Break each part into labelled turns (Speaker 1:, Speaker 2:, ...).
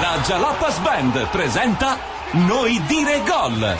Speaker 1: La Jalapas Band presenta Noi dire gol.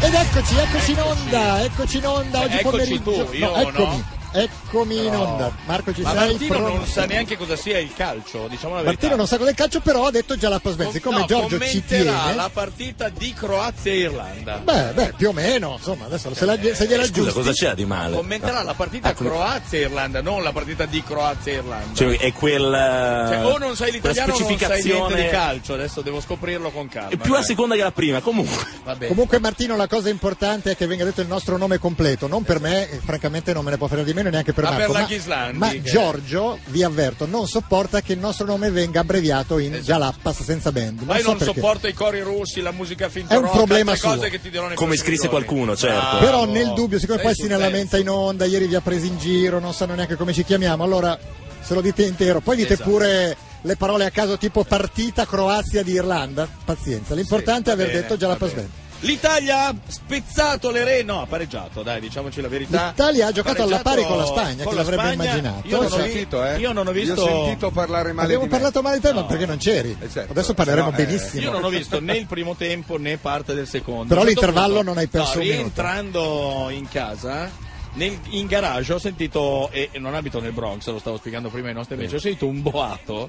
Speaker 2: Eh,
Speaker 3: Ed eccoci, eccoci in onda, eccoci in onda oggi
Speaker 4: Eccoci
Speaker 3: pomeriggio.
Speaker 4: tu, io no.
Speaker 3: eccomi, eccomi in onda. Marco ci
Speaker 4: Ma
Speaker 3: sei?
Speaker 4: Martino
Speaker 3: pronto?
Speaker 4: non sa neanche cosa sia il calcio, diciamo la verità.
Speaker 3: Martino non sa cos'è il calcio, però ha detto già la Pasben. Siccome
Speaker 4: No,
Speaker 3: Giorgio ci
Speaker 4: commenterà
Speaker 3: tiene.
Speaker 4: la partita di Croazia e Irlanda.
Speaker 3: Beh, beh, più o meno, insomma, adesso se, la, se gliela
Speaker 2: Scusa,
Speaker 3: aggiusti.
Speaker 2: cosa c'è di male?
Speaker 4: Commenterà la
Speaker 3: ecco.
Speaker 4: partita
Speaker 2: Ah, come-
Speaker 4: Croazia e Irlanda, non la partita di Croazia e Irlanda.
Speaker 2: Cioè, è quel. eh,
Speaker 4: Cioè, o non sai l'italiano o
Speaker 2: quella
Speaker 4: non sai niente di
Speaker 2: specificazione-
Speaker 4: calcio, adesso devo scoprirlo con calma.
Speaker 2: È più la
Speaker 4: dai.
Speaker 2: seconda che la prima, comunque.
Speaker 4: Vabbè.
Speaker 3: Comunque Martino la cosa importante è che venga detto il nostro nome completo, non per me, eh, francamente non me ne può fare di meno neanche per
Speaker 4: Ma
Speaker 3: Marco,
Speaker 4: per la Ghislandi,
Speaker 3: ma
Speaker 4: che-
Speaker 3: Giorgio, vi avverto, non sopporta che il nostro nome venga abbreviato in Jalappas senza band.
Speaker 4: Esatto. Ma
Speaker 3: Non
Speaker 4: io
Speaker 3: so
Speaker 4: non
Speaker 3: perché.
Speaker 4: sopporto i cori russi, la musica finta
Speaker 3: È un
Speaker 4: rock,
Speaker 3: problema
Speaker 4: altre
Speaker 3: suo.
Speaker 4: cose che ti dirò nei
Speaker 2: Come
Speaker 4: prossimi
Speaker 2: scrisse
Speaker 4: giorni.
Speaker 2: qualcuno, certo.
Speaker 4: Ah,
Speaker 3: Però
Speaker 4: no.
Speaker 3: nel dubbio, siccome
Speaker 4: Sei
Speaker 3: poi
Speaker 4: sul
Speaker 3: si ne lamenta in
Speaker 4: pezzo.
Speaker 3: onda, ieri vi ha presi in giro, non sanno neanche come ci chiamiamo, allora se lo dite intero, poi dite
Speaker 4: Esatto.
Speaker 3: pure le parole a caso tipo partita Croazia di Irlanda, pazienza, l'importante è
Speaker 4: Sì, va
Speaker 3: aver
Speaker 4: bene,
Speaker 3: detto già la
Speaker 4: va bene.
Speaker 3: pasvetta.
Speaker 4: L'Italia ha spezzato le reni, no, ha pareggiato, dai, diciamoci la verità.
Speaker 3: L'Italia ha giocato alla pari
Speaker 4: Pareggiato
Speaker 3: con la Spagna,
Speaker 4: con
Speaker 3: chi
Speaker 4: la
Speaker 3: l'avrebbe
Speaker 4: Spagna.
Speaker 3: immaginato?
Speaker 4: Io non,
Speaker 3: Cioè,
Speaker 4: ho visto, eh. io non ho visto,
Speaker 5: Io ho sentito parlare male
Speaker 3: Abbiamo
Speaker 5: di me.
Speaker 3: parlato male di te, ma
Speaker 4: No.
Speaker 3: perché non c'eri?
Speaker 5: Eh, certo.
Speaker 3: Adesso parleremo
Speaker 5: No, eh,
Speaker 3: benissimo.
Speaker 4: io non ho visto né il primo tempo né parte del secondo.
Speaker 3: Però
Speaker 4: A un certo
Speaker 3: l'intervallo
Speaker 4: punto-
Speaker 3: non hai perso
Speaker 4: no,
Speaker 3: un minuto.
Speaker 4: rientrando in casa, nel- in garage ho sentito, e e non abito nel Bronx, lo stavo spiegando prima ai nostri amici, ho sentito un boato.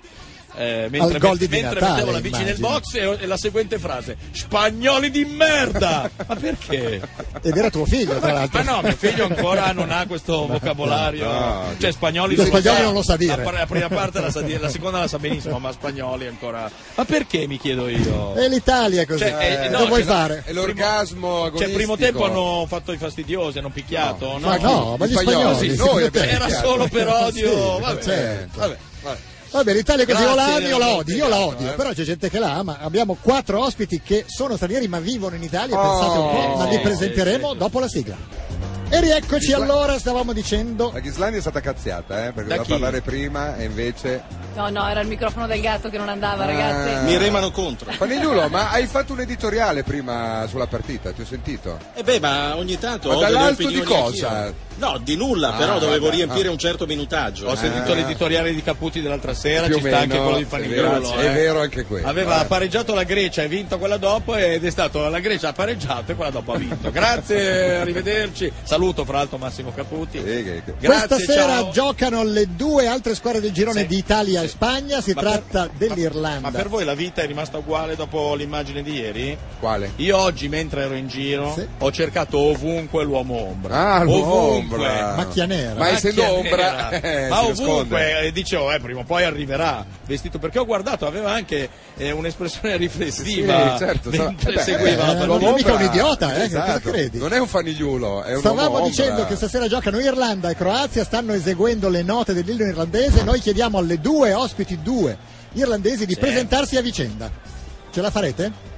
Speaker 4: eh, mentre,
Speaker 3: gol di Di
Speaker 4: mentre
Speaker 3: Natale,
Speaker 4: mettevo la bici nel
Speaker 3: immagino.
Speaker 4: box e, e la seguente frase spagnoli di merda ma perché
Speaker 3: Ed era tuo figlio, tra l'altro.
Speaker 4: Ma no, mio figlio ancora non ha questo vocabolario.
Speaker 5: no.
Speaker 4: cioè, spagnoli,
Speaker 3: Lo
Speaker 4: sì,
Speaker 3: spagnolo non lo sa dire.
Speaker 4: La, par- la prima parte la sa dire, la seconda la sa benissimo, ma spagnoli ancora. Ma perché mi chiedo io?
Speaker 3: E l'Italia è così,
Speaker 4: Cioè, eh,
Speaker 3: cosa
Speaker 4: no,
Speaker 3: vuoi
Speaker 4: cioè,
Speaker 3: fare?
Speaker 5: È l'orgasmo
Speaker 4: Cioè,
Speaker 5: agonistico.
Speaker 4: primo tempo hanno fatto i fastidiosi, hanno picchiato, no?
Speaker 3: Ma no, ma gli
Speaker 5: spagnoli,
Speaker 3: spagnoli.
Speaker 5: sì, noi
Speaker 3: secondo te?
Speaker 5: abbiamo
Speaker 4: Era
Speaker 5: picchiato.
Speaker 4: solo per odio.
Speaker 3: Sì,
Speaker 4: vabbè.
Speaker 3: certo.
Speaker 4: Vabbè, vabbè.
Speaker 3: Vabbè, l'Italia così o
Speaker 4: Grazie
Speaker 3: la ami o la
Speaker 4: della
Speaker 3: odi, io la
Speaker 4: spiegato,
Speaker 3: odio,
Speaker 4: eh.
Speaker 3: però c'è gente che la ama. Abbiamo quattro ospiti che sono stranieri ma vivono in Italia, pensate un po',
Speaker 5: Oh,
Speaker 3: ma
Speaker 4: sì,
Speaker 3: li presenteremo
Speaker 4: sì, sì.
Speaker 3: dopo la sigla. E rieccoci allora, stavamo dicendo...
Speaker 5: La Ghislandi è stata cazziata, eh, perché
Speaker 4: Da
Speaker 5: doveva
Speaker 4: chi?
Speaker 5: parlare prima e invece...
Speaker 6: No, no, era il microfono del gatto che non andava, ragazzi.
Speaker 7: Mi remano contro.
Speaker 5: Panigliulo, ma hai fatto un editoriale prima sulla partita, ti ho sentito.
Speaker 7: E Eh beh, ma ogni tanto
Speaker 5: Ma
Speaker 7: ho delle
Speaker 5: dall'alto
Speaker 7: opinioni
Speaker 5: di cosa?
Speaker 7: anch'io. No, di nulla,
Speaker 5: Ah,
Speaker 7: però dovevo
Speaker 5: vabbè,
Speaker 7: riempire
Speaker 5: ah.
Speaker 7: un certo minutaggio.
Speaker 4: Ho
Speaker 3: Eh.
Speaker 4: sentito l'editoriale di Caputi dell'altra sera,
Speaker 5: Più o
Speaker 4: ci sta anche
Speaker 5: meno,
Speaker 4: quello di
Speaker 5: è
Speaker 4: Panigliolo.
Speaker 5: vero,
Speaker 4: eh.
Speaker 5: è vero anche quello.
Speaker 4: Aveva
Speaker 5: eh.
Speaker 4: pareggiato la Grecia e vinto quella dopo ed è stato la Grecia ha pareggiato e quella dopo ha vinto. Grazie, arrivederci. Saluto fra l'altro Massimo Caputi.
Speaker 5: Sì, che- che-
Speaker 4: Grazie,
Speaker 3: Questa sera
Speaker 4: ciao.
Speaker 3: giocano le due altre squadre del girone
Speaker 4: Sì,
Speaker 3: di Italia e Spagna, si
Speaker 4: Ma per-
Speaker 3: tratta
Speaker 4: ma-
Speaker 3: dell'Irlanda.
Speaker 4: Ma per voi la vita è rimasta uguale dopo l'immagine di ieri?
Speaker 5: Quale?
Speaker 4: Io oggi mentre ero in giro
Speaker 3: Sì.
Speaker 4: ho cercato ovunque l'uomo ombra.
Speaker 5: Ah, l'uomo
Speaker 4: Ovunque.
Speaker 5: ombra.
Speaker 3: Macchia nera.
Speaker 5: Ma essendo
Speaker 4: Macchia
Speaker 5: ombra,
Speaker 4: nera.
Speaker 5: eh,
Speaker 4: Ah, ma
Speaker 5: si
Speaker 4: ovunque
Speaker 5: nasconde.
Speaker 4: eh, dicevo eh, prima o poi arriverà vestito perché ho guardato aveva anche eh, un'espressione riflessiva
Speaker 5: Sì, certo, sta-
Speaker 4: mentre
Speaker 5: vabbè,
Speaker 4: seguiva la
Speaker 3: eh,
Speaker 4: partita.
Speaker 3: non è mica un idiota, eh, che
Speaker 5: Esatto.
Speaker 3: cosa credi?
Speaker 5: Non è un fanigliulo, è un uomo
Speaker 3: Stavamo
Speaker 5: ombra.
Speaker 3: dicendo che stasera giocano Irlanda e Croazia, stanno eseguendo le note dell'inno irlandese. Noi chiediamo alle due ospiti, due irlandesi, di presentarsi a vicenda. Ce la farete?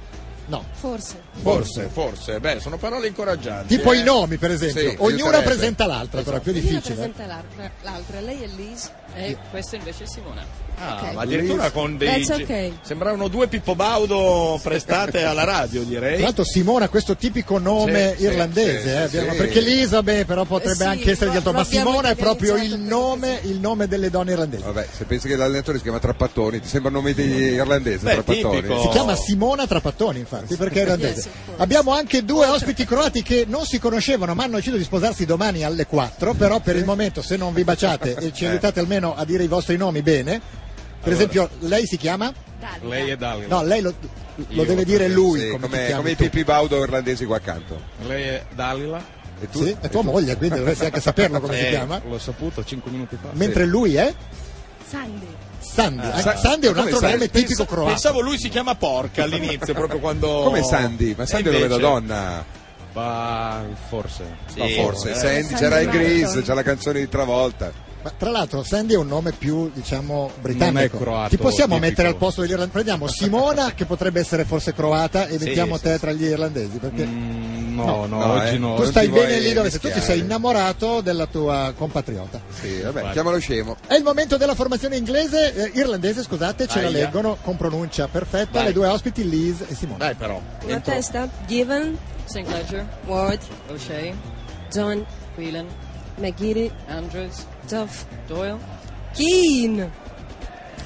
Speaker 3: No.
Speaker 6: Forse.
Speaker 4: Forse, forse, beh, sono parole incoraggianti.
Speaker 3: Tipo
Speaker 4: eh.
Speaker 3: i nomi, per esempio.
Speaker 5: Sì,
Speaker 3: Ognuna
Speaker 5: aiuterebbe.
Speaker 3: presenta l'altra, però è più
Speaker 6: Io
Speaker 3: difficile.
Speaker 6: Esatto. presenta l'altra, l'altra, lei è Liz.
Speaker 8: E questo invece è Simone.
Speaker 4: Ah,
Speaker 6: ok.
Speaker 4: ma addirittura con dei.
Speaker 6: That's ok.
Speaker 4: Sembravano due Pippo Baudo prestate alla radio, direi.
Speaker 3: Tra l'altro Simona ha questo tipico nome
Speaker 4: Sì, sì,
Speaker 3: irlandese,
Speaker 5: sì,
Speaker 3: eh,
Speaker 5: sì,
Speaker 3: abbiamo-
Speaker 5: sì.
Speaker 3: perché Lisa, beh, però potrebbe
Speaker 6: Eh sì,
Speaker 3: anche essere di altro,
Speaker 6: lo
Speaker 3: ma
Speaker 6: abbiamo
Speaker 3: Simona è proprio il
Speaker 6: italianizzato
Speaker 3: nome, il nome delle donne irlandesi.
Speaker 5: Vabbè, se pensi che l'allenatore si chiama Trappattoni, ti sembra un nome di irlandese,
Speaker 4: Beh,
Speaker 5: Trappattoni.
Speaker 4: tipico.
Speaker 3: Si
Speaker 4: Oh.
Speaker 3: chiama Simona Trapattoni, infatti, perché è irlandese.
Speaker 6: Yes, of course.
Speaker 3: Abbiamo anche due ospiti croati che non si conoscevano, ma hanno deciso di sposarsi domani alle 4. Però per il momento, se non vi baciate e ci aiutate almeno a dire i vostri nomi bene, per esempio, lei si chiama?
Speaker 6: Dalida.
Speaker 4: Lei è Dalila.
Speaker 3: No, lei lo, lo
Speaker 4: Io,
Speaker 3: deve dire lui.
Speaker 5: Sì,
Speaker 3: come, ti
Speaker 5: come,
Speaker 3: chiami
Speaker 5: come i
Speaker 3: tu.
Speaker 5: Pippi Baudo irlandesi qua accanto.
Speaker 4: Lei è Dalila.
Speaker 5: E tu?
Speaker 3: Sì, è tua
Speaker 5: E tu?
Speaker 3: moglie, quindi dovresti anche saperlo come si
Speaker 4: Eh,
Speaker 3: chiama.
Speaker 4: L'ho saputo 5 minuti fa.
Speaker 3: Mentre lui è
Speaker 6: Sandy.
Speaker 3: Sandy. Ah,
Speaker 5: Sa-
Speaker 3: Sandy è un
Speaker 5: come
Speaker 3: altro
Speaker 5: Sandy?
Speaker 3: nome tipico croato.
Speaker 4: Pensavo lui si chiama Porca all'inizio, proprio quando.
Speaker 5: Come Sandy? Ma Sandy
Speaker 4: E
Speaker 5: è un nome
Speaker 4: invece-
Speaker 5: da donna.
Speaker 4: forse.
Speaker 5: Ma
Speaker 4: eh.
Speaker 5: forse, Sandy,
Speaker 6: Sandy
Speaker 5: c'era il
Speaker 6: Martin.
Speaker 5: Grease, c'è la canzone di Travolta.
Speaker 3: Ma tra l'altro Sandy è un nome più, diciamo, britannico.
Speaker 4: Non è croato,
Speaker 3: Ti possiamo
Speaker 4: tipico.
Speaker 3: mettere al posto degli irlandesi? Prendiamo Simona, che potrebbe essere forse croata, e mettiamo
Speaker 4: sì, Mm,
Speaker 3: te tra gli irlandesi. Perché
Speaker 9: Mm,
Speaker 4: no, no,
Speaker 9: eh,
Speaker 5: oggi no.
Speaker 3: tu
Speaker 5: non
Speaker 3: stai
Speaker 5: ti
Speaker 3: bene
Speaker 5: vuoi
Speaker 3: lì dove sei. Tu ti
Speaker 5: rischiare.
Speaker 3: sei innamorato della tua compatriota.
Speaker 5: Sì, vabbè, chiamalo scemo.
Speaker 3: È il momento della formazione inglese, eh, irlandese, scusate, ce la
Speaker 4: Aia.
Speaker 3: leggono con pronuncia perfetta
Speaker 4: Vai.
Speaker 3: le due ospiti, Liz e Simona.
Speaker 4: Dai, però.
Speaker 9: Una
Speaker 4: entro.
Speaker 9: testa, Given,
Speaker 8: St. Ledger,
Speaker 9: Ward,
Speaker 8: O'Shea,
Speaker 9: John,
Speaker 8: Whelan,
Speaker 9: McGeady,
Speaker 8: Andrews,
Speaker 9: Duff,
Speaker 8: Doyle,
Speaker 9: Keane,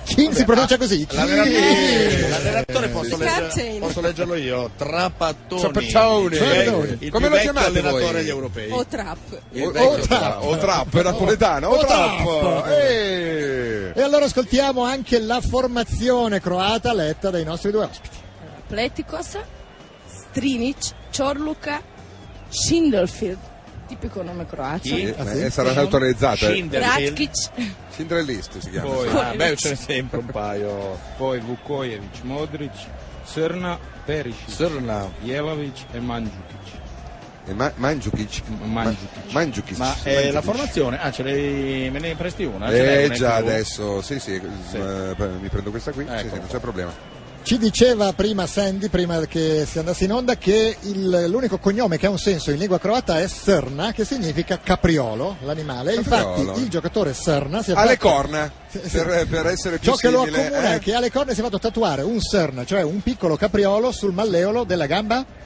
Speaker 3: King si pronuncia così.
Speaker 4: ah, La
Speaker 3: King.
Speaker 4: l'allenatore posso, legger-
Speaker 9: Captain.
Speaker 4: posso leggerlo io, Trapattoni.
Speaker 5: Trapattoni.
Speaker 4: che è
Speaker 3: Trapattoni.
Speaker 4: Il più
Speaker 5: Come lo
Speaker 4: vecchio
Speaker 5: chiamate
Speaker 4: allenatore
Speaker 5: voi?
Speaker 4: degli europei.
Speaker 9: o trap.
Speaker 4: Il
Speaker 5: O,
Speaker 4: vecchio
Speaker 5: o trap, o trap, è napoletano, o,
Speaker 3: O
Speaker 5: trap.
Speaker 3: trap.
Speaker 5: Eh.
Speaker 3: E allora ascoltiamo anche la formazione croata letta dai nostri due ospiti.
Speaker 6: Pletikos, Strinic, Ciorluca, Schindelfield. Tipico nome croato.
Speaker 4: Chi?
Speaker 5: Eh,
Speaker 3: Ah, sì?
Speaker 5: eh, sarà autorizzata. eh.
Speaker 4: Schinderfield.
Speaker 6: Ratkic.
Speaker 5: Cinderellist si chiama.
Speaker 10: Poi,
Speaker 4: Ah, beh, ce n'è sempre un paio.
Speaker 10: poi Vukojevic, Modric, Srna, Perisic,
Speaker 4: Srna.
Speaker 10: Jelavic e Mandzukic.
Speaker 5: E Ma- Mandzukic.
Speaker 10: Mandzukic.
Speaker 5: Ma- Mandzukic.
Speaker 4: Ma eh,
Speaker 5: Mandzukic.
Speaker 4: la formazione? Ah, ce l'hai... me ne presti una? Ce l'hai
Speaker 5: Eh
Speaker 4: una in
Speaker 5: già
Speaker 4: più?
Speaker 5: adesso, sì sì, eh, mi prendo questa qui, sì,
Speaker 4: Ecco.
Speaker 5: sì, non c'è problema.
Speaker 3: Ci diceva prima Sandy, prima che si andasse in onda, che il- l'unico cognome che ha un senso in lingua croata è Srna, che significa capriolo, l'animale.
Speaker 5: Capriolo.
Speaker 3: Infatti il giocatore Srna si è
Speaker 5: Alle
Speaker 3: fatto...
Speaker 5: corna, per, per essere
Speaker 3: certo.
Speaker 5: più
Speaker 3: Ciò che lo
Speaker 5: simile,
Speaker 3: accomuna
Speaker 5: eh.
Speaker 3: è che alle corna si è fatto tatuare un Srna, cioè un piccolo capriolo sul malleolo della gamba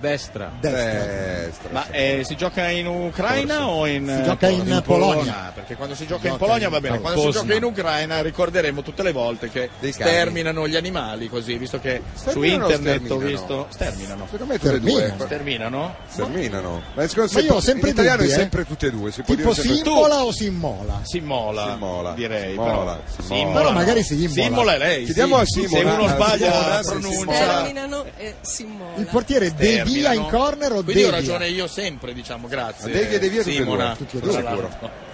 Speaker 10: Destra.
Speaker 5: Eh,
Speaker 3: destra.
Speaker 5: Destra.
Speaker 4: Ma eh, si gioca in Ucraina o in
Speaker 3: Si gioca in Polonia.
Speaker 4: Perché quando si gioca in Polonia va bene,
Speaker 3: in
Speaker 4: quando si
Speaker 10: Bosnia.
Speaker 4: gioca in Ucraina ricorderemo tutte le volte che
Speaker 5: Dei cani.
Speaker 4: sterminano gli animali così, visto che su
Speaker 5: Sterminano o
Speaker 4: internet ho
Speaker 5: sterminano?
Speaker 4: visto sterminano.
Speaker 5: Secondo me tutte e due.
Speaker 3: Termina.
Speaker 4: Sterminano?
Speaker 5: Terminano. Ma, secondo-
Speaker 3: Ma io ho
Speaker 5: in
Speaker 3: sempre
Speaker 5: italiano
Speaker 3: dubbi,
Speaker 5: è
Speaker 3: eh.
Speaker 5: sempre tutte e due, si può
Speaker 3: Tipo
Speaker 5: dire sempre
Speaker 3: si immola o si immola?
Speaker 4: Si immola,
Speaker 5: Si immola,
Speaker 4: direi.
Speaker 5: si immola,
Speaker 4: però.
Speaker 5: si
Speaker 4: Si
Speaker 5: immola.
Speaker 4: immola
Speaker 3: Però magari
Speaker 4: no.
Speaker 3: si immola.
Speaker 4: Si immola è lei.
Speaker 5: Chiediamo
Speaker 4: sì.
Speaker 5: a Simona,
Speaker 4: Se uno
Speaker 5: a
Speaker 4: sbaglia
Speaker 5: Simona
Speaker 4: la
Speaker 5: se si
Speaker 4: pronuncia.
Speaker 9: Terminano eh, e si immola.
Speaker 3: Il portiere devia
Speaker 4: Terminano.
Speaker 3: in corner o
Speaker 4: Quindi ho
Speaker 3: devia?
Speaker 4: ragione io sempre, diciamo, grazie.
Speaker 5: Ma devi e devi a tutte e due,
Speaker 4: Simona.
Speaker 5: tutte e due,
Speaker 4: Tra l'altro.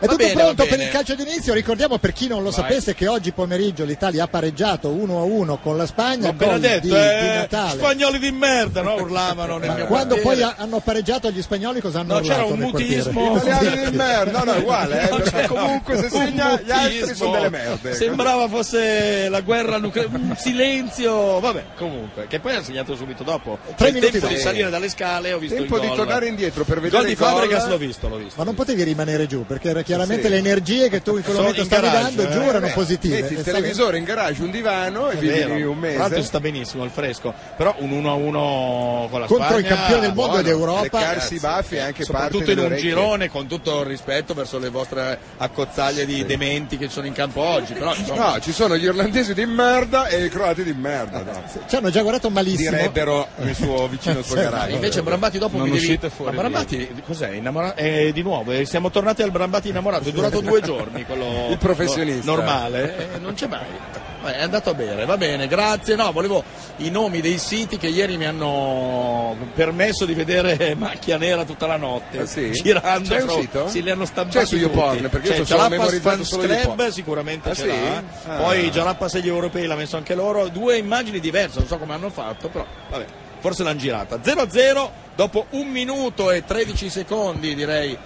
Speaker 3: È tutto
Speaker 4: Va bene,
Speaker 3: pronto
Speaker 4: va
Speaker 3: per
Speaker 4: bene.
Speaker 3: il calcio d'inizio, ricordiamo per chi non lo sapesse che oggi pomeriggio l'Italia ha pareggiato 1-1 con la
Speaker 4: L'ho
Speaker 3: Spagna,
Speaker 4: appena
Speaker 3: gol
Speaker 4: detto,
Speaker 3: di,
Speaker 4: eh,
Speaker 3: di Natale.
Speaker 4: spagnoli di merda, no? Urlavano nel
Speaker 3: Ma
Speaker 4: mio
Speaker 3: quando
Speaker 4: quartiere.
Speaker 3: poi ha- hanno pareggiato gli spagnoli cosa hanno
Speaker 4: No,
Speaker 3: urlato
Speaker 4: c'era un
Speaker 3: nel quartiere?
Speaker 4: mutismo.
Speaker 5: Italiani del merda, no, no, è uguale, eh,
Speaker 4: No,
Speaker 5: perché
Speaker 4: c'era
Speaker 5: comunque se
Speaker 4: un
Speaker 5: segna gli altri sono
Speaker 4: mutismo.
Speaker 5: delle merde. ecco.
Speaker 4: Sembrava fosse la guerra nucleare, un silenzio, vabbè, comunque, che poi ha segnato subito dopo.
Speaker 3: Tre
Speaker 4: Cioè, il
Speaker 3: minuti
Speaker 4: tempo
Speaker 3: dopo.
Speaker 4: di salire dalle scale, ho visto
Speaker 5: Tempo
Speaker 4: il
Speaker 5: di
Speaker 4: gol.
Speaker 5: tornare indietro per
Speaker 4: Il
Speaker 5: vedere
Speaker 4: gol di
Speaker 5: il gol.
Speaker 4: Fabregas l'ho visto, l'ho visto.
Speaker 3: Ma non potevi rimanere giù perché era chiaramente
Speaker 5: Sì.
Speaker 3: le energie che tu in quel
Speaker 4: Sono
Speaker 3: momento
Speaker 4: in
Speaker 3: stavi
Speaker 4: garage,
Speaker 3: dando giù
Speaker 4: eh.
Speaker 3: erano
Speaker 5: Beh,
Speaker 3: positive.
Speaker 5: Metti
Speaker 3: E
Speaker 5: il
Speaker 3: stavi-
Speaker 5: televisore in garage, un divano e
Speaker 4: È
Speaker 5: vivi
Speaker 4: vero.
Speaker 5: un
Speaker 4: Tra l'altro
Speaker 5: mese.
Speaker 4: si sta benissimo al fresco, però un 1-1 con la
Speaker 3: Contro il
Speaker 4: Spagna,
Speaker 3: campione del mondo
Speaker 4: buono.
Speaker 3: ed Europa.
Speaker 5: Leccarsi i baffi è anche parte
Speaker 4: soprattutto in
Speaker 5: delle
Speaker 4: un
Speaker 5: orecchie.
Speaker 4: girone con tutto il rispetto verso le vostre accozzaglie di dementi che ci sono in campo oggi però insomma,
Speaker 5: No, ci sono gli irlandesi di merda e i croati di merda. no.
Speaker 3: Ci hanno già guardato malissimo.
Speaker 5: Direbbero il suo vicino al suo garage.
Speaker 4: invece Brambati dopo
Speaker 10: Non
Speaker 4: mi devi
Speaker 10: uscite fuori
Speaker 4: ma Brambati cos'è innamora- eh, di nuovo eh, siamo tornati al Brambati innamorato è durato due giorni quello
Speaker 5: Il professionista.
Speaker 4: no- normale eh, non c'è mai Beh, è andato a bere va bene grazie no volevo i nomi dei siti che ieri mi hanno permesso di vedere eh, macchia nera tutta la notte
Speaker 5: Ah, sì?
Speaker 4: girando
Speaker 5: C'è un
Speaker 4: fra-
Speaker 5: sito?
Speaker 4: sì li hanno stampati
Speaker 5: C'è su
Speaker 4: tutti.
Speaker 5: YouPorn, perché io
Speaker 4: C'è
Speaker 5: so solo
Speaker 4: Chiapas
Speaker 5: memorizzato
Speaker 4: Fans
Speaker 5: solo
Speaker 4: Club,
Speaker 5: YouPorn.
Speaker 4: sicuramente
Speaker 5: Ah,
Speaker 4: ce
Speaker 5: sì?
Speaker 4: l'ha.
Speaker 5: Ah.
Speaker 4: Poi Gialappas e gli europei l'ha messo anche loro. Due immagini diverse, non so come hanno fatto, però vabbè, forse l'hanno girata. 0-0 dopo un minuto e 13 secondi direi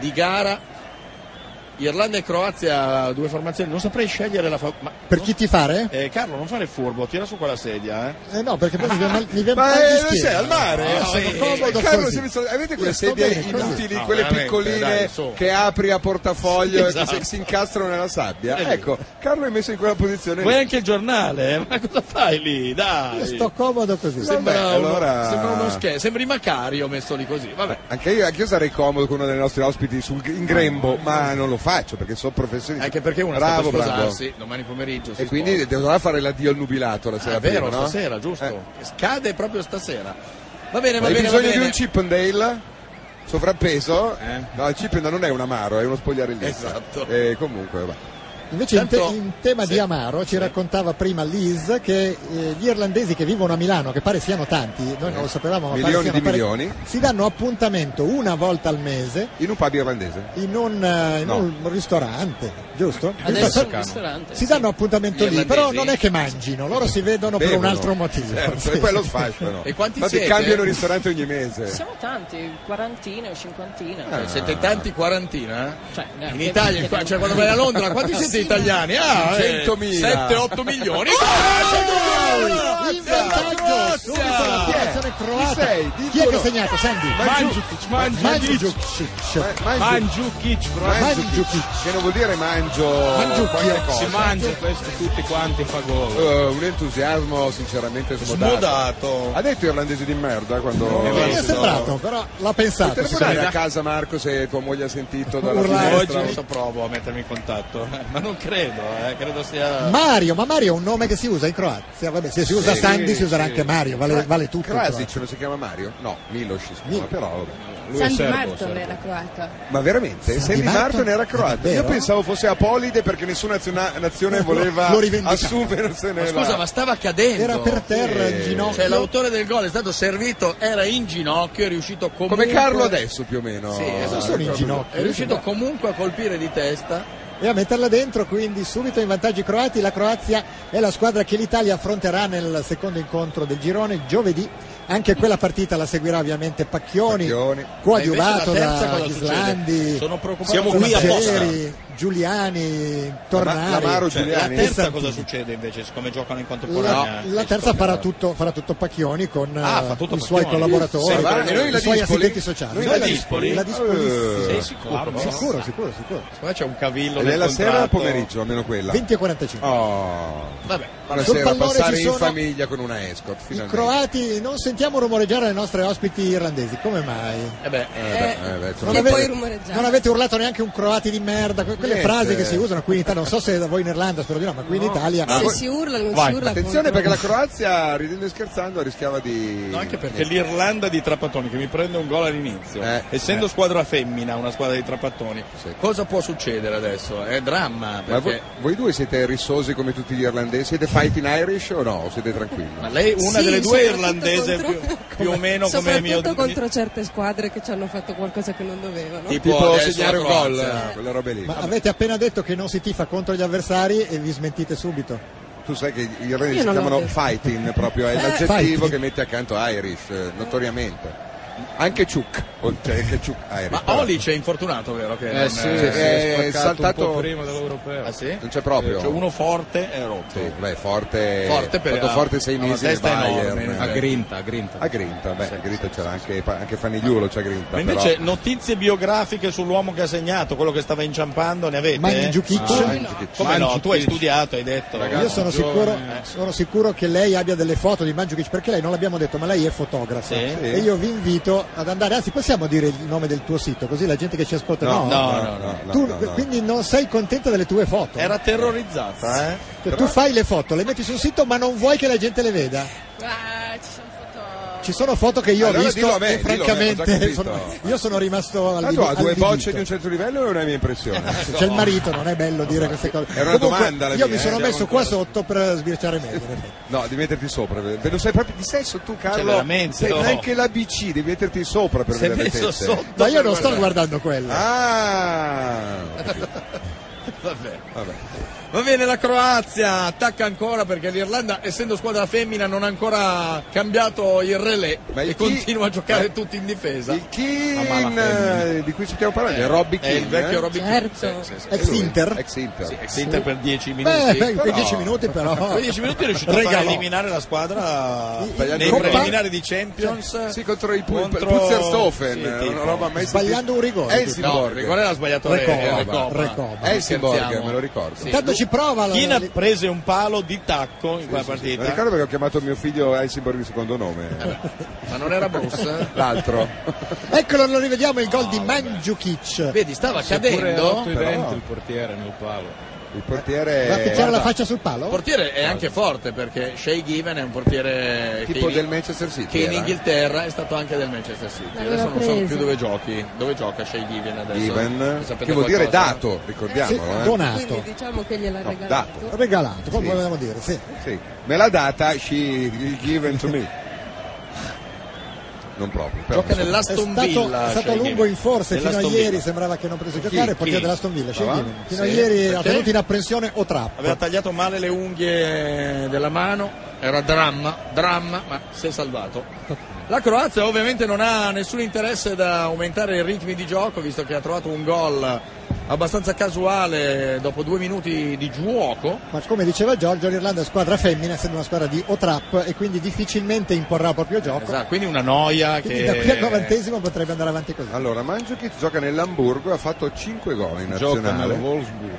Speaker 4: di gara. Irlanda e Croazia, due formazioni, non saprei scegliere la fa- ma-
Speaker 3: Per chi ti fare?
Speaker 4: Eh, Carlo, non fare il furbo, tira su quella sedia, eh.
Speaker 3: Eh no, perché poi mi viene mal, mi viene
Speaker 5: Ma
Speaker 3: mal di
Speaker 5: eh, non
Speaker 3: schiena.
Speaker 5: sei al mare?
Speaker 4: No,
Speaker 5: Eh,
Speaker 4: sono
Speaker 5: sì.
Speaker 3: comodo
Speaker 5: Carlo,
Speaker 3: così.
Speaker 5: sei visto- avete
Speaker 3: Io
Speaker 5: quelle
Speaker 3: sto
Speaker 5: sedie
Speaker 3: bene così.
Speaker 5: inutili,
Speaker 4: No,
Speaker 5: quelle
Speaker 4: veramente,
Speaker 5: piccoline
Speaker 4: dai, su.
Speaker 5: che apri a portafoglio e
Speaker 4: Esatto.
Speaker 5: che si, si incastrano nella sabbia?
Speaker 4: Eh,
Speaker 5: ecco, Carlo è messo in quella posizione.
Speaker 4: Vuoi
Speaker 5: lì.
Speaker 4: anche il giornale? eh? Ma cosa fai lì?
Speaker 3: Io
Speaker 4: Dai!
Speaker 3: sto comodo così.
Speaker 4: Sembra,
Speaker 5: Vabbè,
Speaker 4: uno-
Speaker 5: allora-
Speaker 4: sembra uno scherzo, sembri Macario messo lì così, vabbè.
Speaker 5: Anche io, anche io sarei comodo con uno dei nostri ospiti sul- in grembo, ma non lo faccio perché sono professionista.
Speaker 4: Anche perché uno
Speaker 5: bravo,
Speaker 4: sta per
Speaker 5: bravo.
Speaker 4: sposarsi domani pomeriggio. si
Speaker 5: E quindi
Speaker 4: sposa.
Speaker 5: dovrà fare l'addio al nubilato la sera
Speaker 4: Ah, è vero,
Speaker 5: prima, no?
Speaker 4: stasera, giusto?
Speaker 5: Eh.
Speaker 4: Scade proprio stasera. Va bene, va
Speaker 5: Hai
Speaker 4: bene. va
Speaker 5: bisogno di
Speaker 4: bene.
Speaker 5: un Chippendale? Sovrappeso?
Speaker 4: Eh.
Speaker 5: No, il Chippendale non è un amaro, è uno spogliarellista.
Speaker 4: Esatto.
Speaker 5: E comunque, va.
Speaker 3: Invece in, te-
Speaker 4: Tanto-
Speaker 3: in tema di amaro ci raccontava prima Liz che eh, gli irlandesi che vivono a Milano, che pare siano tanti, noi non lo sapevamo, ma
Speaker 5: Milioni
Speaker 3: pare siano
Speaker 5: di
Speaker 3: pare-
Speaker 5: milioni.
Speaker 3: si danno appuntamento una volta al mese
Speaker 5: In un pub irlandese.
Speaker 3: in un, eh, in
Speaker 5: No.
Speaker 3: un ristorante, giusto?
Speaker 8: Adesso è un
Speaker 3: Giusto?
Speaker 8: ristorante.
Speaker 3: si danno appuntamento
Speaker 4: Gli
Speaker 3: lì, però
Speaker 4: irlandesi?
Speaker 3: non è che mangino, loro si vedono per un
Speaker 5: Bevono.
Speaker 3: altro motivo.
Speaker 5: Certo,
Speaker 3: Sì.
Speaker 5: E poi lo sfasciano.
Speaker 4: E quanti
Speaker 5: Ma ti
Speaker 4: siete?
Speaker 5: cambiano ristorante ogni mese.
Speaker 8: Siamo tanti, quarantina o cinquantina.
Speaker 4: Eh, Siete tanti quarantina? eh?
Speaker 8: Cioè,
Speaker 4: In
Speaker 8: neanche-
Speaker 4: Italia, qua- cioè quando vai a Londra, quanti siete italiani? Ah,
Speaker 5: 100.000.
Speaker 4: 7-8 milioni. Ah, eh,
Speaker 3: In vantaggio subito la formazione croata.
Speaker 5: sei? Dillo
Speaker 3: Chi è che
Speaker 5: no.
Speaker 3: ha segnato? Sandy.
Speaker 10: Mandzukic, Mandzukic,
Speaker 3: Mandzukic.
Speaker 5: Mangio.
Speaker 10: Mandzukic, bravo.
Speaker 5: Mangio.
Speaker 3: Mandzukic.
Speaker 5: Che non vuol dire mangio.
Speaker 3: Mangiucchio.
Speaker 5: qualche
Speaker 10: Si
Speaker 5: cosa.
Speaker 10: mangia questo tutti quanti fa gol.
Speaker 5: Eh, un entusiasmo sinceramente smodato.
Speaker 4: Smodato.
Speaker 5: Ha detto irlandese di merda quando.
Speaker 3: Mi è sembrato, però l'ha
Speaker 5: Puoi
Speaker 3: pensato.
Speaker 5: telefonare
Speaker 3: sicuramente.
Speaker 5: a casa Marco se tua moglie ha sentito dalla
Speaker 3: Urlare.
Speaker 5: finestra.
Speaker 4: Oggi adesso provo a mettermi in contatto, ma non non credo, eh, credo sia...
Speaker 3: Mario, ma Mario è un nome che si usa in Croazia. Vabbè, se si usa
Speaker 5: Sì,
Speaker 3: Sandy si userà
Speaker 5: sì. Cioè,
Speaker 3: anche Mario, vale, vale tutto. cioè. in
Speaker 5: Krasic
Speaker 3: Croazia.
Speaker 5: non si chiama Mario? No, Milos si chiama, però vabbè.
Speaker 10: Lui è
Speaker 6: San Di
Speaker 10: serbo,
Speaker 6: Marton
Speaker 10: serbo.
Speaker 6: era croata.
Speaker 5: Ma veramente?
Speaker 3: Sandy
Speaker 5: Sandy
Speaker 3: Marton?
Speaker 5: Marton era croato.
Speaker 3: Davvero?
Speaker 5: Io pensavo fosse apolide perché nessuna naziona- nazione voleva
Speaker 3: Lo rivendicava.
Speaker 5: assumersene
Speaker 4: Ma
Speaker 5: la-
Speaker 4: scusa, Eh, ma stava cadendo.
Speaker 3: Era per terra in
Speaker 5: Sì.
Speaker 4: Cioè,
Speaker 3: ginocchio.
Speaker 4: l'autore del gol è stato servito, era in ginocchio, è riuscito comunque...
Speaker 5: Come Carlo adesso più o meno.
Speaker 4: Sì, esatto.
Speaker 3: Eh, Non sono in ginocchio.
Speaker 4: È riuscito comunque a colpire di testa.
Speaker 3: e a metterla dentro quindi subito in vantaggi croati la Croazia è la squadra che l'Italia affronterà nel secondo incontro del girone giovedì anche quella partita la seguirà ovviamente Pacchioni,
Speaker 5: Pacchioni.
Speaker 3: coadiuvato
Speaker 4: Ma invece la terza
Speaker 3: da
Speaker 4: cosa succede?
Speaker 3: Ghislandi
Speaker 4: Sono preoccupato.
Speaker 7: Siamo qui apposta.
Speaker 3: Mazzieri, Giuliani
Speaker 5: Ma-
Speaker 3: Tornari
Speaker 5: Lamaro,
Speaker 7: Cioè, la
Speaker 5: Giuliani.
Speaker 7: terza
Speaker 3: Santini.
Speaker 7: cosa succede invece, siccome giocano in
Speaker 5: Esatto,
Speaker 3: la,
Speaker 7: contemporanea?
Speaker 3: la terza farà tutto, farà tutto Pacchioni con
Speaker 7: Ah,
Speaker 3: eh,
Speaker 7: fa tutto
Speaker 3: i suoi
Speaker 7: Pacchioni.
Speaker 3: collaboratori,
Speaker 5: Sì, va- e noi
Speaker 3: i
Speaker 5: la
Speaker 3: suoi
Speaker 5: Dispoli?
Speaker 3: assistenti sociali.
Speaker 5: Noi
Speaker 3: Noi
Speaker 5: la
Speaker 7: Dispoli?
Speaker 3: La Dispolissima.
Speaker 5: Eh.
Speaker 7: Sei sicuro?
Speaker 4: Sicuro,
Speaker 3: Sicuro, sicuro, sicuro.
Speaker 4: Qua c'è un cavillo
Speaker 5: Ed è
Speaker 4: nel
Speaker 5: la sera o
Speaker 4: contratto.
Speaker 5: pomeriggio, almeno quella.
Speaker 3: 20 e 45.
Speaker 5: Oh.
Speaker 4: Vabbè.
Speaker 5: Ma la
Speaker 3: Sul
Speaker 5: sera
Speaker 3: pallone
Speaker 5: passare
Speaker 3: ci
Speaker 5: in
Speaker 3: sono
Speaker 5: famiglia con una escort,
Speaker 3: I
Speaker 5: finalmente.
Speaker 3: croati non sentiamo rumoreggiare le nostre ospiti irlandesi, come mai?
Speaker 4: Eh beh,
Speaker 5: Eh, beh, eh, beh, insomma,
Speaker 3: Non
Speaker 9: Che
Speaker 5: vabbè.
Speaker 9: poi rumoreggiare.
Speaker 3: Non avete urlato neanche un croati di merda, que- quelle
Speaker 5: Niente.
Speaker 3: frasi che si usano qui in Italia, non so se da voi in Irlanda, spero di no, ma qui in Italia
Speaker 9: Se si urla, non si urla. contro-
Speaker 5: Attenzione perché la Croazia, ridendo e scherzando, rischiava di...
Speaker 4: No, anche
Speaker 7: Perché l'Irlanda di Trapattoni che mi prende un gol all'inizio,
Speaker 5: Eh,
Speaker 7: essendo squadra femmina, una squadra di Trapattoni,
Speaker 5: Sì.
Speaker 4: cosa può succedere adesso? È dramma,
Speaker 5: Ma voi,
Speaker 4: perché...
Speaker 5: voi due siete rissosi come tutti gli irlandesi? Siete fighting Irish o no? Siete tranquilli?
Speaker 4: Ma lei è una
Speaker 9: Sì,
Speaker 4: delle due
Speaker 9: soprattutto
Speaker 4: irlandese più,
Speaker 9: contro-
Speaker 4: più o meno come mio...
Speaker 9: Soprattutto contro certe squadre che ci hanno fatto qualcosa che non dovevano.
Speaker 4: Tipo,
Speaker 5: Tipo
Speaker 4: adesso
Speaker 5: segnare
Speaker 4: la
Speaker 5: un gol,
Speaker 4: Croazia.
Speaker 5: eh, quelle robe lì.
Speaker 3: Ma avete appena detto che non si tifa contro gli avversari e vi smentite subito.
Speaker 5: Tu sai che gli irlandesi
Speaker 9: Io
Speaker 5: si
Speaker 9: non l'ho
Speaker 5: chiamano
Speaker 9: detto.
Speaker 5: fighting proprio, è l'aggettivo
Speaker 3: Fighting.
Speaker 5: che mette accanto Irish, eh, notoriamente. Anche Chuk, o- cioè anche Chuk Irish.
Speaker 4: Ma
Speaker 5: però.
Speaker 4: Olic è infortunato, vero? Che non-
Speaker 10: Eh sì,
Speaker 5: eh,
Speaker 10: si è
Speaker 5: eh,
Speaker 10: spaccato
Speaker 5: saltato-
Speaker 10: un po' prima dell'europeo.
Speaker 4: Ah, sì?
Speaker 5: Non c'è proprio.
Speaker 4: Cioè, uno forte è rotto.
Speaker 5: Sì, beh, forte,
Speaker 4: Forte per-
Speaker 5: fatto forte sei
Speaker 4: ha una
Speaker 5: mesi nel
Speaker 4: testa
Speaker 5: Bayern.
Speaker 4: enorme,
Speaker 10: A
Speaker 5: eh.
Speaker 10: grinta, a grinta.
Speaker 5: A Grinta, beh, Grinta c'era anche, anche Fanigliulo c'ha Grinta.
Speaker 7: Ma invece
Speaker 5: però-
Speaker 7: notizie biografiche sull'uomo che ha segnato, quello che stava inciampando, ne avete?
Speaker 3: Magni Giukic?
Speaker 5: Ah, Mandzukic.
Speaker 7: Come no? Tu hai
Speaker 10: Mandzukic.
Speaker 7: studiato, hai detto.
Speaker 3: Io sono
Speaker 10: giovane,
Speaker 3: sicuro,
Speaker 10: eh.
Speaker 3: sono sicuro che lei abbia delle foto di Mandzukic perché lei non l'abbiamo detto, ma lei è
Speaker 7: Sì.
Speaker 3: fotografa. E io vi invito ad andare, anzi possiamo dire il nome del tuo sito, così la gente che ci ascolta
Speaker 7: no,
Speaker 5: No,
Speaker 7: no,
Speaker 3: Tu-
Speaker 5: no, no.
Speaker 3: Quindi non sei contenta delle tue foto.
Speaker 7: Era terrorizzata, eh?
Speaker 3: Cioè, tu fai le foto, le metti sul sito, ma non vuoi che la gente le veda.
Speaker 6: Ah, ci sono foto.
Speaker 3: Ci sono foto che io
Speaker 5: Allora
Speaker 3: ho
Speaker 5: dillo
Speaker 3: visto
Speaker 5: a me,
Speaker 3: e
Speaker 5: dillo a me, cosa che
Speaker 3: francamente
Speaker 5: hai
Speaker 3: sono-
Speaker 5: visto?
Speaker 3: io sono rimasto al
Speaker 5: Ma tu ha due bocce di un
Speaker 3: certo
Speaker 5: certo livello è una mia impressione.
Speaker 3: c'è il marito, non è bello dire queste cose.
Speaker 5: Era una
Speaker 3: Comunque,
Speaker 5: domanda la
Speaker 3: io
Speaker 5: mia,
Speaker 3: mi
Speaker 5: eh,
Speaker 3: sono
Speaker 5: abbiamo
Speaker 3: messo qua
Speaker 5: ancora-
Speaker 3: sotto per sbirciare meglio. in effetti.
Speaker 5: No, devi metterti sopra. Ve lo sai proprio di sesso tu, Carlo?
Speaker 7: Cioè, veramente,
Speaker 5: Sei
Speaker 7: no.
Speaker 5: Neanche l'ABC, devi metterti sopra per
Speaker 4: Si è
Speaker 5: vedere le
Speaker 4: messo
Speaker 5: tette.
Speaker 4: sotto.
Speaker 3: Ma io non sto guardando quello.
Speaker 5: Ah!
Speaker 4: Vabbè.
Speaker 5: Vabbè.
Speaker 4: Va bene, la Croazia attacca ancora perché l'Irlanda, essendo squadra femmina, non ha ancora cambiato il relè
Speaker 5: Ma
Speaker 4: e
Speaker 5: il chi-
Speaker 4: continua a giocare
Speaker 5: ma-
Speaker 4: tutti in difesa.
Speaker 5: Il
Speaker 4: Ma
Speaker 5: Keane
Speaker 4: mala femmina.
Speaker 5: eh, di cui stiamo parlando è Robby
Speaker 4: È
Speaker 5: Keane.
Speaker 4: il vecchio
Speaker 5: eh?
Speaker 4: Robby
Speaker 9: Certo.
Speaker 4: Keane. Sì, sì, sì.
Speaker 3: Ex Inter.
Speaker 5: Ex Inter.
Speaker 4: Sì, ex Inter per 10
Speaker 3: Eh, Beh,
Speaker 4: minuti.
Speaker 3: per
Speaker 5: però-
Speaker 3: 10 minuti però.
Speaker 4: Per 10 minuti è riuscito a far
Speaker 3: Regalò.
Speaker 4: eliminare la squadra
Speaker 5: Sbagliando
Speaker 4: nei
Speaker 5: un gol.
Speaker 4: preliminari di Champions.
Speaker 5: Eh, Sì, contro i Pul-
Speaker 4: Contro-
Speaker 5: Putzerstofen,
Speaker 4: Sì,
Speaker 5: eh, una
Speaker 4: tipo.
Speaker 5: roba mai
Speaker 3: Sbagliando un rigore.
Speaker 4: No, il
Speaker 5: Helsingborg.
Speaker 4: rigore l'ha sbagliato
Speaker 3: Recoba,
Speaker 4: lei, Recoba.
Speaker 3: Recoba.
Speaker 4: Non
Speaker 5: Helsingborg,
Speaker 4: scherziamo.
Speaker 5: me lo ricordo.
Speaker 4: Sì,
Speaker 3: Intanto
Speaker 4: lui-
Speaker 3: ci prova la-
Speaker 7: China
Speaker 3: la-
Speaker 7: prese un palo di tacco in quella
Speaker 5: Non
Speaker 7: partita.
Speaker 5: ricordo perché ho chiamato mio figlio Helsingborg di secondo
Speaker 4: Eh,
Speaker 5: nome.
Speaker 4: Ma non era Bruce? eh?
Speaker 5: L'altro.
Speaker 3: Eccolo, lo rivediamo il gol di Mandzukic.
Speaker 4: Vedi, stava
Speaker 10: Pure ha
Speaker 4: cadendo.
Speaker 10: rotto i
Speaker 5: Però-
Speaker 10: denti il portiere nel palo.
Speaker 5: Il portiere...
Speaker 3: Va a picchiare la faccia sul
Speaker 4: Il
Speaker 3: palo?
Speaker 4: portiere è anche forte perché Shea Given è un portiere che
Speaker 5: Tipo
Speaker 4: in-
Speaker 5: del Manchester City.
Speaker 4: che in
Speaker 5: era? eh?
Speaker 4: Inghilterra è stato anche del Manchester City.
Speaker 9: L'aveva
Speaker 4: Adesso non so
Speaker 9: preso.
Speaker 4: più dove giochi. Dove gioca Shea Given adesso?
Speaker 5: Given,
Speaker 4: Sapete
Speaker 5: che vuol dire
Speaker 4: qualcosa?
Speaker 5: dato,
Speaker 3: Sì,
Speaker 5: ricordiamolo. eh.
Speaker 3: donato.
Speaker 9: Quindi diciamo che gliel'ha
Speaker 5: No,
Speaker 9: regalato.
Speaker 5: dato.
Speaker 3: Regalato, come
Speaker 5: Sì.
Speaker 3: volevamo dire, sì.
Speaker 5: Sì, me l'ha data, she given to me. Non proprio, però.
Speaker 4: Gioca
Speaker 5: insomma.
Speaker 3: È
Speaker 4: nell'Aston
Speaker 3: stato,
Speaker 4: Villa.
Speaker 3: è stato
Speaker 4: Shea
Speaker 3: lungo
Speaker 4: Given.
Speaker 3: in forse fino a
Speaker 4: Nell'Aston
Speaker 3: ieri,
Speaker 4: Villa.
Speaker 3: sembrava che non potesse giocare, portiere
Speaker 4: Chi?
Speaker 3: dell'Aston Villa, Shea
Speaker 5: Ah, va?
Speaker 3: Given. Fino a
Speaker 4: Sì.
Speaker 3: ieri ha
Speaker 4: Perché?
Speaker 3: tenuto in apprensione o
Speaker 7: Aveva
Speaker 3: trappo.
Speaker 7: tagliato male le unghie.
Speaker 4: Unghie della mano, era dramma, dramma, ma si è salvato. La Croazia ovviamente non ha nessun interesse da aumentare i ritmi di gioco, visto che ha trovato un gol abbastanza casuale dopo due minuti di gioco.
Speaker 3: Ma come diceva Giorgio, l'Irlanda è squadra femmina, essendo una squadra di o trap e quindi difficilmente imporrà il proprio gioco.
Speaker 4: Esatto, Eh. quindi una noia
Speaker 3: Quindi
Speaker 4: che...
Speaker 3: da qui al novantesimo potrebbe andare avanti così.
Speaker 5: Allora, Mandzukic gioca nell'Amburgo, ha fatto 5 gol in
Speaker 10: Gioca nel
Speaker 5: nazionale.
Speaker 10: Wolfsburg.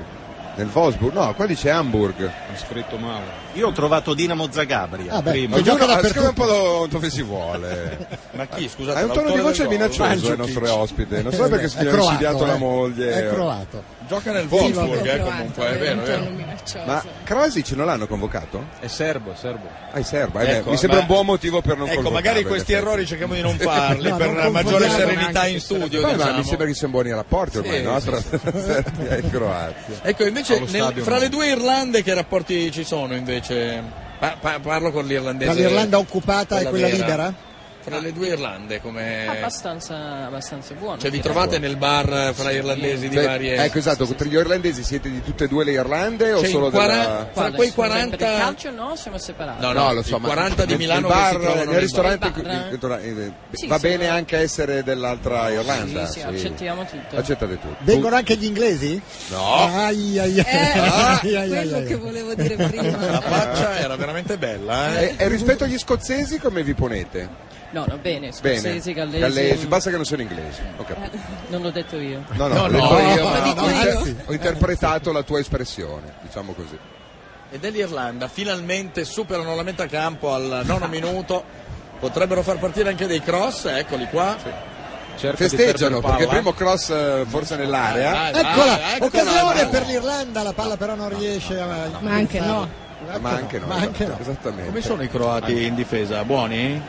Speaker 5: Nel Wolfsburg? No, qua dice Hamburg.
Speaker 10: Ho scritto male.
Speaker 2: Io ho trovato Dinamo Zagabria.
Speaker 3: Ah, beh,
Speaker 10: prima.
Speaker 3: che gioca
Speaker 5: Ognuno ha
Speaker 3: dappertutto.
Speaker 5: un po' lo- dove si vuole.
Speaker 4: Ma chi, scusate?
Speaker 5: Ha un tono di
Speaker 4: l'autore
Speaker 5: voce
Speaker 4: del gol?
Speaker 5: minaccioso
Speaker 4: Mandzukic.
Speaker 5: il nostro ospite. Non so perché
Speaker 3: Eh,
Speaker 5: si
Speaker 3: è
Speaker 5: è
Speaker 3: croato,
Speaker 5: insidiato la
Speaker 3: eh.
Speaker 5: moglie.
Speaker 3: È croato.
Speaker 4: Gioca nel
Speaker 9: Sì,
Speaker 4: Wolfsburg,
Speaker 9: vabbè,
Speaker 4: eh,
Speaker 9: croato,
Speaker 4: comunque, è
Speaker 9: eh,
Speaker 4: vero, è
Speaker 9: un tono
Speaker 4: vero.
Speaker 9: minaccioso.
Speaker 5: Ma Krasic non l'hanno convocato?
Speaker 10: È serbo, serbo.
Speaker 5: Ah, è serbo. eh, beh,
Speaker 4: Ecco,
Speaker 5: mi sembra
Speaker 4: ma-
Speaker 5: un buon motivo per non
Speaker 4: Ecco,
Speaker 5: convocarlo.
Speaker 4: magari
Speaker 5: in
Speaker 4: questi
Speaker 5: effetti.
Speaker 4: errori cerchiamo di non farli
Speaker 3: No,
Speaker 4: per
Speaker 3: non
Speaker 4: una maggiore
Speaker 3: confondiamo
Speaker 4: serenità in studio.
Speaker 5: Beh, ma
Speaker 4: diciamo.
Speaker 5: mi sembra che siano buoni rapporti ormai,
Speaker 4: Sì,
Speaker 5: no?
Speaker 4: sì,
Speaker 5: Tra Serbia e Croazia.
Speaker 4: Ecco, invece,
Speaker 10: Allo
Speaker 4: nel-
Speaker 10: stadio
Speaker 4: fra
Speaker 10: no.
Speaker 4: le due Irlande che rapporti ci sono invece? Pa- pa- parlo con l'irlandese.
Speaker 3: Tra l'Irlanda occupata e quella
Speaker 4: vera.
Speaker 3: libera?
Speaker 4: Fra le due Irlande,
Speaker 6: Ah,
Speaker 4: come...
Speaker 8: Abbastanza, abbastanza buono.
Speaker 4: Cioè, vi
Speaker 8: direi.
Speaker 4: trovate nel bar eh, fra irlandesi di
Speaker 5: Cioè,
Speaker 4: varie...
Speaker 5: ecco, esatto. Tra gli irlandesi siete di tutte e due le Irlande o
Speaker 4: Cioè,
Speaker 5: solo
Speaker 4: in 40
Speaker 5: della...
Speaker 4: fra
Speaker 8: Guarda,
Speaker 4: quei
Speaker 8: scusa, Per il
Speaker 4: 40...
Speaker 8: calcio no, siamo separati.
Speaker 4: No,
Speaker 5: No, lo so,
Speaker 4: i
Speaker 5: ma
Speaker 4: 40 di
Speaker 5: nel-
Speaker 4: Milano
Speaker 5: nel
Speaker 4: che si
Speaker 5: bar,
Speaker 4: trovano
Speaker 5: nel
Speaker 4: bar.
Speaker 5: ristorante
Speaker 8: Nel bar,
Speaker 5: in- in- in-
Speaker 8: Sì,
Speaker 5: va
Speaker 8: sì,
Speaker 5: bene
Speaker 8: eh.
Speaker 5: anche essere dell'altra Irlanda.
Speaker 8: Sì, sì, accettiamo tutto.
Speaker 5: Accettate tutto.
Speaker 3: Vengono anche gli inglesi?
Speaker 5: Uh. No.
Speaker 3: Ai, ai, ai.
Speaker 9: Eh,
Speaker 3: Ah, Ai, ai, ai,
Speaker 9: quello
Speaker 3: ai.
Speaker 9: che volevo dire prima.
Speaker 4: La faccia era veramente bella, eh?
Speaker 5: E, e rispetto agli scozzesi come vi ponete?
Speaker 8: No, no, bene,
Speaker 5: Bene.
Speaker 8: scozzesi, gallesi.
Speaker 5: basta che non siano inglesi. Ho capito.
Speaker 8: Non l'ho detto io.
Speaker 5: No, no,
Speaker 4: No,
Speaker 5: ho
Speaker 4: no,
Speaker 5: detto io,
Speaker 3: no,
Speaker 5: ma
Speaker 3: ma dico
Speaker 5: ho inter-
Speaker 3: io.
Speaker 5: ho interpretato la tua espressione, diciamo così.
Speaker 4: E dell'Irlanda finalmente superano la metà campo al nono minuto. Potrebbero far partire anche dei cross, eccoli qua.
Speaker 10: Cerca di perdere
Speaker 5: Festeggiano
Speaker 10: palla.
Speaker 5: perché il primo cross eh, forse
Speaker 4: Vai,
Speaker 5: nell'area,
Speaker 4: vai,
Speaker 3: Eccola,
Speaker 4: vai,
Speaker 3: occasione
Speaker 4: vai.
Speaker 3: per l'Irlanda, la palla però non riesce a...
Speaker 9: Ma anche no.
Speaker 5: ma anche no.
Speaker 3: Ma anche
Speaker 5: esatto,
Speaker 3: no.
Speaker 5: Esattamente.
Speaker 4: Come sono i croati in difesa? Buoni?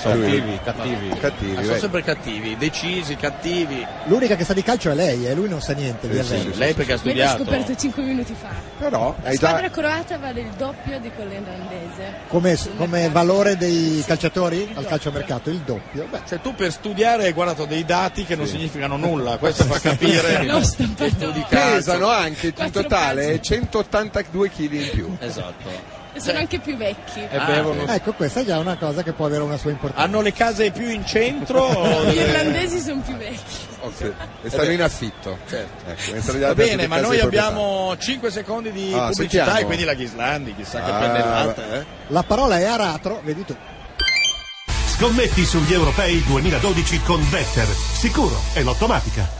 Speaker 5: Lui-
Speaker 10: Cattivi, cattivi.
Speaker 5: cattivi,
Speaker 4: Ah, sono
Speaker 5: vedi.
Speaker 4: sempre cattivi, decisi, cattivi.
Speaker 3: L'unica che sa di calcio è lei, e lui non sa niente di
Speaker 5: esatto. Sì, sì,
Speaker 3: Irlanda.
Speaker 5: sì.
Speaker 4: Lei perché ha
Speaker 9: L'ho
Speaker 4: studiato.
Speaker 9: scoperto 5 minuti fa.
Speaker 5: Però
Speaker 9: La
Speaker 5: hai già
Speaker 9: squadra croata vale il doppio di quella irlandese.
Speaker 3: Come,
Speaker 9: Sul
Speaker 3: come
Speaker 9: mercato.
Speaker 3: valore dei calciatori al calciomercato, il doppio. Beh,
Speaker 4: Cioè tu per studiare hai guardato dei dati che non significano nulla, questo fa capire
Speaker 9: L'ho
Speaker 4: che
Speaker 9: stampato.
Speaker 4: studi calcio.
Speaker 5: pesano anche in
Speaker 9: Quattro
Speaker 5: totale
Speaker 9: pezzi.
Speaker 5: 182 kg in più. Ah,
Speaker 4: Esatto.
Speaker 9: E sono anche più vecchi.
Speaker 5: Eh,
Speaker 10: E bevono.
Speaker 3: ecco, questa è già una cosa che può avere una sua importanza.
Speaker 4: Hanno le case più in centro? o
Speaker 9: Gli
Speaker 4: delle-
Speaker 9: irlandesi sono più vecchi.
Speaker 5: Sì. E stanno in affitto.
Speaker 4: Certo.
Speaker 5: Ecco, mentre gli
Speaker 4: Va
Speaker 5: altri
Speaker 4: bene,
Speaker 5: hanno
Speaker 4: ma
Speaker 5: tutte
Speaker 4: noi
Speaker 5: case di proprietà.
Speaker 4: abbiamo 5 secondi di
Speaker 5: Ah,
Speaker 4: pubblicità
Speaker 5: sentiamo.
Speaker 4: e quindi la Ghislandi, chissà che
Speaker 5: Ah,
Speaker 4: pennellata, eh.
Speaker 3: La parola è aratro, vedi tu.
Speaker 1: Scommetti sugli europei 2012 con Better. Sicuro è l'automatica.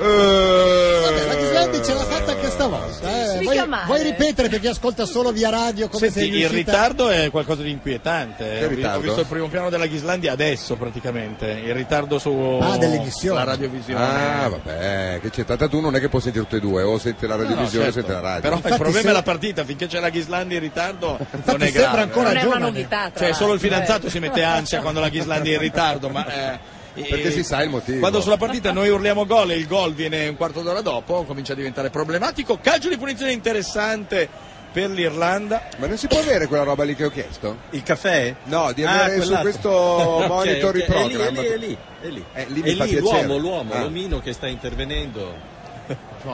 Speaker 5: Eh.
Speaker 3: Vabbè, la Ghislandi ce l'ha fatta anche stavolta. eh. Vuoi,
Speaker 6: Mica male.
Speaker 3: vuoi ripetere per chi ascolta solo via radio come sei
Speaker 4: Senti, il
Speaker 3: riuscita?
Speaker 4: ritardo è qualcosa di inquietante. eh.
Speaker 5: Che
Speaker 4: Ho vi-
Speaker 5: ritardo?
Speaker 4: Ho visto il primo piano della Ghislandia adesso praticamente. Il ritardo su
Speaker 3: Ah, dell'emissione.
Speaker 4: la radiovisione.
Speaker 5: Ah, vabbè, che c'è tanta tu non è che puoi sentire tutte e due, o senti la radiovisione
Speaker 4: No, certo.
Speaker 5: o senti la radio.
Speaker 4: Però il
Speaker 3: Infatti
Speaker 4: problema
Speaker 3: se-
Speaker 4: è la partita, finché c'è la Ghislandia in ritardo non è grave. eh.
Speaker 3: sembra ancora
Speaker 6: Non è una
Speaker 3: giovane.
Speaker 6: novità. tra
Speaker 4: Cioè, solo il
Speaker 6: l'altro,
Speaker 4: fidanzato
Speaker 6: eh.
Speaker 4: si mette ansia quando la Ghislandia è in ritardo, ma... eh,
Speaker 5: Perché
Speaker 4: eh,
Speaker 5: si sa il motivo.
Speaker 4: Quando sulla partita noi urliamo gol e il gol viene un quarto d'ora dopo, comincia a diventare problematico. Calcio di punizione interessante per l'Irlanda.
Speaker 5: Ma non si può avere quella roba lì che ho chiesto?
Speaker 7: Il caffè?
Speaker 5: No, di
Speaker 7: Ah,
Speaker 5: avere su
Speaker 7: quell'altro.
Speaker 5: questo
Speaker 7: Ok,
Speaker 5: monitor
Speaker 7: ok,
Speaker 5: i program.
Speaker 7: È lì, è lì, è lì.
Speaker 5: Eh,
Speaker 7: È
Speaker 5: lì
Speaker 7: lì,
Speaker 5: mi fa piacere.
Speaker 7: l'uomo, l'uomo,
Speaker 5: Ah.
Speaker 7: l'omino che sta intervenendo.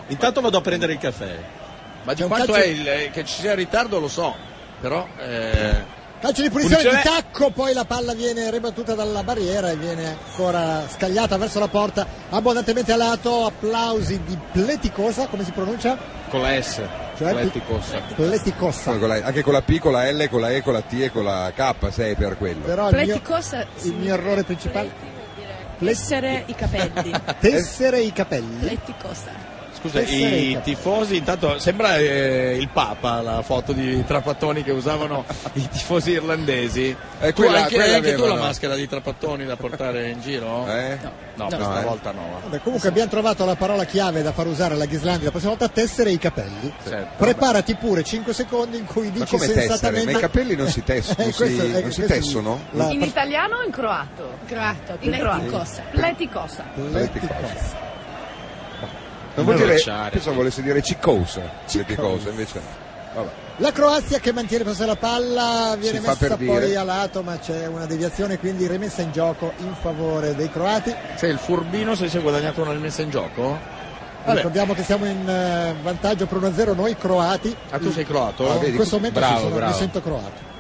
Speaker 7: Intanto vado a prendere il caffè.
Speaker 4: Ma di
Speaker 3: È un
Speaker 4: quanto
Speaker 3: calcio-
Speaker 4: è il, eh, che ci sia il ritardo lo so, però... eh,
Speaker 3: Calcio di punizione di
Speaker 4: Punizione.
Speaker 3: tacco, poi la palla viene ribattuta dalla barriera e viene ancora scagliata verso la porta, abbondantemente a lato, applausi di Pleticosa, come si pronuncia?
Speaker 10: Con la S.
Speaker 3: Cioè,
Speaker 10: Atleticos.
Speaker 5: Poi
Speaker 3: Pleticosa.
Speaker 5: con la- anche con la P, con la L, con la E, con la T e con la K sei per quello.
Speaker 3: Però il mio,
Speaker 6: Pleticosa
Speaker 3: il mio errore principale
Speaker 6: Plessere i capelli.
Speaker 3: tessere i capelli.
Speaker 6: Pleticosa.
Speaker 4: Scusa,
Speaker 3: Questa è
Speaker 4: i
Speaker 3: la-
Speaker 4: tifosi, intanto sembra eh, il Papa la foto di Trapattoni che usavano i tifosi irlandesi.
Speaker 5: Eh,
Speaker 4: Tu
Speaker 5: quella-
Speaker 4: anche,
Speaker 5: quella
Speaker 4: anche tu la
Speaker 5: avevano.
Speaker 4: maschera di Trapattoni da portare in giro?
Speaker 5: Eh?
Speaker 4: No,
Speaker 8: No.
Speaker 4: questa
Speaker 5: eh.
Speaker 4: volta no.
Speaker 3: Vabbè, comunque abbiamo trovato la parola chiave da far usare alla Ghislandi la prossima volta, tessere i capelli.
Speaker 4: Certo.
Speaker 3: Preparati pure 5 secondi in cui
Speaker 5: Ma
Speaker 3: dici
Speaker 5: come tessere?
Speaker 3: sensatamente...
Speaker 5: Ma i capelli non si, tess- non
Speaker 3: Eh, questo-
Speaker 5: si-
Speaker 3: eh,
Speaker 5: non si
Speaker 3: questo-
Speaker 5: tessono?
Speaker 3: la-
Speaker 6: In italiano o in croato?
Speaker 9: Croato,
Speaker 6: In croato.
Speaker 9: pleticosa.
Speaker 6: Pleticosa.
Speaker 3: Pleticosa.
Speaker 5: Non vuol dire,
Speaker 10: Bruciare.
Speaker 5: pensavo volesse dire ciccosa, queste cose, invece no.
Speaker 3: La Croazia che mantiene possessa la palla viene
Speaker 5: Si fa
Speaker 3: messa
Speaker 5: per
Speaker 3: poi
Speaker 5: dire.
Speaker 3: a lato ma c'è una deviazione quindi rimessa in gioco in favore dei croati.
Speaker 4: Cioè il furbino se si è guadagnato una rimessa in gioco? Ecco, Vabbè,
Speaker 3: Ricordiamo che siamo in eh, vantaggio per 1-0 noi croati.
Speaker 4: ah, tu sei croato?
Speaker 5: Ah, vedi,
Speaker 3: in questo momento
Speaker 10: bravo,
Speaker 3: sì, sono- mi
Speaker 10: bravo.
Speaker 3: sento croato.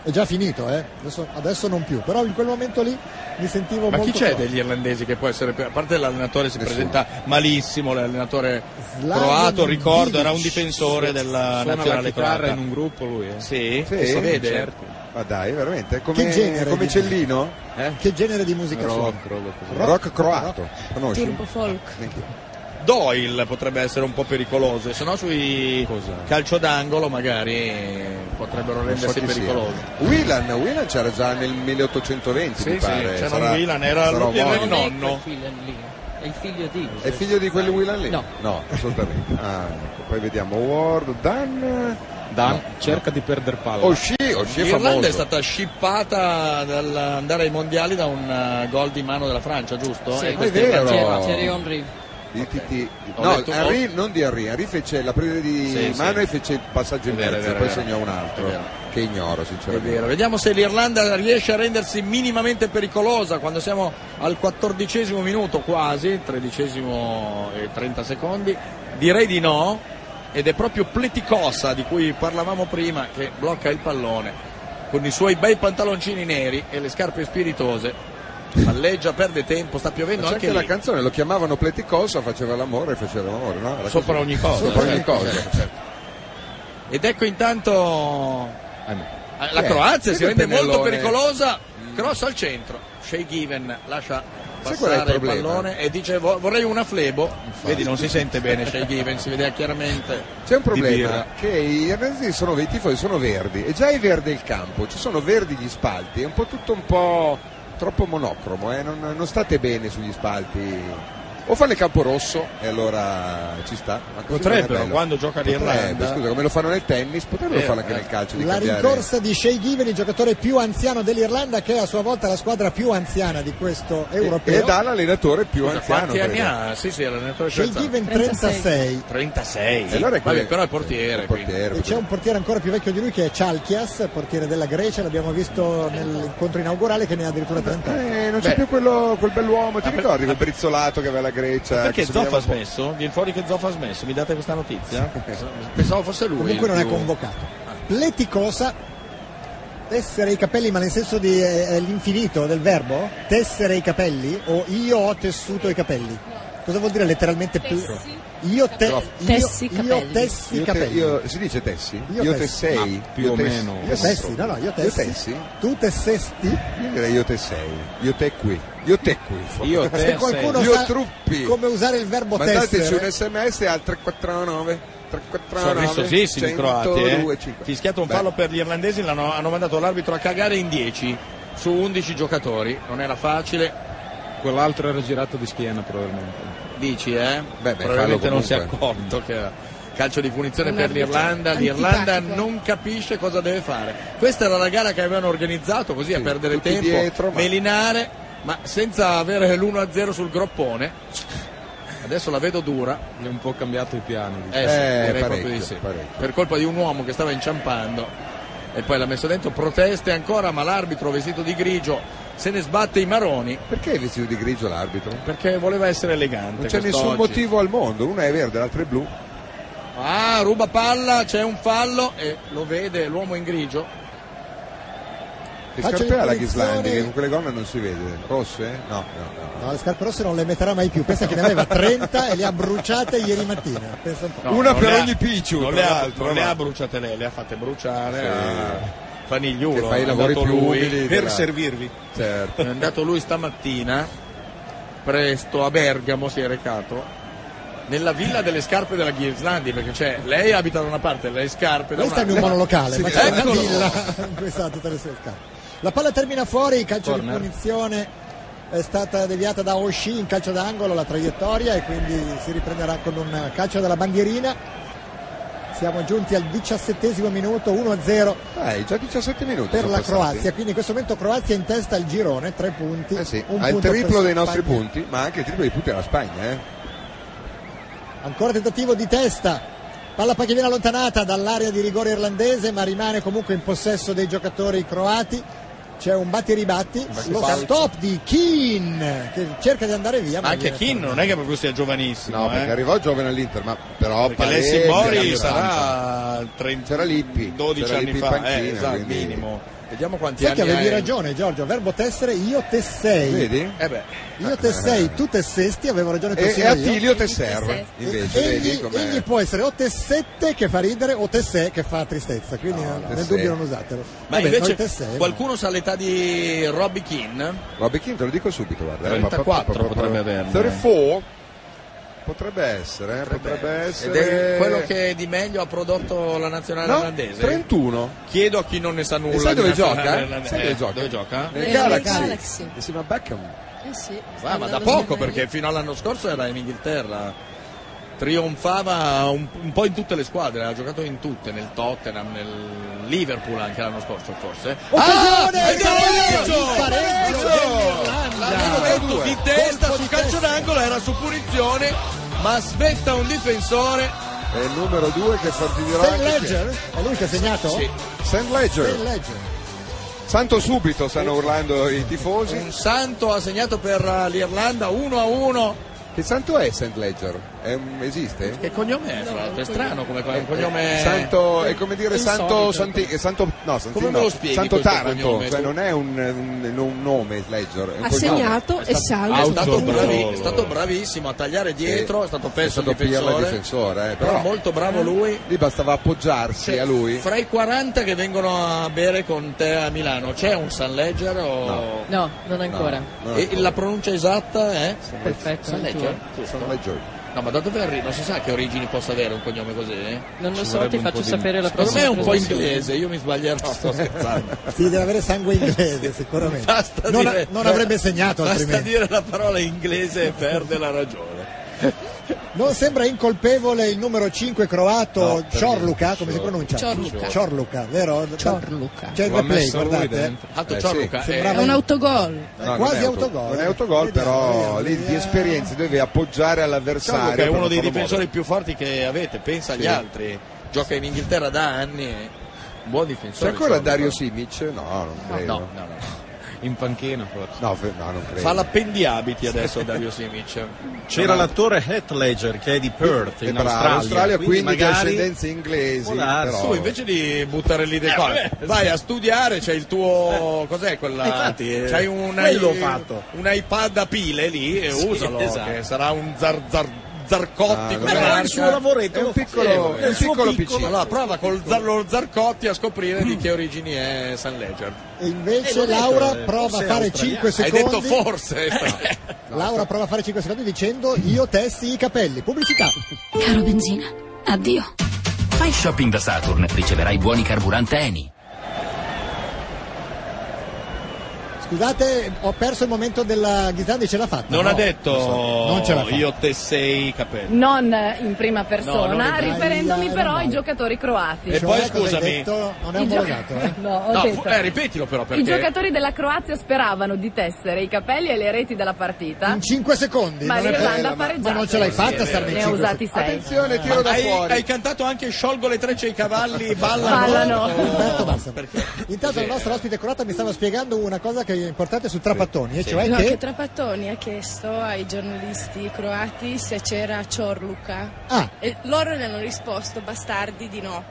Speaker 3: È già finito, eh? adesso, adesso non più, però in quel momento lì mi sentivo
Speaker 4: Ma
Speaker 3: molto
Speaker 4: chi c'è
Speaker 3: croato.
Speaker 4: degli irlandesi che può essere... A parte l'allenatore si
Speaker 5: Nessuno.
Speaker 4: presenta malissimo, l'allenatore
Speaker 3: Slaven
Speaker 4: croato, ricordo,
Speaker 3: Bilic.
Speaker 4: era un difensore della
Speaker 10: Suona la
Speaker 4: nazionale
Speaker 10: chitarra
Speaker 4: croata.
Speaker 10: in un gruppo lui, eh.
Speaker 4: Sì,
Speaker 5: Sì,
Speaker 4: che si vede.
Speaker 10: Certo.
Speaker 5: Ma dai, veramente? Come,
Speaker 3: Che genere
Speaker 5: come
Speaker 3: di-
Speaker 5: Cellino?
Speaker 3: Che genere di musica
Speaker 10: Rock,
Speaker 3: suona?
Speaker 10: rock, rock.
Speaker 5: Rock, croato. Conosci?
Speaker 9: Turbo folk.
Speaker 5: Neanche io.
Speaker 4: Doyle potrebbe essere un po' pericoloso, e se no sui calcio d'angolo magari potrebbero
Speaker 5: Non so
Speaker 4: rendersi
Speaker 5: chi sia.
Speaker 4: pericolosi.
Speaker 5: eh. Whelan, Whelan c'era già nel 1820,
Speaker 4: Sì,
Speaker 5: mi
Speaker 4: sì,
Speaker 5: pare.
Speaker 4: c'era
Speaker 5: Sarà-
Speaker 4: un Whelan, era
Speaker 5: sarà
Speaker 4: lui era il
Speaker 5: omonimo.
Speaker 4: nonno.
Speaker 8: Whelan lì. È il figlio di.
Speaker 5: Eh, È figlio di quel Whelan lì?
Speaker 8: No.
Speaker 5: assolutamente. Ah, ecco. Poi vediamo Ward, Dan.
Speaker 10: Dan cerca di perdere palla.
Speaker 5: Oshie, Oshie è famoso.
Speaker 4: L'Irlanda è stata scippata dall'andare ai mondiali da un eh, gol di mano della Francia, giusto?
Speaker 8: Sì,
Speaker 4: E
Speaker 5: è
Speaker 4: questo è
Speaker 5: vero.
Speaker 4: Francia.
Speaker 8: Thierry Henry.
Speaker 5: Di- di- di-
Speaker 4: Ho
Speaker 5: no,
Speaker 4: letto-
Speaker 5: Henry, non di Henry, Henry fece la presa di
Speaker 4: Sì, sì.
Speaker 5: mano e fece il passaggio in
Speaker 4: È vero,
Speaker 5: mezzo,
Speaker 4: è vero,
Speaker 5: poi
Speaker 4: è vero.
Speaker 5: segnò un altro
Speaker 4: È vero.
Speaker 5: che ignoro
Speaker 4: È
Speaker 5: sinceramente.
Speaker 4: vero, vediamo se l'Irlanda riesce a rendersi minimamente pericolosa quando siamo al quattordicesimo minuto quasi, tredicesimo e 30 secondi. Direi di no, ed è proprio Pleticosa di cui parlavamo prima che blocca il pallone con i suoi bei pantaloncini neri e le scarpe spiritose. Palleggia, perde tempo, sta
Speaker 5: Ma
Speaker 4: piovendo
Speaker 5: C'è
Speaker 4: anche,
Speaker 5: anche la
Speaker 4: lì.
Speaker 5: canzone, lo chiamavano Pleticosa, faceva l'amore, faceva l'amore, no? Era
Speaker 4: Sopra
Speaker 5: così.
Speaker 4: ogni cosa,
Speaker 5: Sopra ogni
Speaker 4: certo,
Speaker 5: cosa.
Speaker 4: certo, certo. Ed ecco intanto eh, la
Speaker 5: Chi è?
Speaker 4: Croazia si
Speaker 5: Chi è
Speaker 4: rende molto
Speaker 5: Pennellone? Mm.
Speaker 4: pericolosa, cross al centro, Shea Given lascia
Speaker 5: Sai qual è il
Speaker 4: passare il,
Speaker 5: problema?
Speaker 4: pallone e dice "Vo- vorrei una flebo, vedi non si sente bene Shea Given, si vede chiaramente.
Speaker 5: C'è un
Speaker 4: Di
Speaker 5: problema
Speaker 4: birra.
Speaker 5: che i irlandesi sono i tifosi sono verdi e già è verde il campo, ci sono verdi gli spalti, è un po' tutto un po' troppo monocromo, eh, non, non state bene sugli spalti. O fanno il campo rosso e allora ci sta. Ma così non è
Speaker 4: Potrebbero,
Speaker 5: bello.
Speaker 4: quando gioca
Speaker 5: Potrebbe,
Speaker 4: l'Irlanda.
Speaker 5: Scusa, come lo fanno nel tennis, potrebbero
Speaker 4: Eh,
Speaker 5: farlo anche
Speaker 4: eh.
Speaker 5: nel calcio di
Speaker 3: La
Speaker 5: cambiare.
Speaker 3: rincorsa di Shea Given, il giocatore più anziano dell'Irlanda, che è a sua volta la squadra più anziana di questo
Speaker 5: E
Speaker 3: europeo.
Speaker 5: dà l'allenatore più
Speaker 4: Scusa,
Speaker 5: anziano.
Speaker 4: quanti anni
Speaker 5: credo.
Speaker 4: ha? Sì, sì, l'allenatore
Speaker 3: Shea
Speaker 4: Scienza.
Speaker 3: Given
Speaker 9: 36.
Speaker 3: 36.
Speaker 4: 36.
Speaker 5: E allora è
Speaker 4: Vabbè,
Speaker 5: quello-
Speaker 4: però è portiere, quindi.
Speaker 5: portiere,
Speaker 3: E c'è
Speaker 5: potrebbe-
Speaker 3: un portiere ancora più vecchio di lui che è Chalkias, portiere della Grecia, l'abbiamo visto nell'incontro inaugurale che ne ha addirittura 30 anni.
Speaker 5: Eh, non c'è
Speaker 4: Beh.
Speaker 5: più quello, quel bell'uomo, ti
Speaker 4: Ma per-
Speaker 5: ricordi quel brizzolato che aveva la Grecia?
Speaker 4: Perché
Speaker 5: che si vedeva
Speaker 4: Zoffa ha
Speaker 5: un po'?
Speaker 4: smesso? Vieni fuori che Zoffa ha smesso, mi date questa notizia? Pensavo fosse lui.
Speaker 3: Comunque
Speaker 4: il
Speaker 3: non è
Speaker 4: più-
Speaker 3: convocato. Pleticosa, tessere i capelli, ma nel senso di eh, eh, l'infinito del verbo? Tessere i capelli o io ho tessuto i capelli? Cosa vuol dire letteralmente pl-
Speaker 6: Tessi.
Speaker 3: Io, te-
Speaker 5: Troppo.
Speaker 3: io-
Speaker 6: Tessi i
Speaker 3: io
Speaker 6: capelli.
Speaker 3: tessi i
Speaker 5: Io te-
Speaker 3: capelli.
Speaker 5: io- si dice tessi?
Speaker 3: Io
Speaker 5: io
Speaker 3: tessi.
Speaker 5: tessei?
Speaker 10: Ma più
Speaker 5: Io
Speaker 10: o
Speaker 5: tessi-
Speaker 10: meno.
Speaker 3: Io tessi, no, no, io tessi. Tu tessesti?
Speaker 5: Io direi io tessei. Io te qui. Io te qui.
Speaker 10: Io te
Speaker 3: Se qualcuno
Speaker 5: Io
Speaker 3: sa
Speaker 5: truppi.
Speaker 3: come usare il verbo
Speaker 5: Mandateci
Speaker 3: tessere,
Speaker 5: un sms al 349
Speaker 4: Sono
Speaker 5: 349
Speaker 4: rissosissimi i croati, eh.
Speaker 5: 102,
Speaker 4: Fischiato un
Speaker 5: Beh,
Speaker 4: fallo per gli irlandesi, l'hanno- hanno mandato l'arbitro a cagare in 10 su 11 giocatori. Non era facile,
Speaker 10: Quell'altro era girato di schiena probabilmente.
Speaker 4: dici, eh?
Speaker 5: Beh, beh,
Speaker 4: Probabilmente
Speaker 5: fallo
Speaker 4: non si è
Speaker 5: comunque.
Speaker 4: accorto che era calcio di punizione
Speaker 9: Un
Speaker 4: per
Speaker 9: arbitro
Speaker 4: l'Irlanda. L'Irlanda
Speaker 9: antipatico.
Speaker 4: non capisce cosa deve fare. Questa era la gara che avevano organizzato così a
Speaker 5: Sì,
Speaker 4: perdere
Speaker 5: tutti
Speaker 4: tempo,
Speaker 5: dietro, ma-
Speaker 4: melinare, ma senza avere l'1-0 sul groppone. Adesso la vedo dura.
Speaker 10: Gli è un po' cambiato i piani. diciamo.
Speaker 4: Eh, sì,
Speaker 5: Eh,
Speaker 4: direi
Speaker 5: parecchio,
Speaker 4: proprio di sì.
Speaker 5: parecchio.
Speaker 4: Per colpa di un uomo che stava inciampando e poi l'ha messo dentro, proteste ancora, ma l'arbitro vestito di grigio se ne sbatte i maroni
Speaker 5: Perché è vestito di grigio l'arbitro?
Speaker 4: perché voleva essere elegante.
Speaker 5: Non c'è
Speaker 4: quest'oggi.
Speaker 5: nessun motivo al mondo, una è verde, l'altra è blu.
Speaker 4: Ah, ruba palla, c'è un fallo e lo vede l'uomo in grigio.
Speaker 5: Che
Speaker 3: Faccio
Speaker 5: scarpe ha la
Speaker 3: le punizioni.
Speaker 5: Ghislandi? Che con quelle gonne non si vede. Rosse? No, no, no.
Speaker 3: No, le scarpe rosse non le metterà mai più. Pensa che ne aveva 30 e le ha bruciate ieri mattina. Pensa un po'.
Speaker 4: No,
Speaker 5: Una
Speaker 4: non
Speaker 5: per
Speaker 4: le ha-
Speaker 5: ogni picciu,
Speaker 4: Non,
Speaker 5: tra
Speaker 4: le ha,
Speaker 5: l'altro,
Speaker 4: non le
Speaker 5: no?
Speaker 4: ha bruciate lei, le ha fatte bruciare
Speaker 5: Sì.
Speaker 4: a Fanigliulo.
Speaker 5: Che fa i
Speaker 4: è
Speaker 5: lavori
Speaker 4: andato
Speaker 5: più
Speaker 4: lui.
Speaker 5: umili.
Speaker 2: Per
Speaker 5: Della-
Speaker 2: servirvi.
Speaker 5: Certo.
Speaker 4: È andato lui stamattina, presto a Bergamo si è recato, nella villa delle scarpe della Ghislandi, perché c'è, lei abita da una parte, le scarpe da
Speaker 3: Lei sta in un
Speaker 4: un'altra.
Speaker 3: monolocale,
Speaker 4: Sì,
Speaker 3: ma c'è una
Speaker 4: eccolo.
Speaker 3: villa in cui sta tutte le sue scarpe. La palla termina fuori, calcio
Speaker 10: Corner.
Speaker 3: di punizione è stata deviata da Oshii in calcio d'angolo la traiettoria e quindi si riprenderà con un calcio dalla bandierina. Siamo giunti al diciassettesimo minuto, 1-0
Speaker 5: Dai, già 17 minuti.
Speaker 3: per
Speaker 5: sono
Speaker 3: la
Speaker 5: passati.
Speaker 3: Croazia. Quindi in questo momento Croazia in testa al girone, tre punti.
Speaker 5: Eh sì,
Speaker 3: un
Speaker 5: ha il
Speaker 3: punto per
Speaker 5: triplo dei nostri
Speaker 3: Spagna.
Speaker 5: punti, ma anche il triplo dei punti della Spagna, eh.
Speaker 3: Ancora tentativo di testa. Palla poi che viene allontanata dall'area di rigore irlandese, ma rimane comunque in possesso dei giocatori croati. C'è un batti-ribatti, lo stop di Keane che cerca di andare via.
Speaker 4: Ma anche
Speaker 3: viene
Speaker 4: Kin non è che proprio sia giovanissimo,
Speaker 5: No,
Speaker 4: eh.
Speaker 5: perché arrivò giovane all'Inter, ma però
Speaker 4: Perché
Speaker 5: parecchio,
Speaker 4: Alessi Mori
Speaker 5: anni
Speaker 4: sarà 30,
Speaker 5: C'era Lippi,
Speaker 4: 12
Speaker 5: c'era
Speaker 4: anni
Speaker 5: Lippi in
Speaker 4: fa,
Speaker 5: panchina,
Speaker 4: eh, esatto,
Speaker 5: quindi-
Speaker 4: minimo. Vediamo quanti
Speaker 3: Sai che
Speaker 4: anni ha.
Speaker 3: avevi
Speaker 4: eh.
Speaker 3: ragione Giorgio, verbo tessere io te
Speaker 5: 80.
Speaker 3: sei.
Speaker 5: Vedi?
Speaker 4: Eh beh,
Speaker 3: Io te sei, tu te sesti, avevo ragione
Speaker 5: E, e
Speaker 3: persino io.
Speaker 5: Attilio Tesser,
Speaker 9: Tesser.
Speaker 5: invece,
Speaker 3: egli,
Speaker 5: vedi com'è?
Speaker 3: egli può essere o Tessette che fa ridere o Tessè che fa tristezza, quindi
Speaker 5: No,
Speaker 3: eh, nel
Speaker 5: Tessè.
Speaker 3: dubbio non usatelo.
Speaker 4: ma
Speaker 3: Vabbè, noi
Speaker 4: invece
Speaker 3: Tessè, no.
Speaker 4: qualcuno sa l'età di Robby Kin?
Speaker 5: Robby King, te lo dico subito, guarda. eh,
Speaker 4: 34
Speaker 5: pa- pa- pa- pa- pa-
Speaker 4: potrebbe averne.
Speaker 5: 34? potrebbe essere, eh, potrebbe,
Speaker 4: Ed
Speaker 5: essere.
Speaker 4: è quello che di meglio ha prodotto la nazionale
Speaker 5: No,
Speaker 4: olandese.
Speaker 5: 31.
Speaker 3: Ah,
Speaker 4: Chiedo a chi non ne sa nulla.
Speaker 5: E sai
Speaker 4: di
Speaker 5: dove
Speaker 4: nazionale
Speaker 5: gioca?
Speaker 4: olandese.
Speaker 5: Sai dove
Speaker 4: Eh,
Speaker 5: gioca?
Speaker 4: Dove gioca?
Speaker 5: Nel
Speaker 9: Nel
Speaker 5: Galaxy.
Speaker 9: Galaxy.
Speaker 5: Insieme a Beckham.
Speaker 9: Eh sì.
Speaker 4: Ah, ma da
Speaker 9: Stanno
Speaker 4: poco
Speaker 9: andando
Speaker 4: perché fino all'anno scorso era in Inghilterra. Trionfava un, un po' in tutte le squadre, ha giocato in tutte, nel Tottenham, nel Liverpool anche l'anno scorso forse.
Speaker 3: Occasione,
Speaker 4: Ah,
Speaker 3: il pareggio, il pareggio
Speaker 4: La
Speaker 3: dell'Irlanda.
Speaker 4: Juventus di testa
Speaker 3: Colpo
Speaker 4: sul
Speaker 3: di
Speaker 4: calcio
Speaker 3: testa.
Speaker 4: d'angolo era su punizione, ma svetta un difensore.
Speaker 5: È il numero 2 che partirà.
Speaker 3: Sam
Speaker 5: anche-
Speaker 3: Ledger? È lui che ha segnato?
Speaker 4: Sì.
Speaker 5: Sam Ledger.
Speaker 3: Sam Ledger.
Speaker 5: Santo subito stanno urlando i tifosi.
Speaker 4: Un santo ha segnato per eh, l'Irlanda 1 a 1.
Speaker 5: Che santo è Saint Ledger? È un- esiste?
Speaker 4: Che cognome è? Fra l'altro è strano come è un cognome.
Speaker 5: Santo, è come dire Santo,
Speaker 8: Insolito.
Speaker 5: Santi- eh, Santo- no, Santi-
Speaker 4: eh, Come me lo
Speaker 5: no,
Speaker 4: spieghi
Speaker 5: Santo
Speaker 4: questo
Speaker 5: Taranto,
Speaker 4: cognome?
Speaker 5: cioè non è un, un- un nome Ledger, è un
Speaker 9: Ha
Speaker 5: cognome.
Speaker 9: segnato e
Speaker 4: È
Speaker 9: salvo.
Speaker 4: Ah, stato,
Speaker 10: Autogol.
Speaker 4: bravi- è stato bravissimo a tagliare dietro, è stato
Speaker 5: È
Speaker 4: perso
Speaker 5: stato
Speaker 4: il difensore,
Speaker 5: Pirla il difensore, eh,
Speaker 4: però,
Speaker 5: però
Speaker 4: molto bravo lui.
Speaker 5: lì bastava appoggiarsi a lui.
Speaker 4: Fra i 40 che vengono a bere con te a Milano, c'è un San Ledger o...
Speaker 8: No, non ancora.
Speaker 5: No,
Speaker 4: E la pronuncia esatta è?
Speaker 8: Perfetto,
Speaker 4: San
Speaker 8: il tuo.
Speaker 4: Ledger?
Speaker 5: Saint Ledger.
Speaker 4: No, ma da dove arriva? Non si sa che origini possa avere un cognome così. eh?
Speaker 8: Non lo
Speaker 10: Ci
Speaker 8: so,
Speaker 10: vorrebbe
Speaker 8: ti
Speaker 10: un
Speaker 8: faccio
Speaker 10: po' di-
Speaker 8: sapere la
Speaker 4: Secondo
Speaker 8: prossima
Speaker 4: me è un po'
Speaker 8: trasmissione.
Speaker 4: inglese, io mi sbaglierò. sto scherzando.
Speaker 3: Sì, deve avere sangue inglese sicuramente.
Speaker 4: Basta
Speaker 3: non,
Speaker 4: dire-
Speaker 3: non avrebbe segnato
Speaker 4: Basta
Speaker 3: altrimenti.
Speaker 4: dire la parola inglese e perde la ragione.
Speaker 3: Non sembra incolpevole il numero 5 croato
Speaker 10: No, per
Speaker 3: Ciorluca,
Speaker 10: me.
Speaker 3: come si pronuncia?
Speaker 9: Ciorluca.
Speaker 3: Ciorluca, vero?
Speaker 9: Ciorluca.
Speaker 3: C'è il
Speaker 10: Lo ha
Speaker 3: replay,
Speaker 10: messo lui
Speaker 3: guardate. eh.
Speaker 10: dentro.
Speaker 4: Alto
Speaker 5: Eh,
Speaker 4: Ciorluca
Speaker 3: sì.
Speaker 9: È
Speaker 4: è-
Speaker 3: Sembrava-
Speaker 9: un autogol.
Speaker 5: No, non
Speaker 3: quasi
Speaker 5: è auto-
Speaker 3: autogol. Eh,
Speaker 5: Non è autogol,
Speaker 3: Vediamo,
Speaker 5: però
Speaker 3: vediamo,
Speaker 5: lì di
Speaker 3: vediamo.
Speaker 5: esperienza deve appoggiare all'avversario.
Speaker 4: Ciorluca è
Speaker 5: per
Speaker 4: uno
Speaker 5: non
Speaker 4: dei
Speaker 5: farlo
Speaker 4: difensori più forti che avete, pensa agli
Speaker 5: Sì.
Speaker 4: altri. Gioca in Inghilterra da anni, è un buon
Speaker 5: muovere. C'è
Speaker 4: difensore.
Speaker 5: ancora
Speaker 4: Ciorluca.
Speaker 5: Dario Simic? No, non credo.
Speaker 4: No, no, no.
Speaker 10: in panchina forse.
Speaker 5: No, fe- no, non credo.
Speaker 4: Fa l'appendiabiti adesso Dario Simic.
Speaker 2: C'era l'attore Heath Ledger che è di Perth
Speaker 5: È
Speaker 2: in
Speaker 5: bravo,
Speaker 2: Australia,
Speaker 5: Australia, quindi,
Speaker 2: quindi magari
Speaker 5: ascendenze inglesi.
Speaker 2: Può darsi.
Speaker 5: però-
Speaker 4: Tu invece di buttare lì dei cose, vai a studiare, c'è il tuo. Cos'è quella?
Speaker 2: Eh, Eh, infatti, eh,
Speaker 4: c'hai un,
Speaker 2: quello ho fatto.
Speaker 4: un iPad a pile lì e
Speaker 2: Sì,
Speaker 4: usalo,
Speaker 2: esatto.
Speaker 4: che sarà un zar, zar, zarcotti.
Speaker 5: Ah,
Speaker 4: come
Speaker 5: vabbè.
Speaker 2: Però
Speaker 4: marca.
Speaker 2: il suo lavoretto
Speaker 5: È un
Speaker 2: lo fa-
Speaker 5: piccolo-
Speaker 2: eh, vabbè.
Speaker 5: è un
Speaker 2: Il suo
Speaker 5: piccolo
Speaker 4: Piccolo,
Speaker 5: piccolo.
Speaker 4: Allora prova col zar- lo Zarcotti a scoprire di che origini è San Ledger.
Speaker 3: E
Speaker 2: Eh,
Speaker 3: invece
Speaker 2: l'ho detto,
Speaker 3: Laura
Speaker 2: eh,
Speaker 3: prova a
Speaker 2: forse
Speaker 3: fare
Speaker 2: australiano.
Speaker 3: 5 secondi.
Speaker 4: Hai detto forse. eh,
Speaker 3: Laura prova a fare 5 secondi dicendo io testi i capelli. Pubblicità.
Speaker 11: Caro benzina, addio.
Speaker 12: Fai shopping da Saturn, riceverai buoni carburanti Eni.
Speaker 3: Scusate, ho perso il momento della ghislandi, ce l'ha fatta.
Speaker 4: non
Speaker 3: No,
Speaker 4: ha detto
Speaker 3: lo so. Non ce l'ha fatta.
Speaker 4: io te sei i capelli.
Speaker 6: Non eh, in prima
Speaker 4: No, non in
Speaker 6: persona,
Speaker 4: prima.
Speaker 6: riferendomi
Speaker 3: Ai,
Speaker 6: però
Speaker 3: ai,
Speaker 6: ai giocatori croati.
Speaker 4: E
Speaker 3: Cioè,
Speaker 4: poi,
Speaker 3: cosa hai
Speaker 4: scusami.
Speaker 3: detto? non è
Speaker 6: I gio-
Speaker 3: omologato, eh?
Speaker 6: No, ho
Speaker 4: No,
Speaker 6: detto.
Speaker 4: fu- eh, ripetilo però perché.
Speaker 6: I giocatori della Croazia speravano di tessere i capelli e le reti della partita,
Speaker 3: In 5 secondi.
Speaker 6: ma
Speaker 3: non è per-
Speaker 6: l'Irlanda ha
Speaker 3: Ma non
Speaker 6: pareggiato.
Speaker 3: ce l'hai fatta
Speaker 4: è
Speaker 3: star nei
Speaker 6: Ne ha
Speaker 3: 5
Speaker 6: usati sei.
Speaker 5: Attenzione, tiro da
Speaker 4: hai,
Speaker 5: fuori.
Speaker 4: hai cantato anche Sciolgo le trecce ai cavalli, ballano.
Speaker 6: Ballano.
Speaker 3: Intanto basta.
Speaker 4: Perché-
Speaker 3: Intanto
Speaker 4: Così,
Speaker 3: il nostro
Speaker 4: eh.
Speaker 3: ospite croata mi stava spiegando una cosa che è importante su Trapattoni, e
Speaker 4: eh,
Speaker 3: cioè
Speaker 9: No,
Speaker 3: che...
Speaker 9: che Trapattoni ha chiesto ai giornalisti croati se c'era Ciorluca
Speaker 3: Ah,
Speaker 9: e loro gli hanno risposto bastardi di no,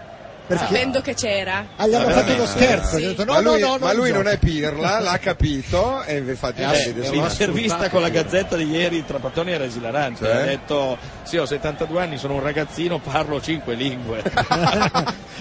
Speaker 3: perché...
Speaker 9: sapendo che c'era.
Speaker 3: Ah, gli hanno
Speaker 5: Ah,
Speaker 3: fatto uno
Speaker 5: veramente?
Speaker 3: scherzo.
Speaker 9: Sì.
Speaker 3: gli ho detto, no,
Speaker 5: ma lui,
Speaker 3: no, no,
Speaker 5: ma lui non
Speaker 3: gioca.
Speaker 5: è Pirla, l'ha capito e infatti
Speaker 4: Eh,
Speaker 5: altri
Speaker 4: beh,
Speaker 5: adesso-
Speaker 4: l'intervista con la Gazzetta di ieri tra Pattoni era esilarante.
Speaker 5: Cioè?
Speaker 4: Ha detto: Sì, ho 72 anni, sono un ragazzino, parlo 5 lingue.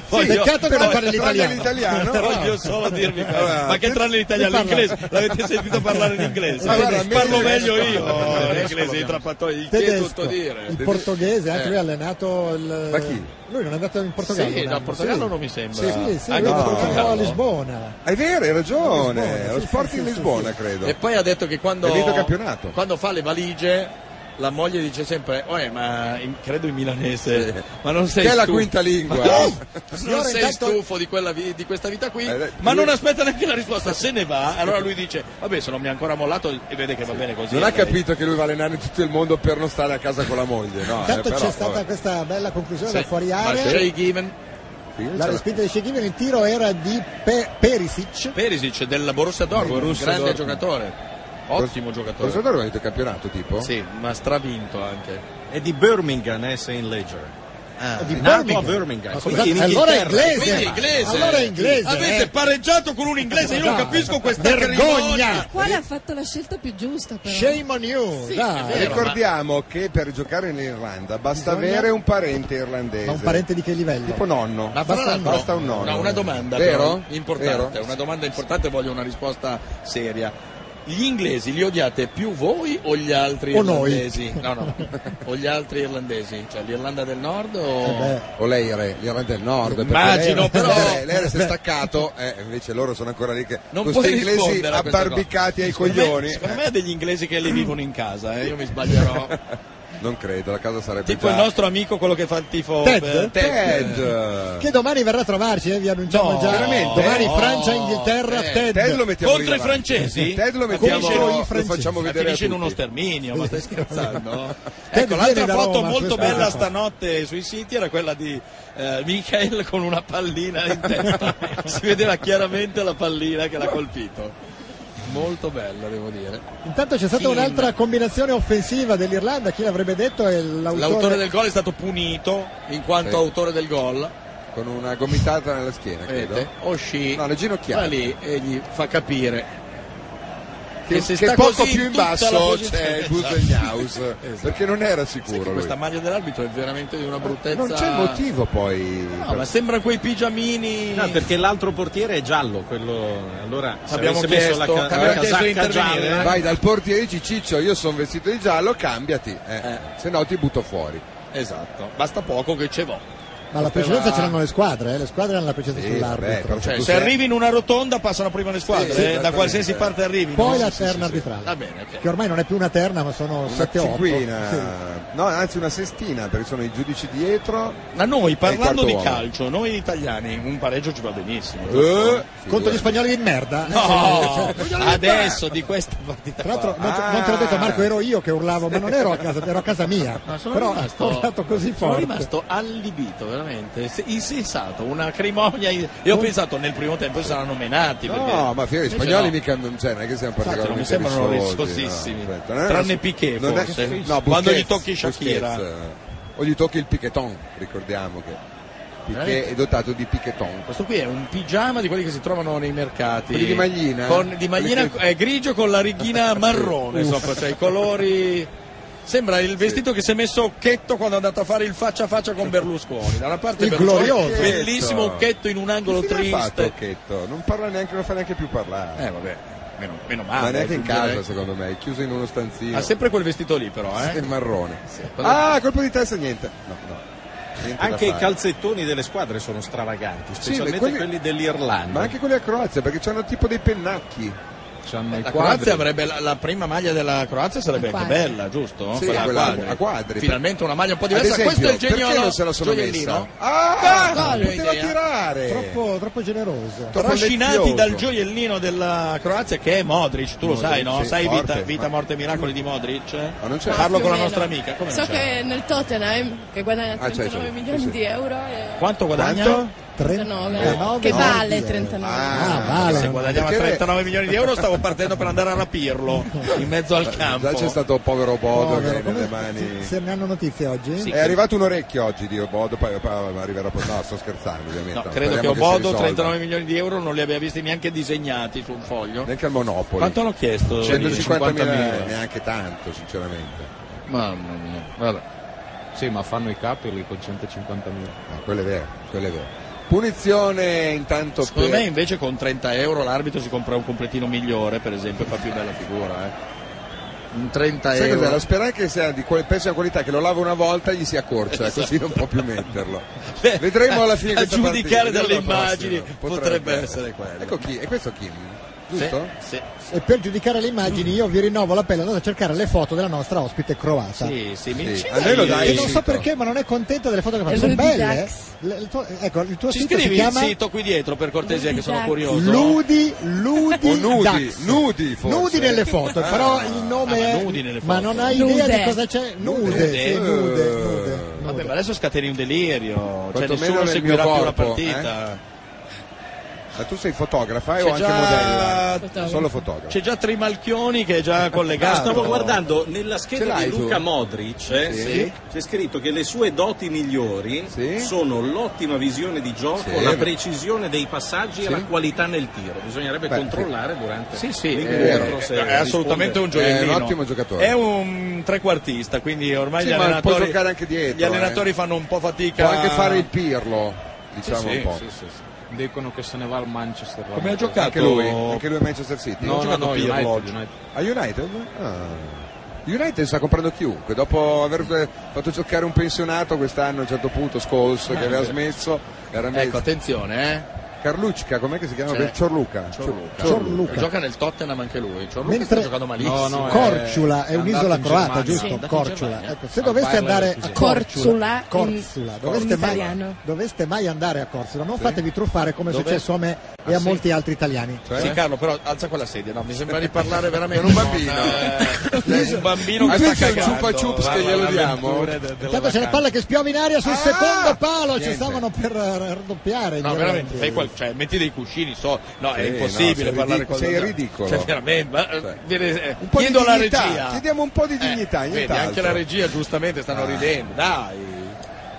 Speaker 4: Voglio-
Speaker 3: peccato che non
Speaker 4: voglio-
Speaker 3: parli
Speaker 5: tranne
Speaker 3: l'italiano.
Speaker 5: l'italiano. Eh,
Speaker 4: Voglio solo dirvi questo.
Speaker 5: Allora,
Speaker 4: ma che tranne l'italiano e
Speaker 3: parla?
Speaker 4: l'inglese? L'avete sentito parlare l'inglese?
Speaker 5: eh, Ma guarda,
Speaker 4: Parlo meglio
Speaker 5: meglio tedesco.
Speaker 4: io
Speaker 5: Tedesco
Speaker 4: l'inglese di Trapattoni, gli chiedo
Speaker 3: Tedesco,
Speaker 4: tutto dire.
Speaker 3: il portoghese, anche
Speaker 4: Eh.
Speaker 3: lui ha allenato il...
Speaker 5: Ma chi?
Speaker 3: Lui non è andato in Portogallo.
Speaker 4: Sì,
Speaker 3: un
Speaker 4: da
Speaker 3: anno,
Speaker 4: Portogallo
Speaker 3: sì.
Speaker 4: non mi sembra.
Speaker 3: Sì, sì, lui
Speaker 4: Anche da
Speaker 3: ha giocato
Speaker 4: Portogallo.
Speaker 3: a Lisbona.
Speaker 5: È vero, hai ragione,
Speaker 3: Lisbona,
Speaker 5: lo
Speaker 3: sì,
Speaker 5: sport
Speaker 3: sì,
Speaker 5: in
Speaker 3: sì,
Speaker 5: Lisbona
Speaker 3: sì.
Speaker 5: credo.
Speaker 4: E poi ha detto che quando,
Speaker 5: È vinto il campionato.
Speaker 4: quando fa le valigie la moglie dice sempre, "Oe, ma in- credo in milanese, ma non sei
Speaker 5: Che è la
Speaker 4: stufo?"
Speaker 5: quinta lingua.
Speaker 4: Ma-
Speaker 5: Oh!
Speaker 4: non
Speaker 3: Signore,
Speaker 4: sei
Speaker 3: intanto-
Speaker 4: stufo di, quella vi- di questa vita qui,
Speaker 5: Eh, dai,
Speaker 4: ma
Speaker 5: lui-
Speaker 4: non aspetta neanche la risposta, se ne va, allora lui dice, vabbè se non mi ha ancora mollato e vede che va bene così. eh,
Speaker 5: Non ha
Speaker 4: Lei-
Speaker 5: capito che lui va a allenare in tutto il mondo per non stare a casa con la moglie, no? eh,
Speaker 3: Intanto
Speaker 5: però,
Speaker 3: Esatto, c'è stata
Speaker 5: vabbè.
Speaker 3: questa bella conclusione
Speaker 4: Sì,
Speaker 3: da fuori
Speaker 4: ma
Speaker 3: area.
Speaker 4: Shea Given,
Speaker 5: Quindi
Speaker 3: La
Speaker 5: c'è-
Speaker 3: respinta di Shekhin, il tiro era di Pe- Perisic.
Speaker 4: Perisic del Borussia Dortmund, un
Speaker 5: Borussia
Speaker 4: grande
Speaker 5: Dortmund.
Speaker 4: giocatore, ottimo giocatore.
Speaker 5: Cosa ha vinto il campionato tipo?
Speaker 4: Sì, ma stravinto anche.
Speaker 2: È di Birmingham, eh, Saint Ledger.
Speaker 4: Ah.
Speaker 3: Di
Speaker 2: Nato a
Speaker 3: Birmingham.
Speaker 2: Birmingham,
Speaker 3: Ma
Speaker 2: come
Speaker 3: Ah, scusate,
Speaker 2: in
Speaker 3: allora è
Speaker 2: Inghilterra.
Speaker 3: inglese.
Speaker 4: Quindi inglese.
Speaker 3: Allora è inglese.
Speaker 4: Avete
Speaker 3: eh.
Speaker 4: pareggiato con un inglese, io non
Speaker 3: Dai,
Speaker 4: capisco questa
Speaker 3: vergogna.
Speaker 9: Quale
Speaker 4: Eh?
Speaker 9: ha fatto la sceltà più giusta però?
Speaker 3: Eh, Shame on you.
Speaker 4: Sì,
Speaker 3: dai.
Speaker 4: è vero.
Speaker 5: Ricordiamo che per giocare in Irlanda basta
Speaker 3: Bisogna-
Speaker 5: avere un parente irlandese.
Speaker 3: Ma un parente di che livello?
Speaker 5: Tipo nonno.
Speaker 4: Ma fra l'altro-
Speaker 5: basta un nonno.
Speaker 4: No, una domanda
Speaker 5: Vero?
Speaker 4: però, importante,
Speaker 5: Vero?
Speaker 4: una domanda importante, voglio una risposta seria. Gli inglesi li odiate più voi o gli altri
Speaker 3: O noi.
Speaker 4: irlandesi? No, no. o gli altri irlandesi? Cioè l'Irlanda del Nord
Speaker 3: Eh
Speaker 4: o...
Speaker 5: O lei era l'Irlanda del Nord. perché
Speaker 4: Immagino,
Speaker 5: lei-
Speaker 4: però-
Speaker 5: Lei, lei era si è staccato, eh, invece loro sono ancora lì che.
Speaker 4: Non
Speaker 5: questi
Speaker 4: puoi
Speaker 5: inglesi
Speaker 4: rispondere a questa
Speaker 5: abbarbicati
Speaker 4: cosa.
Speaker 5: ai
Speaker 4: Secondo me-
Speaker 5: coglioni.
Speaker 4: Secondo me ha degli inglesi che li vivono in casa, eh, io mi sbaglierò.
Speaker 5: Non credo, la casa sarebbe
Speaker 4: Tipo
Speaker 5: già-
Speaker 4: il nostro amico quello che fa il tifo
Speaker 3: Ted?
Speaker 4: per-
Speaker 5: Esatto. Ted.
Speaker 3: Che domani verrà a trovarci, eh, vi annunciamo già.
Speaker 5: veramente?
Speaker 3: Domani
Speaker 5: No.
Speaker 3: Francia, Inghilterra, Ted.
Speaker 5: Ted lo mettiamo
Speaker 4: Contro
Speaker 5: lì
Speaker 4: i
Speaker 5: davanti. Eh,
Speaker 4: francesi?
Speaker 5: Ted lo
Speaker 4: Ma
Speaker 5: mettiamo
Speaker 4: finisce in-
Speaker 5: lo facciamo
Speaker 4: Ma
Speaker 5: vedere a
Speaker 4: finisce in
Speaker 5: tutti.
Speaker 4: uno sterminio, ma stai scherzando?
Speaker 3: Ted
Speaker 4: ecco,
Speaker 3: viene
Speaker 4: l'altra
Speaker 3: da
Speaker 4: foto
Speaker 3: Roma,
Speaker 4: molto
Speaker 3: questo
Speaker 4: bella
Speaker 3: è.
Speaker 4: stanotte sui siti era quella di eh, Michael con una pallina in testa. si vedeva chiaramente la pallina che l'ha colpito. Molto bella, devo dire.
Speaker 3: Intanto c'è stata
Speaker 4: Keane.
Speaker 3: un'altra combinazione offensiva dell'Irlanda, chi l'avrebbe detto è l'autore,
Speaker 4: L'autore del gol è stato punito in quanto
Speaker 5: Sì.
Speaker 4: autore del gol.
Speaker 5: Con una gomitata nella schiena, credo.
Speaker 4: Vedete? Oshi
Speaker 5: No, le ginocchiate.
Speaker 4: va lì e gli fa capire
Speaker 5: Che,
Speaker 4: che se
Speaker 5: che
Speaker 4: sta
Speaker 5: poco
Speaker 4: così
Speaker 5: più in
Speaker 4: tutta la
Speaker 5: basso
Speaker 4: posizione-
Speaker 5: c'è il
Speaker 4: Esatto.
Speaker 5: Busenhaus.
Speaker 4: Esatto.
Speaker 5: Perché non era
Speaker 4: Sai che
Speaker 5: sicuro. lui.
Speaker 4: questa maglia dell'arbitro è veramente di una bruttezza.
Speaker 5: Non c'è motivo poi.
Speaker 4: No, ma sembra quei pigiamini.
Speaker 7: No, perché l'altro portiere è giallo, quello. Allora se
Speaker 4: Abbiamo
Speaker 7: avesse messo
Speaker 4: chiesto-
Speaker 7: la, ca-
Speaker 4: abbiamo
Speaker 7: la
Speaker 4: chiesto di
Speaker 7: casacca
Speaker 4: intervenire,
Speaker 7: gialla.
Speaker 5: Vai dal portiere e dici Ciccio, io sono vestito di giallo, cambiati, eh. se no ti butto fuori.
Speaker 4: Esatto, basta poco che ce vo.
Speaker 3: ma la precedenza ce l'hanno le squadre, eh, le squadre hanno la precedenza
Speaker 5: Sì, vabbè,
Speaker 3: sull'arbitro.
Speaker 5: però
Speaker 4: Cioè,
Speaker 5: tu
Speaker 4: se
Speaker 5: sei-
Speaker 4: arrivi in una rotonda passano prima le squadre,
Speaker 5: Sì,
Speaker 4: eh, da
Speaker 5: esattamente.
Speaker 4: qualsiasi parte arrivi.
Speaker 3: Poi
Speaker 4: no?
Speaker 3: la
Speaker 4: Sì, sì,
Speaker 3: terna
Speaker 4: sì, sì.
Speaker 3: arbitrale.
Speaker 4: Va bene, ok.
Speaker 3: Che ormai non è più una terna, ma sono
Speaker 5: Una
Speaker 3: 7-8.
Speaker 5: cinquina,
Speaker 3: Sì.
Speaker 5: no, anzi una sestina, perché sono i giudici dietro.
Speaker 4: Ma noi parlando
Speaker 5: quarto
Speaker 4: di
Speaker 5: uomo.
Speaker 4: calcio, noi italiani, un pareggio ci va benissimo.
Speaker 5: Eh,
Speaker 3: Contro gli
Speaker 5: figurati.
Speaker 3: spagnoli di merda. eh,
Speaker 4: No,
Speaker 3: cioè,
Speaker 4: adesso di questa partita.
Speaker 3: Tra l'altro,
Speaker 4: qua.
Speaker 3: non,
Speaker 5: Ah.
Speaker 3: non te l'ho detto Marco, ero io che urlavo, ma non ero a casa, ero a casa mia.
Speaker 4: Ma sono
Speaker 3: Però
Speaker 4: rimasto-
Speaker 3: ho urlato così
Speaker 4: Sono
Speaker 3: forte.
Speaker 4: rimasto allibito, veramente, se- insensato, una crimonia. in- E ho pensato nel primo tempo saranno menati.
Speaker 5: No,
Speaker 4: perché-
Speaker 5: ma fiori, gli
Speaker 4: invece
Speaker 5: spagnoli
Speaker 4: no.
Speaker 5: mica non, cioè, non è che siamo
Speaker 4: Infatti, non mi
Speaker 5: particolarmente
Speaker 4: sembrano
Speaker 5: risposi,
Speaker 4: risposissimi.
Speaker 5: no, aspetta, non è
Speaker 4: Tranne
Speaker 5: una-
Speaker 4: Piquet,
Speaker 5: non è-
Speaker 4: forse.
Speaker 5: no,
Speaker 4: Quando
Speaker 5: Busquets,
Speaker 4: gli tocchi Shakira.
Speaker 5: Busquets, eh. o gli tocchi il piqueton, ricordiamo che Piquet
Speaker 4: Veramente?
Speaker 5: è dotato di piqueton.
Speaker 4: Questo qui è un pigiama di quelli che si trovano nei mercati.
Speaker 5: Quelli di maglina? eh?
Speaker 4: Con- di maglina
Speaker 5: Quelli
Speaker 4: è grigio con la righina marrone sopra, cioè i colori. Sembra il vestito che si è messo Occhetto quando è andato a fare il faccia a faccia con Berlusconi. Da una parte
Speaker 3: Il
Speaker 4: Berlusconi,
Speaker 3: glorioso.
Speaker 4: bellissimo Occhetto in un angolo
Speaker 5: Che fine ha fatto
Speaker 4: triste.
Speaker 5: Occhetto? Non parla neanche, non fa neanche più parlare.
Speaker 4: Eh ah, vabbè, meno, meno male.
Speaker 5: ma neanche in
Speaker 4: aggiungerei.
Speaker 5: casa, secondo me, è chiuso in uno stanzino.
Speaker 4: Ha sempre quel vestito lì però,
Speaker 5: È
Speaker 4: Ah, eh.
Speaker 5: marrone.
Speaker 4: quando-
Speaker 5: Ah, colpo di testa, niente. No, no. Niente da
Speaker 7: Anche i
Speaker 5: fare.
Speaker 7: calzettoni delle squadre sono stravaganti, specialmente
Speaker 5: ma quelli-
Speaker 7: quelli... dell'Irlanda. Eh,
Speaker 5: Ma anche quelli a Croazia, perché hanno tipo dei pennacchi.
Speaker 10: C'hanno i
Speaker 4: La
Speaker 10: quadri.
Speaker 4: Croazia avrebbe la, la prima maglia della Croazia sarebbe
Speaker 8: A
Speaker 4: anche
Speaker 8: quadri.
Speaker 4: bella, giusto?
Speaker 5: Sì,
Speaker 4: Quella
Speaker 5: quella a quadri.
Speaker 4: Finalmente una maglia un po'
Speaker 5: Ad
Speaker 4: diversa. Questo è il
Speaker 5: esempio,
Speaker 4: genio
Speaker 5: perché non se la sono
Speaker 4: gioiellino?
Speaker 5: messa? Ah,
Speaker 4: Ah, no,
Speaker 5: poteva
Speaker 4: idea.
Speaker 5: tirare.
Speaker 3: Troppo, troppo generoso.
Speaker 5: Troppo
Speaker 4: trascinati
Speaker 5: lezioso.
Speaker 4: dal gioiellino della Croazia che è Modric, tu lo
Speaker 5: Modric,
Speaker 4: sai, no?
Speaker 5: sì,
Speaker 4: sai
Speaker 5: forte,
Speaker 4: vita, vita,
Speaker 5: ma-
Speaker 4: morte e miracoli di Modric?
Speaker 5: Ma non c'è.
Speaker 4: Parlo
Speaker 9: Più
Speaker 4: con
Speaker 9: o meno.
Speaker 4: la nostra amica, come
Speaker 9: so
Speaker 4: non cioè, c'è?
Speaker 9: che nel Tottenham che guadagna
Speaker 5: Ah, c'è,
Speaker 9: 39
Speaker 5: c'è.
Speaker 9: milioni
Speaker 5: Sì, sì.
Speaker 9: di euro e
Speaker 4: Quanto guadagna?
Speaker 9: 39
Speaker 3: 39,
Speaker 9: che
Speaker 3: no,
Speaker 9: vale
Speaker 3: dire.
Speaker 9: 39
Speaker 3: Ah, vale.
Speaker 4: Se guadagnava
Speaker 5: Perché-
Speaker 4: 39 milioni di euro stavo partendo per andare a rapirlo in mezzo al campo.
Speaker 5: Eh, Già c'è stato il povero Bodo che
Speaker 3: Povero,
Speaker 5: è
Speaker 3: come-
Speaker 5: nelle mani.
Speaker 3: Se ne hanno notizie oggi?
Speaker 4: Sì.
Speaker 5: È arrivato un orecchio oggi di Obodo, poi poi arriverà poi. No, sto scherzando
Speaker 4: No,
Speaker 5: ovviamente.
Speaker 4: credo che
Speaker 5: Speriamo si
Speaker 4: Obodo
Speaker 5: risolva.
Speaker 4: 39 milioni di euro non li abbia visti neanche disegnati su un foglio.
Speaker 5: Neanche al Monopoli.
Speaker 4: Quanto l'ho chiesto?
Speaker 5: 150 mila,
Speaker 10: 150.000.
Speaker 5: neanche tanto, sinceramente.
Speaker 4: Mamma mia. Vabbè.
Speaker 10: Sì, ma fanno i capelli con 150.000.
Speaker 5: No, quello è vero, quello è vero. Punizione intanto
Speaker 4: Secondo
Speaker 5: per...
Speaker 4: me invece con 30 euro l'arbitro si compra un completino migliore, per esempio, e fa più bella figura. Eh. Un 30
Speaker 5: Sai
Speaker 4: euro.
Speaker 5: cos'è? La speranza è che sia di quel pessima qualità che lo lava una volta e gli si accorcia,
Speaker 4: Esatto.
Speaker 5: così non può più metterlo.
Speaker 4: Beh,
Speaker 5: Vedremo alla fine
Speaker 4: a
Speaker 5: questa
Speaker 4: giudicare
Speaker 5: partita.
Speaker 4: dalle
Speaker 5: Io alla
Speaker 4: immagini
Speaker 5: prossima.
Speaker 4: potrebbe essere quello.
Speaker 5: Ecco chi, e questo Kim, giusto?
Speaker 4: Sì,
Speaker 3: E per giudicare le immagini io vi rinnovo l'appello, andate a cercare le foto della nostra ospite croata.
Speaker 4: sì, sì, sì, mi
Speaker 5: Sì.
Speaker 4: ci
Speaker 5: A noi lo
Speaker 4: dai-
Speaker 5: dai
Speaker 3: E
Speaker 5: il
Speaker 3: non
Speaker 5: sito.
Speaker 3: so perché, ma non è contenta delle foto che faccio.
Speaker 9: È
Speaker 3: Sono
Speaker 9: Ludi
Speaker 3: belle. eh.
Speaker 9: Dax.
Speaker 3: Le- il tuo- ecco, il tuo
Speaker 4: Ci
Speaker 3: sito si
Speaker 4: scrivi il
Speaker 3: chiama
Speaker 4: sito qui dietro per cortesia che sono curioso.
Speaker 3: Ludi, Ludi
Speaker 5: O nudi,
Speaker 3: Dax.
Speaker 5: nudi forse.
Speaker 3: Nudi nelle foto,
Speaker 5: Ah.
Speaker 3: però il nome
Speaker 4: Eh. Ah, ma
Speaker 3: è.
Speaker 4: nudi nelle
Speaker 3: Ma
Speaker 4: foto.
Speaker 3: non hai
Speaker 9: Nude.
Speaker 3: idea di cosa c'è? Nude,
Speaker 4: Nude.
Speaker 3: sì, nude,
Speaker 5: Eh.
Speaker 3: nude,
Speaker 4: Vabbè,
Speaker 3: nude.
Speaker 4: ma adesso scateni un delirio, cioè
Speaker 5: Quantomeno
Speaker 4: nessuno
Speaker 5: nel
Speaker 4: seguirà
Speaker 5: mio
Speaker 4: più la
Speaker 5: corpo, eh.
Speaker 4: partita.
Speaker 5: Ma tu sei fotografa eh,
Speaker 4: C'è
Speaker 5: o anche
Speaker 4: già-
Speaker 5: modella?
Speaker 9: Fotografa.
Speaker 5: Solo fotografa.
Speaker 4: C'è già Trimalchioni che è già
Speaker 7: Ah,
Speaker 4: collegato.
Speaker 7: stavo guardando nella
Speaker 5: Ce
Speaker 7: scheda
Speaker 5: l'hai
Speaker 7: di
Speaker 5: tu?
Speaker 7: Luca Modric eh,
Speaker 5: Sì.
Speaker 7: c'è scritto che le sue doti migliori
Speaker 5: Sì.
Speaker 7: sono l'ottima visione di gioco,
Speaker 5: Sì.
Speaker 7: la precisione dei passaggi
Speaker 5: Sì.
Speaker 7: e la qualità nel tiro. Bisognerebbe
Speaker 5: Beh,
Speaker 7: controllare durante
Speaker 4: Sì, sì,
Speaker 7: l'incontro
Speaker 4: è,
Speaker 7: se
Speaker 4: è assolutamente un
Speaker 7: risponde.
Speaker 4: gioiellino.
Speaker 5: È Eh, un ottimo giocatore.
Speaker 4: È un trequartista, quindi ormai
Speaker 5: Sì,
Speaker 4: gli
Speaker 5: ma può
Speaker 4: allenatori
Speaker 5: giocare anche dietro, eh.
Speaker 4: Gli allenatori fanno un po'
Speaker 5: Può
Speaker 4: fatica
Speaker 5: anche fare il pirlo,
Speaker 4: Sì,
Speaker 5: diciamo
Speaker 4: sì,
Speaker 5: un po'.
Speaker 4: sì, sì, sì.
Speaker 10: dicono che se ne va al Manchester.
Speaker 5: Come ha giocato? Anche lui? Anche lui a Manchester City?
Speaker 10: No,
Speaker 5: Ha
Speaker 10: no,
Speaker 5: giocato
Speaker 10: no,
Speaker 5: Pirlo
Speaker 10: United,
Speaker 5: oggi.
Speaker 10: United.
Speaker 5: A United? Ah. United sta comprando chiunque, dopo aver eh, fatto giocare un pensionato quest'anno a un certo punto, Scholes, che aveva
Speaker 4: sì.
Speaker 5: smesso, era
Speaker 4: Ecco, attenzione, eh.
Speaker 5: Carlucca, com'è che si chiama?
Speaker 4: Cioè,
Speaker 5: Ciorluca.
Speaker 4: Ciorluca.
Speaker 3: Ciorluca.
Speaker 4: Gioca nel Tottenham anche lui. Ciorluca
Speaker 3: Mentre-
Speaker 4: sta giocando malissimo. eh.
Speaker 3: No, no, Corciula è, un'isola croata, giusto? Corciula. Ecco, se doveste andare a Corciula,
Speaker 9: Corzula,
Speaker 3: Corzula,
Speaker 9: in-
Speaker 3: doveste,
Speaker 9: in
Speaker 3: mai,
Speaker 9: italiano.
Speaker 3: doveste mai andare a Corzula, non fatevi truffare come è
Speaker 4: Dove?
Speaker 3: successo a me e
Speaker 4: Ah,
Speaker 3: a
Speaker 4: sì?
Speaker 3: molti altri italiani.
Speaker 5: eh?
Speaker 4: Sì, Carlo, però alza quella sedia, no? Mi sembra di parlare veramente con eh, un bambino. un bambino che
Speaker 5: Aspetta
Speaker 4: sta
Speaker 5: il
Speaker 4: cagando.
Speaker 5: Chupa Chups
Speaker 4: Guarda,
Speaker 5: che glielo
Speaker 4: l'avventura
Speaker 5: diamo.
Speaker 4: de- della
Speaker 3: Intanto c'è la
Speaker 4: vacanza. Ah!
Speaker 3: palla che spiova in aria sul secondo palo, ci
Speaker 4: niente.
Speaker 3: stavano per eh, raddoppiare.
Speaker 4: No,
Speaker 3: gli
Speaker 4: veramente,
Speaker 3: irlandesi.
Speaker 4: fai qual- cioè, metti dei cuscini, so, no, è
Speaker 5: Sì,
Speaker 4: impossibile
Speaker 5: Eh, no, sei
Speaker 4: parlare
Speaker 5: ridic-
Speaker 4: con
Speaker 5: sei ridicolo.
Speaker 4: Cioè, veramente, ma, eh, viene- eh,
Speaker 5: Un po' di
Speaker 4: chiedo alla
Speaker 5: dignità,
Speaker 4: regia. Eh,
Speaker 5: chiediamo un po' di dignità,
Speaker 4: Vedi,
Speaker 5: nient'altro.
Speaker 4: anche la regia giustamente
Speaker 5: Ah.
Speaker 4: stanno ridendo, dai.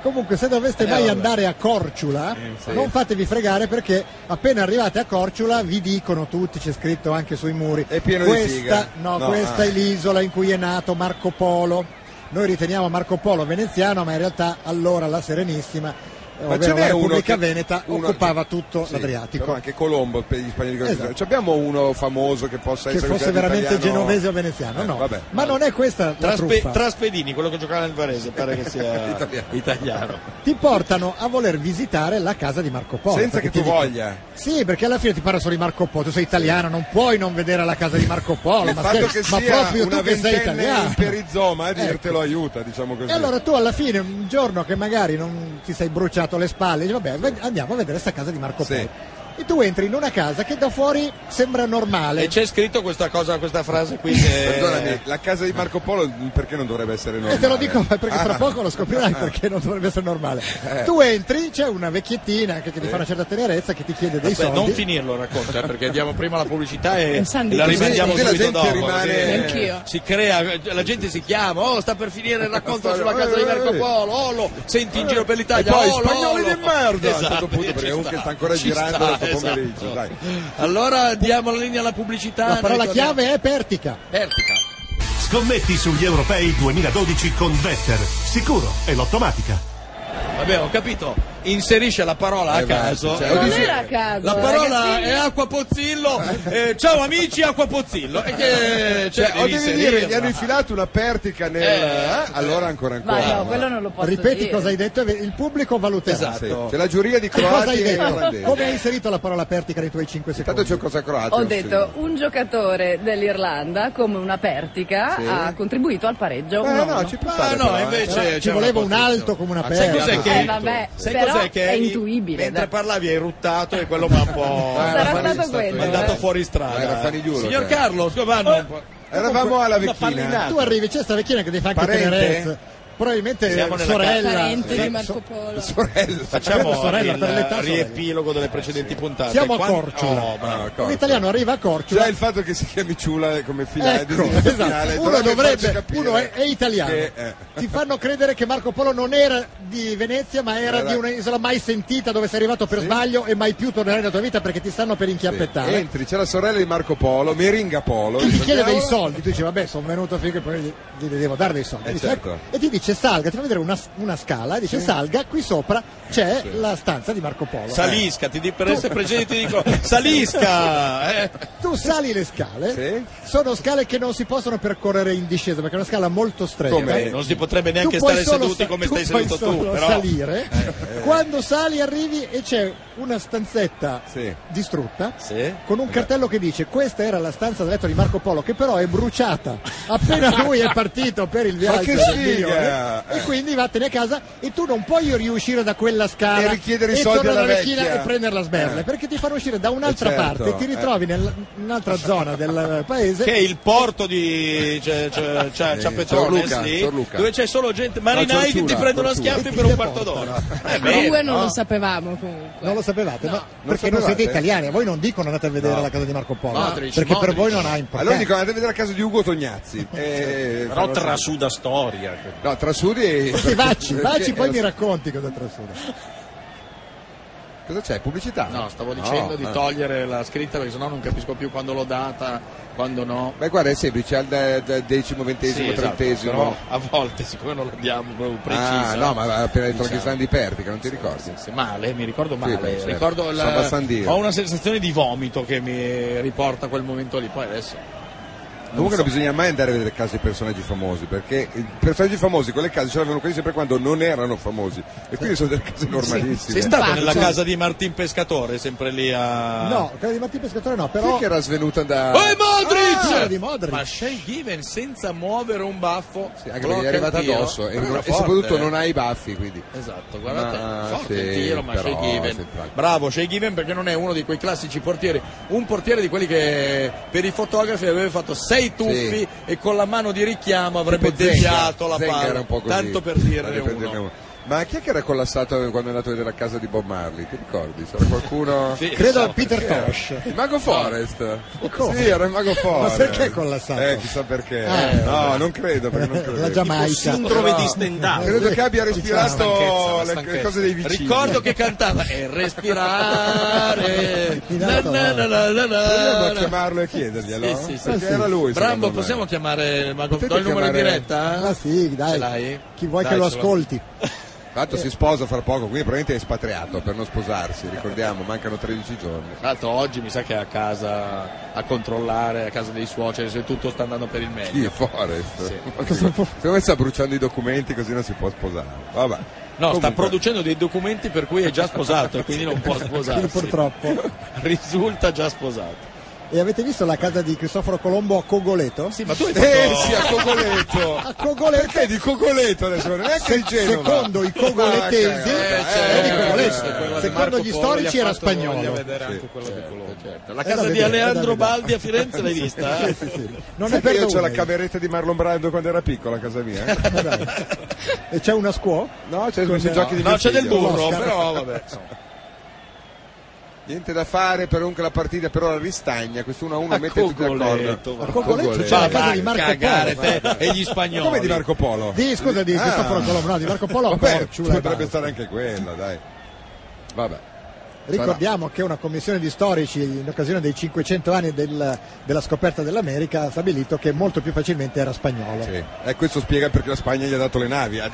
Speaker 3: Comunque, se doveste
Speaker 4: Eh,
Speaker 3: mai
Speaker 4: vabbè.
Speaker 3: andare a Corciula,
Speaker 5: Eh,
Speaker 4: sì.
Speaker 3: non fatevi fregare perché appena arrivate a Corciula vi dicono tutti, c'è scritto anche sui muri,
Speaker 5: È pieno di
Speaker 3: questa,
Speaker 5: figa.
Speaker 3: no,
Speaker 5: No,
Speaker 3: questa
Speaker 5: ah.
Speaker 3: è l'isola in cui è nato Marco Polo. Noi riteniamo Marco Polo veneziano, ma in realtà allora la Serenissima, eh,
Speaker 5: Ma
Speaker 3: ovvero
Speaker 5: ce
Speaker 3: la
Speaker 5: n'è uno
Speaker 3: Repubblica
Speaker 5: che-
Speaker 3: Veneta,
Speaker 5: uno-
Speaker 3: occupava tutto
Speaker 5: Sì, però
Speaker 3: l'Adriatico.
Speaker 5: anche Colombo per gli spagnoli.
Speaker 3: Esatto.
Speaker 5: Ci Abbiamo uno famoso che possa
Speaker 3: Che
Speaker 5: essere
Speaker 3: fosse veramente
Speaker 5: italiano-
Speaker 3: genovese o veneziano,
Speaker 5: Eh,
Speaker 3: no.
Speaker 5: vabbè.
Speaker 3: Ma non è questa la
Speaker 4: Traspe-
Speaker 3: truffa.
Speaker 4: Traspedini, quello che giocava nel Varese, pare che sia italiano.
Speaker 3: ti portano a voler visitare la casa di Marco Polo.
Speaker 5: Senza
Speaker 3: perché
Speaker 5: che tu
Speaker 3: ti dicono-
Speaker 5: voglia.
Speaker 3: Sì, perché alla fine ti parla solo di Marco Polo, tu sei italiano, non puoi non vedere la casa di Marco Polo,
Speaker 5: Il
Speaker 3: ma,
Speaker 5: fatto
Speaker 3: scherzi,
Speaker 5: che
Speaker 3: ma
Speaker 5: sia
Speaker 3: proprio
Speaker 5: una
Speaker 3: tu che sei
Speaker 5: ventenne
Speaker 3: italiano.
Speaker 5: in perizoma a dirtelo
Speaker 3: Ecco.
Speaker 5: aiuta, diciamo così.
Speaker 3: E allora tu alla fine, un giorno che magari non ti sei bruciato le spalle, dici vabbè ve- andiamo a vedere sta casa di Marco Polo. E tu entri in una casa che da fuori sembra
Speaker 4: E
Speaker 3: normale.
Speaker 4: c'è scritto questa cosa, questa frase qui che-
Speaker 5: Eh, Perdonami, la casa di Marco Polo mm, perché non dovrebbe essere normale?
Speaker 3: E Eh. te lo dico eh, perché tra
Speaker 5: Ah.
Speaker 3: poco lo scoprirai perché non dovrebbe essere normale.
Speaker 5: Eh.
Speaker 3: Tu entri, c'è una vecchiettina anche che ti fa una certa tenerezza che ti chiede dei
Speaker 4: Vabbè,
Speaker 3: soldi.
Speaker 4: non finirlo il racconto, eh, perché diamo prima la pubblicità e,
Speaker 9: Un sanduice.
Speaker 4: e la rimandiamo
Speaker 5: Così la
Speaker 4: subito
Speaker 5: gente
Speaker 4: dopo.
Speaker 5: rimane-
Speaker 4: così, eh,
Speaker 9: Anch'io.
Speaker 4: Si crea, la gente si chiama, oh, sta per finire il racconto sulla casa di
Speaker 5: Eh,
Speaker 4: Marco
Speaker 5: eh,
Speaker 4: Polo, oh, lo senti in
Speaker 5: Eh,
Speaker 4: giro per l'Italia,
Speaker 5: e poi
Speaker 4: oh, lo,
Speaker 5: spagnoli
Speaker 4: lo.
Speaker 5: di merda, a un certo
Speaker 4: Esatto,
Speaker 5: punto,
Speaker 4: ci
Speaker 5: perché comunque sta ancora
Speaker 4: ci
Speaker 5: girando
Speaker 4: sta,
Speaker 5: questo pomeriggio,
Speaker 4: esatto.
Speaker 5: dai.
Speaker 4: Allora diamo la linea alla pubblicità.
Speaker 3: La parola
Speaker 4: ricordiamo-
Speaker 3: chiave è pertica.
Speaker 4: Vertica.
Speaker 1: Scommetti sugli europei 2012 con Better. Sicuro e l'automatica.
Speaker 4: Vabbè, ho capito. Inserisce la parola a
Speaker 5: Eh, vai,
Speaker 4: caso.
Speaker 5: cioè,
Speaker 4: e
Speaker 5: non
Speaker 4: dice-
Speaker 6: era a caso,
Speaker 4: La parola
Speaker 6: ragazzini.
Speaker 4: è Acqua Pozzillo. Eh, ciao amici, Acqua Pozzillo. E che, cioè,
Speaker 5: Cioè, o
Speaker 4: devi
Speaker 5: devi dire, gli
Speaker 4: inserirla.
Speaker 5: hanno infilato una pertica nel...
Speaker 4: Eh.
Speaker 5: eh, allora ancora ancora.
Speaker 6: Ma no, quello non lo posso
Speaker 3: Ripeti
Speaker 6: dire.
Speaker 3: cosa hai detto, e il pubblico valuterà.
Speaker 4: Esatto.
Speaker 5: Sì, C'è la giuria di
Speaker 3: Che Cosa hai
Speaker 5: croati e
Speaker 3: detto? Come hai
Speaker 5: irlandesi.
Speaker 3: inserito la parola pertica nei tuoi 5
Speaker 5: Intanto
Speaker 3: secondi?
Speaker 5: c'è cosa croata.
Speaker 6: Ho
Speaker 5: non
Speaker 6: detto,
Speaker 5: c'è-
Speaker 6: un giocatore dell'Irlanda, come una pertica,
Speaker 5: Sì.
Speaker 6: ha contribuito al pareggio
Speaker 5: Eh,
Speaker 6: 1-1.
Speaker 5: no, ci può
Speaker 4: Ah,
Speaker 5: stare,
Speaker 4: no,
Speaker 5: però, eh.
Speaker 4: invece-
Speaker 3: Però
Speaker 4: c'è-
Speaker 3: ci
Speaker 4: c'è
Speaker 3: voleva
Speaker 4: una
Speaker 3: un
Speaker 4: posizione.
Speaker 3: alto come una
Speaker 4: Ma sai
Speaker 3: perla.
Speaker 4: cos'è che
Speaker 6: Eh, vabbè,
Speaker 4: sai
Speaker 6: però
Speaker 4: cos'è che
Speaker 6: è
Speaker 4: hai-
Speaker 6: intuibile,
Speaker 4: Mentre
Speaker 6: dai.
Speaker 4: parlavi hai ruttato e quello mi ha un po'
Speaker 5: Ah, era
Speaker 6: Sarà
Speaker 5: Fanny-
Speaker 6: stato quello,
Speaker 4: mandato
Speaker 6: eh.
Speaker 4: fuori
Speaker 5: Ah, era
Speaker 4: strada.
Speaker 5: Fanigliulo,
Speaker 4: Signor
Speaker 5: cioè.
Speaker 4: Carlo, Sgovanno un po'.
Speaker 5: Eravamo alla
Speaker 3: Eh, Tu
Speaker 5: vecchina.
Speaker 3: arrivi, c'è sta vecchina che ti fa anche
Speaker 5: Parente?
Speaker 3: tenerezza. Probabilmente
Speaker 4: Siamo nella
Speaker 3: sorella.
Speaker 9: Parente
Speaker 3: Sì,
Speaker 9: di Marco
Speaker 3: so-
Speaker 9: Polo.
Speaker 5: Sorella.
Speaker 4: Facciamo
Speaker 3: Sorella,
Speaker 4: il
Speaker 3: per l'età sorella.
Speaker 4: riepilogo delle precedenti puntate.
Speaker 3: Siamo a
Speaker 4: Quando-
Speaker 3: Corciula.
Speaker 4: Oh, ma-
Speaker 5: Ah,
Speaker 3: Un
Speaker 5: corto.
Speaker 3: italiano arriva a Corciula.
Speaker 5: Già il fatto che si chiami Ciula come finale
Speaker 3: Ecco, esatto. Uno dovrebbe, uno è, è italiano.
Speaker 5: che, eh.
Speaker 3: Ti fanno credere che Marco Polo non era di Venezia, ma era
Speaker 5: Era-
Speaker 3: di un'isola mai sentita dove sei arrivato per sbaglio e mai più tornerai nella tua vita perché ti stanno per inchiappettare.
Speaker 5: Entri, c'è la sorella di Marco Polo, Meringa Polo.
Speaker 3: che ti chiede
Speaker 5: ricordiamola.
Speaker 3: dei soldi, tu dici vabbè sono venuto finché poi gli, gli devo dare dei soldi.
Speaker 5: Eh,
Speaker 3: Dice,
Speaker 5: certo.
Speaker 3: ecco. E ti dice salga, ti fa vedere una, una scala, e dice salga, qui sopra c'è la stanza di Marco Polo.
Speaker 4: Eh.
Speaker 3: Eh,
Speaker 4: Salisca, ti dico per essere precedenti ti dico Salisca! eh.
Speaker 3: Tu sali le scale,
Speaker 5: Sì.
Speaker 3: sono scale che non si possono percorrere in discesa perché è una scala molto stretta.
Speaker 5: Come?
Speaker 4: Eh, non si potrebbe
Speaker 3: Tu
Speaker 4: neanche
Speaker 3: puoi
Speaker 4: stare
Speaker 3: solo
Speaker 4: seduti
Speaker 3: sa-
Speaker 4: come stai
Speaker 3: puoi
Speaker 4: seduto tu,
Speaker 3: solo
Speaker 4: però.
Speaker 3: salire.
Speaker 5: Eh,
Speaker 3: Quando sali arrivi e c'è una stanzetta
Speaker 5: Sì. Eh.
Speaker 3: distrutta
Speaker 4: Sì.
Speaker 3: con un cartello che dice questa era la stanza da letto di Marco Polo che però è bruciata appena lui è partito per il viaggio
Speaker 5: che
Speaker 3: del
Speaker 5: sfiga!
Speaker 3: milione, e
Speaker 5: Eh.
Speaker 3: quindi vattene a casa e tu non puoi riuscire da quella scala
Speaker 5: E richiedere i soldi
Speaker 3: tornare
Speaker 5: alla
Speaker 3: alla china
Speaker 5: vecchia.
Speaker 3: e prendere la sberla
Speaker 5: Eh.
Speaker 3: perché ti fanno uscire da un'altra
Speaker 5: Eh, certo,
Speaker 3: parte ti
Speaker 5: eh.
Speaker 3: ritrovi nel- in un'altra zona del eh, paese
Speaker 4: che è il porto di c'è, c'è, c'è,
Speaker 5: Eh,
Speaker 4: c'è Petrone,
Speaker 5: Torluca,
Speaker 4: sì,
Speaker 5: Torluca.
Speaker 4: dove c'è solo gente marinai che ti
Speaker 5: Tortura,
Speaker 4: prendono a
Speaker 5: tortura.
Speaker 4: schiaffi
Speaker 3: E
Speaker 4: per
Speaker 3: ti
Speaker 4: un quarto d'ora
Speaker 3: deportano.
Speaker 4: Eh, bene,
Speaker 9: Due non
Speaker 4: no?
Speaker 9: lo sapevamo comunque.
Speaker 3: Non lo sapevate? No, perché
Speaker 5: sapevate?
Speaker 3: non siete italiani, a voi non dicono andate a vedere la casa di Marco Polo, eh?
Speaker 4: Modric,
Speaker 3: perché per
Speaker 4: Modric.
Speaker 3: voi non ha importanza.
Speaker 5: Allora dico, andate a vedere la casa di Ugo Tognazzi. Eh,
Speaker 7: Però
Speaker 5: fanno-
Speaker 7: trasuda storia.
Speaker 5: No, trasudi e...
Speaker 3: Sì, vacci, vacci,
Speaker 5: Perché-
Speaker 3: poi mi racconti cosa trasura.
Speaker 5: Cosa c'è? Pubblicità? eh.
Speaker 4: No, stavo dicendo di
Speaker 5: ma-
Speaker 4: togliere la scritta perché sennò non capisco più quando l'ho data, quando no.
Speaker 5: Beh, guarda, è semplice, al de- de- decimo, ventesimo,
Speaker 4: Sì, esatto,
Speaker 5: trentesimo.
Speaker 4: però a volte siccome non la diamo proprio precisa.
Speaker 5: ah, no, ma ha appena detto
Speaker 4: diciamo.
Speaker 5: l'Orchestra di Pertica, non ti ricordi?
Speaker 4: male, mi ricordo
Speaker 5: Sì,
Speaker 4: male.
Speaker 5: beh, certo.
Speaker 4: Ricordo
Speaker 5: Sono
Speaker 4: la,
Speaker 5: abbastanza
Speaker 4: ho una sensazione di vomito che mi riporta a quel momento lì. Poi adesso. non
Speaker 5: Comunque
Speaker 4: so.
Speaker 5: non bisogna mai andare a vedere casi di personaggi famosi, perché i personaggi famosi, quelle case ce l'avevano quasi sempre quando non erano famosi. E quindi sono delle case normalissime.
Speaker 4: Sei stato nella casa di Martin Pescatore, sempre lì a.
Speaker 3: No, quella di Mattia Pescatore no, però...
Speaker 5: Ah. Chi che era svenuta da...
Speaker 4: Poi Eh, Modric!
Speaker 3: Ah,
Speaker 5: eh,
Speaker 3: era di Modric.
Speaker 4: Ma Shane Given senza muovere un baffo.
Speaker 5: Anche perché gli è arrivata addosso e, non- e soprattutto non ha i baffi, quindi...
Speaker 4: eh. Esatto, guardate,
Speaker 5: Ma
Speaker 4: forte
Speaker 5: sì,
Speaker 4: il tiro, ma
Speaker 5: però,
Speaker 4: Shea Given.
Speaker 5: sì, infatti.
Speaker 4: Bravo Shea Given perché non è uno di quei classici portieri, un portiere di quelli che per i fotografi avrebbe fatto sei tuffi
Speaker 5: Sì.
Speaker 4: e con la mano di richiamo avrebbe
Speaker 5: Tipo Zenga.
Speaker 4: deviato la
Speaker 5: Zenga era
Speaker 4: palla.
Speaker 5: un po' così.
Speaker 4: Tanto per
Speaker 5: Tanto
Speaker 4: dirne
Speaker 5: per
Speaker 4: uno.
Speaker 5: dirne uno. Ma chi è che era collassato quando è andato a vedere la casa di Bob Marley? Ti ricordi? C'era qualcuno...
Speaker 4: Sì,
Speaker 3: Credo
Speaker 4: so.
Speaker 3: a Peter
Speaker 5: Chi era?
Speaker 3: Tosh.
Speaker 5: Il Mago Forest.
Speaker 3: come?
Speaker 5: Sì, era il Mago
Speaker 3: Ma
Speaker 5: Forest.
Speaker 3: perché collassato?
Speaker 5: Eh, chissà perché.
Speaker 3: Ah.
Speaker 5: no, non credo, perché non credo.
Speaker 3: La Giamaica.
Speaker 2: sindrome
Speaker 5: Però-
Speaker 2: di Stendhal.
Speaker 5: Credo che abbia
Speaker 4: La
Speaker 5: respirato
Speaker 4: stanchezza, la
Speaker 5: le- le,
Speaker 4: stanchezza.
Speaker 5: cose dei vicini.
Speaker 4: Ricordo che cantava e respirare.
Speaker 3: Mi dà la parola.
Speaker 5: Proviamo a chiamarlo e chiederglielo.
Speaker 4: eh,
Speaker 5: eh?
Speaker 4: Sì, sì, sì.
Speaker 5: Perché
Speaker 3: Sì.
Speaker 5: era lui. secondo
Speaker 4: Brambo,
Speaker 5: me.
Speaker 4: possiamo chiamare il Mago?
Speaker 5: Potete
Speaker 4: Do il numero in
Speaker 5: chiamare-
Speaker 4: diretta?
Speaker 3: Ah sì,
Speaker 4: Ce
Speaker 3: dai.
Speaker 4: l'hai?
Speaker 3: Chi vuoi
Speaker 4: Dai,
Speaker 3: che lo
Speaker 4: ce l'ho.
Speaker 3: ascolti?
Speaker 5: Tanto si sposa fra poco, quindi probabilmente è espatriato per non sposarsi, ricordiamo, mancano 13 giorni.
Speaker 4: Tra l'altro oggi mi sa che è a casa a controllare, a casa dei suoceri, se tutto sta andando per il meglio.
Speaker 5: Chi Forest?
Speaker 4: Sì.
Speaker 5: Secondo me sta bruciando i documenti così non si può sposare. Vabbè.
Speaker 4: No, sta
Speaker 5: Comunque,
Speaker 4: producendo dei documenti per cui è già sposato e quindi non può sposarsi.
Speaker 3: Purtroppo.
Speaker 4: Risulta già sposato.
Speaker 3: E avete visto la casa di Cristoforo Colombo a Cogoleto?
Speaker 4: Sì, ma tu hai fatto...
Speaker 5: Eh sì, a Cogoleto!
Speaker 3: A Cogoleto.
Speaker 5: Perché di Cogoleto adesso? Non è che di Genova.
Speaker 3: Secondo i cogoletesi,
Speaker 5: Ah,
Speaker 3: non
Speaker 5: eh,
Speaker 3: di Cogoleto,
Speaker 5: eh,
Speaker 4: quella di
Speaker 3: secondo
Speaker 4: cioè, Marco
Speaker 3: gli
Speaker 4: Polo, gli
Speaker 3: storici
Speaker 4: ha
Speaker 3: era
Speaker 4: fatto voglia
Speaker 3: spagnolo.
Speaker 10: vedere anche quello di
Speaker 5: Eh,
Speaker 10: Colombo.
Speaker 4: Certo. La
Speaker 3: È da
Speaker 4: casa di
Speaker 3: vedere, è da
Speaker 4: Aleandro
Speaker 3: vedere.
Speaker 4: Baldi a Firenze l'hai vista? eh?
Speaker 3: Sì, sì. Non
Speaker 5: Sai
Speaker 3: è
Speaker 5: che
Speaker 3: per
Speaker 5: io c'ho
Speaker 3: nulla.
Speaker 5: la cameretta di Marlon Brando quando era piccola a casa mia. eh?
Speaker 3: E c'è una scuola?
Speaker 5: No, c'è i giochi di
Speaker 4: No,
Speaker 5: mio
Speaker 4: c'è del
Speaker 5: figlio.
Speaker 4: burro,
Speaker 3: Oscar.
Speaker 4: però vabbè. insomma.
Speaker 5: Niente da fare, però anche la partita per ora ristagna, questo 1-1
Speaker 4: A
Speaker 5: mette tutti
Speaker 4: Cogoleto,
Speaker 5: d'accordo.
Speaker 4: va.
Speaker 3: A Cogoleto c'è
Speaker 4: Cioè, Va
Speaker 3: la casa
Speaker 4: a
Speaker 3: di Marco
Speaker 4: cagare
Speaker 3: Polo.
Speaker 4: te e gli
Speaker 5: Ma
Speaker 4: spagnoli.
Speaker 5: Come di Marco Polo?
Speaker 3: Ah, Di, scusa, di
Speaker 5: Ah.
Speaker 3: Cristoforo Colombo, no, di Marco Polo a
Speaker 5: Vabbè,
Speaker 3: Porciula
Speaker 5: ci
Speaker 3: e
Speaker 5: potrebbe
Speaker 3: basta.
Speaker 5: stare anche quella, dai. Vabbè.
Speaker 3: Ricordiamo che una commissione di storici in occasione dei 500 anni del- della scoperta dell'America ha stabilito che molto più facilmente era spagnolo.
Speaker 5: Sì. E questo spiega perché la Spagna gli ha dato le navi, ad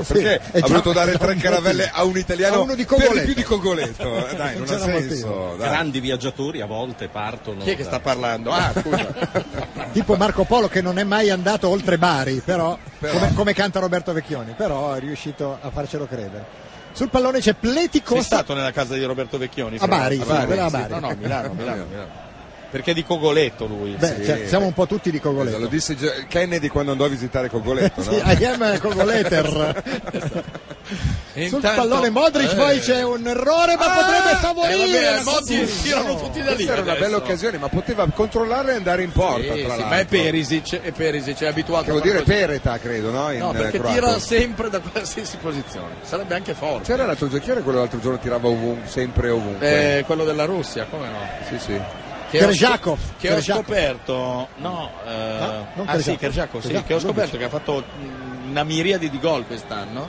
Speaker 3: Sì,
Speaker 5: perché
Speaker 3: e
Speaker 5: ha
Speaker 3: già-
Speaker 5: voluto dare
Speaker 3: già
Speaker 5: tre
Speaker 3: un
Speaker 5: caravelle
Speaker 3: motivo.
Speaker 5: a un italiano
Speaker 3: A uno di
Speaker 5: per di
Speaker 3: Cogoleto.
Speaker 5: più di Cogoleto. Eh, Dai, non ha
Speaker 3: C'era
Speaker 5: senso.
Speaker 3: motivo.
Speaker 5: dai.
Speaker 2: Grandi viaggiatori a volte partono.
Speaker 4: Chi è che sta
Speaker 2: da-
Speaker 4: parlando? Ah, scusa.
Speaker 3: Tipo Marco Polo che non è mai andato oltre Bari, però, Come, come canta Roberto Vecchioni, però è riuscito a farcelo credere. Sul pallone c'è Pleti
Speaker 4: Sei
Speaker 3: Costa
Speaker 4: stato nella casa di Roberto Vecchioni?
Speaker 3: a Bari,
Speaker 4: Fra-
Speaker 3: sì, quella a Bari.
Speaker 4: No, no, Milano, Milano, Milano. Perché è di Cogoletto lui.
Speaker 3: Beh,
Speaker 5: sì.
Speaker 3: cioè, siamo un po' tutti di
Speaker 5: Cosa, Lo
Speaker 3: Cogoleto.
Speaker 5: disse Ge- Kennedy quando andò a visitare Cogoleto,
Speaker 3: Sì, ah,
Speaker 5: no?
Speaker 3: I am Cogoleter.
Speaker 4: E
Speaker 3: Sul
Speaker 4: intanto-
Speaker 3: pallone Modric
Speaker 4: Eh.
Speaker 3: poi c'è un errore ma
Speaker 4: Ah,
Speaker 3: potrebbe
Speaker 4: eh,
Speaker 3: favorire.
Speaker 4: vabbè,
Speaker 3: la
Speaker 4: Modric
Speaker 3: Sassuolo.
Speaker 4: tirano tutti da lì.
Speaker 5: Questa era una
Speaker 4: adesso.
Speaker 5: bella occasione, ma poteva controllare e andare in porta,
Speaker 4: Sì,
Speaker 5: tra
Speaker 4: sì,
Speaker 5: l'altro.
Speaker 4: ma è Perisic, è Perisic, è abituato
Speaker 5: Che vuol
Speaker 4: a fare
Speaker 5: dire
Speaker 4: così.
Speaker 5: Pereta, credo, no? In
Speaker 4: No, perché
Speaker 5: eh, croato. Certo.
Speaker 4: tira sempre da qualsiasi posizione. Sarebbe anche forte.
Speaker 5: C'era l'altro giochiere, quello l'altro giorno tirava ovunque, sempre ovunque.
Speaker 4: Eh, quello della Russia, come no?
Speaker 5: Sì, Eh, sì.
Speaker 4: Che ho-
Speaker 3: Kerjakov,
Speaker 4: Che ho
Speaker 3: Kerjakov.
Speaker 4: scoperto. No, eh,
Speaker 3: Ah, non
Speaker 4: ah sì,
Speaker 3: Kerjakov.
Speaker 4: Kerjakov, sì,
Speaker 3: Kerjakov,
Speaker 4: che ho
Speaker 3: lui
Speaker 4: scoperto che ha fatto mh, una miriade di gol quest'anno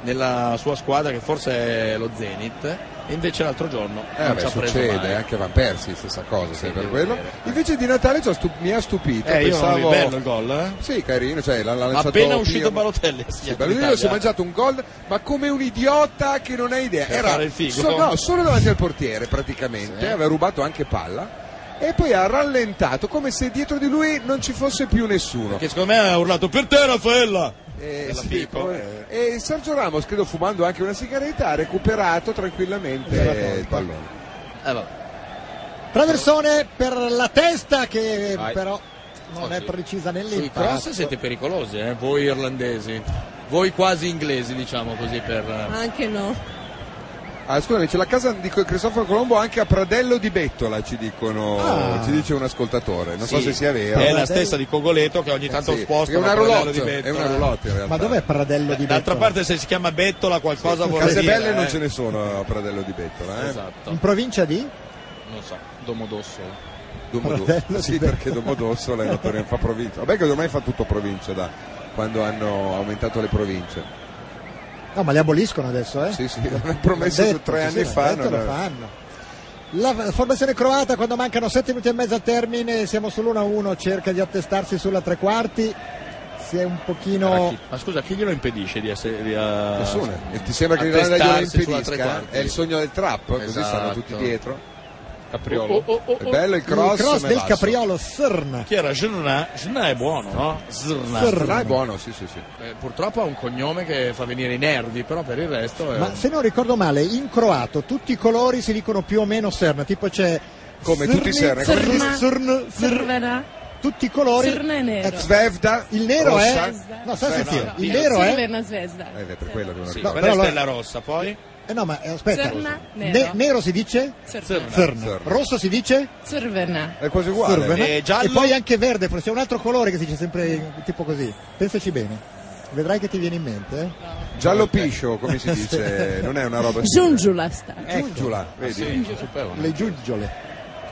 Speaker 4: nella sua squadra che forse è lo Zenit e invece l'altro giorno
Speaker 5: Eh,
Speaker 4: non
Speaker 5: beh,
Speaker 4: ci ha preso
Speaker 5: succede,
Speaker 4: mai.
Speaker 5: anche Van Persie stessa cosa, se per
Speaker 4: devo
Speaker 5: quello.
Speaker 4: dire.
Speaker 5: Invece di Natale ci ha stu- mi ha stupito,
Speaker 4: Eh, io non
Speaker 5: pensavo
Speaker 4: ho bello il gol, eh?
Speaker 5: Sì, carino, cioè l'ha l'ha
Speaker 4: Ma
Speaker 5: lanciato
Speaker 4: appena uscito
Speaker 5: Pirlo.
Speaker 4: Balotelli ha
Speaker 5: Sì,
Speaker 4: segnato
Speaker 5: Balotelli si è
Speaker 4: l'Italia.
Speaker 5: mangiato un gol, ma come un idiota che non ha idea.
Speaker 4: Per
Speaker 5: Era
Speaker 4: Cioè, fare il figo.
Speaker 5: so- no, solo davanti al portiere praticamente,
Speaker 4: Sì.
Speaker 5: aveva rubato anche palla e poi ha rallentato come se dietro di lui non ci fosse più nessuno.
Speaker 4: Che secondo me ha urlato per te Raffaella!
Speaker 5: Eh,
Speaker 4: Della
Speaker 5: sì,
Speaker 4: Fico,
Speaker 5: poi-
Speaker 4: eh.
Speaker 5: E Sergio Ramos, credo fumando anche una sigaretta, ha recuperato tranquillamente eh, il pallone.
Speaker 4: Eh, vabbè.
Speaker 3: Traversone per la testa che
Speaker 4: Vai.
Speaker 3: però non
Speaker 4: Oh,
Speaker 3: è
Speaker 4: sì.
Speaker 3: precisa
Speaker 4: Sui cross
Speaker 3: nell'impatto.
Speaker 4: siete pericolosi, eh? voi irlandesi, voi quasi inglesi diciamo così per...
Speaker 8: Anche no.
Speaker 5: Ah, scusami, c'è la casa di Cristoforo Colombo anche a Pradello di Bettola, ci dicono,
Speaker 3: Ah.
Speaker 5: ci dice un ascoltatore. Non so
Speaker 4: Sì,
Speaker 5: se sia vero.
Speaker 4: È la stessa di Cogoleto che ogni tanto
Speaker 5: Sì,
Speaker 4: sposta
Speaker 5: è una
Speaker 4: da Cogoleto
Speaker 5: roulotte,
Speaker 4: di eh.
Speaker 5: è
Speaker 4: Bettola.
Speaker 5: una roulotte in realtà.
Speaker 3: eh. Ma dov'è Pradello
Speaker 5: Eh,
Speaker 3: di
Speaker 4: D'altra
Speaker 3: Bettola?
Speaker 4: parte se si chiama Bettola qualcosa vuol
Speaker 5: Case
Speaker 4: dire.
Speaker 5: belle non
Speaker 4: eh.
Speaker 5: ce ne sono a Pradello di Bettola, eh?
Speaker 3: In
Speaker 4: Esatto,
Speaker 3: provincia di?
Speaker 4: non so, Domodossola.
Speaker 5: Domodosso.
Speaker 3: Pradello
Speaker 5: sì,
Speaker 3: di Bettola.
Speaker 5: perché Domodossola è una provincia- fa provincia. Vabbè che ormai fa tutto provincia da quando hanno aumentato le province.
Speaker 3: No, ma li aboliscono adesso, eh?
Speaker 5: Sì, sì, l'hanno promesso
Speaker 3: L'hanno
Speaker 5: tre
Speaker 3: sì,
Speaker 5: anni
Speaker 3: sì,
Speaker 5: fa,
Speaker 3: l'hanno detto,
Speaker 5: non
Speaker 3: lo
Speaker 5: era.
Speaker 3: fanno. La la formazione croata quando mancano 7 minuti e mezzo al termine, siamo sull'1-1, cerca di attestarsi sulla tre quarti, si è un pochino...
Speaker 4: Ma scusa, chi glielo impedisce di essere. Di, eh,
Speaker 5: Nessuno. E ti sembra che
Speaker 4: a
Speaker 5: l'Irlanda glielo
Speaker 4: testarsi sulla
Speaker 5: impedisca? eh?
Speaker 4: tre quarti?
Speaker 5: È il sogno del trap, così
Speaker 4: Esatto.
Speaker 5: stanno tutti dietro.
Speaker 4: Capriolo. Oh, oh, oh, oh,
Speaker 5: È bello il cross. ma è
Speaker 3: del
Speaker 5: basso.
Speaker 3: Capriolo Srn.
Speaker 4: Chi era? Zrna? Zrna è buono, no? Zrna.
Speaker 5: Zrna Ah, è buono, sì, sì, sì.
Speaker 4: Eh, purtroppo ha un cognome che fa venire i nervi, però per il resto. È
Speaker 3: Ma
Speaker 4: un-
Speaker 3: se non ricordo male, in croato tutti i colori si dicono più o meno Srn, tipo c'è...
Speaker 5: Come tutti i Srn, come tutti-
Speaker 3: Srn, Srn, Srn, tutti i colori...
Speaker 9: Srn è nero.
Speaker 5: Zvezda.
Speaker 3: Il nero
Speaker 5: Oh,
Speaker 3: è...
Speaker 9: Rossa.
Speaker 3: No, sta a sentire, il
Speaker 9: Nero
Speaker 3: nero è...
Speaker 9: Severna Zvezda.
Speaker 5: Eh, beh, per quello che non
Speaker 4: Sì,
Speaker 5: ricordo.
Speaker 4: quella è
Speaker 3: però
Speaker 4: stella rossa, poi.
Speaker 3: Eh no, ma eh, aspetta.
Speaker 9: Zerna,
Speaker 3: Ne-
Speaker 9: nero.
Speaker 3: nero. si dice?
Speaker 9: Zerna.
Speaker 3: Zerna.
Speaker 5: Zerna.
Speaker 3: Rosso si dice?
Speaker 9: Zerverna.
Speaker 5: È quasi uguale. eh.
Speaker 3: Zerna.
Speaker 4: E giallo?
Speaker 3: E poi anche verde, forse c'è un altro colore che si dice sempre tipo così. Pensaci bene. Vedrai che ti viene in mente. eh.
Speaker 5: Giallo piscio, come si dice, non è una roba
Speaker 9: Giungiula sta.
Speaker 5: Ecco. Giungiola,
Speaker 4: Ah,
Speaker 5: vedi?
Speaker 3: Le giuggiole.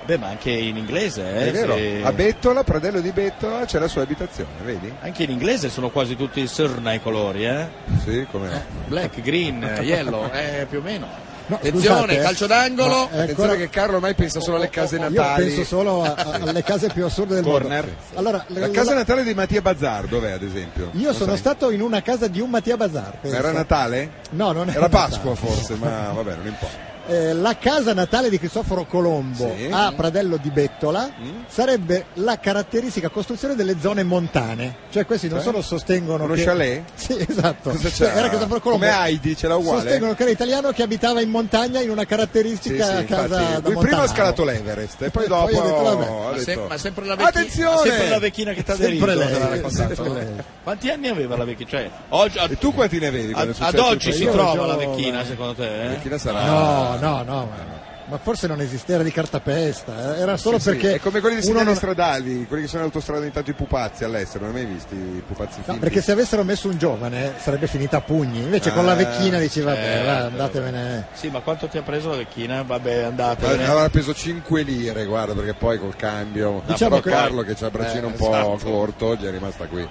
Speaker 4: Beh, ma anche in inglese, eh,
Speaker 5: È vero.
Speaker 4: se-
Speaker 5: A Bettola, Pradello di Bettola, c'è la sua abitazione, vedi?
Speaker 4: Anche in inglese sono quasi tutti Sirna i colori, eh?
Speaker 5: Sì, come no.
Speaker 3: eh,
Speaker 4: Black, green, yellow, eh, più o meno.
Speaker 3: No,
Speaker 4: Attenzione,
Speaker 3: scusate, eh.
Speaker 4: calcio d'angolo.
Speaker 3: Ma è ancora- Oh,
Speaker 5: Attenzione che Carlo ormai pensa solo alle case
Speaker 3: Io
Speaker 5: natali.
Speaker 3: penso solo a- a- alle case più assurde del
Speaker 5: Corner.
Speaker 3: mondo. Allora,
Speaker 5: La
Speaker 3: la-
Speaker 5: casa natale di Mattia Bazzar, dov'è ad esempio?
Speaker 3: io
Speaker 5: Lo
Speaker 3: sono
Speaker 5: sai?
Speaker 3: stato in una casa di un Mattia Bazar. pensa.
Speaker 5: Era Natale?
Speaker 3: No, non
Speaker 5: Era
Speaker 3: Natale.
Speaker 5: Pasqua forse, ma vabbè, non importa.
Speaker 3: Eh, la casa natale di Cristoforo Colombo
Speaker 5: Sì. Mm.
Speaker 3: a Pradello di Bettola sarebbe la caratteristica costruzione delle zone montane. Cioè questi non
Speaker 5: Cioè?
Speaker 3: solo sostengono
Speaker 5: Uno
Speaker 3: che...
Speaker 5: chalet?
Speaker 3: Sì, esatto.
Speaker 5: Cosa c'era?
Speaker 3: Era Cristoforo Colombo.
Speaker 5: Come Heidi, c'era uguale?
Speaker 3: Sostengono che era italiano che abitava in montagna in una
Speaker 5: Sì,
Speaker 3: caratteristica
Speaker 5: sì,
Speaker 3: casa
Speaker 5: infatti,
Speaker 3: da
Speaker 5: lui prima ha
Speaker 3: montano.
Speaker 5: scalato l'Everest e poi dopo
Speaker 3: Poi ha detto, vabbè.
Speaker 5: ha
Speaker 4: Ma, se-
Speaker 5: detto,
Speaker 4: ma sempre la vecchina,
Speaker 5: Attenzione!
Speaker 4: sempre la vecchina che ti ha
Speaker 3: Sempre
Speaker 4: deriso.
Speaker 3: lei,
Speaker 4: te l'ha raccontato,
Speaker 3: sempre
Speaker 4: no?
Speaker 3: lei.
Speaker 4: Quanti anni aveva la vecchina? Cioè, oggi- ad,
Speaker 5: E tu quanti ne avevi? quando è
Speaker 4: ad- ad
Speaker 5: successo
Speaker 4: oggi
Speaker 5: questo?
Speaker 4: si
Speaker 3: io
Speaker 4: trova
Speaker 3: giovane.
Speaker 4: la vecchina, secondo te? eh?
Speaker 5: Chi la sarà?
Speaker 3: No, no, no. Ma, ma forse non esisteva di cartapesta. eh. Era solo
Speaker 5: Sì, sì,
Speaker 3: perché...
Speaker 5: è come quelli di
Speaker 3: uno
Speaker 5: segnali
Speaker 3: non-
Speaker 5: stradali, quelli che sono in autostrada intanto i pupazzi all'estero, non hai mai visto i pupazzi
Speaker 3: No,
Speaker 5: finti?
Speaker 3: perché se avessero messo un giovane eh, sarebbe finita a pugni, invece con la
Speaker 5: Eh,
Speaker 3: vecchina dici
Speaker 5: certo,
Speaker 3: vabbè, va, andatevene.
Speaker 4: Sì, ma quanto ti ha preso la vecchina? Vabbè, eh. andate.
Speaker 5: Guarda, Aveva preso 5 lire, guarda, perché poi col cambio.
Speaker 3: Diciamo
Speaker 5: Diciamo
Speaker 3: che-
Speaker 5: Carlo che c'ha il braccino
Speaker 4: Eh,
Speaker 5: un po'
Speaker 4: esatto.
Speaker 5: corto, gli è rimasta qui.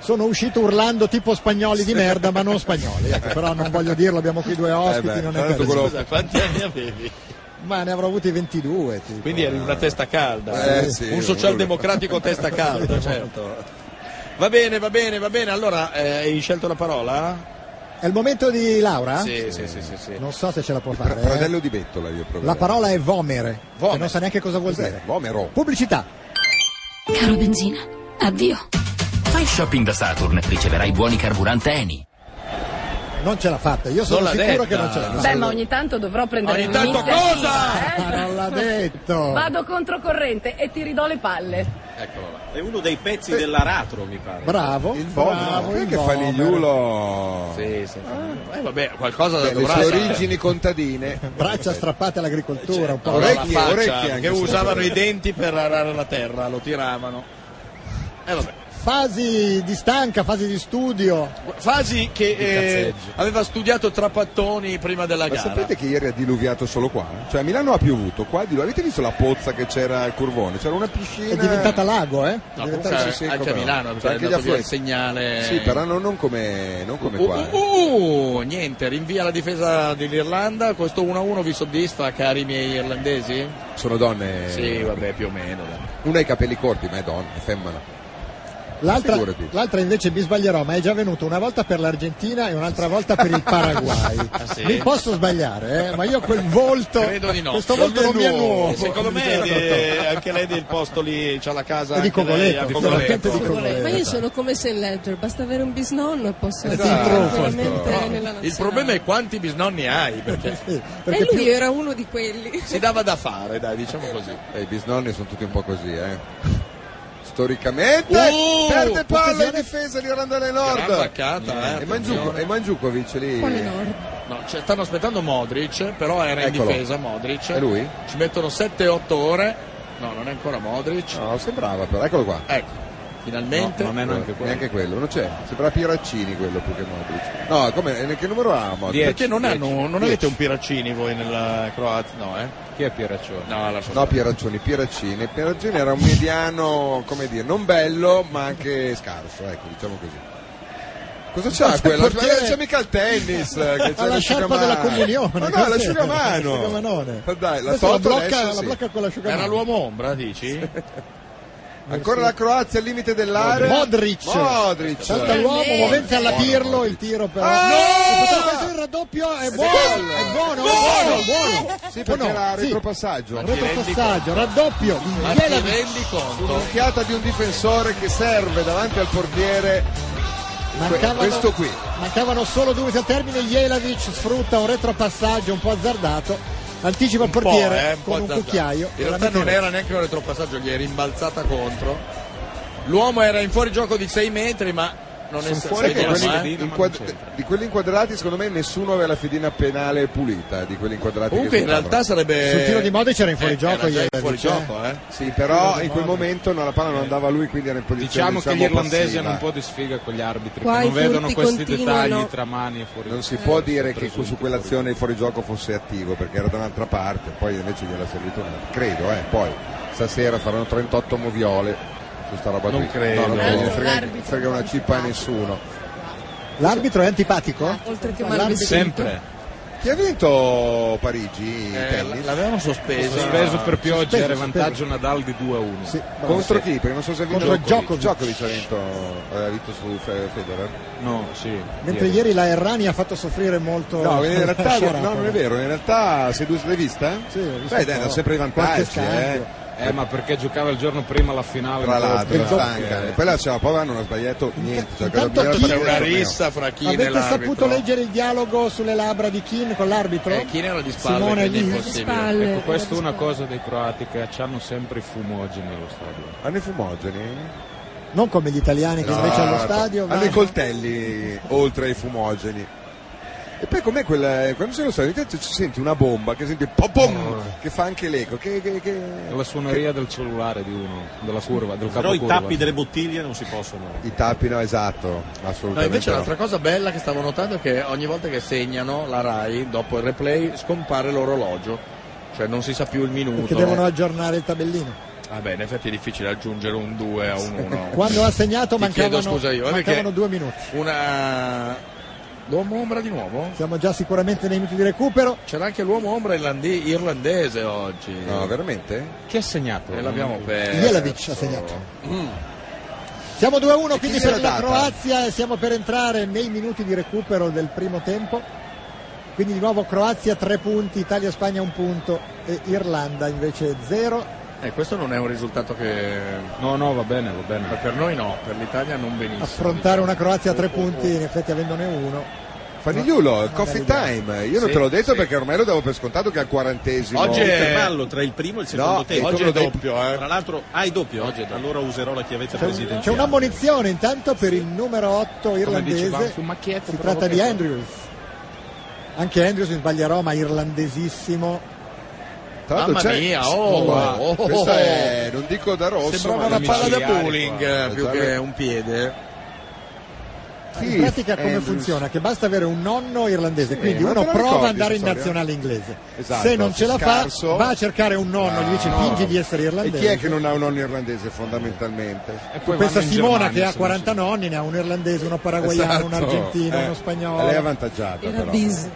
Speaker 3: Sono uscito urlando tipo spagnoli di merda, ma non spagnoli, ecco, però non voglio dirlo, abbiamo qui due ospiti,
Speaker 5: Eh, beh,
Speaker 3: non è
Speaker 5: tra l'altro
Speaker 3: bello.
Speaker 5: quello-
Speaker 4: Scusa, quanti anni avevi?
Speaker 3: Ma ne avrò avuti 22, tipo.
Speaker 4: Quindi eri una testa calda.
Speaker 5: Eh, sì,
Speaker 4: un socialdemocratico testa calda, certo. Va bene, va bene, va bene. Allora, eh, hai scelto la parola?
Speaker 3: È il momento di
Speaker 5: Ah?
Speaker 3: Laura?
Speaker 4: Sì, sì, sì, sì. sì.
Speaker 3: Non so se ce la può
Speaker 5: Pra-
Speaker 3: fare. eh.
Speaker 5: Pradello di Bettola io proverei.
Speaker 3: La parola è vomere,
Speaker 4: Vomere.
Speaker 3: che non sa neanche cosa vuol
Speaker 5: Cos'è?
Speaker 3: dire.
Speaker 5: Eh, Vomero.
Speaker 3: Pubblicità.
Speaker 11: Caro benzina, addio.
Speaker 12: Fai shopping da Saturn, riceverai buoni carburante Eni.
Speaker 3: Non ce l'ha fatta, io sono
Speaker 4: l'ha
Speaker 3: sicuro
Speaker 4: detta.
Speaker 3: che non ce l'ha fatta.
Speaker 6: Beh, ma ogni tanto dovrò prendere
Speaker 4: Ogni tanto
Speaker 6: l'iniziativa,
Speaker 4: cosa?
Speaker 3: Ma
Speaker 6: eh?
Speaker 3: non l'ha detto.
Speaker 6: Vado controcorrente e ti ridò le palle.
Speaker 4: Eccolo là.
Speaker 7: È uno dei pezzi dell'aratro, mi pare.
Speaker 3: Bravo,
Speaker 5: Il
Speaker 3: bravo,
Speaker 5: vomero.
Speaker 3: il
Speaker 5: che
Speaker 3: vomero.
Speaker 5: fanigliulo?
Speaker 4: Sì, sì. Eh, vabbè, qualcosa da
Speaker 5: Ah. Beh, Cioè, le
Speaker 4: dovrà
Speaker 5: sue
Speaker 4: sapere.
Speaker 5: origini contadine.
Speaker 3: Braccia strappate all'agricoltura, un po'
Speaker 5: Allora,
Speaker 4: Allora,
Speaker 5: Orecchie,
Speaker 4: la faccia,
Speaker 5: orecchie
Speaker 4: che
Speaker 5: anche, sì.
Speaker 4: usavano i denti per arare la terra, lo tiravano. E vabbè.
Speaker 3: Fasi di stanca, fasi di studio.
Speaker 4: Fasi che eh, aveva studiato Trapattoni prima della
Speaker 5: Ma
Speaker 4: gara.
Speaker 5: sapete che ieri ha diluviato solo qua? Cioè a Milano ha piovuto, qua di là. Avete visto la pozza che c'era al curvone? C'era una piscina.
Speaker 3: È diventata lago, eh?
Speaker 4: No,
Speaker 3: È
Speaker 4: comunque,
Speaker 3: diventata-
Speaker 5: sì, sì,
Speaker 4: anche
Speaker 5: come
Speaker 4: a
Speaker 5: no.
Speaker 4: Milano
Speaker 5: Cioè,
Speaker 4: cioè,
Speaker 5: anche
Speaker 4: è
Speaker 5: gli
Speaker 4: andato via il
Speaker 5: affluenti.
Speaker 4: segnale.
Speaker 5: Sì, però non, non come, non come
Speaker 4: Uh,
Speaker 5: qua. eh.
Speaker 4: uh, uh, niente, rinvia la difesa dell'Irlanda. Questo 1-1 vi soddisfa, cari miei irlandesi?
Speaker 5: Sono donne.
Speaker 4: Sì, vabbè, più o meno. dai.
Speaker 5: Una ha i capelli corti, ma è donna, è femmina.
Speaker 3: L'altra,
Speaker 5: Figurati.
Speaker 3: l'altra invece mi sbaglierò, ma è già venuto una volta per l'Argentina e un'altra volta per il Paraguay.
Speaker 4: Ah, sì?
Speaker 3: Mi posso sbagliare, eh? ma io quel volto.
Speaker 4: Credo di no.
Speaker 3: Questo volto non mi è nuovo.
Speaker 4: E Secondo me
Speaker 3: Era
Speaker 4: eh, anche lei del posto lì, c'ha la casa
Speaker 3: È di
Speaker 4: anche lei
Speaker 3: Cogoleto,
Speaker 4: a
Speaker 3: sicuramente di
Speaker 4: Cogoleto.
Speaker 3: Cogoleto.
Speaker 13: Ma io sono come se ledger, basta avere un bisnonno e posso
Speaker 5: Esatto.
Speaker 13: entrare
Speaker 5: Esatto.
Speaker 13: tranquillamente nella nazionale.
Speaker 4: Il problema è quanti bisnonni hai, perché
Speaker 3: Sì, perché
Speaker 13: E lui
Speaker 3: più-
Speaker 13: era uno di quelli.
Speaker 4: si dava da fare, dai, diciamo così.
Speaker 5: E Eh, i bisnonni sono tutti un po' così, eh. Storicamente
Speaker 4: Uh,
Speaker 5: perde palla in
Speaker 3: Puttesiani-
Speaker 5: difesa l'Irlanda del
Speaker 4: Gran
Speaker 5: Nord.
Speaker 4: baccata, eh,
Speaker 5: E, Mangiuco,
Speaker 4: attenzione.
Speaker 5: e Mandzukovic lì.
Speaker 13: Pone Nord.
Speaker 4: No, cioè, stanno aspettando Modric, però era in
Speaker 5: Eccolo.
Speaker 4: difesa Modric.
Speaker 5: È lui?
Speaker 4: Ci mettono 7-8 ore. No, non è ancora Modric.
Speaker 5: No, sembrava però, eccolo qua.
Speaker 4: Ecco, finalmente.
Speaker 10: No, non è neanche quello.
Speaker 5: Neanche quello, non c'è. Sembra Piraccini quello più che Modric. No, come, che numero ha Modric?
Speaker 4: Perché non, hanno, non avete un Piraccini voi nella Croazia? No, eh?
Speaker 10: Chi è Pieraccione?
Speaker 4: No, lascia
Speaker 5: No,
Speaker 4: stare.
Speaker 5: Pieraccioni, Pieraccini. Pieraccini era un mediano, come dire, non bello, ma anche scarso, ecco, diciamo così. Cosa c'ha
Speaker 3: Ma c'è
Speaker 5: quella?
Speaker 3: il portiere-
Speaker 5: Ma c'è mica il tennis. eh, che c'è
Speaker 3: Ha la sciarpa
Speaker 5: l'asciugamano.
Speaker 3: della comunione.
Speaker 5: Ma no,
Speaker 3: cos'è?
Speaker 5: l'asciugamano.
Speaker 3: L'asciugamanone.
Speaker 5: Ma dai, la
Speaker 3: Questo la
Speaker 5: Toto
Speaker 3: blocca,
Speaker 5: adesso
Speaker 3: la
Speaker 5: sì.
Speaker 3: blocca con l'asciugamano.
Speaker 4: Era l'uomo ombra, dici?
Speaker 5: Ancora la Croazia al limite dell'area.
Speaker 3: Modric.
Speaker 5: Modric.
Speaker 3: Salta l'uomo, movente alla Pirlo, il tiro però.
Speaker 5: Certo. Ah,
Speaker 3: no!
Speaker 5: no!
Speaker 3: Potrebbe essere il raddoppio, è buono, è buono,
Speaker 5: Buono!
Speaker 3: è buono, buono.
Speaker 5: Sì, perché
Speaker 3: Buono,
Speaker 5: era
Speaker 3: Oh, sì.
Speaker 5: retropassaggio.
Speaker 3: Retropassaggio, raddoppio,
Speaker 5: Ma
Speaker 3: gliela
Speaker 5: ti
Speaker 3: dice.
Speaker 4: rendi
Speaker 5: Un'occhiata di un difensore che serve davanti al portiere. Que-
Speaker 3: Mancavano-
Speaker 5: eh, questo qui.
Speaker 3: Mancavano solo due minuti al termine, Jelavic sfrutta un retropassaggio un po' azzardato, anticipa il
Speaker 4: po',
Speaker 3: portiere
Speaker 4: eh, po'
Speaker 3: con un
Speaker 4: azzardato.
Speaker 3: cucchiaio.
Speaker 4: In realtà non era neanche un retropassaggio, gli è rimbalzata contro. L'uomo era in fuorigioco di 6 metri, ma non è eh.
Speaker 5: Sono fuori che quelli
Speaker 4: mai.
Speaker 5: inquad- di quelli inquadrati, secondo me, nessuno aveva la fedina penale pulita. Di quelli inquadrati
Speaker 4: Comunque
Speaker 5: che
Speaker 4: in realtà
Speaker 5: giocavano.
Speaker 4: sarebbe Eh,
Speaker 3: Sul tiro di Modi c'era in
Speaker 4: era
Speaker 3: fuorigioco
Speaker 4: già in
Speaker 3: Jelavic,
Speaker 4: fuorigioco, eh.
Speaker 5: Sì, però in quel momento no, la palla non andava a lui, quindi era in posizione
Speaker 10: Diciamo che gli irlandesi
Speaker 5: passiva.
Speaker 10: hanno un po' di sfiga con gli arbitri,
Speaker 5: Qua
Speaker 10: che
Speaker 5: i
Speaker 10: non vedono
Speaker 5: furti
Speaker 10: questi
Speaker 5: continuano.
Speaker 10: dettagli tra mani e fuori.
Speaker 5: Non si può dire che su quell'azione il fuorigioco fosse attivo perché era da un'altra parte, poi invece gliel'ha servito un altro. Credo, eh. Poi stasera faranno 38 moviole su sta roba
Speaker 3: Non
Speaker 5: qui.
Speaker 3: credo.
Speaker 5: No, non credo, non
Speaker 3: L'arbitro-
Speaker 5: frega,
Speaker 3: l'arbitro
Speaker 5: frega una cippa a nessuno.
Speaker 3: L'arbitro è antipatico?
Speaker 5: Ah,
Speaker 13: Oltre che
Speaker 3: L'arbitro-
Speaker 13: male
Speaker 5: Chi ha vinto Parigi?
Speaker 4: Eh,
Speaker 5: tennis?
Speaker 4: l'avevano sospeso.
Speaker 10: Sospeso per pioggia,
Speaker 5: Sospeso,
Speaker 10: era
Speaker 5: sospeso.
Speaker 10: vantaggio Nadal di 2 a 1.
Speaker 5: Contro chi? Perché non so se ha vinto
Speaker 10: Contro
Speaker 5: Djokovic. Djokovic ha vinto, aveva vinto su Fe- Federer.
Speaker 10: No, sì.
Speaker 3: Mentre ieri la Errani ha fatto soffrire molto.
Speaker 5: No, in realtà
Speaker 3: Sciarapa.
Speaker 5: no, non è vero, in realtà sei due l'hai vista?
Speaker 3: Sì, l'ho vista
Speaker 5: Beh,
Speaker 3: un
Speaker 5: dai,
Speaker 3: po'.
Speaker 5: hanno sempre i
Speaker 3: Qualche
Speaker 5: vantaggi,
Speaker 3: scambio.
Speaker 5: eh.
Speaker 10: Eh, ma perché giocava il giorno prima la finale?
Speaker 5: Tra
Speaker 10: un po'
Speaker 5: l'altro,
Speaker 10: perché-
Speaker 5: stanca. E cioè, poi la Ciao Pova non ha sbagliato niente. Cioè,
Speaker 3: intanto
Speaker 5: cosa-
Speaker 3: chi-
Speaker 5: era
Speaker 3: C'è
Speaker 4: una
Speaker 5: torneo.
Speaker 4: rissa fra chi
Speaker 3: Avete saputo
Speaker 4: nell'arbitro.
Speaker 3: leggere il dialogo sulle labbra di Kin con l'arbitro?
Speaker 4: Eh, Keane era di spalle,
Speaker 3: Simone
Speaker 4: quindi è
Speaker 3: lì.
Speaker 4: impossibile.
Speaker 10: ecco, questa è una cosa dei croati che hanno sempre i fumogeni allo stadio.
Speaker 5: Hanno i fumogeni?
Speaker 3: Non come gli italiani che
Speaker 5: No,
Speaker 3: invece allo
Speaker 5: no,
Speaker 3: stadio.
Speaker 5: hanno
Speaker 3: vanno-
Speaker 5: i coltelli oltre ai fumogeni. E poi com'è quella. eh, Quando sei allo stadio, intanto ci senti una bomba che senti
Speaker 10: Oh.
Speaker 5: pom che fa anche l'eco. Che, che, che...
Speaker 10: È la suoneria del cellulare di uno, della curva, del
Speaker 2: Però i
Speaker 10: capocurva.
Speaker 2: tappi delle bottiglie non si possono.
Speaker 5: I tappi no, esatto,
Speaker 4: No,
Speaker 5: assolutamente.
Speaker 4: invece
Speaker 5: no.
Speaker 4: l'altra cosa bella che stavo notando è che ogni volta che segnano la RAI, dopo il replay, scompare l'orologio. Cioè non si sa più il minuto.
Speaker 3: Perché devono aggiornare il tabellino.
Speaker 4: Vabbè, in effetti è difficile aggiungere un 2 a un 1.
Speaker 3: Quando ha segnato
Speaker 4: Ti
Speaker 3: mancavano,
Speaker 4: chiedo scusa io, eh,
Speaker 3: mancavano
Speaker 4: perché-
Speaker 3: due minuti.
Speaker 4: Una... L'uomo ombra di nuovo?
Speaker 3: Siamo già sicuramente nei minuti di recupero.
Speaker 4: C'era anche l'uomo ombra irlande- irlandese oggi.
Speaker 5: No, veramente?
Speaker 10: Chi ha segnato?
Speaker 4: E l'abbiamo perso.
Speaker 3: Jelavic ha segnato. Siamo 2-1 quindi
Speaker 5: se
Speaker 3: per
Speaker 5: l'è
Speaker 3: la
Speaker 5: data?
Speaker 3: Croazia e siamo per entrare nei minuti di recupero del primo tempo. Quindi di nuovo Croazia 3 punti, Italia-Spagna 1 punto e Irlanda invece 0.
Speaker 4: Eh, questo non è un risultato che...
Speaker 10: No, no, va bene, va bene.
Speaker 4: Per noi no, per l'Italia non benissimo.
Speaker 3: Affrontare una Croazia a 3 punti, in effetti avendone uno.
Speaker 5: Fanigliulo, coffee time. Io non
Speaker 4: Sì,
Speaker 5: te l'ho detto
Speaker 4: sì.
Speaker 5: perché ormai lo davo per scontato che al quarantesimo.
Speaker 2: Oggi è
Speaker 4: Eh.
Speaker 2: intervallo tra il primo e il secondo
Speaker 5: No,
Speaker 2: tempo.
Speaker 5: oggi
Speaker 2: Te lo
Speaker 5: è
Speaker 2: dai-
Speaker 5: doppio, eh.
Speaker 2: Tra l'altro, ah, è doppio oggi. Allora userò la chiavetta presidenziale.
Speaker 3: C'è un'ammonizione intanto per il numero 8
Speaker 10: dicevamo
Speaker 3: irlandese.
Speaker 10: su Macchietto,
Speaker 3: si
Speaker 10: però
Speaker 3: tratta di
Speaker 10: che-
Speaker 3: Andrews. Anche Andrews mi sbaglierò, ma irlandesissimo.
Speaker 5: Tra l'altro
Speaker 4: Mamma
Speaker 5: c'è-
Speaker 4: mia, oh,
Speaker 5: Guarda,
Speaker 4: oh, oh,
Speaker 5: questa
Speaker 4: oh.
Speaker 5: è, non dico da rosso,
Speaker 4: Sembrava
Speaker 5: ma
Speaker 4: una palla da
Speaker 5: micidiale
Speaker 4: bowling
Speaker 5: qua. Esatto.
Speaker 4: eh, più che un piede.
Speaker 3: In
Speaker 5: Sì, eh,
Speaker 3: pratica come
Speaker 5: Andrews.
Speaker 3: funziona? Che basta avere un nonno irlandese,
Speaker 5: Sì,
Speaker 3: quindi
Speaker 5: ma
Speaker 3: uno
Speaker 5: te la
Speaker 3: prova ad
Speaker 5: ricordi
Speaker 3: andare in
Speaker 5: questa storia?
Speaker 3: nazionale inglese.
Speaker 5: eh. Esatto,
Speaker 3: Se non
Speaker 5: se
Speaker 3: ce la
Speaker 5: scarso-
Speaker 3: fa, va a cercare un nonno, gli dice
Speaker 5: Ah,
Speaker 3: fingi di essere
Speaker 5: E
Speaker 3: irlandese.
Speaker 5: chi è che non ha un nonno irlandese fondamentalmente?
Speaker 10: poi
Speaker 3: Questa
Speaker 10: vanno in
Speaker 3: Simona
Speaker 10: Germania,
Speaker 3: che ha
Speaker 10: se
Speaker 3: 40 nonni, ne ha un irlandese, uno paraguayano,
Speaker 5: Esatto,
Speaker 3: un argentino,
Speaker 5: eh.
Speaker 3: uno spagnolo.
Speaker 5: Lei è avvantaggiata
Speaker 13: Era
Speaker 5: però.
Speaker 13: bis.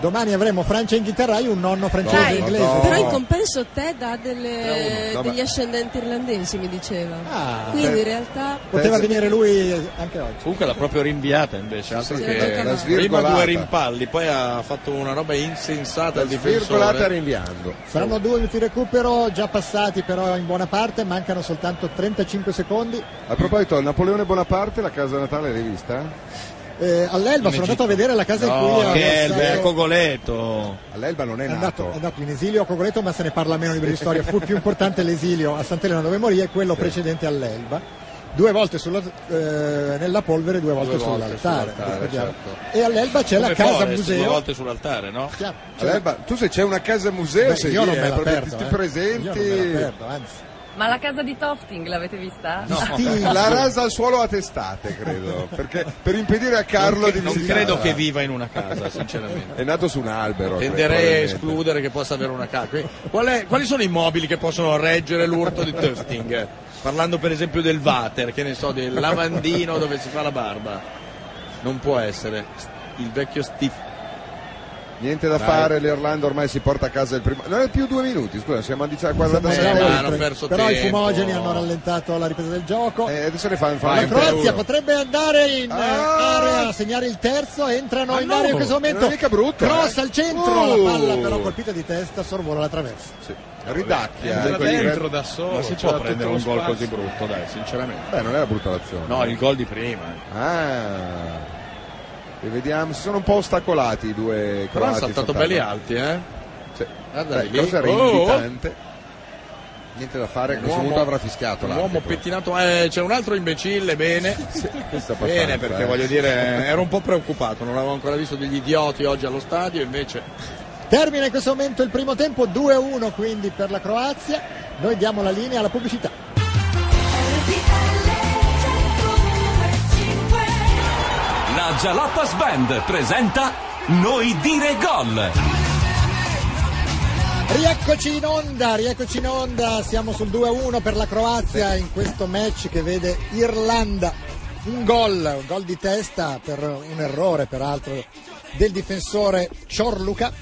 Speaker 3: Domani avremo Francia e Inghilterra, io un nonno francese
Speaker 5: Dai,
Speaker 3: e inglese.
Speaker 5: no.
Speaker 13: Cioè, Però in compenso te dà delle-
Speaker 5: Tra uno,
Speaker 13: degli
Speaker 5: vabbè.
Speaker 13: ascendenti irlandesi, mi diceva.
Speaker 3: Ah.
Speaker 13: Quindi
Speaker 5: Eh.
Speaker 13: in realtà
Speaker 3: Poteva venire lui anche oggi.
Speaker 4: Comunque l'ha proprio rinviata invece, altro
Speaker 5: Sì,
Speaker 4: che
Speaker 5: la
Speaker 4: prima
Speaker 5: svirgolata.
Speaker 4: due rimpalli, poi ha fatto una roba insensata al
Speaker 5: Virgolata
Speaker 4: difensore.
Speaker 5: rinviando.
Speaker 3: Saranno due minuti di recupero, già passati però in buona parte, mancano soltanto 35 secondi.
Speaker 5: A proposito, Napoleone Bonaparte, la casa natale l'hai vista?
Speaker 3: Eh, all'Elba sono andato a vedere la casa in cui
Speaker 2: No,
Speaker 3: era
Speaker 2: che
Speaker 3: stato-
Speaker 2: Elba, è Cogoleto.
Speaker 5: All'Elba non è,
Speaker 3: È
Speaker 5: nato.
Speaker 3: andato, è andato in esilio a Cogoleto, ma se ne parla meno di libri di storia. Fu più importante l'esilio a Sant'Elena dove morì e quello precedente all'Elba. Due volte sulla- eh, nella polvere, due volte,
Speaker 4: Due volte
Speaker 3: sull'altare.
Speaker 4: sull'altare,
Speaker 3: ricordiamo.
Speaker 4: certo.
Speaker 3: E all'Elba c'è
Speaker 4: Come
Speaker 3: la casa
Speaker 4: Forrest, due
Speaker 3: museo.
Speaker 4: volte sull'altare, no?
Speaker 3: Chiaro, c'è la-
Speaker 5: All'Elba, tu se c'è una casa museo,
Speaker 3: Beh,
Speaker 5: sei
Speaker 3: io
Speaker 5: lì,
Speaker 3: non me
Speaker 5: eh,
Speaker 3: la
Speaker 5: proprio
Speaker 3: perdo,
Speaker 5: ti
Speaker 3: eh. Io
Speaker 5: presenti.
Speaker 3: non me la perdo, anzi.
Speaker 6: Ma la casa di Tofting l'avete vista?
Speaker 5: Sì, la rasa al suolo a testate, credo. Perché, per impedire a Carlo
Speaker 4: Non,
Speaker 5: di
Speaker 4: non
Speaker 5: visitarla.
Speaker 4: credo che viva in una casa, sinceramente.
Speaker 5: È nato su un albero. cioè,
Speaker 4: Tenderei a
Speaker 5: probabilmente.
Speaker 4: escludere che possa avere una casa. Quindi, qual è- quali sono i mobili che possono reggere l'urto di Tufting? parlando per esempio del water, che ne so, del lavandino dove si fa la barba. Non può essere il vecchio Steve.
Speaker 5: Niente da
Speaker 4: Dai.
Speaker 5: fare, l'Irlanda ormai si porta a casa il primo. Non è più due minuti, scusa, siamo a 19,
Speaker 3: Eh,
Speaker 5: 47
Speaker 3: ma
Speaker 5: minuti.
Speaker 3: hanno perso Però i tempo. fumogeni hanno rallentato la ripresa del gioco.
Speaker 5: Eh, adesso ne fanno
Speaker 3: La
Speaker 5: fare
Speaker 3: Croazia potrebbe andare in eh, area a segnare il terzo, entrano
Speaker 5: Ah,
Speaker 3: in
Speaker 5: no,
Speaker 3: area in questo
Speaker 5: non è
Speaker 3: momento.
Speaker 5: mica brutto,
Speaker 3: cross
Speaker 5: eh.
Speaker 3: al centro, la palla però
Speaker 5: Uh.
Speaker 3: colpita di testa, sorvola la traversa.
Speaker 4: eh,
Speaker 5: Ridacchia.
Speaker 3: Entra
Speaker 5: ecco lì.
Speaker 3: dentro da solo,
Speaker 5: Ma si
Speaker 3: c'ha
Speaker 5: può
Speaker 3: tutto
Speaker 5: prendere
Speaker 3: lo
Speaker 5: un gol
Speaker 3: spazio.
Speaker 5: così brutto, dai,
Speaker 4: sinceramente.
Speaker 5: Beh, non era brutta l'azione.
Speaker 4: No, il gol di prima. eh.
Speaker 5: Ah. E vediamo, si sono un po' ostacolati i due croati.
Speaker 4: Però hanno saltato
Speaker 5: Fantasma.
Speaker 4: belli alti, eh?
Speaker 5: Sì.
Speaker 4: Guarda
Speaker 5: Beh,
Speaker 4: lì.
Speaker 5: cosa
Speaker 4: Oh!
Speaker 5: renditante. Niente da fare, a questo punto avrà fischiato
Speaker 4: un
Speaker 5: l'arbitro.
Speaker 4: uomo pettinato, eh, c'è un altro imbecille, bene.
Speaker 5: Questa
Speaker 4: Bene,
Speaker 5: abbastanza,
Speaker 4: perché
Speaker 5: eh.
Speaker 4: voglio dire, ero un po' preoccupato, non avevo ancora visto degli idioti oggi allo stadio, invece
Speaker 3: Termina in questo momento il primo tempo, 2-1 quindi per la Croazia. Noi diamo la linea alla pubblicità.
Speaker 14: La Jalapas Band presenta Noi dire gol.
Speaker 3: Rieccoci in onda, rieccoci in onda, siamo sul 2-1 per la Croazia in questo match che vede Irlanda un gol, un gol di testa per un errore peraltro del difensore Ciorluca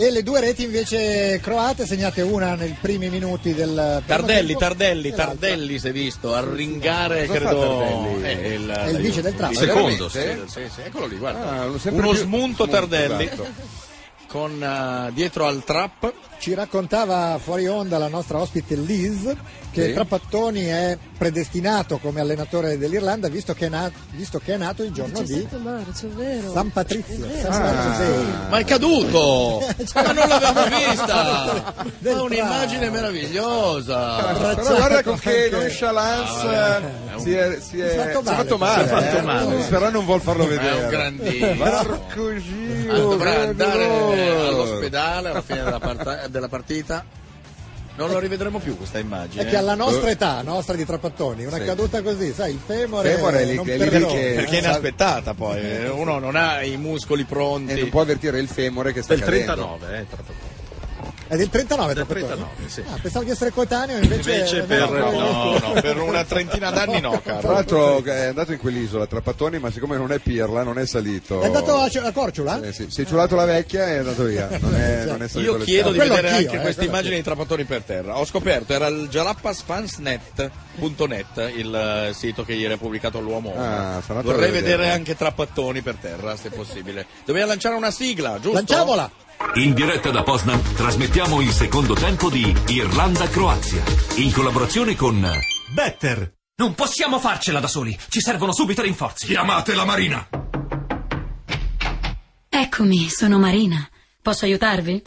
Speaker 3: e le due reti invece croate segnate una nei primi minuti del primo
Speaker 4: Tardelli,
Speaker 3: tempo
Speaker 4: Tardelli,
Speaker 3: e l'altra-
Speaker 4: Tardelli si è visto
Speaker 3: Cosa
Speaker 4: arringare,
Speaker 3: fa
Speaker 4: credo.
Speaker 3: Tardelli?
Speaker 4: eh, il,
Speaker 3: È il vice del Trapani.
Speaker 4: Secondo, sì,
Speaker 3: Veramente?
Speaker 4: sì, sì, eccolo lì, guarda.
Speaker 3: Ah,
Speaker 4: Uno
Speaker 3: uno sempre
Speaker 4: smunto,
Speaker 3: più- smunto,
Speaker 4: Tardelli
Speaker 3: esatto.
Speaker 4: con eh, dietro al trap.
Speaker 3: Ci raccontava fuori onda la nostra ospite Liz che
Speaker 4: Sì.
Speaker 3: Trapattoni è predestinato come allenatore dell'Irlanda visto che è, na- visto che è nato il giorno di
Speaker 13: 17 marzo, vero?
Speaker 3: San Patrizio.
Speaker 13: È vero.
Speaker 3: San
Speaker 5: Ah.
Speaker 3: Patrizio.
Speaker 4: Ah. Ma è caduto! Ma non l'avevo vista!
Speaker 3: Cioè, Del
Speaker 4: Ma un'immagine meravigliosa!
Speaker 5: Però guarda con che nonchalance
Speaker 4: Ah,
Speaker 5: eh,
Speaker 4: è un-
Speaker 5: si è, si è-
Speaker 4: Si è fatto
Speaker 5: si è fatto
Speaker 4: male,
Speaker 5: male.
Speaker 4: si è fatto
Speaker 5: eh.
Speaker 4: male.
Speaker 5: Però non vuol farlo
Speaker 4: Ma è un
Speaker 5: vedere.
Speaker 4: grandissimo.
Speaker 5: Marco
Speaker 4: Ah,
Speaker 5: Gio.
Speaker 4: dovrà
Speaker 5: grande
Speaker 4: andare eh,
Speaker 5: gol.
Speaker 4: all'ospedale alla fine della, parta- della partita. Non lo rivedremo più questa immagine.
Speaker 3: È che alla nostra
Speaker 4: Eh.
Speaker 3: età, nostra di Trapattoni, una
Speaker 4: Sì.
Speaker 3: caduta così, sai, il femore,
Speaker 5: Femore è lì-
Speaker 3: non
Speaker 5: è lì
Speaker 3: perdona.
Speaker 5: perché-
Speaker 4: perché è inaspettata poi eh, uno non ha i muscoli pronti
Speaker 5: E non può avvertire il femore che sta
Speaker 4: Del
Speaker 5: cadendo.
Speaker 4: 39,
Speaker 3: È del 39
Speaker 5: Del
Speaker 3: Trapattoni?
Speaker 5: 39, sì.
Speaker 3: Ah, pensavo di essere coetaneo, invece,
Speaker 5: Invece
Speaker 3: no,
Speaker 5: per-
Speaker 3: no,
Speaker 5: no, no,
Speaker 4: per una trentina d'anni no
Speaker 5: Tra l'altro eh, è andato in quell'isola Trapattoni, ma siccome non è Pirla, non è salito.
Speaker 3: È andato a, Cioè, a Corciula?
Speaker 5: Eh sì, si è ciulato la vecchia e è andato via. Non è,
Speaker 3: Esatto.
Speaker 5: non è salito
Speaker 4: io
Speaker 5: le
Speaker 4: chiedo di
Speaker 5: scale.
Speaker 4: vedere anche queste immagini dei trappatori per terra ho scoperto era il jalapasfansnet.net il eh, sito che ieri ha pubblicato l'uomo
Speaker 5: Ah, sarà da
Speaker 4: vorrei
Speaker 5: vedere.
Speaker 4: vedere anche trappattoni per terra se possibile dobbiamo lanciare una sigla giusto?
Speaker 3: lanciamola
Speaker 14: In diretta da Poznan trasmettiamo il secondo tempo di Irlanda-Croazia in collaborazione con Better. Non possiamo farcela da soli, ci servono subito rinforzi. Chiamate la Marina.
Speaker 11: Eccomi, sono Marina. Posso aiutarvi?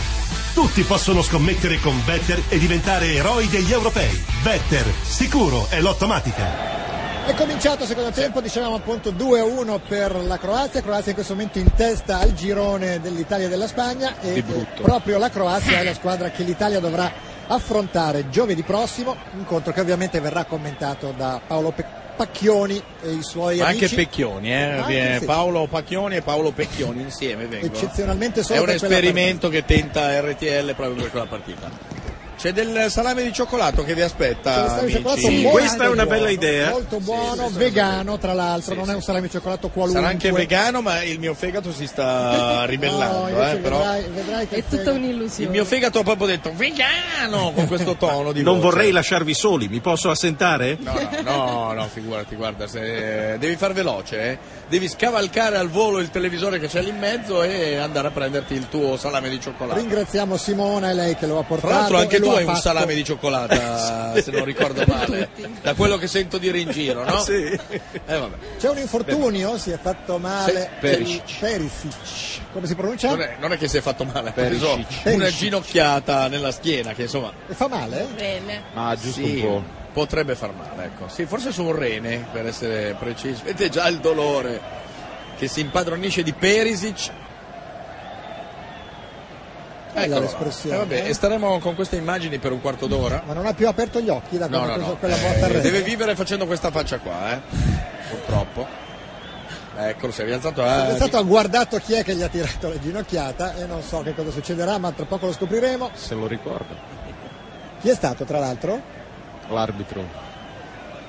Speaker 1: Tutti possono scommettere con Better e diventare eroi degli europei. Better, sicuro è l'ottomatica.
Speaker 3: È cominciato il secondo tempo, dicevamo appunto 2-1 per la Croazia, Croazia in questo momento in testa al girone dell'Italia e della Spagna e
Speaker 4: Di brutto.
Speaker 3: eh, proprio la Croazia è la squadra che l'Italia dovrà affrontare giovedì prossimo, incontro che ovviamente verrà commentato da Paolo Pe- Pacchioni e i suoi
Speaker 4: Ma anche
Speaker 3: amici.
Speaker 4: Pecchioni, eh?
Speaker 3: Anche, sì.
Speaker 4: Paolo Pacchioni e Paolo Pecchioni insieme vengono.
Speaker 3: Eccezionalmente solo
Speaker 4: È un
Speaker 3: per quella
Speaker 4: esperimento che tenta RTL proprio per quella partita. C'è del salame di cioccolato che vi
Speaker 3: C'è il
Speaker 4: aspetta.
Speaker 3: salame di cioccolato
Speaker 4: amici.
Speaker 3: molto
Speaker 4: Questa è una
Speaker 3: buono,
Speaker 4: bella idea.
Speaker 3: Molto buono, vegano tra l'altro, non è un salame di cioccolato qualunque.
Speaker 4: Sarà anche vegano, ma il mio fegato si sta
Speaker 3: No,
Speaker 4: ribellando.
Speaker 3: invece
Speaker 4: eh, però.
Speaker 3: vedrai, vedrai che
Speaker 13: È tutta un'illusione.
Speaker 4: Il mio fegato ha proprio detto vegano con questo tono di
Speaker 2: Non
Speaker 4: voce.
Speaker 2: vorrei lasciarvi soli, mi posso assentare?
Speaker 4: No, no, no, no, figurati, guarda, se devi far veloce, eh. devi scavalcare al volo il televisore che c'è lì in mezzo e andare a prenderti il tuo salame di cioccolato.
Speaker 3: Ringraziamo Simona e lei che lo ha portato.
Speaker 4: Tra l'altro
Speaker 3: e
Speaker 4: anche
Speaker 3: lo ha
Speaker 4: tu hai un
Speaker 3: fatto.
Speaker 4: salame di cioccolata, se non ricordo male, da quello che sento dire in giro, no? Sì. Eh vabbè.
Speaker 3: C'è un infortunio, si è fatto male.
Speaker 4: Sì, Perisic.
Speaker 3: Perisic. Come si pronuncia?
Speaker 4: Non è, non è che si è fatto male, ha preso
Speaker 3: Perisic.
Speaker 4: una ginocchiata nella schiena che insomma...
Speaker 3: E fa male?
Speaker 9: Bene.
Speaker 4: Ma
Speaker 2: giusto un po'.
Speaker 4: Potrebbe far male, ecco. Sì, forse su un rene, per essere preciso. Vedete già il dolore che si impadronisce di Perisic.
Speaker 3: Bella
Speaker 4: Eccolo.
Speaker 3: l'espressione,
Speaker 4: Eh, vabbè,
Speaker 3: eh.
Speaker 4: e staremo con queste immagini per un quarto d'ora.
Speaker 3: Ma non ha più aperto gli occhi da
Speaker 4: No,
Speaker 3: quando
Speaker 4: no,
Speaker 3: ha preso
Speaker 4: no.
Speaker 3: quella
Speaker 4: Eh,
Speaker 3: botta a rete.
Speaker 4: deve vivere facendo questa faccia qua, eh. Purtroppo. Eccolo, si è rialzato.
Speaker 3: Si è
Speaker 4: eh,
Speaker 3: alzato, ha guardato chi è che gli ha tirato la ginocchiata e non so che cosa succederà, ma tra poco lo scopriremo.
Speaker 2: Se lo ricorda.
Speaker 3: Chi è stato, tra l'altro?
Speaker 2: L'arbitro.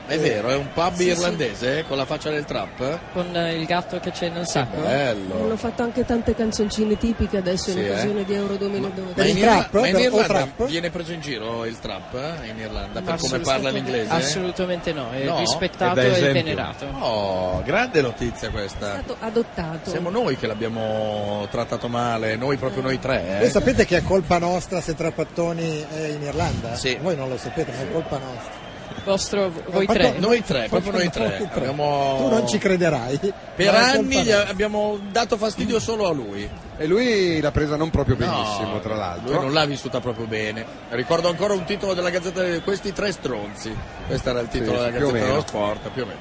Speaker 4: È vero, è un pub
Speaker 13: Sì, sì.
Speaker 4: irlandese eh, con la faccia del trap. eh?
Speaker 8: Con eh, il gatto che c'è nel sacco.
Speaker 4: Bello.
Speaker 13: Hanno fatto anche tante canzoncine tipiche adesso
Speaker 4: Sì,
Speaker 13: in occasione
Speaker 4: eh.
Speaker 13: di Euro 2012.
Speaker 4: Ma in, Irla- ma in Irlanda viene preso in giro il trap eh, in Irlanda per come
Speaker 8: Assolutamente-
Speaker 4: parla l'inglese?
Speaker 8: Assolutamente no, è
Speaker 4: No?
Speaker 8: rispettato
Speaker 4: È da
Speaker 8: e
Speaker 4: esempio.
Speaker 8: venerato.
Speaker 4: Oh, grande notizia questa.
Speaker 13: adottato.
Speaker 4: Siamo noi che l'abbiamo trattato male, noi proprio noi tre.
Speaker 3: Voi
Speaker 4: Eh.
Speaker 3: sapete che è colpa nostra se Trapattoni è in Irlanda?
Speaker 4: Sì.
Speaker 3: Voi non lo sapete, ma è colpa nostra.
Speaker 8: Vostro, voi
Speaker 3: Ma
Speaker 8: tre.
Speaker 3: proprio-
Speaker 4: Noi tre, proprio noi tre.
Speaker 3: Noi
Speaker 4: Abbiamo-
Speaker 3: Tu non ci crederai.
Speaker 4: Per
Speaker 3: ma è
Speaker 4: anni
Speaker 3: colpa
Speaker 4: gli abbiamo dato fastidio solo a lui.
Speaker 5: E lui l'ha presa non proprio benissimo,
Speaker 4: No,
Speaker 5: tra l'altro.
Speaker 4: Lui non l'ha vissuta proprio bene. Ricordo ancora un titolo della Gazzetta di questi tre stronzi. Questo era il titolo
Speaker 5: Sì,
Speaker 4: della
Speaker 5: sì, più o
Speaker 4: Gazzetta dello
Speaker 5: meno.
Speaker 4: Sport, più o meno.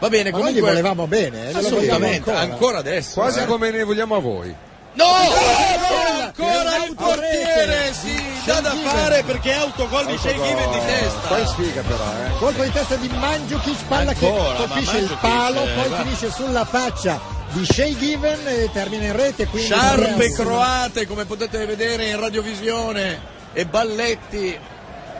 Speaker 4: Va
Speaker 3: Ma
Speaker 4: bene,
Speaker 3: noi
Speaker 4: comunque
Speaker 3: gli volevamo bene, eh, glielo vogliamo
Speaker 4: Assolutamente, ancora.
Speaker 3: ancora.
Speaker 4: adesso.
Speaker 5: Quasi
Speaker 4: eh.
Speaker 5: come ne vogliamo a voi.
Speaker 4: No! ancora il portiere si dà da fare perché è autogol di Shea Given di testa.
Speaker 5: Poi sfiga però, eh.
Speaker 3: Colpo di testa di Mandzukic, palla
Speaker 5: Ancora,
Speaker 3: che colpisce
Speaker 5: ma
Speaker 3: il palo,
Speaker 5: Mandzukic,
Speaker 3: poi
Speaker 5: eh, va.
Speaker 3: finisce sulla faccia di Shea Given e termina in rete. Quindi
Speaker 4: Sciarpe
Speaker 3: Andrea-
Speaker 4: croate, come potete vedere in radiovisione, e balletti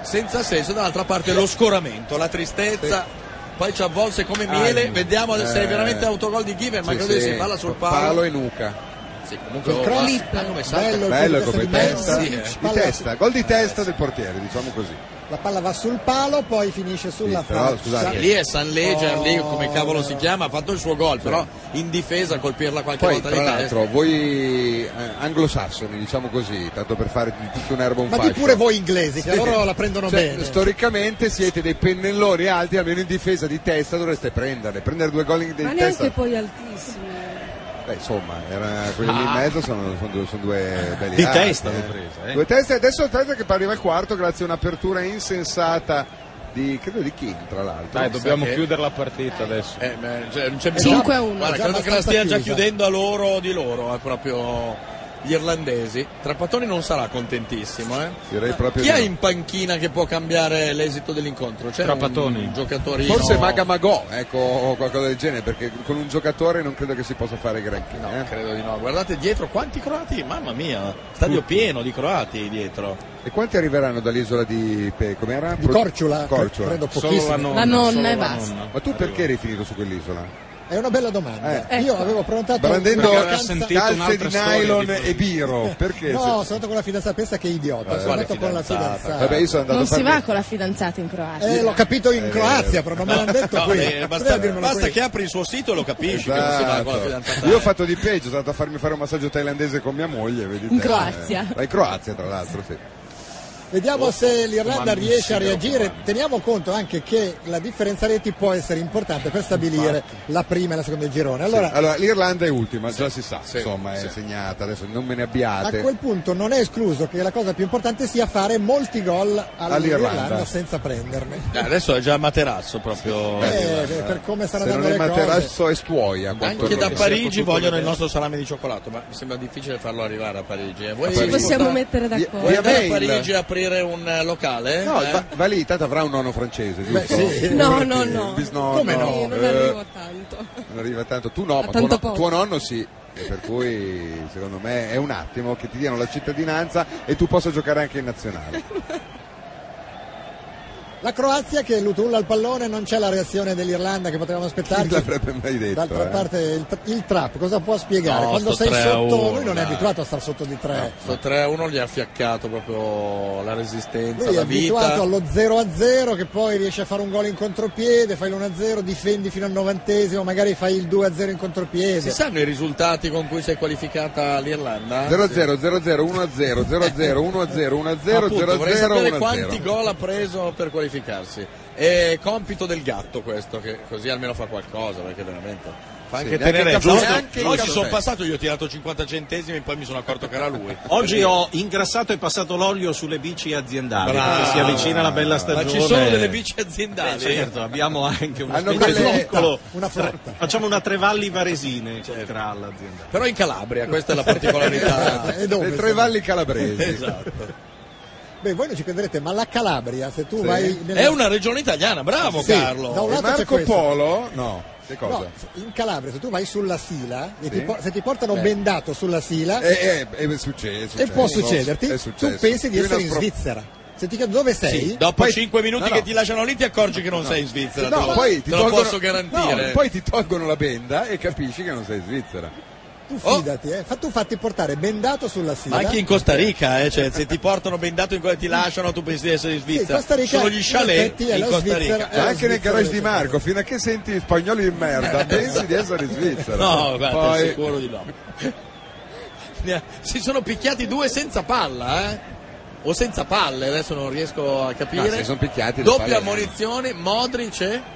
Speaker 4: senza senso. Dall'altra parte lo scoramento, la tristezza. Poi ci avvolse come miele.
Speaker 5: Ah,
Speaker 4: Vediamo se è
Speaker 5: eh.
Speaker 4: veramente autogol di Given, ma
Speaker 5: Sì,
Speaker 4: credo che
Speaker 5: sì.
Speaker 4: si palla sul palo.
Speaker 5: Palo e nuca.
Speaker 4: Sì, comunque
Speaker 5: Sul
Speaker 4: oh,
Speaker 5: cross.
Speaker 4: guarda, guarda come salta.
Speaker 3: Bello il
Speaker 5: Bello
Speaker 3: colpo
Speaker 5: come
Speaker 3: di testa
Speaker 5: testa.
Speaker 3: di
Speaker 5: Di
Speaker 3: Mandzukic,
Speaker 5: di
Speaker 3: palla-
Speaker 5: testa, gol di testa del portiere, diciamo così.
Speaker 3: La palla va sul palo, poi finisce sulla
Speaker 5: Sì, però,
Speaker 3: faccia.
Speaker 5: scusate.
Speaker 4: Lì è San Leger,
Speaker 3: Oh.
Speaker 4: lì come cavolo si chiama, ha fatto il suo gol, però in difesa colpirla qualche
Speaker 5: Poi,
Speaker 4: volta
Speaker 5: tra
Speaker 4: di testa.
Speaker 5: l'altro, voi eh, anglosassoni, diciamo così, tanto per fare di tutto un'erba un
Speaker 3: Ma di
Speaker 5: fascio.
Speaker 3: pure voi inglesi, che
Speaker 5: ecco. Sì.
Speaker 3: loro la prendono
Speaker 5: Cioè,
Speaker 3: bene.
Speaker 5: Storicamente siete dei pennelloni alti, almeno in difesa di testa dovreste prenderne. Prendere due gol in
Speaker 13: Ma
Speaker 5: di
Speaker 13: neanche
Speaker 5: testa.
Speaker 13: poi altissimi.
Speaker 5: Beh, insomma, era quelli lì in mezzo sono, sono due, sono due belli
Speaker 7: Di
Speaker 5: archi,
Speaker 7: testa
Speaker 5: eh.
Speaker 7: l'ho presa, eh.
Speaker 5: Due teste, adesso aspetta che arriva il quarto grazie a un'apertura insensata di, credo di King, tra l'altro.
Speaker 10: Dai, dobbiamo
Speaker 5: Sa che-
Speaker 10: chiudere la partita adesso.
Speaker 4: Eh, beh, cioè, non c'è bisogno.
Speaker 5: Cinque a uno,
Speaker 4: Guarda,
Speaker 5: già
Speaker 4: credo che la
Speaker 5: abbastanza
Speaker 4: stia già
Speaker 5: chiusa.
Speaker 4: chiudendo a loro di loro, eh, proprio gli irlandesi. Trapattoni non sarà contentissimo, eh.
Speaker 5: Direi proprio
Speaker 4: Chi
Speaker 5: di
Speaker 4: è
Speaker 5: no.
Speaker 4: in panchina che può cambiare l'esito dell'incontro? C'è un giocatore
Speaker 5: Forse Maga Magò, ecco, o qualcosa del genere, perché con un giocatore non credo che si possa fare granché. eh.
Speaker 4: Credo di no. Guardate dietro quanti croati, mamma mia, stadio pieno di croati dietro.
Speaker 5: E quanti arriveranno dall'isola di pe- com'era?
Speaker 3: Di Corciula,
Speaker 5: Corciula.
Speaker 3: credo pochissimi. Solo la nonna, La nonna solo e la basta. nonna.
Speaker 5: Ma tu perché eri finito su quell'isola?
Speaker 3: È una bella domanda.
Speaker 5: Eh.
Speaker 3: Io avevo prontato
Speaker 5: Brandendo
Speaker 3: una
Speaker 5: calze di nylon e biro, perché?
Speaker 3: No, sono andato con la fidanzata, pensa che idiota,
Speaker 5: Eh,
Speaker 3: sono andato
Speaker 5: quale
Speaker 3: con la
Speaker 5: fidanzata?
Speaker 3: fidanzata.
Speaker 5: Vabbè, io sono andato
Speaker 9: Non
Speaker 5: a
Speaker 9: si
Speaker 5: fare-
Speaker 9: va con la fidanzata in Croazia.
Speaker 3: Eh, l'ho capito in
Speaker 5: Eh,
Speaker 3: Croazia, però non me l'hanno detto
Speaker 4: No,
Speaker 3: qui.
Speaker 4: beh, basta,
Speaker 3: Poteva dirmelo
Speaker 4: basta
Speaker 3: qui.
Speaker 4: che apri il suo sito e lo capisci che non si va con la fidanzata.
Speaker 5: Esatto. Io ho fatto di peggio, sono andato a farmi fare un massaggio thailandese con mia moglie. Vedi
Speaker 3: In
Speaker 5: te.
Speaker 3: Croazia.
Speaker 5: Eh, in Croazia, tra l'altro, sì.
Speaker 3: Vediamo se l'Irlanda
Speaker 5: domani
Speaker 3: riesce a
Speaker 5: sì, però,
Speaker 3: reagire. Teniamo conto anche che la differenza reti può essere importante per stabilire la prima e la seconda del girone. Allora,
Speaker 5: Sì. l'Irlanda è ultima, già si sa, insomma, è segnata, adesso non me ne
Speaker 3: a
Speaker 5: abbiate.
Speaker 3: quel punto non è escluso che la cosa più importante sia fare molti gol all'Irlanda,
Speaker 5: All'Irlanda.
Speaker 3: senza prenderne.
Speaker 4: Eh, adesso è già materazzo proprio.
Speaker 3: Eh, eh, per come stanno
Speaker 5: Se non
Speaker 3: andando
Speaker 5: è
Speaker 3: le cose.
Speaker 5: materasso è stuoia. quanto
Speaker 4: Anche da
Speaker 5: non è.
Speaker 4: Parigi vogliono il nostro salame di cioccolato, ma mi sembra difficile farlo arrivare a Parigi. eh. Vuoi-
Speaker 13: Ci possiamo
Speaker 4: vuoi-
Speaker 13: mettere d'accordo.
Speaker 4: Vuoi andare a
Speaker 5: mail.
Speaker 4: Parigi e aprire un eh, locale?
Speaker 5: No,
Speaker 4: Eh?
Speaker 5: va, va lì, tanto avrà un nonno francese, giusto?
Speaker 4: sì.
Speaker 13: No, no, no.
Speaker 5: Bisnonno,
Speaker 13: Come no? Sì, non arrivo
Speaker 5: eh,
Speaker 13: tanto.
Speaker 5: non arriva tanto. Tu no, ma
Speaker 13: tanto
Speaker 5: tuo, no-
Speaker 13: poco.
Speaker 5: tuo nonno sì. E Per cui, secondo me, è un attimo che ti diano la cittadinanza e tu possa giocare anche in nazionale.
Speaker 3: La Croazia che lutulla il pallone, non c'è la reazione dell'Irlanda che potevamo
Speaker 5: Non
Speaker 3: aspettarci.
Speaker 5: l'avrebbe mai detto.
Speaker 3: D'altra
Speaker 5: eh.
Speaker 3: parte il, tra- il trap cosa può spiegare?
Speaker 4: No,
Speaker 3: Quando
Speaker 4: sto
Speaker 3: sei
Speaker 4: 3 a
Speaker 3: sotto,
Speaker 4: 1,
Speaker 3: lui non è
Speaker 4: dai.
Speaker 3: abituato a star sotto di 3.
Speaker 4: Sto 3-1 gli ha fiaccato proprio la resistenza,
Speaker 3: Lui è
Speaker 4: la
Speaker 3: abituato
Speaker 4: vita.
Speaker 3: allo 0 a 0 che poi riesce a fare un gol in contropiede, fai l'1 a 0, difendi fino al novantesimo, magari fai il 2 a 0 in
Speaker 4: Si
Speaker 3: contropiede.
Speaker 4: sanno i risultati con cui si è qualificata l'Irlanda?
Speaker 5: 0 0 0 0 1 0 0 0 1 0 1 0
Speaker 4: Appunto,
Speaker 5: 0
Speaker 4: vorrei
Speaker 5: 0
Speaker 4: sapere
Speaker 5: 1
Speaker 4: quanti
Speaker 5: 0
Speaker 4: gol ha preso per qualificarsi. È compito del gatto questo, che così almeno fa qualcosa, perché veramente fa
Speaker 7: Sì,
Speaker 4: anche
Speaker 7: neanche
Speaker 4: tenere
Speaker 7: il caffè,
Speaker 4: giusto.
Speaker 7: neanche il
Speaker 4: Oggi
Speaker 7: caffè.
Speaker 4: sono passato, io ho tirato 50 centesimi e poi mi sono accorto che era lui.
Speaker 7: Oggi ho ingrassato e passato l'olio sulle bici aziendali.
Speaker 4: Bravo.
Speaker 7: perché si avvicina la bella stagione.
Speaker 4: Ma ci sono delle bici aziendali.
Speaker 7: Eh, certo, abbiamo anche uno
Speaker 4: Hanno
Speaker 7: specie
Speaker 4: una
Speaker 7: di
Speaker 4: flotta,
Speaker 7: piccolo.
Speaker 3: una flotta.
Speaker 7: Facciamo una Trevalli Varesine
Speaker 4: Certo.
Speaker 7: tra l'azienda.
Speaker 4: Però in Calabria, questa è la particolarità.
Speaker 3: E dove?
Speaker 5: Le tre valli calabresi.
Speaker 4: Esatto.
Speaker 3: Beh, voi non ci crederete, ma la Calabria, se tu
Speaker 5: Sì.
Speaker 3: vai nelle-
Speaker 4: È una regione italiana, bravo
Speaker 3: Sì,
Speaker 4: Carlo.
Speaker 3: da un lato
Speaker 5: E
Speaker 3: c'è
Speaker 5: Marco
Speaker 3: questo.
Speaker 5: Polo? No, che cosa?
Speaker 3: No, se- in Calabria, se tu vai sulla Sila, e
Speaker 5: Sì.
Speaker 3: ti por- se ti portano
Speaker 4: Eh.
Speaker 5: Beh.
Speaker 3: bendato sulla Sila,
Speaker 5: E, e- e succede, Eh, è
Speaker 3: e può
Speaker 5: successo.
Speaker 3: succederti,
Speaker 5: È
Speaker 3: tu
Speaker 5: successo.
Speaker 3: pensi di
Speaker 5: Più
Speaker 3: essere in
Speaker 5: inaspro-
Speaker 3: Svizzera. Senti, che- dove sei?
Speaker 4: Sì, dopo
Speaker 3: Poi-
Speaker 4: 5 minuti
Speaker 3: No, no.
Speaker 4: che ti lasciano lì ti accorgi che non sei in Svizzera. te lo, te lo posso garantire. eh.
Speaker 5: no, poi ti tolgono la benda e capisci che non sei in Svizzera.
Speaker 4: Eh,
Speaker 3: Tu fidati, eh. Fa- tu fatti portare bendato sulla sila.
Speaker 4: Oh! Ma anche in Costa Rica, eh, cioè, se ti portano bendato in quella ti lasciano, tu pensi di essere in Svizzera.
Speaker 3: Sì, Costa Rica,
Speaker 4: Sono gli
Speaker 3: in
Speaker 4: chalet
Speaker 3: effetti,
Speaker 4: in,
Speaker 3: è la
Speaker 4: Costa
Speaker 3: Svizzera-
Speaker 4: Rica.
Speaker 3: è la
Speaker 5: Ma anche nel garage di Marco, fino a che senti spagnoli di merda, pensi di essere in Svizzera.
Speaker 4: No, guarda,
Speaker 5: Poi-
Speaker 4: sicuro di no. Ne- Si sono picchiati due senza palla, eh? O senza palle, adesso non riesco a capire.
Speaker 5: No, se sono picchiati le palle-
Speaker 4: Doppia ammonizione, Modric e-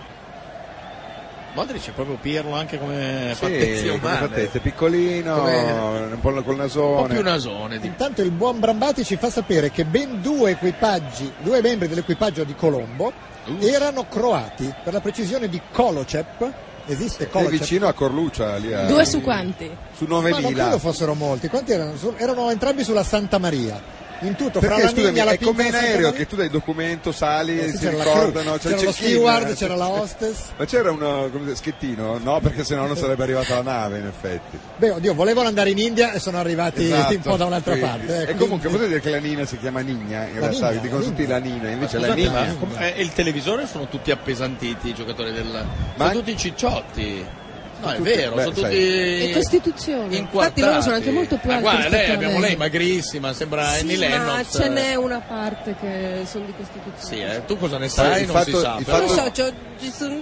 Speaker 4: Modric è proprio Pirlo anche come
Speaker 5: Sì,
Speaker 4: fattezze
Speaker 5: come
Speaker 4: umane.
Speaker 5: fattezze, piccolino,
Speaker 4: Come-
Speaker 5: un po' col nasone.
Speaker 4: Un po' più nasone, di-
Speaker 3: Intanto il buon Brambati ci fa sapere che ben due equipaggi, due membri dell'equipaggio di Colombo erano croati, per la precisione di Kolocep. Esiste
Speaker 5: È
Speaker 3: Kolocep?
Speaker 5: vicino a Corlucia, lì a...
Speaker 9: Due su quanti?
Speaker 5: su
Speaker 3: Ma non
Speaker 5: 9000.
Speaker 3: credo fossero molti. Quanti erano? Su- Erano entrambi sulla Santa Maria. In tutto,
Speaker 5: Perché
Speaker 3: fra
Speaker 5: scusami,
Speaker 3: la Migna, la
Speaker 5: è come in
Speaker 3: Pinta e la Santa
Speaker 5: aereo
Speaker 3: Maria-
Speaker 5: che tu dai il documento, sali,
Speaker 3: Eh sì,
Speaker 5: si
Speaker 3: c'era la crew,
Speaker 5: ricordano, c'è il
Speaker 3: c'era lo
Speaker 5: check-in.
Speaker 3: steward, c'era la hostess.
Speaker 5: Ma c'era uno come dire, schettino? No, perché sennò non sarebbe arrivata la nave, in effetti.
Speaker 3: Beh, oddio, volevano andare in India e sono arrivati
Speaker 5: Esatto,
Speaker 3: un po' da un'altra
Speaker 5: quindi.
Speaker 3: parte. eh,
Speaker 5: E
Speaker 3: quindi-
Speaker 5: comunque potete dire che la Nina si chiama Nigna, in
Speaker 3: La
Speaker 5: realtà
Speaker 3: Nina,
Speaker 5: vi
Speaker 3: la Esatto.
Speaker 5: dicono
Speaker 3: Ah,
Speaker 5: tutti la Nina, invece la
Speaker 4: Scusate,
Speaker 5: Nigna.
Speaker 4: ma com- eh, e il televisore sono tutti appesantiti i giocatori del... Sono tutti cicciotti. No, è
Speaker 5: Tutti-
Speaker 4: vero,
Speaker 5: beh,
Speaker 4: sono
Speaker 5: sai.
Speaker 4: tutti...
Speaker 13: E Costituzione. Infatti loro
Speaker 4: Guardate.
Speaker 13: sono anche molto più
Speaker 4: Ma
Speaker 13: alti.
Speaker 4: guarda,
Speaker 13: rispetto
Speaker 4: lei,
Speaker 13: a
Speaker 4: abbiamo
Speaker 13: noi.
Speaker 4: lei magrissima, sembra Annie
Speaker 13: Sì, ma
Speaker 4: Lennox.
Speaker 13: ce n'è una parte che sono di Costituzione.
Speaker 4: Sì, eh, tu cosa ne
Speaker 5: Sai,
Speaker 4: sai?
Speaker 5: il
Speaker 4: non si
Speaker 5: fatto-
Speaker 4: sa.
Speaker 5: il
Speaker 4: però-
Speaker 13: Non so, cioè- c'ho- ci sono...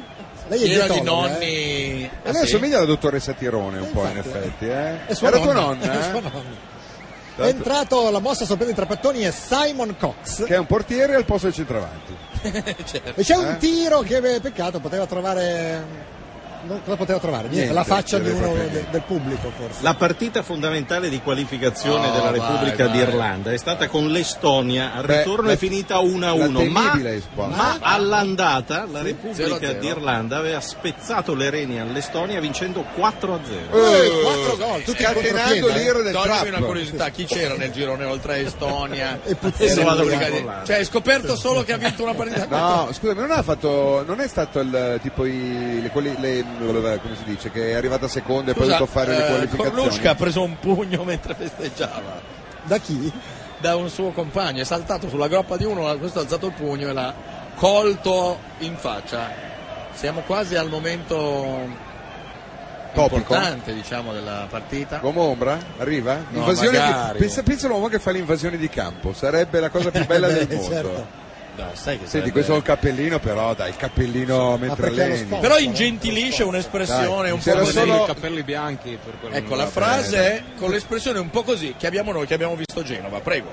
Speaker 3: Lei
Speaker 4: Piena di
Speaker 3: dietologa, eh.
Speaker 4: nonni.
Speaker 5: E
Speaker 4: Ah,
Speaker 5: lei
Speaker 4: sì?
Speaker 5: assomiglia alla dottoressa Tirone un po' in
Speaker 3: infatti,
Speaker 5: effetti, eh?
Speaker 3: È sua
Speaker 5: Era tua
Speaker 3: nonna.
Speaker 5: nonna?
Speaker 3: È
Speaker 5: eh?
Speaker 3: sua È entrato la mossa sorpresa tra pattoni è Simon Cox.
Speaker 5: Che è un portiere al posto del centravanti.
Speaker 3: E c'è un
Speaker 5: Eh?
Speaker 3: tiro che beh, peccato poteva trovare. non- Cosa poteva trovare?
Speaker 7: Niente,
Speaker 3: Niente, la faccia di
Speaker 7: deve
Speaker 3: uno
Speaker 7: proprio-
Speaker 3: de- del pubblico forse.
Speaker 7: La partita fondamentale di qualificazione
Speaker 3: Oh,
Speaker 7: della
Speaker 3: vai,
Speaker 7: Repubblica
Speaker 3: vai.
Speaker 7: d'Irlanda è stata con
Speaker 2: Eh,
Speaker 7: l'Estonia, al
Speaker 5: Beh,
Speaker 7: ritorno
Speaker 5: la-
Speaker 7: è finita
Speaker 5: la
Speaker 7: 1-1, ma,
Speaker 5: temibile Estonia.
Speaker 7: ma all'andata la Repubblica
Speaker 5: 0-0.
Speaker 7: d'Irlanda aveva spezzato le reni all'Estonia vincendo 4-0.
Speaker 5: Eh, quattro gol, tutti in
Speaker 4: Scatenando
Speaker 5: contropiede,
Speaker 4: l'ira
Speaker 5: eh.
Speaker 4: del
Speaker 5: Toglimi
Speaker 4: trap.
Speaker 5: una curiosità,
Speaker 4: chi c'era nel girone oltre a Estonia?
Speaker 3: e
Speaker 5: Puzzerelli.
Speaker 4: se vado a
Speaker 5: Vogliamo
Speaker 4: Bulgaria?
Speaker 5: parlare.
Speaker 4: Cioè, hai scoperto solo che ha vinto una partita
Speaker 5: No, scusami, non ha fatto. Non è stato il tipo i, le, quali- le- come si dice? Che è arrivata seconda e poi ha dovuto fare
Speaker 7: eh,
Speaker 5: le qualificazioni.
Speaker 4: Corlucca eh, ha preso un pugno mentre festeggiava.
Speaker 3: Da chi?
Speaker 4: Da un suo compagno, è saltato sulla groppa di uno, questo ha alzato il pugno e l'ha colto in faccia. Siamo quasi al momento
Speaker 5: Topico?
Speaker 4: importante, diciamo, della partita.
Speaker 5: Come ombra? Arriva?
Speaker 4: No,
Speaker 5: Invasione
Speaker 4: magari.
Speaker 5: di, pensa, pensa all'uomo che fa l'invasione di campo, sarebbe la cosa più bella del
Speaker 4: Beh,
Speaker 5: mondo.
Speaker 4: certo. Dai, sai che
Speaker 5: Senti,
Speaker 4: sarebbe-
Speaker 5: questo è un cappellino, però dai, il cappellino mentre
Speaker 10: perché è lo
Speaker 5: alleni.
Speaker 10: sport?
Speaker 4: Però ingentilisce un'espressione
Speaker 5: Dai,
Speaker 4: un po'
Speaker 5: c'era
Speaker 4: così.
Speaker 5: solo-
Speaker 10: capelli bianchi per quello
Speaker 4: Ecco,
Speaker 10: non
Speaker 4: la
Speaker 10: va
Speaker 4: frase
Speaker 10: bene.
Speaker 4: è con l'espressione un po' così che abbiamo noi, che abbiamo visto Genova, prego.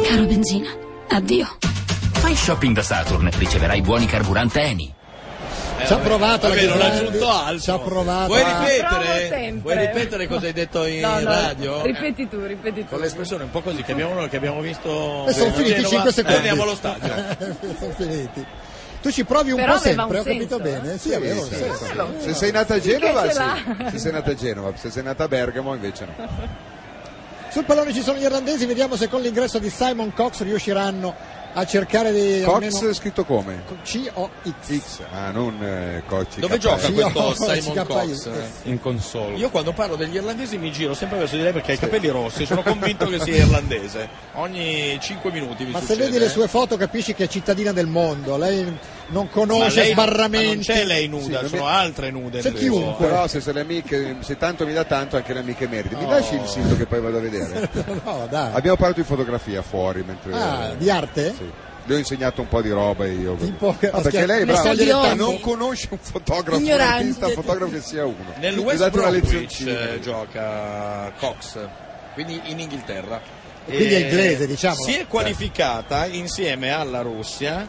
Speaker 11: Caro benzina, addio.
Speaker 12: Fai shopping da Saturn, riceverai buoni carburanti Eni.
Speaker 4: Eh,
Speaker 3: Ci ha
Speaker 4: vabbè.
Speaker 3: provato la
Speaker 4: Vabbè, non ha
Speaker 3: Ghislandi,
Speaker 4: aggiunto altro.
Speaker 3: Ci ha provato.
Speaker 4: Vuoi
Speaker 6: Provo
Speaker 4: ripetere?
Speaker 6: sempre.
Speaker 4: Vuoi ripetere cosa hai detto in
Speaker 6: No, no,
Speaker 4: radio? Eh.
Speaker 6: Ripeti tu, ripeti tu.
Speaker 4: Con l'espressione un po' così che abbiamo noi, che abbiamo visto
Speaker 3: E Eh, sono
Speaker 4: a
Speaker 3: finiti
Speaker 4: Genova,
Speaker 3: 5 secondi.
Speaker 4: Torniamo allo stadio.
Speaker 3: Sono finiti. Tu ci provi un
Speaker 6: Però
Speaker 3: po'
Speaker 6: aveva
Speaker 3: sempre, ho
Speaker 6: un
Speaker 3: capito
Speaker 6: senso,
Speaker 3: bene? Sì,
Speaker 5: Sì,
Speaker 3: aveva un
Speaker 5: Eh, sì,
Speaker 3: senso.
Speaker 5: sì. Se sei nata a Genova,
Speaker 6: Perché ce
Speaker 5: sì. Se sei nata a Genova, se sei nata a Bergamo, invece no.
Speaker 3: Sul pallone ci sono gli irlandesi, vediamo se con l'ingresso di Simon Cox riusciranno a cercare di
Speaker 5: Cox
Speaker 3: almeno
Speaker 5: scritto come?
Speaker 3: C-O-X.
Speaker 5: X, ah, non eh, Cox.
Speaker 4: Dove
Speaker 5: KY.
Speaker 4: gioca questo
Speaker 3: Sì,
Speaker 4: Simon
Speaker 3: sì,
Speaker 4: Cox?
Speaker 3: sì.
Speaker 10: In console.
Speaker 4: Io quando parlo degli irlandesi mi giro sempre verso di lei perché ha i capelli rossi, sono convinto che sia irlandese. Ogni 5 minuti mi
Speaker 3: Ma se
Speaker 4: succede. eh.
Speaker 3: vedi le sue foto capisci che è cittadina del mondo, lei non
Speaker 4: Ma
Speaker 3: conosce
Speaker 4: lei-
Speaker 3: sbarramenti.
Speaker 4: ma non c'è lei nuda,
Speaker 5: Sì,
Speaker 4: sono
Speaker 5: vabbè.
Speaker 4: altre nude.
Speaker 3: C'è
Speaker 4: nel
Speaker 3: chiunque.
Speaker 4: suo-
Speaker 5: Però se, sono le amiche, se tanto mi dà tanto anche le amiche meriti. Mi lasci il sito che poi vado a vedere.
Speaker 3: No, dai.
Speaker 5: Abbiamo parlato di fotografia fuori mentre.
Speaker 3: Ah, di arte?
Speaker 5: Sì. Le ho insegnato un po' di roba io.
Speaker 3: Tipo che-
Speaker 5: Ah, perché lei è
Speaker 3: Messa
Speaker 5: brava,
Speaker 3: agli occhi.
Speaker 5: non conosce un fotografo, un
Speaker 13: Ignorante.
Speaker 5: artista, un fotografo che sia uno.
Speaker 4: Nel
Speaker 5: Mi
Speaker 4: West
Speaker 5: date Esatto, una
Speaker 4: Bromwich
Speaker 5: lezioncina.
Speaker 4: eh, gioca Cox, quindi in Inghilterra.
Speaker 3: E quindi è
Speaker 4: Eh,
Speaker 3: inglese, diciamo.
Speaker 4: Si è qualificata insieme alla Russia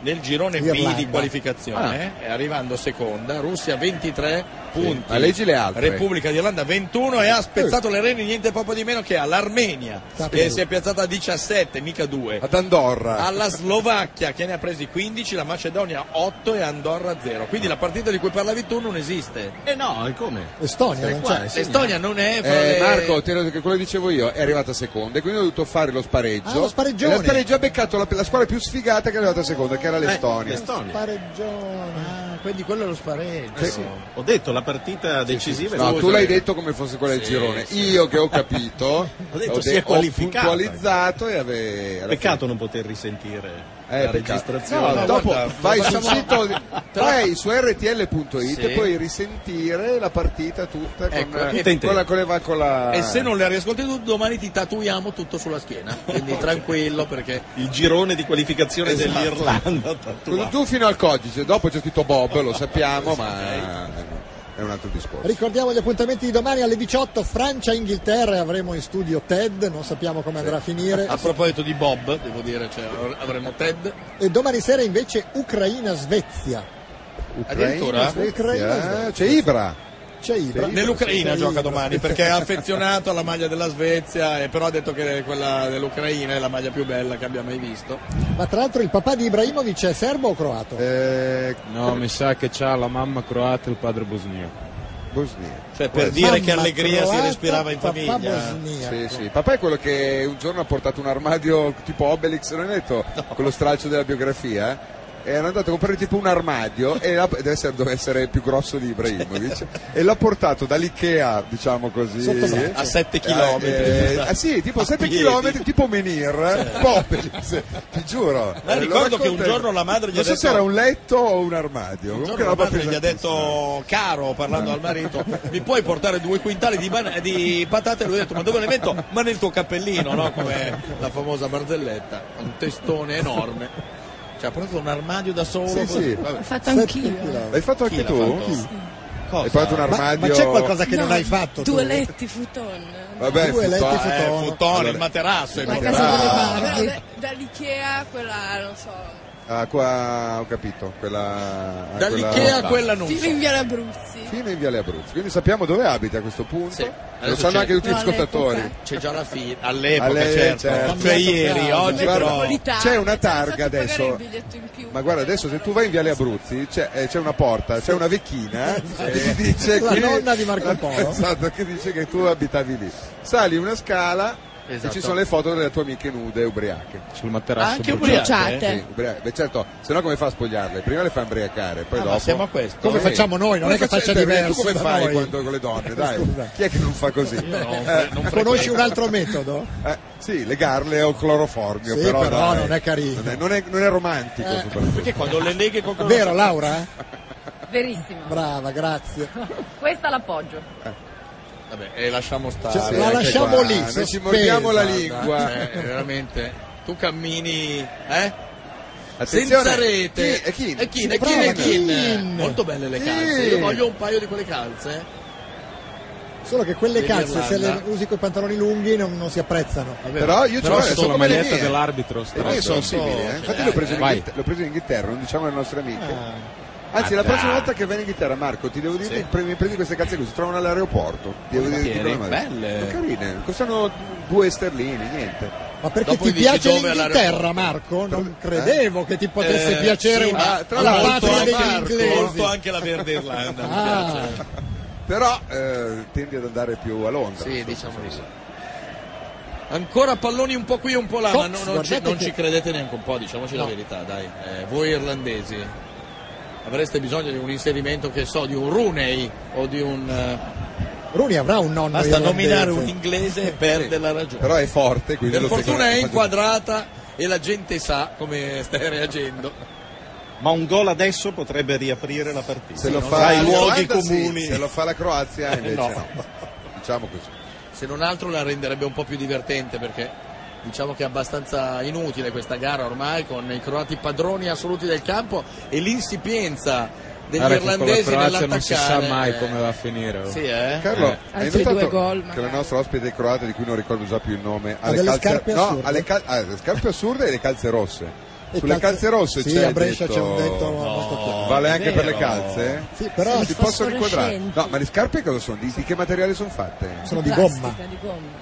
Speaker 4: nel girone B
Speaker 3: Irlanda.
Speaker 4: di qualificazione, eh, arrivando seconda. Russia 23 punti.
Speaker 5: Ma leggi le altre.
Speaker 4: Repubblica d'Irlanda 21 e ha spezzato le reni niente poco di meno che all'Armenia, che si è piazzata a 17, mica 2.
Speaker 5: Ad Andorra.
Speaker 4: Alla Slovacchia che ne ha presi 15, la Macedonia 8 e Andorra 0. Quindi la partita di cui parlavi tu non esiste.
Speaker 7: Eh no, e come?
Speaker 3: Estonia,
Speaker 7: Sei
Speaker 3: non
Speaker 10: Cioè,
Speaker 7: qua,
Speaker 3: c'è.
Speaker 7: sì.
Speaker 4: L'Estonia non è
Speaker 7: Ecco,
Speaker 4: fra
Speaker 5: Eh,
Speaker 4: le-
Speaker 5: Marco, te lo- che quello che dicevo io è arrivata seconda e quindi ho dovuto fare lo spareggio.
Speaker 3: Ah, lo spareggione.
Speaker 5: E lo
Speaker 7: Eh,
Speaker 5: spareggio ha beccato la, la squadra più sfigata che è arrivata seconda, che era l'Estonia.
Speaker 3: Pareggione. quindi quello è lo spareggio.
Speaker 7: Sì. Ho detto la partita decisiva. è
Speaker 5: No,
Speaker 7: solo
Speaker 5: tu l'hai
Speaker 7: tre.
Speaker 5: detto come fosse quella del
Speaker 7: Sì,
Speaker 5: girone.
Speaker 7: sì.
Speaker 5: Io che ho capito,
Speaker 7: Ho detto
Speaker 5: ho
Speaker 7: si
Speaker 5: de-
Speaker 7: è qualificata.
Speaker 5: puntualizzato e ave... alla
Speaker 7: Peccato non poter risentire
Speaker 5: Eh,
Speaker 7: la
Speaker 5: peccato.
Speaker 7: registrazione.
Speaker 5: No, dopo vai sul
Speaker 7: facciamo-
Speaker 5: sito, vai su rtl.it
Speaker 7: Sì.
Speaker 5: e puoi risentire la partita tutta con,
Speaker 4: Ecco,
Speaker 5: eh,
Speaker 4: tutta intera.
Speaker 5: con la, con le va- con la-
Speaker 10: eh.
Speaker 4: E se non le riascolti tu, domani ti tatuiamo tutto sulla schiena. Quindi tranquillo perché.
Speaker 7: Il girone di qualificazione
Speaker 4: Esatto.
Speaker 7: dell'Irlanda.
Speaker 5: Tu- tu fino al codice, dopo c'è scritto Bob, lo sappiamo, ma è un altro discorso.
Speaker 3: Ricordiamo gli appuntamenti di domani alle 18 Francia-Inghilterra e avremo in studio Ted, non sappiamo come andrà a finire.
Speaker 4: A proposito di Bob, devo dire, cioè, av- avremo Ted.
Speaker 3: E domani sera invece Ucraina-Svezia.
Speaker 4: Addirittura?
Speaker 5: Svezia, eh, c'è Ibra.
Speaker 3: C'è Ibra.
Speaker 4: Nell'Ucraina
Speaker 3: C'è
Speaker 4: gioca
Speaker 3: Ibra.
Speaker 4: domani perché è affezionato alla maglia della Svezia e però ha detto che quella dell'Ucraina è la maglia più bella che abbia mai visto.
Speaker 3: Ma tra l'altro il papà di Ibrahimovic è serbo o croato?
Speaker 5: eh,
Speaker 10: No, mi sa che c'ha la mamma croata e il padre bosniaco.
Speaker 5: Bosnia.
Speaker 4: Cioè,
Speaker 3: Eh,
Speaker 5: per dire che allegria si respirava in famiglia. Sì,
Speaker 3: Bosnia.
Speaker 5: sì. Papà è quello che un giorno ha portato un armadio tipo Obelix, non è detto, con lo stralcio della biografia. eh? E era andato a comprare tipo un armadio e l'ha- deve essere, doveva essere più grosso di Ibrahimovic e l'ha portato dall'Ikea, diciamo così,
Speaker 4: Sotto braccio. A sette chilometri.
Speaker 5: Eh, eh, ah, sì, tipo
Speaker 4: A
Speaker 5: 7
Speaker 4: piedi.
Speaker 5: km, tipo Menir, tipo Obelix, ti giuro.
Speaker 4: Ma
Speaker 5: Eh, lo
Speaker 4: ricordo che un
Speaker 5: racconta-
Speaker 4: giorno la madre gli ha
Speaker 5: Non so se
Speaker 4: detto-
Speaker 5: era un letto o un armadio.
Speaker 4: Un giorno
Speaker 5: Comunque
Speaker 4: la
Speaker 5: era
Speaker 4: madre gli ha
Speaker 5: pesantissima.
Speaker 4: detto caro parlando al marito mi puoi portare due quintali di, ban- di patate e lui ha detto ma dove le metto? ma nel tuo cappellino no? come la famosa barzelletta un testone enorme ci ha portato un armadio da solo
Speaker 5: Sì,
Speaker 4: così.
Speaker 5: sì.
Speaker 4: Vabbè.
Speaker 5: L'ho fatto anch'io. L'hai fatto anche
Speaker 4: Chi l'ha
Speaker 5: tu?
Speaker 4: fatto?
Speaker 5: Sì. Hai fatto un
Speaker 3: Ma-
Speaker 5: armadio.
Speaker 3: ma c'è qualcosa che
Speaker 9: No,
Speaker 3: non hai fatto? tu?
Speaker 9: Due letti, futon.
Speaker 5: Vabbè,
Speaker 3: Due letti
Speaker 5: futon-
Speaker 3: futon.
Speaker 5: eh,
Speaker 4: futon,
Speaker 5: Allora-
Speaker 4: il materasso il
Speaker 5: Ma
Speaker 4: materasso.
Speaker 5: casa delle
Speaker 4: Ah,
Speaker 5: Barbie.
Speaker 9: No, da- dall'Ikea quella, non so.
Speaker 5: Ah, qua ho capito, quella ah,
Speaker 4: Dall'Ikea a quella non
Speaker 9: Fino
Speaker 4: so.
Speaker 9: in Viale Abruzzi.
Speaker 5: Fino in Viale Abruzzi, quindi sappiamo dove abita a questo punto. Lo
Speaker 4: Adesso
Speaker 5: sanno
Speaker 4: c'è-
Speaker 5: anche tutti gli
Speaker 4: No,
Speaker 5: ascoltatori.
Speaker 4: c'è già la fine all'epoca
Speaker 5: Alle-
Speaker 4: certo,
Speaker 5: certo.
Speaker 4: cioè ieri oggi
Speaker 5: Guarda,
Speaker 4: però
Speaker 5: c'è
Speaker 13: Cioè,
Speaker 5: una targa adesso.
Speaker 9: biglietto in più.
Speaker 5: Ma guarda, adesso se tu vai in Viale Abruzzi c'è, eh, c'è una porta, c'è una vecchina eh, che ti dice
Speaker 3: Eh, La
Speaker 5: che-
Speaker 3: nonna di Marco Polo.
Speaker 5: Esatto, che dice che tu abitavi lì. Sali una scala e
Speaker 3: Esatto.
Speaker 5: ci sono le foto delle tue amiche nude ubriache. Sul
Speaker 10: materasso
Speaker 3: Anche bruciate.
Speaker 4: eh?
Speaker 3: ubriache?
Speaker 5: Sì, ubriache. Beh, certo, se no come fa a spogliarle? Prima le fa imbriacare, poi
Speaker 3: Ah, ma
Speaker 5: dopo.
Speaker 3: siamo a questo? Come facciamo noi, non è che
Speaker 5: Come
Speaker 3: faccia
Speaker 5: facciamo-
Speaker 3: diverso
Speaker 5: Tu come
Speaker 3: da
Speaker 5: fai
Speaker 3: noi?
Speaker 5: quando con le donne? Dai,
Speaker 3: Scusa.
Speaker 5: chi è che non fa così? Eh,
Speaker 3: Conosci un altro metodo?
Speaker 5: eh, sì, legarle o cloroformio,
Speaker 3: Sì,
Speaker 5: però,
Speaker 3: però
Speaker 5: dai.
Speaker 3: non è carino.
Speaker 5: Non è, non è- non è romantico,
Speaker 3: Eh.
Speaker 5: soprattutto.
Speaker 4: perché quando le leghe con
Speaker 3: Vero Laura?
Speaker 6: Verissimo.
Speaker 3: Brava, grazie.
Speaker 6: Questa l'appoggio.
Speaker 4: Vabbè, e lasciamo
Speaker 5: Ah,
Speaker 4: stare.
Speaker 3: Cioè, la
Speaker 4: anche
Speaker 3: lasciamo lì, Cioè,
Speaker 4: Noi
Speaker 3: sospesa.
Speaker 4: ci mordiamo la lingua.
Speaker 5: Guarda,
Speaker 4: eh, veramente. Tu cammini, eh?
Speaker 5: Attenzione.
Speaker 4: Senza rete.
Speaker 5: Chi- e chi?
Speaker 4: E chi?
Speaker 5: Sì,
Speaker 4: E chi? E
Speaker 5: bravo,
Speaker 4: chi?
Speaker 5: Kin.
Speaker 4: Molto belle le calze.
Speaker 5: Sì.
Speaker 4: Io voglio un paio di quelle calze. eh.
Speaker 3: Solo che quelle calze, se le
Speaker 4: Dell'Irlanda.
Speaker 3: usi con i pantaloni lunghi, non, non si apprezzano.
Speaker 5: Però io
Speaker 10: Però
Speaker 5: ce l'ho,
Speaker 10: sotto
Speaker 5: sono
Speaker 10: la
Speaker 5: come le
Speaker 10: maglietta
Speaker 5: mie.
Speaker 10: dell'arbitro
Speaker 5: Le
Speaker 10: strano.
Speaker 5: mie sono simili, eh. Infatti l'ho preso, in
Speaker 10: Vai.
Speaker 5: Inghilterra, l'ho preso in Inghilterra, non diciamo alle nostre amiche.
Speaker 3: Ah. Eh.
Speaker 5: Anzi,
Speaker 10: Ma
Speaker 5: la
Speaker 4: Ah,
Speaker 5: prossima
Speaker 10: dai.
Speaker 5: volta che vieni in Inghilterra, Marco, ti devo dire
Speaker 10: Sì.
Speaker 5: che pre- mi prendi queste calze qui, si trovano all'aeroporto. Devo dire
Speaker 4: Volentieri.
Speaker 5: dico la verità.
Speaker 4: Belle.
Speaker 5: Sono carine, costano due sterline, niente.
Speaker 3: Ma perché ti piace l'Inghilterra, Marco? Non credevo che ti potesse
Speaker 5: Eh,
Speaker 3: piacere
Speaker 5: sì,
Speaker 3: una,
Speaker 5: ma tra
Speaker 3: la
Speaker 5: l'altro
Speaker 3: patria
Speaker 5: a
Speaker 3: degli
Speaker 5: Marco-
Speaker 3: inglesi.
Speaker 4: Molto anche la verde Irlanda. mi
Speaker 3: Ah.
Speaker 4: piace.
Speaker 5: Però eh, tendi ad andare più a Londra.
Speaker 4: Sì, diciamo di sì. Ancora palloni un po' qui e un po' là, ma
Speaker 5: Cox,
Speaker 4: no- non, ci,
Speaker 5: guardate
Speaker 4: non
Speaker 5: che-
Speaker 4: ci credete neanche un po', diciamoci la
Speaker 5: No.
Speaker 4: verità, dai. Eh, voi irlandesi avreste bisogno di un inserimento, che so, di un Rooney o di un... eh,
Speaker 3: Rooney avrà un nonno
Speaker 4: Basta
Speaker 3: irlandese.
Speaker 4: nominare un inglese e perde la ragione.
Speaker 5: Però è forte, quindi
Speaker 4: per
Speaker 5: lo fai
Speaker 4: fortuna
Speaker 5: con-
Speaker 4: è inquadrata e la gente sa come stai reagendo.
Speaker 7: Ma un gol adesso potrebbe riaprire la partita.
Speaker 5: Se lo
Speaker 7: Non
Speaker 5: fa
Speaker 7: tra
Speaker 5: la
Speaker 7: i luoghi
Speaker 5: Croazia, sì.
Speaker 7: comuni.
Speaker 5: Se lo fa la Croazia, invece
Speaker 4: No.
Speaker 5: no. Diciamo così.
Speaker 4: Se non altro la renderebbe un po' più divertente perché diciamo che è abbastanza inutile questa gara ormai con i croati padroni assoluti del campo e l'insipienza degli
Speaker 10: Guarda che con la
Speaker 4: irlandesi
Speaker 10: Croazia
Speaker 4: nell'attaccare.
Speaker 10: non si sa mai
Speaker 4: eh,
Speaker 10: come va a finire. oh.
Speaker 4: Sì, eh?
Speaker 5: Carlo,
Speaker 10: Eh.
Speaker 5: hai
Speaker 10: Altri
Speaker 5: notato
Speaker 10: due gol,
Speaker 5: che la nostra ospite croata, di cui non ricordo già più il nome, ha, le
Speaker 3: delle
Speaker 5: calze,
Speaker 3: scarpe
Speaker 5: no,
Speaker 3: assurde?
Speaker 5: ha le cal- ha le scarpe assurde e le calze rosse.
Speaker 3: E
Speaker 5: Sulle
Speaker 3: calze-
Speaker 5: calze rosse
Speaker 3: sì,
Speaker 5: c'è
Speaker 3: a Brescia
Speaker 5: detto-
Speaker 3: c'è un detto molto chiaro.
Speaker 5: Vale anche
Speaker 3: Vero.
Speaker 5: per le calze?
Speaker 3: Sì, però
Speaker 5: si
Speaker 3: sì,
Speaker 5: possono inquadrare.
Speaker 3: fosforescenti.
Speaker 5: No, ma le scarpe cosa sono? Di, di che materiale sono fatte?
Speaker 3: Sono di gomma.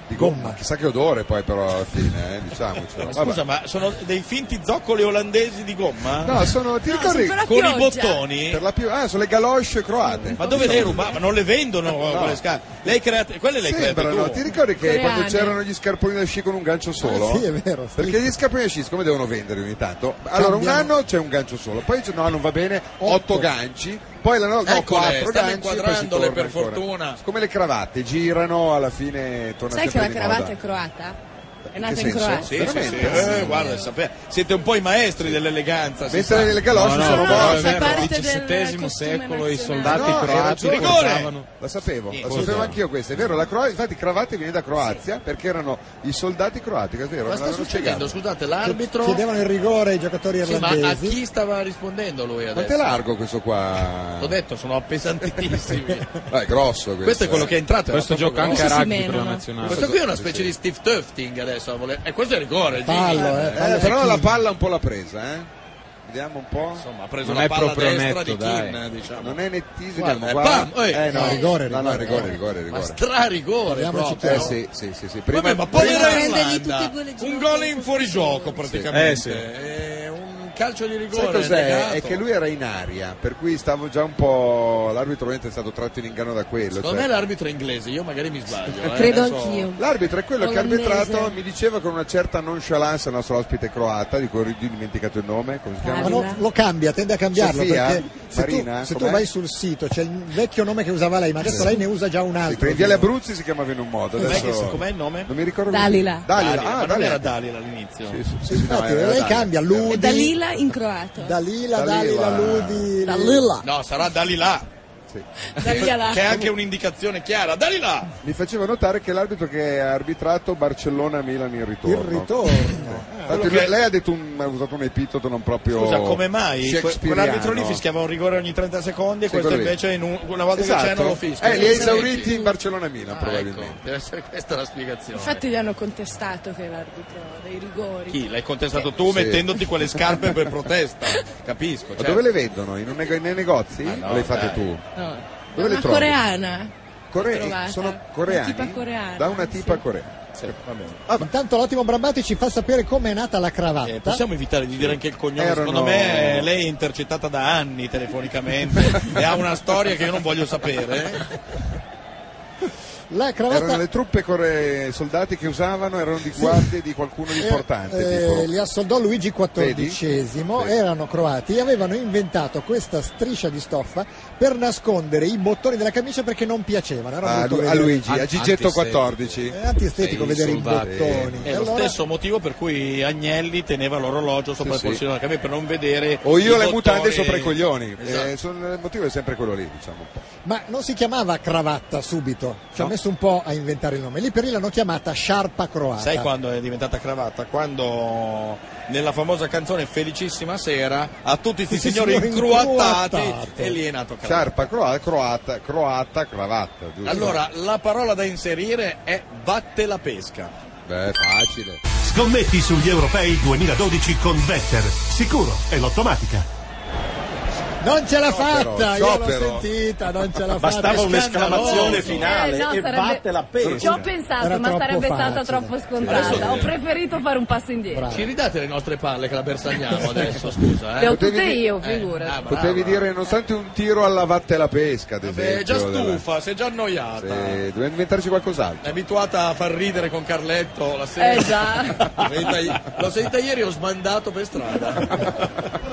Speaker 5: Di gomma. Chissà che odore poi però alla fine, eh, diciamocelo.
Speaker 4: Ma
Speaker 5: Vabbè.
Speaker 4: scusa, ma sono dei finti zoccoli olandesi di gomma?
Speaker 5: No, sono, ti ricordi?
Speaker 4: con i bottoni?
Speaker 5: Per la più- ah, sono le galosce croate.
Speaker 4: Ma dove le rubavano? Non le vendono quelle scarpe. Le hai create, quelle le hai create
Speaker 5: Sembrano,
Speaker 4: tu.
Speaker 5: ti ricordi che
Speaker 4: Coreane.
Speaker 5: quando c'erano gli scarponi da sci con un gancio solo?
Speaker 3: Ah, sì, è vero, sì.
Speaker 5: Perché gli scarponi da sci, siccome devono vendere ogni tanto, allora un
Speaker 3: Cambiano.
Speaker 5: anno c'è un gancio solo, poi dice no, non va bene, otto ganci, poi la no, no
Speaker 4: Eccole,
Speaker 5: quattro
Speaker 4: stiamo
Speaker 5: ganci. e poi si
Speaker 4: inquadrandole,
Speaker 5: torna
Speaker 4: per
Speaker 5: ancora.
Speaker 4: fortuna.
Speaker 5: Siccome le cravatte girano, alla fine torna
Speaker 9: Sai che
Speaker 5: sempre
Speaker 9: la
Speaker 5: di
Speaker 9: cravatta
Speaker 5: moda.
Speaker 9: è croata? È nata
Speaker 5: che
Speaker 9: in
Speaker 5: senso?
Speaker 9: Croazia.
Speaker 4: Sì, sì,
Speaker 5: Veramente?
Speaker 4: sì. Eh, guarda, sapeva- siete un po' i maestri dell'eleganza. si
Speaker 5: Mentre
Speaker 4: sa.
Speaker 5: le
Speaker 10: No,
Speaker 5: calosce
Speaker 10: no,
Speaker 5: sono
Speaker 10: no,
Speaker 5: morte.
Speaker 10: è vero,
Speaker 5: parte
Speaker 10: il XVII secolo i soldati
Speaker 5: No, hai
Speaker 10: croati
Speaker 5: ragione.
Speaker 10: portavano
Speaker 5: La sapevo,
Speaker 10: Sì,
Speaker 5: la
Speaker 10: cosa?
Speaker 5: sapevo anch'io questa, è vero, la Croazia, infatti Cravate viene da Croazia perché erano i soldati croati, che è vero,
Speaker 4: Ma
Speaker 5: me
Speaker 4: sta
Speaker 5: l'avevano
Speaker 4: succedendo?
Speaker 5: spiegato.
Speaker 4: Scusate, l'arbitro.
Speaker 3: Chiedevano il rigore ai giocatori
Speaker 4: Sì, ma a
Speaker 3: irlandesi.
Speaker 4: chi stava rispondendo lui adesso?
Speaker 5: Quanto è largo questo qua?
Speaker 4: L'ho detto, sono appesantitissimi.
Speaker 5: Ah, è grosso questo. eh.
Speaker 4: Questo è quello che è entrato. era
Speaker 10: Questo
Speaker 4: proprio
Speaker 10: gioca anche a
Speaker 4: questo.
Speaker 10: rugby per la nazionale.
Speaker 4: Questo qui è una specie di Steve Tufting adesso. a voler- E questo è il rigore. Gigi.
Speaker 5: Eh, però la palla un po' l'ha presa, eh? Vediamo un po'. Insomma,
Speaker 4: ha preso la palla destra di Kin, diciamo.
Speaker 5: eh. Non è nettissimo,
Speaker 4: Guarda,
Speaker 5: vediamo
Speaker 4: eh,
Speaker 5: qua.
Speaker 4: pam, eh.
Speaker 5: Eh, no,
Speaker 4: No,
Speaker 5: rigore,
Speaker 4: rigore,
Speaker 5: no,
Speaker 4: rigore.
Speaker 5: no, rigore, rigore, rigore.
Speaker 4: Ma strarigore
Speaker 5: Parliamoci
Speaker 4: proprio.
Speaker 5: Eh, sì, sì, sì, sì. Prima-
Speaker 4: Vabbè, ma poi
Speaker 5: prima-
Speaker 4: era
Speaker 5: Prendergli
Speaker 4: Irlanda. Un gol in fuorigioco praticamente.
Speaker 5: Sì.
Speaker 4: Eh, un calcio di rigore.
Speaker 5: Sai cos'è?
Speaker 4: negato.
Speaker 5: È che lui era in aria, per cui stavo già un po'. L'arbitro ovviamente è stato tratto in inganno da quello.
Speaker 4: Secondo
Speaker 5: cioè.
Speaker 4: me è l'arbitro è inglese, io magari mi sbaglio. eh, adesso-
Speaker 5: L'arbitro è quello che
Speaker 4: Olandese.
Speaker 5: ha arbitrato, mi diceva con una certa nonchalance il nostro ospite croata, di cui ho dimenticato il nome, come si chiama?
Speaker 3: Ma Ah, no, lo cambia, tende a cambiarlo
Speaker 5: Sofia?
Speaker 3: perché se,
Speaker 5: Marina?
Speaker 3: tu, se tu
Speaker 5: Com'è?
Speaker 3: vai sul sito c'è il vecchio nome che usava lei, ma adesso
Speaker 5: Sì.
Speaker 3: lei ne usa già un altro.
Speaker 5: In Viale Abruzzi si chiamava in un modo.
Speaker 4: Com'è
Speaker 5: Adesso...
Speaker 4: che si- com'è il nome?
Speaker 5: Non mi ricordo.
Speaker 9: Dalila.
Speaker 5: Dalila,
Speaker 4: Dalila,
Speaker 5: ah,
Speaker 4: ma non
Speaker 5: Dalila.
Speaker 4: era Dalila all'inizio.
Speaker 5: Sì, sì, sì, sì, no,
Speaker 3: Infatti,
Speaker 5: era
Speaker 3: lei
Speaker 5: Dalila.
Speaker 3: cambia Ludi,
Speaker 9: Da Lila in croato. Da
Speaker 3: Dalila, Dalila, Ludi,
Speaker 4: No, sarà Dalila.
Speaker 9: Dalila.
Speaker 4: C'è anche un'indicazione chiara. Dalila.
Speaker 5: Mi faceva notare che l'arbitro che ha arbitrato Barcellona-Milan in ritorno.
Speaker 3: Il ritorno.
Speaker 5: Infatti
Speaker 4: quello
Speaker 5: lui-
Speaker 4: che-
Speaker 5: Lei ha, detto un- ha usato un epiteto non proprio.
Speaker 4: Scusa, come mai? Que-
Speaker 5: shakespeariano.
Speaker 4: Quell'arbitro lì fischiava un rigore ogni 30 secondi e
Speaker 5: Sì,
Speaker 4: questo
Speaker 5: quello lì.
Speaker 4: invece in un- una volta
Speaker 5: Esatto.
Speaker 4: che c'è non lo fischia.
Speaker 5: Eh, li ha
Speaker 4: Sì.
Speaker 5: esauriti in Barcellona-Milan,
Speaker 4: Ah,
Speaker 5: probabilmente.
Speaker 4: ecco, deve essere questa la spiegazione.
Speaker 9: Infatti gli hanno contestato che l'arbitro dei rigori.
Speaker 4: Chi? L'hai contestato tu
Speaker 5: Sì.
Speaker 4: mettendoti quelle scarpe per protesta. Capisco.
Speaker 5: Ma
Speaker 4: certo.
Speaker 5: dove le vendono? In un nego- nei negozi?
Speaker 4: Ma no,
Speaker 5: o le fate
Speaker 4: dai.
Speaker 5: tu?
Speaker 9: No.
Speaker 5: Dove le
Speaker 9: una
Speaker 5: trovi?
Speaker 9: coreana.
Speaker 5: Corea-
Speaker 9: Trovata.
Speaker 5: sono
Speaker 9: Una tipa
Speaker 5: coreani?
Speaker 9: coreana.
Speaker 5: Da una tipa
Speaker 9: sì.
Speaker 5: coreana.
Speaker 4: certo.
Speaker 3: Intanto l'ottimo Brambati ci fa sapere come è nata la
Speaker 5: Eh,
Speaker 3: cravatta.
Speaker 4: Eh, Possiamo evitare di dire anche il cognome?
Speaker 5: Erano-
Speaker 4: Secondo me eh, lei è intercettata da anni telefonicamente e ha una storia che io non voglio sapere.
Speaker 3: La
Speaker 5: Erano
Speaker 3: cravatta
Speaker 5: le truppe core... soldati che usavano, erano di guardie di qualcuno di importante.
Speaker 3: eh,
Speaker 5: tipo.
Speaker 3: li assoldò Luigi XIV, erano croati e avevano inventato questa striscia di stoffa per nascondere i bottoni della camicia perché non piacevano. Era
Speaker 5: a,
Speaker 3: brutto
Speaker 5: ah, Lu-
Speaker 3: vedere-
Speaker 5: a Luigi, a
Speaker 3: An-
Speaker 5: Gigetto
Speaker 3: antiestetico.
Speaker 5: 14.
Speaker 3: È antiestetico vedere i bottoni.
Speaker 4: È
Speaker 3: E
Speaker 4: Eh, lo
Speaker 3: allora-
Speaker 4: stesso motivo per cui Agnelli teneva l'orologio sopra
Speaker 5: Sì,
Speaker 4: il
Speaker 5: sì.
Speaker 4: polsino della camicia per non vedere.
Speaker 5: O io
Speaker 4: i
Speaker 5: le mutande
Speaker 4: bottoni-
Speaker 5: sopra i coglioni.
Speaker 4: Esatto.
Speaker 5: Eh, sono- il motivo è sempre quello lì, diciamo un po'.
Speaker 3: Ma non si chiamava cravatta subito, ci ha messo un po' a inventare il nome. Lì per lì l'hanno chiamata sciarpa croata.
Speaker 4: Sai quando è diventata cravatta? Quando nella famosa canzone Felicissima sera a tutti questi
Speaker 3: Questi
Speaker 4: signori
Speaker 3: signori
Speaker 4: incruattati
Speaker 3: incruattati.
Speaker 4: e lì è nato cravatta.
Speaker 5: Sciarpa croata, croata, croata, cravatta, giusto?
Speaker 4: Allora, la parola da inserire è vatte la pesca.
Speaker 5: Beh, facile.
Speaker 1: Scommetti sugli europei 2012 con Better. Sicuro è l'automatica.
Speaker 3: Non ce l'ha
Speaker 1: Sciopero,
Speaker 3: fatta, io
Speaker 1: sciopero.
Speaker 3: l'ho sentita, non ce l'ha fatta.
Speaker 7: Bastava un'esclamazione finale
Speaker 6: Eh, no,
Speaker 7: e
Speaker 6: sarebbe-
Speaker 7: batte la pesca.
Speaker 6: Ci ho pensato,
Speaker 3: Era
Speaker 6: ma
Speaker 3: troppo
Speaker 6: sarebbe stata
Speaker 3: facile.
Speaker 6: troppo scontata.
Speaker 4: Adesso-
Speaker 6: Ho preferito fare un passo indietro.
Speaker 4: Ci ridate le nostre palle che la bersagliamo adesso, scusa. Eh?
Speaker 6: Ah. Le ho tutte
Speaker 5: Potevi-
Speaker 6: io,
Speaker 4: Eh,
Speaker 6: figurati.
Speaker 4: ah, brava.
Speaker 5: Potevi dire, nonostante un tiro alla vatte la pesca, ad esempio.
Speaker 4: Beh, è già
Speaker 5: della-
Speaker 4: stufa, sei già annoiata.
Speaker 5: Eh, dobbiamo inventarci qualcos'altro.
Speaker 4: È abituata a far ridere con Carletto la sera.
Speaker 6: Eh, già.
Speaker 4: L'ho sentita i- L'ho sentita ieri e ho sbandato per strada.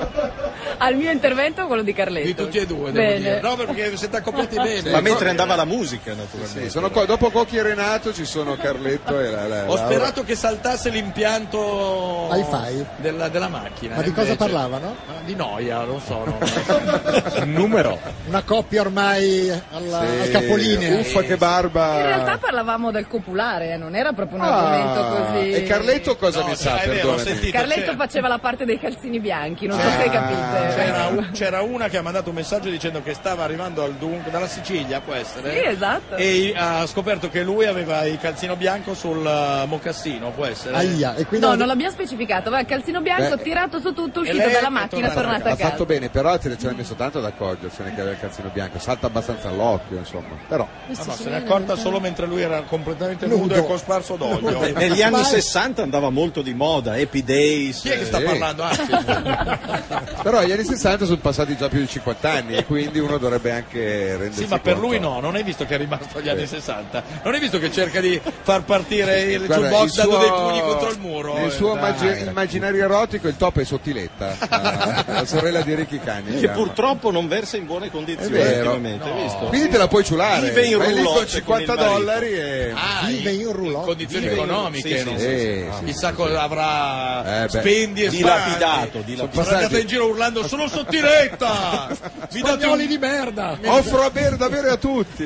Speaker 6: Al mio intervento quello di Carletto.
Speaker 4: Di tutti e due, devo dire.
Speaker 6: Bene.
Speaker 4: No, perché siete accoppiati bene.
Speaker 7: Ma mentre andava la musica, naturalmente.
Speaker 5: Sì, sono qua- dopo Cocchi e Renato ci sono Carletto e la, la-
Speaker 4: Ho
Speaker 5: Laura.
Speaker 4: sperato che saltasse l'impianto
Speaker 3: Hi-Fi?
Speaker 4: della, della macchina.
Speaker 3: Ma di
Speaker 4: eh,
Speaker 3: cosa
Speaker 4: invece-
Speaker 3: parlavano?
Speaker 4: Ma Di noia, non so. no.
Speaker 7: Numero.
Speaker 3: Una coppia ormai alla,
Speaker 5: Sì,
Speaker 3: al capolinea.
Speaker 5: Uffa che barba.
Speaker 6: In realtà
Speaker 4: ah.
Speaker 6: parlavamo del copulare, eh, non era proprio un argomento
Speaker 5: Ah,
Speaker 6: così.
Speaker 5: E Carletto cosa
Speaker 4: No,
Speaker 5: ne
Speaker 4: cioè,
Speaker 5: sa?
Speaker 4: è vero,
Speaker 5: perdonami?
Speaker 4: ho sentito-
Speaker 6: Carletto
Speaker 4: c'era-
Speaker 6: faceva la parte dei calzini bianchi, non so
Speaker 5: Ah,
Speaker 6: se capite.
Speaker 4: C'era, un- c'era una che ha mandato un messaggio dicendo che stava arrivando al dunque dalla Sicilia, può essere.
Speaker 6: Sì, esatto.
Speaker 4: E ha scoperto che lui aveva il calzino bianco sul eh, mocassino, può essere.
Speaker 3: Aia, e quindi
Speaker 6: No, non l'abbiamo specificato, va calzino bianco,
Speaker 5: Beh,
Speaker 6: tirato su tutto,
Speaker 4: e
Speaker 6: uscito
Speaker 4: lei
Speaker 6: dalla
Speaker 4: è
Speaker 6: macchina,
Speaker 4: tornata
Speaker 6: tornato
Speaker 5: Ha
Speaker 6: a casa.
Speaker 5: fatto bene, però te ne ce l'hai messo tanto ad accorgersene che aveva il calzino bianco, salta abbastanza all'occhio, insomma. Però
Speaker 4: Ah, no, se n'è accorta solo mentre lui era completamente nudo,
Speaker 3: Nudo.
Speaker 4: e cosparso d'olio.
Speaker 7: Beh, Negli anni
Speaker 3: Vai.
Speaker 7: 60 andava molto di moda, Happy Days.
Speaker 4: Chi è che sta
Speaker 7: eh,
Speaker 4: parlando? Ah, sì.
Speaker 5: Però però gli anni 60 sono passati già più di 50 anni e quindi uno dovrebbe anche rendersi
Speaker 4: Sì, ma per
Speaker 5: conto.
Speaker 4: lui no, non hai visto che è rimasto agli anni
Speaker 5: Sì.
Speaker 4: 60. Non hai visto che cerca di far partire il
Speaker 5: Guarda,
Speaker 4: jukebox
Speaker 5: il
Speaker 4: dando dei
Speaker 5: suo-
Speaker 4: pugni contro il muro.
Speaker 5: Nel
Speaker 4: eh.
Speaker 5: suo
Speaker 4: Dai,
Speaker 5: immagi-
Speaker 4: ragazzi.
Speaker 5: immaginario erotico il top è sottiletta, la, la sorella di Ricky Cagni.
Speaker 7: Che
Speaker 5: chiama.
Speaker 7: purtroppo non versa in buone
Speaker 5: È
Speaker 7: condizioni
Speaker 5: vero.
Speaker 7: ultimamente, hai visto?
Speaker 5: Quindi te la puoi ciulare.
Speaker 7: Vive in
Speaker 5: Vai lì con
Speaker 7: roulotte
Speaker 5: 50
Speaker 7: con il marito.
Speaker 5: dollari e Eh,
Speaker 4: Ah,
Speaker 3: vive in roulotte.
Speaker 4: condizioni
Speaker 5: Vive in-
Speaker 4: economiche,
Speaker 5: sì, sì,
Speaker 4: non
Speaker 5: sì,
Speaker 4: so
Speaker 5: sì,
Speaker 4: se-
Speaker 5: sì,
Speaker 4: chissà cosa avrà
Speaker 5: Eh, beh.
Speaker 4: spendi e
Speaker 5: Dilapidato,
Speaker 4: spandi.
Speaker 5: dilapidato.
Speaker 4: Sono andata in giro urlando sono sottiletta. Mi date un... di merda.
Speaker 5: Offro a bere da bere a tutti.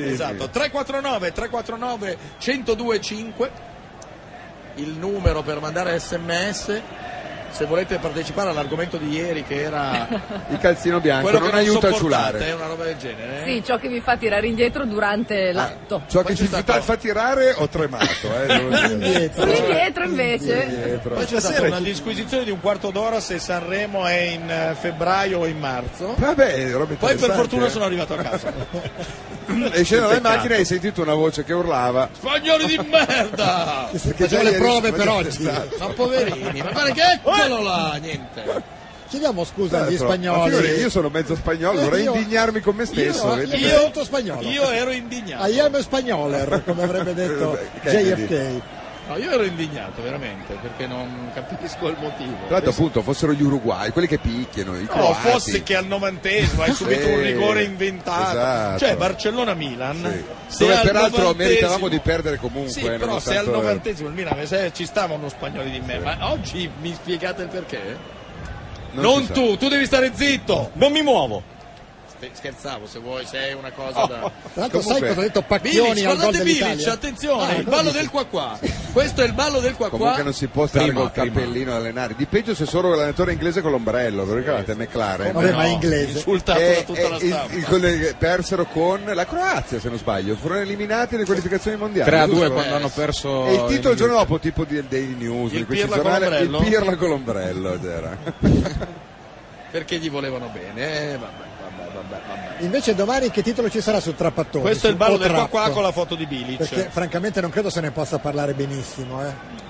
Speaker 4: Esatto, 349 349 1025 il numero per mandare sms se volete partecipare all'argomento di ieri che era
Speaker 5: Il calzino bianco
Speaker 4: quello
Speaker 5: non
Speaker 4: che non
Speaker 5: aiuta a
Speaker 4: sopportate,
Speaker 5: ciulare.
Speaker 4: È una roba del genere. eh?
Speaker 6: Sì, ciò che vi fa tirare indietro
Speaker 5: Ah.
Speaker 6: durante l'atto.
Speaker 5: Ciò Cioè che ci fa, fa tirare ho tremato. Eh, devo dire.
Speaker 6: Sull'indietro invece.
Speaker 5: Indietro.
Speaker 4: Poi c'è stata una disquisizione di un quarto d'ora se Sanremo è in eh, febbraio o in marzo.
Speaker 5: Vabbè, roba
Speaker 4: Poi per
Speaker 5: interessante,
Speaker 4: fortuna
Speaker 5: eh.
Speaker 4: sono arrivato a casa.
Speaker 5: E scendo dalla
Speaker 4: Peccato.
Speaker 5: macchina e hai sentito una voce che urlava.
Speaker 4: Spagnoli di merda!
Speaker 5: Perché già le prove per oggi.
Speaker 4: Ma poverini, ma guarda che eccolo là, niente.
Speaker 3: Chiediamo scusa agli
Speaker 5: Altro. Eh, Ma figurati,
Speaker 3: spagnoli.
Speaker 5: Io sono mezzo spagnolo,
Speaker 3: Io-
Speaker 5: dovrei
Speaker 3: io-
Speaker 5: indignarmi con me stesso.
Speaker 3: io,
Speaker 5: vedi?
Speaker 3: io, tutto spagnolo.
Speaker 4: Io ero indignato.
Speaker 3: I am spagnoler, come avrebbe detto
Speaker 5: Che
Speaker 3: JFK.
Speaker 4: No, io ero indignato veramente perché non capisco il motivo.
Speaker 5: Tra l'altro appunto fossero gli uruguai, quelli che picchiano, i
Speaker 4: No,
Speaker 5: croati.
Speaker 4: fosse che al novantesimo hai subito
Speaker 5: Sì,
Speaker 4: un rigore inventato.
Speaker 5: esatto.
Speaker 4: Cioè Barcellona-Milan. se
Speaker 5: Dove
Speaker 4: al
Speaker 5: peraltro
Speaker 4: novantesimo-
Speaker 5: meritavamo di perdere comunque.
Speaker 4: Sì, però se
Speaker 5: nonostante-
Speaker 4: al novantesimo il Milan se ci stava uno spagnolo di merda. Ma oggi mi spiegate il perché? Non,
Speaker 5: Non si sa.
Speaker 4: tu, tu devi stare zitto.
Speaker 7: Non mi muovo.
Speaker 4: Ste- Scherzavo, se vuoi, sei una cosa da.
Speaker 3: Tra l'altro sai
Speaker 4: Comunque-
Speaker 3: cosa ha detto Pacchioni
Speaker 4: Bilic,
Speaker 3: al gol
Speaker 4: guardate
Speaker 3: dell'Italia?
Speaker 4: Bilic, attenzione,
Speaker 3: Ah,
Speaker 4: il
Speaker 3: guarda.
Speaker 4: ballo del qua qua. Questo è il ballo del qua
Speaker 5: Comunque
Speaker 4: qua.
Speaker 5: non si può stare
Speaker 2: Prima,
Speaker 5: col
Speaker 2: prima.
Speaker 5: cappellino alle nari. Di peggio se solo l'allenatore inglese con l'ombrello, ve lo ricordate? McLaren.
Speaker 3: Vabbè, ma è inglese.
Speaker 4: Insultato
Speaker 5: E-
Speaker 4: da tutta
Speaker 5: e
Speaker 4: la
Speaker 5: il-
Speaker 4: stampa.
Speaker 5: il- quelli persero con la Croazia, se non sbaglio. Furono eliminati nelle qualificazioni mondiali.
Speaker 10: 3 a 2
Speaker 5: giusto?
Speaker 10: quando
Speaker 5: Eh,
Speaker 10: hanno perso
Speaker 5: E il titolo il
Speaker 10: in
Speaker 5: giorno dopo, tipo di, dei news,
Speaker 4: Il
Speaker 5: di questi
Speaker 4: pirla con
Speaker 5: giornali,
Speaker 4: l'ombrello?
Speaker 5: il pirla con l'ombrello. c'era.
Speaker 4: Perché gli volevano bene. Eh, vabbè, vabbè, vabbè, vabbè.
Speaker 3: Invece domani che titolo ci sarà su Trappatore?
Speaker 4: Questo è il ballo del qua qua con
Speaker 3: la
Speaker 4: la foto di Bilic.
Speaker 3: Perché francamente non credo se ne possa parlare benissimo, eh.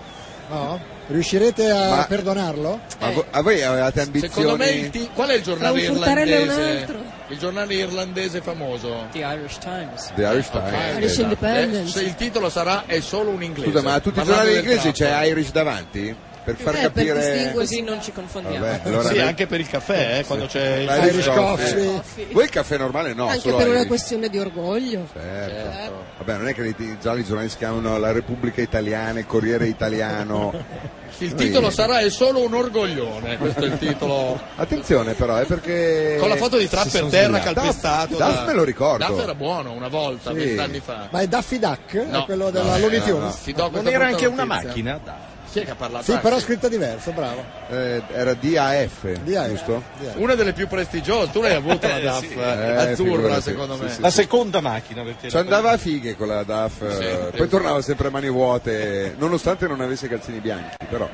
Speaker 3: No? Riuscirete a
Speaker 5: Ma-
Speaker 3: perdonarlo?
Speaker 5: Ma vo- a voi avevate ambizioni?
Speaker 4: Secondo me il ti- qual è il giornale
Speaker 13: Tra un furtarello e un
Speaker 4: irlandese?
Speaker 13: altro.
Speaker 4: Il giornale irlandese famoso.
Speaker 8: The Irish Times.
Speaker 4: Eh.
Speaker 5: The Irish Times.
Speaker 4: Ok.
Speaker 13: Irish Independent.
Speaker 4: Eh, se il titolo sarà È solo un inglese.
Speaker 5: Scusa, ma a tutti i
Speaker 4: Parlando
Speaker 5: giornali
Speaker 4: del
Speaker 5: inglesi
Speaker 4: Trump.
Speaker 5: c'è Irish davanti? Per far
Speaker 13: Eh,
Speaker 5: capire...
Speaker 13: per distinguere.
Speaker 8: Così non ci confondiamo.
Speaker 5: Vabbè, allora
Speaker 4: Sì,
Speaker 5: noi-
Speaker 4: anche per il caffè, eh, quando c'è il
Speaker 5: Irish
Speaker 3: Irish
Speaker 5: coffee.
Speaker 13: coffee.
Speaker 5: Voi il caffè normale no,
Speaker 13: Anche
Speaker 5: solo
Speaker 13: per una
Speaker 5: Irish.
Speaker 13: questione di orgoglio.
Speaker 5: Certo. Vabbè, non è che i- già i giornalisti chiamano la Repubblica Italiana, il Corriere Italiano.
Speaker 4: Il
Speaker 5: Noi-
Speaker 4: titolo sarà È solo un orgoglione, questo è il titolo.
Speaker 5: Attenzione però, è perché...
Speaker 4: Con la foto di Trump
Speaker 5: Eh, Si
Speaker 4: per
Speaker 5: sono
Speaker 4: terra
Speaker 5: svegliati.
Speaker 4: calpestato.
Speaker 5: Duff,
Speaker 4: da-
Speaker 5: Duff me lo ricordo.
Speaker 4: Duff era buono una volta,
Speaker 5: Sì.
Speaker 4: vent'anni fa.
Speaker 3: Ma è Daffy Duck?
Speaker 4: No.
Speaker 3: È quello della Looney
Speaker 5: no,
Speaker 3: Tunes?
Speaker 4: Ti do
Speaker 7: Non
Speaker 4: questa
Speaker 7: era
Speaker 4: brutta
Speaker 7: anche una
Speaker 4: notizia.
Speaker 7: macchina?
Speaker 4: Chi è che ha parlato?
Speaker 3: Sì,
Speaker 4: Ah,
Speaker 3: però scritta diverso, bravo.
Speaker 5: Eh, era DAF,
Speaker 3: DAF.
Speaker 5: giusto?
Speaker 4: Una delle più prestigiose, tu l'hai avuta la DAF eh, azzurra
Speaker 5: figurati.
Speaker 4: secondo me.
Speaker 5: Sì, sì,
Speaker 7: La seconda macchina perché
Speaker 5: Ci Cioè, andava a fighe con la DAF, eh,
Speaker 4: sì.
Speaker 5: poi tornava sempre a mani vuote, nonostante non avesse i calzini bianchi, però.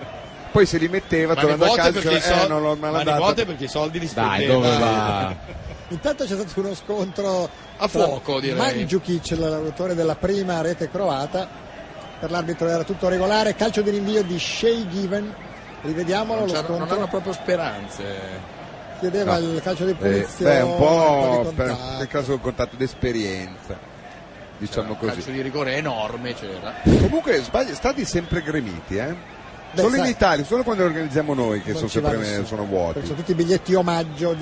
Speaker 5: Poi se li metteva,
Speaker 4: Mani
Speaker 5: tornando a
Speaker 4: vuote
Speaker 5: casa,
Speaker 4: perché, i
Speaker 5: diceva,
Speaker 4: sol-
Speaker 5: eh, non l'ho
Speaker 4: mani
Speaker 5: mandato.
Speaker 4: vuote perché i soldi li
Speaker 10: Dai,
Speaker 4: spendeva.
Speaker 10: dove va?
Speaker 3: Intanto c'è stato uno scontro
Speaker 4: A fuoco, direi.
Speaker 3: Mandžukić, l'autore della prima rete croata, per l'arbitro era tutto regolare, calcio di rinvio di Shea Given, rivediamolo
Speaker 4: Non,
Speaker 3: lo
Speaker 4: c'era- non
Speaker 3: scontro,
Speaker 4: hanno proprio speranze.
Speaker 3: chiedeva il calcio di
Speaker 5: Eh,
Speaker 3: punizione,
Speaker 5: beh, un po'
Speaker 3: di
Speaker 5: per,
Speaker 3: contatto.
Speaker 5: nel caso un contatto d'esperienza, diciamo
Speaker 4: Il Eh, calcio
Speaker 5: così.
Speaker 4: di rigore enorme c'era.
Speaker 5: Comunque, sbagli- stati sempre gremiti, eh?
Speaker 3: Beh,
Speaker 5: solo in
Speaker 3: sai-
Speaker 5: Italia, solo quando li organizziamo noi che
Speaker 3: Non
Speaker 5: sono
Speaker 3: ci va
Speaker 5: sempre
Speaker 3: nessuno.
Speaker 5: sono
Speaker 3: Perché
Speaker 5: vuoti.
Speaker 3: Sono tutti biglietti omaggio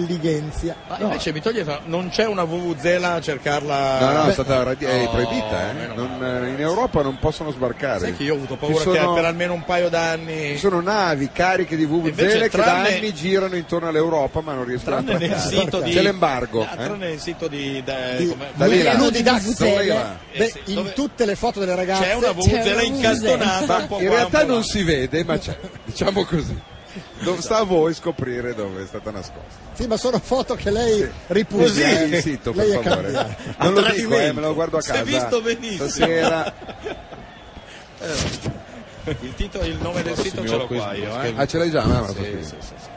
Speaker 3: dell'intelligenza.
Speaker 4: Ma invece mi toglie, fa- non c'è una VVZela a cercarla.
Speaker 5: No, no,
Speaker 4: Beh,
Speaker 5: è stata radi- è
Speaker 4: no,
Speaker 5: proibita, eh?
Speaker 4: meno
Speaker 5: Non-
Speaker 4: male.
Speaker 5: in Europa non possono sbarcare.
Speaker 4: Sai che io ho avuto
Speaker 5: Ci
Speaker 4: paura
Speaker 5: sono-
Speaker 4: che per almeno un paio d'anni.
Speaker 5: Ci sono navi cariche di
Speaker 4: Invece,
Speaker 5: VVZele che da
Speaker 4: tranne-
Speaker 5: anni girano intorno all'Europa ma non riescono a
Speaker 4: Tranne nel
Speaker 5: attraccare.
Speaker 4: sito di.
Speaker 5: C'è l'embargo.
Speaker 4: Ah,
Speaker 5: eh?
Speaker 4: Tranne nel sito di. da-
Speaker 3: Di-
Speaker 4: eh, come-
Speaker 5: Da lì là.
Speaker 3: Nudi da
Speaker 5: Da
Speaker 3: Zelle.
Speaker 5: lì là.
Speaker 3: Beh,
Speaker 4: Eh sì,
Speaker 3: in
Speaker 4: dove-
Speaker 3: tutte le foto delle ragazze
Speaker 4: C'è una VVZela incastonata. un po'
Speaker 5: Ma in
Speaker 4: qua,
Speaker 5: realtà
Speaker 4: un po' là.
Speaker 5: non si vede, ma c'è, diciamo così. Dov- sta a voi scoprire dove è stata nascosta.
Speaker 3: Sì, ma sono foto che lei ripudia.
Speaker 5: Così
Speaker 3: eh.
Speaker 5: il sito, per
Speaker 3: lei è
Speaker 5: favore.
Speaker 3: cambiata.
Speaker 5: Non lo dico,
Speaker 4: tradimento.
Speaker 5: eh, me lo guardo a
Speaker 4: Si è
Speaker 5: casa.
Speaker 4: visto benissimo.
Speaker 5: Stasera.
Speaker 4: Il, titolo, il nome del sito ce l'ho qua io. Eh.
Speaker 5: Ah, ce l'hai già? No, no,
Speaker 4: Sì,
Speaker 5: così.
Speaker 4: sì, sì, sì.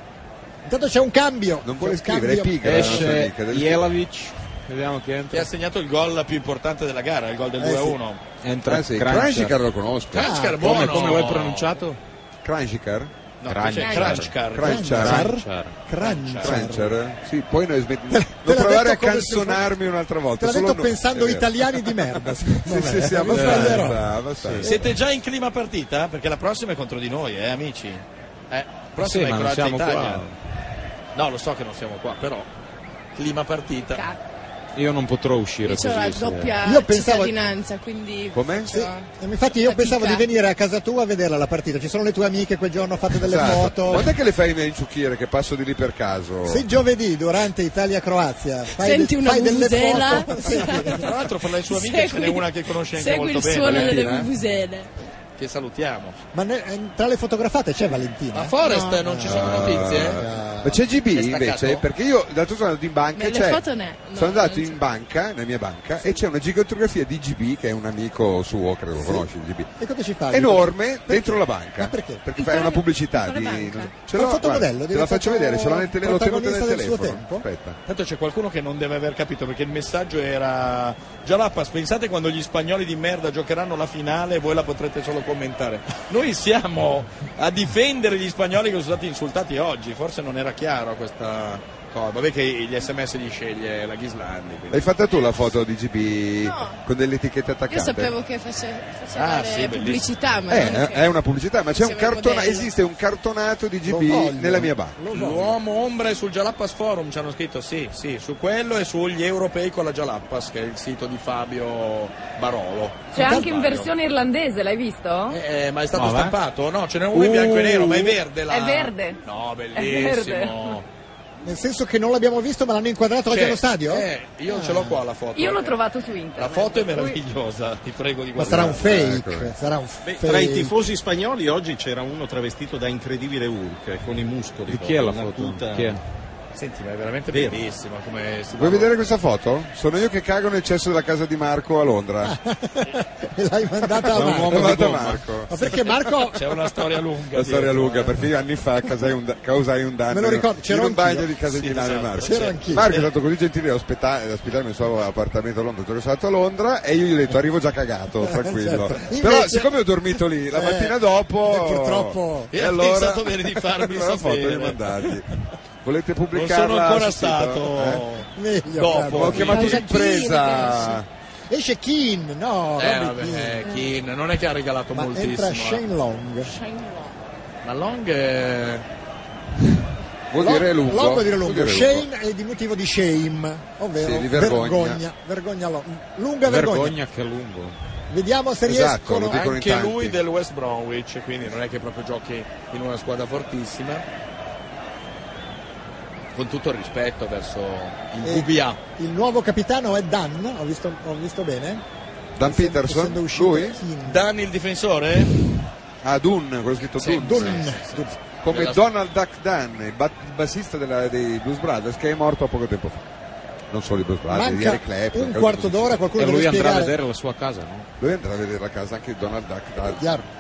Speaker 3: Intanto c'è un cambio.
Speaker 5: Non
Speaker 3: C'è
Speaker 5: vuole
Speaker 3: un
Speaker 5: scrivere, è eh,
Speaker 3: cambio.
Speaker 5: pigra.
Speaker 4: Eh,
Speaker 5: la nostra
Speaker 10: Esce
Speaker 5: amica, del-
Speaker 10: Jelavic, vediamo chi entra.
Speaker 4: Che ha segnato il gol più importante della gara, il gol del
Speaker 3: Eh sì.
Speaker 4: 2-1.
Speaker 10: Entra
Speaker 5: Ah, sì,
Speaker 10: Kranjčar.
Speaker 5: Kranjikar lo conosco.
Speaker 10: Come,
Speaker 4: Kranjčar, buono.
Speaker 10: come vuoi pronunciato?
Speaker 5: Kranjikar?
Speaker 4: No, c'è Kranjčar.
Speaker 5: Cranchar.
Speaker 3: Kranjčar.
Speaker 5: Sì, poi noi smet-
Speaker 3: l'ha
Speaker 5: Non provare a
Speaker 3: detto come si fa-
Speaker 5: canzonarmi un'altra volta.
Speaker 3: Te l'ho
Speaker 5: solo
Speaker 3: detto
Speaker 5: noi.
Speaker 3: pensando
Speaker 5: È vero.
Speaker 3: italiani di merda.
Speaker 5: Sì, sì, sì,
Speaker 3: Non sbaglierò.
Speaker 5: abbastanza. abbastanza.
Speaker 4: Siete già in clima partita? Perché la prossima è contro di noi, eh, amici. Eh, prossima
Speaker 10: Sì,
Speaker 4: è
Speaker 10: ma non
Speaker 4: Croazia
Speaker 10: siamo
Speaker 4: Italia.
Speaker 10: qua.
Speaker 4: No, lo so che non siamo qua, però clima partita.
Speaker 10: Io non potrò uscire
Speaker 9: Io ho
Speaker 10: così.
Speaker 9: la
Speaker 10: sì.
Speaker 9: doppia
Speaker 3: Io pensavo-
Speaker 9: cittadinanza, quindi...
Speaker 5: Com'è?
Speaker 3: Sì. E Infatti
Speaker 9: Eh,
Speaker 3: io pensavo di venire a casa tua a vederla la partita. Ci sono le tue amiche quel giorno, ho fatto delle
Speaker 5: Esatto.
Speaker 3: foto.
Speaker 5: Quando è che le fai inciucchiere che passo di lì per caso?
Speaker 3: Se giovedì durante Italia-Croazia fai,
Speaker 9: Senti
Speaker 3: de-
Speaker 9: una
Speaker 3: fai delle
Speaker 9: musela.
Speaker 3: foto, sì.
Speaker 4: Tra l'altro fra le sue amiche ce n'è
Speaker 9: Segui-
Speaker 4: una che conosce anche
Speaker 9: Segui
Speaker 4: molto
Speaker 9: il
Speaker 4: bene,
Speaker 9: suono delle
Speaker 4: Valentina, eh,
Speaker 9: vuvuzele.
Speaker 4: che salutiamo.
Speaker 3: ma ne- eh, tra le fotografate c'è Valentina.
Speaker 5: Ah,
Speaker 4: A Forest non ci sono notizie?
Speaker 5: Ma c'è GB
Speaker 4: È staccato?
Speaker 5: invece? Perché io l'altro sono andato in banca.
Speaker 9: Nelle
Speaker 5: c'è-
Speaker 9: foto ne- no,
Speaker 5: sono andato in banca, nella mia banca, e c'è una gigantografia di GB che è un amico suo, credo lo conosci il GB.
Speaker 3: E cosa ci fai?
Speaker 5: Enorme dentro la banca.
Speaker 3: Ma perché?
Speaker 5: fai una pubblicità di. non so-
Speaker 3: Ma
Speaker 5: l'ho-
Speaker 3: il fotomodello
Speaker 5: guarda, te la
Speaker 3: diventato
Speaker 5: faccio vedere, ce l'ho nel, tele- l'ho tenuto nel
Speaker 3: protagonista del suo
Speaker 5: telefono.
Speaker 3: tempo?
Speaker 5: Aspetta.
Speaker 4: Tanto c'è qualcuno che non deve aver capito perché il messaggio era Gialappas, pensate quando gli spagnoli di merda giocheranno la finale e voi la potrete solo commentare. Noi siamo a difendere gli spagnoli che sono stati insultati oggi, forse non era chiaro questa cosa. Vabbè che gli sms li sceglie la Ghislandi. quindi.
Speaker 5: L'hai fatta tu la foto di GB con delle etichette attaccate?
Speaker 9: Io sapevo che face- faceva
Speaker 5: Ah,
Speaker 9: le
Speaker 5: sì, bellissimo.
Speaker 9: pubblicità, ma
Speaker 5: Eh,
Speaker 9: non
Speaker 5: è una pubblicità, ma c'è un
Speaker 9: Sembra un
Speaker 5: cartona-
Speaker 9: modello.
Speaker 5: esiste un cartonato di
Speaker 4: Lo
Speaker 5: GB
Speaker 4: voglio.
Speaker 5: nella mia banca.
Speaker 4: L'uomo ombra è sul Gialappas Forum, ci hanno scritto sì, sì, su quello e sugli europei con la Gialappas, che è il sito di Fabio Barolo.
Speaker 6: C'è
Speaker 4: Non
Speaker 6: anche in
Speaker 4: sbaglio.
Speaker 6: versione irlandese, l'hai visto?
Speaker 4: Eh, ma è stato
Speaker 10: No, va?
Speaker 4: stampato? No, ce n'è uno in bianco e nero, ma è verde la...
Speaker 6: È verde.
Speaker 4: No,
Speaker 6: È
Speaker 4: bellissimo. Cioè,
Speaker 6: verde.
Speaker 3: Nel senso che non l'abbiamo visto ma l'hanno inquadrato oggi
Speaker 4: C'è-
Speaker 3: allo stadio?
Speaker 4: Eh, io ce l'ho qua la foto. eh.
Speaker 6: Io l'ho trovato su internet.
Speaker 4: La foto è meravigliosa, ti prego di
Speaker 3: Ma
Speaker 4: guardare.
Speaker 3: sarà un fake,
Speaker 5: ecco.
Speaker 3: sarà un
Speaker 7: Beh,
Speaker 3: fake.
Speaker 7: tra i tifosi spagnoli oggi c'era uno travestito da incredibile Hulk eh, con i muscoli.
Speaker 10: Di chi è la
Speaker 7: proprio, una
Speaker 10: foto?
Speaker 7: tuta-
Speaker 10: Chi è?
Speaker 4: Senti, ma è veramente
Speaker 7: Vero.
Speaker 4: bellissima come... si
Speaker 5: Vuoi
Speaker 4: parla.
Speaker 5: vedere questa foto? Sono io che cago nel cesso della casa di Marco a Londra.
Speaker 3: Ah, L'hai mandata a
Speaker 5: Da un
Speaker 3: Marco.
Speaker 5: uomo di
Speaker 3: Mandata a
Speaker 5: gomma.
Speaker 3: ah, Marco. Ma perché Marco
Speaker 4: C'è una storia lunga.
Speaker 5: La
Speaker 4: dietro,
Speaker 5: storia
Speaker 4: eh.
Speaker 5: lunga, perché io anni fa causai un, da- causai un danno.
Speaker 3: Me lo ricordo, c'ero
Speaker 5: in un bagno
Speaker 3: anch'io.
Speaker 5: di casa
Speaker 3: Sì,
Speaker 5: di Milano
Speaker 3: esatto,
Speaker 5: e Marco.
Speaker 3: c'ero anch'io.
Speaker 5: Marco è stato così gentile da ospita- da ospitarmi nel suo appartamento a Londra, perché sono andato a Londra e io gli ho detto arrivo già cagato, tranquillo.
Speaker 3: Certo. Invece-
Speaker 5: Però siccome ho dormito lì, la
Speaker 3: Eh,
Speaker 5: mattina dopo...
Speaker 3: e purtroppo-
Speaker 5: E
Speaker 4: Era
Speaker 5: allora...
Speaker 4: pensato bene di farmi
Speaker 5: allora foto
Speaker 4: sapere.
Speaker 5: di mandargli. Volete
Speaker 4: Non
Speaker 5: pubblicarla?
Speaker 4: sono ancora
Speaker 5: sul sito?
Speaker 4: stato...
Speaker 5: Eh?
Speaker 3: Meglio,
Speaker 4: Dopo,
Speaker 5: Ho
Speaker 3: bravo.
Speaker 5: chiamato
Speaker 3: Causa
Speaker 5: l'impresa.
Speaker 3: Keane, Esce Keane, no,
Speaker 4: Eh,
Speaker 3: Robbie
Speaker 4: vabbè,
Speaker 3: Keane.
Speaker 4: eh, Keane, non è che ha regalato
Speaker 3: Ma
Speaker 4: moltissimo.
Speaker 3: entra Shane
Speaker 4: eh.
Speaker 3: Long.
Speaker 4: Ma Long è...
Speaker 5: Vuol dire lungo.
Speaker 3: Long vuol dire
Speaker 5: Vuol
Speaker 3: lungo.
Speaker 5: dire
Speaker 3: Shane è il diminutivo di shame, ovvero
Speaker 5: Sì, di vergogna.
Speaker 3: vergogna. vergogna lo- lunga vergogna.
Speaker 10: Vergogna che a lungo.
Speaker 3: Vediamo se
Speaker 5: Esatto, lo
Speaker 3: riescono. eh.
Speaker 5: dicono in
Speaker 4: Anche
Speaker 5: tanti.
Speaker 4: lui del West Bromwich, quindi non è che proprio giochi in una squadra fortissima. Con tutto il rispetto verso il
Speaker 3: Eh,
Speaker 4: VBA.
Speaker 3: Il nuovo capitano è Dan, ho visto, ho visto bene.
Speaker 5: Dan Peterson?
Speaker 3: Essendo uscito
Speaker 5: Lui?
Speaker 3: Keane.
Speaker 4: Dan il difensore?
Speaker 5: Ah, Dun, quello scritto
Speaker 4: Sì,
Speaker 5: Dun.
Speaker 3: Dunn.
Speaker 5: Come
Speaker 4: Della-
Speaker 5: Donald Duck Dunn, il, bat- il bassista della- dei Blues Brothers, che è morto poco tempo fa. Non solo i Blues Brothers, di
Speaker 3: Manca
Speaker 5: Eric Clapton.
Speaker 3: un
Speaker 5: cose
Speaker 3: quarto
Speaker 5: così.
Speaker 3: d'ora,
Speaker 4: Eh,
Speaker 3: qualcuno
Speaker 10: E
Speaker 3: deve
Speaker 10: lui andrà a
Speaker 3: spiegare.
Speaker 10: vedere la sua casa, no?
Speaker 5: Dove andrà a vedere la casa anche Donald Duck Dunn.
Speaker 3: Chiaro.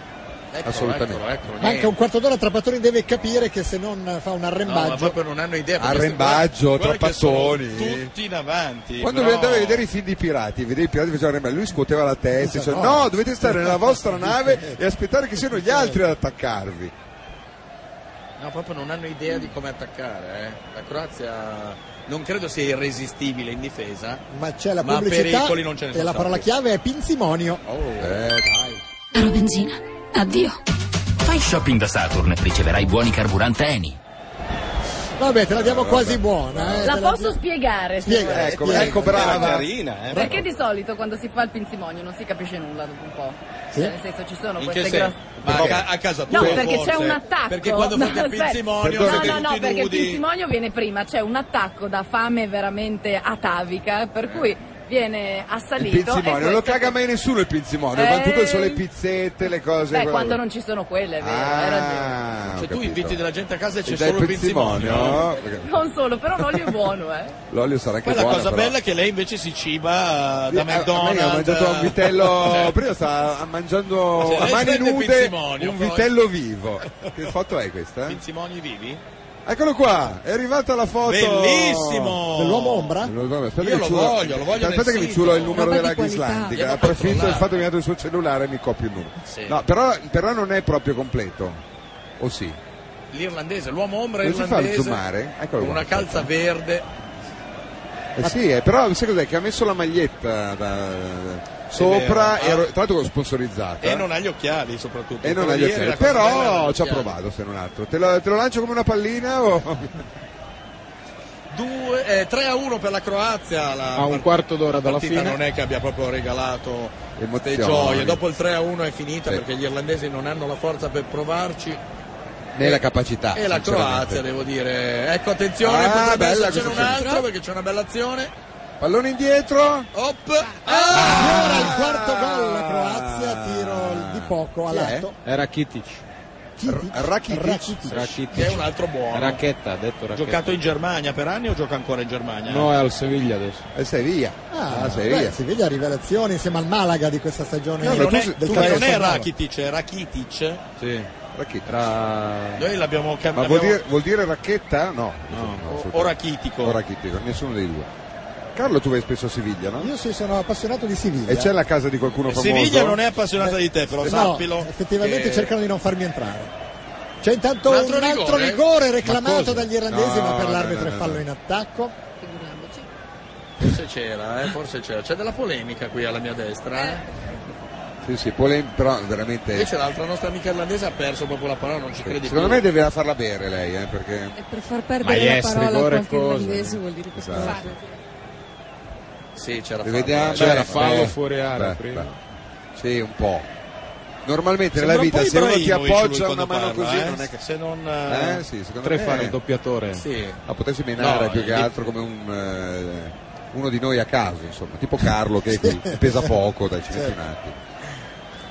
Speaker 4: Eccolo,
Speaker 5: Assolutamente.
Speaker 4: eccolo, eccolo, Ecco, niente.
Speaker 3: Manca un quarto d'ora, Trapattoni deve capire che se non fa un
Speaker 4: No, ma
Speaker 3: arrembaggio.
Speaker 4: proprio non hanno idea. perché
Speaker 5: Arrembaggio,
Speaker 4: guarda- guarda che sono
Speaker 5: trappattoni.
Speaker 4: Tutti in avanti.
Speaker 5: Quando
Speaker 4: però-
Speaker 5: dovevi andare a vedere i film di pirati, vedevi i pirati facevano remare, lui scuoteva la testa e
Speaker 3: Dice,
Speaker 5: diceva
Speaker 3: no.
Speaker 5: no, dovete stare nella vostra nave e aspettare che siano gli altri ad attaccarvi.
Speaker 4: No, proprio non hanno idea di come attaccare. eh. La Croazia non credo sia irresistibile in difesa.
Speaker 3: Ma c'è la
Speaker 4: Ma
Speaker 3: pubblicità
Speaker 4: pericoli non ce ne
Speaker 3: e
Speaker 4: sono
Speaker 3: la parola
Speaker 4: stati.
Speaker 3: chiave è pinzimonio.
Speaker 4: Oh,
Speaker 5: Eh,
Speaker 4: dai.
Speaker 11: Caro benzina, addio.
Speaker 12: Fai shopping da Saturn, riceverai buoni carburanti Eni.
Speaker 3: Vabbè, te la diamo quasi buona. eh,
Speaker 6: La
Speaker 3: te la-
Speaker 6: posso spiegare?
Speaker 3: Spiega,
Speaker 6: signore?
Speaker 5: Ecco,
Speaker 3: spiega.
Speaker 5: ecco,
Speaker 10: Ah,
Speaker 7: Era
Speaker 5: brava.
Speaker 7: carina, eh.
Speaker 6: Perché di solito quando si fa il pinzimonio non si capisce nulla dopo un po'.
Speaker 3: Sì?
Speaker 6: Cioè, nel senso ci sono
Speaker 7: In che
Speaker 6: queste
Speaker 7: senso?
Speaker 6: grosse.
Speaker 4: Ma a, ca- a casa tua
Speaker 6: No, perché
Speaker 4: forse?
Speaker 6: c'è un attacco.
Speaker 4: Perché quando
Speaker 6: no,
Speaker 4: fate il
Speaker 6: aspetta.
Speaker 4: pinzimonio
Speaker 6: No,
Speaker 4: siete
Speaker 6: no, no,
Speaker 4: tutti
Speaker 6: perché il
Speaker 4: nudi.
Speaker 6: pinzimonio viene prima, c'è un attacco da fame veramente atavica, per cui
Speaker 5: Il
Speaker 6: viene assalito.
Speaker 5: pinzimonio,
Speaker 6: e
Speaker 5: non lo
Speaker 6: Eh, questo-
Speaker 5: caga mai nessuno il pinzimonio,
Speaker 6: Eh.
Speaker 5: vanno tutto sono le pizzette, le cose.
Speaker 6: Beh,
Speaker 5: quella
Speaker 6: quando
Speaker 5: roba.
Speaker 6: non ci sono quelle, è vero, hai ragione.
Speaker 5: Ah,
Speaker 4: Cioè
Speaker 5: ho
Speaker 4: tu
Speaker 5: capito.
Speaker 4: inviti della gente a casa e c'è
Speaker 5: E dai
Speaker 4: solo il
Speaker 5: pinzimonio,
Speaker 4: pinzimonio.
Speaker 5: no? Perché
Speaker 6: Non solo, però l'olio è buono, eh.
Speaker 5: L'olio sarà anche
Speaker 4: Poi la
Speaker 5: buono.
Speaker 4: cosa
Speaker 5: però.
Speaker 4: bella è che lei invece si ciba eh, da
Speaker 5: Eh, a me
Speaker 4: McDonald's.
Speaker 5: Ho mangiato un vitello.
Speaker 4: Cioè,
Speaker 5: prima stava mangiando
Speaker 4: Cioè,
Speaker 5: a
Speaker 4: lei
Speaker 5: mani
Speaker 4: prende il
Speaker 5: nude
Speaker 4: pinzimonio,
Speaker 5: un
Speaker 4: poi.
Speaker 5: vitello vivo. Che foto è questa?
Speaker 4: pinzimoni vivi?
Speaker 5: Eccolo qua, è arrivata la foto.
Speaker 4: Bellissimo!
Speaker 3: Dell'uomo ombra?
Speaker 5: Lo- vabbè, Aspetta
Speaker 4: Io
Speaker 5: che
Speaker 4: lo
Speaker 5: ciulo-
Speaker 4: voglio, lo voglio
Speaker 5: Aspetta
Speaker 4: nel
Speaker 5: che mi
Speaker 4: sito.
Speaker 5: ciulo il numero
Speaker 13: Roba di
Speaker 5: della
Speaker 13: qualità.
Speaker 5: Ghislandica.
Speaker 4: Andiamo a
Speaker 5: Approfitto del
Speaker 4: controllare.
Speaker 5: fatto che mi ha dato il suo cellulare e mi copio il numero.
Speaker 4: Sì.
Speaker 5: No, però, però non è proprio completo. O sì?
Speaker 4: l'irlandese, l'uomo ombra
Speaker 5: Come si fa a
Speaker 4: irlandese.
Speaker 5: zoomare? Eccolo
Speaker 4: Con
Speaker 5: qua.
Speaker 4: una calza verde.
Speaker 5: Eh sì, eh, però sai cos'è? Che ha messo la maglietta da- sopra,
Speaker 4: È vero. Ah.
Speaker 5: e- tra l'altro sponsorizzata. eh.
Speaker 4: E non ha gli occhiali soprattutto.
Speaker 5: E non ha gli
Speaker 4: Ieri
Speaker 5: occhiali,
Speaker 4: la cosa bella erano
Speaker 5: però
Speaker 4: gli
Speaker 5: ci ha
Speaker 4: occhiali.
Speaker 5: provato se non altro. Te lo, te lo lancio come una pallina o...
Speaker 4: Due- eh, 3 a 1 per la Croazia. La
Speaker 15: A un quarto d'ora
Speaker 4: partita
Speaker 15: dalla fine.
Speaker 4: non è che abbia proprio regalato
Speaker 5: Emozioni.
Speaker 4: le gioie. Dopo il 3 a 1 è finita perché gli irlandesi non hanno la forza per provarci.
Speaker 5: né la capacità?
Speaker 4: E la
Speaker 5: sinceramente.
Speaker 4: Croazia, devo dire. Ecco, attenzione,
Speaker 5: Ah,
Speaker 4: potrebbe
Speaker 5: bella
Speaker 4: essercene un
Speaker 5: questa
Speaker 4: altro perché c'è una bella azione.
Speaker 5: Pallone indietro.
Speaker 4: Op! Ah.
Speaker 3: Ora il quarto gol la Croazia, tiro di poco a
Speaker 15: Chi è?
Speaker 3: lato.
Speaker 10: Era Kitic.
Speaker 5: Rakitic.
Speaker 10: Rakitic.
Speaker 4: Che è un altro buono.
Speaker 10: Racchetta, ha detto racchetta.
Speaker 4: Giocato in Germania per anni o gioca ancora in Germania?
Speaker 10: No, è al Seviglia adesso.
Speaker 5: È Sevilla.
Speaker 3: Ah,
Speaker 10: Ah,
Speaker 3: beh,
Speaker 10: Sevilla.
Speaker 3: Seviglia rivelazione insieme al Malaga di questa stagione
Speaker 4: No, non,
Speaker 3: eh, del
Speaker 4: è, tu-
Speaker 3: calcio
Speaker 4: non è
Speaker 3: spagnolo.
Speaker 4: Rakitic, è Rakitic.
Speaker 10: Sì.
Speaker 4: Noi l'abbiamo
Speaker 5: Ma
Speaker 4: cambiato.
Speaker 5: vuol dire, vuol dire racchetta? No.
Speaker 4: o- o rachitico.
Speaker 5: O rachitico, nessuno dei due. Carlo, tu vai spesso a Siviglia, no?
Speaker 3: Io sì, sono appassionato di Siviglia.
Speaker 5: E c'è la casa di qualcuno famoso?
Speaker 4: Siviglia non è appassionata di te, però
Speaker 3: No,
Speaker 4: sappilo.
Speaker 3: effettivamente
Speaker 4: che-
Speaker 3: cercano di non farmi entrare. C'è intanto
Speaker 4: Un
Speaker 3: un
Speaker 4: altro
Speaker 3: altro,
Speaker 4: rigore?
Speaker 3: rigore,
Speaker 4: Ma
Speaker 3: reclamato
Speaker 4: cosa?
Speaker 3: dagli irlandesi,
Speaker 4: No,
Speaker 3: ma per
Speaker 4: no,
Speaker 3: l'arbitro
Speaker 4: no,
Speaker 3: è
Speaker 4: no,
Speaker 3: fallo
Speaker 4: no.
Speaker 3: in attacco.
Speaker 4: Forse c'era, eh, forse c'era. C'è della polemica qui alla mia destra. eh.
Speaker 5: Sì, sì, polem- però veramente...
Speaker 4: Invece l'altra nostra amica irlandese ha perso proprio la parola, non ci credi
Speaker 5: Secondo
Speaker 4: più.
Speaker 5: me deve farla bere lei, eh, perché...
Speaker 13: Per far perdere
Speaker 5: Ma yes,
Speaker 13: la parola a
Speaker 5: rigore
Speaker 13: qualche
Speaker 5: cosa?
Speaker 13: irlandese vuol dire che
Speaker 5: Esatto.
Speaker 13: sbaglio.
Speaker 4: Sì, c'era
Speaker 5: Li
Speaker 4: fallo.
Speaker 5: vediamo.
Speaker 4: C'era
Speaker 5: Beh,
Speaker 4: fallo
Speaker 5: beh,
Speaker 4: fuori area
Speaker 5: beh,
Speaker 4: prima.
Speaker 5: beh. Sì, un po'. Normalmente
Speaker 4: Sembra
Speaker 5: nella
Speaker 4: un
Speaker 5: vita
Speaker 4: po'
Speaker 5: se uno ti
Speaker 4: Ibrahimovic lui
Speaker 5: appoggia
Speaker 4: quando
Speaker 5: una mano
Speaker 4: parla,
Speaker 5: così
Speaker 4: eh,
Speaker 5: non è che...
Speaker 4: se non, eh,
Speaker 5: Eh, sì, secondo
Speaker 10: Tre
Speaker 5: me...
Speaker 10: fare il doppiatore.
Speaker 4: Sì.
Speaker 5: Ma potessi menare
Speaker 10: No,
Speaker 5: più che
Speaker 10: il-
Speaker 5: altro come un, eh, uno di noi a caso, insomma. Tipo Carlo che è qui, che pesa poco, dai, ci metti un attimo.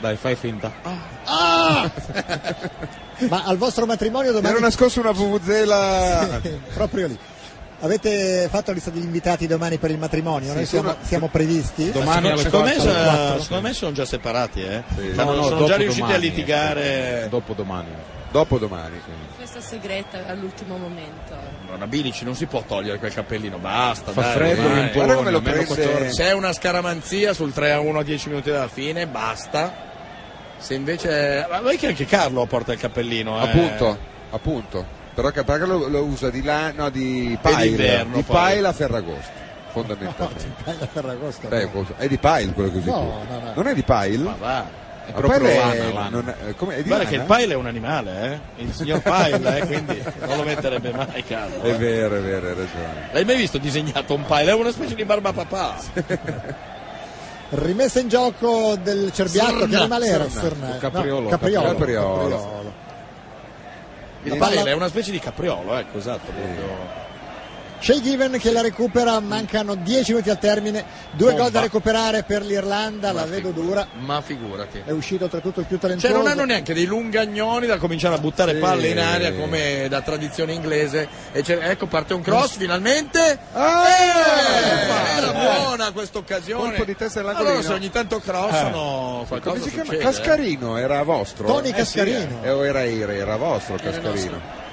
Speaker 10: Dai, fai finta.
Speaker 3: Ah!
Speaker 4: Certo.
Speaker 3: ma al vostro matrimonio
Speaker 5: Mi
Speaker 3: domani...
Speaker 5: ero nascosto una vuvuzela...
Speaker 3: Sì, proprio lì. Avete fatto la lista degli invitati domani per il matrimonio? Noi siamo, siamo previsti?
Speaker 4: Ma secondo, me,
Speaker 3: Alle
Speaker 4: sa-
Speaker 3: quattro.
Speaker 4: secondo me sono già separati, eh.
Speaker 10: Sì.
Speaker 4: Cioè,
Speaker 10: No,
Speaker 4: non
Speaker 10: no,
Speaker 4: sono
Speaker 10: dopo
Speaker 4: già riusciti
Speaker 10: domani, eh.
Speaker 4: a litigare.
Speaker 10: Dopo domani.
Speaker 5: Dopo domani.
Speaker 9: Questa segreta all'ultimo momento.
Speaker 4: Nonna Bilici non si può togliere quel cappellino, basta.
Speaker 10: Fa
Speaker 4: dai,
Speaker 10: freddo
Speaker 4: ormai.
Speaker 10: in Guarda Polonia, come lo meno prende. 14.
Speaker 4: Se è una scaramanzia sul 3 a 1 a 10 minuti dalla fine, basta. Se invece. Ma vedi che anche Carlo porta il cappellino, eh.
Speaker 5: Appunto, appunto. Però Capaga lo, lo usa di là, no, di Paila,
Speaker 4: d'inverno,
Speaker 5: di
Speaker 4: poi.
Speaker 5: Paila a Ferragosto, fondamentalmente.
Speaker 3: Dai, a Eh, Ferragosto.
Speaker 5: Beh, cosa- è di Pile quello che usi
Speaker 3: No,
Speaker 5: tu.
Speaker 3: no, no.
Speaker 5: Non è di Pile?
Speaker 4: Ma va.
Speaker 5: È
Speaker 4: proprio lana,
Speaker 5: è,
Speaker 4: lana.
Speaker 5: non è- eh, come- è di
Speaker 4: Guarda che
Speaker 5: lana?
Speaker 4: il Pile è un animale, eh? Il signor Pile, eh? Quindi non lo metterebbe mai Carlo. eh.
Speaker 5: È vero, è vero, hai ragione.
Speaker 4: L'hai mai visto disegnato un Pile? È una specie di barbapapà.
Speaker 3: Rimessa in gioco del Cerbiatto,
Speaker 4: Sorna,
Speaker 3: che animale era?
Speaker 4: Sorna.
Speaker 3: Sorna, no,
Speaker 4: Capriolo,
Speaker 3: Capriolo.
Speaker 5: Capriolo.
Speaker 3: Capriolo.
Speaker 4: Il
Speaker 3: La
Speaker 4: Pile
Speaker 3: palla-
Speaker 4: è una specie di capriolo, ecco, esatto. proprio.
Speaker 3: Shea Given che la recupera, mancano 10 minuti al termine, due
Speaker 4: Bomba.
Speaker 3: gol da recuperare per l'Irlanda, la vedo dura.
Speaker 4: Ma figurati.
Speaker 3: È uscito oltretutto il più talentuoso.
Speaker 4: Cioè non hanno neanche dei lungagnoni da cominciare a buttare
Speaker 3: Sì.
Speaker 4: palle in aria come da tradizione inglese. E c'è- ecco parte un cross finalmente. Eh, era buona questa occasione.
Speaker 5: Ah! Colpo di testa dell'angolino.
Speaker 4: Allora se ogni tanto crossano
Speaker 5: Eh. Come
Speaker 4: qualcosa
Speaker 5: si chiama?
Speaker 4: succede. eh?
Speaker 5: Cascarino era vostro?
Speaker 3: Tony
Speaker 5: Eh,
Speaker 3: Cascarino.
Speaker 5: sì, eh, o era, era, era vostro Cascarino.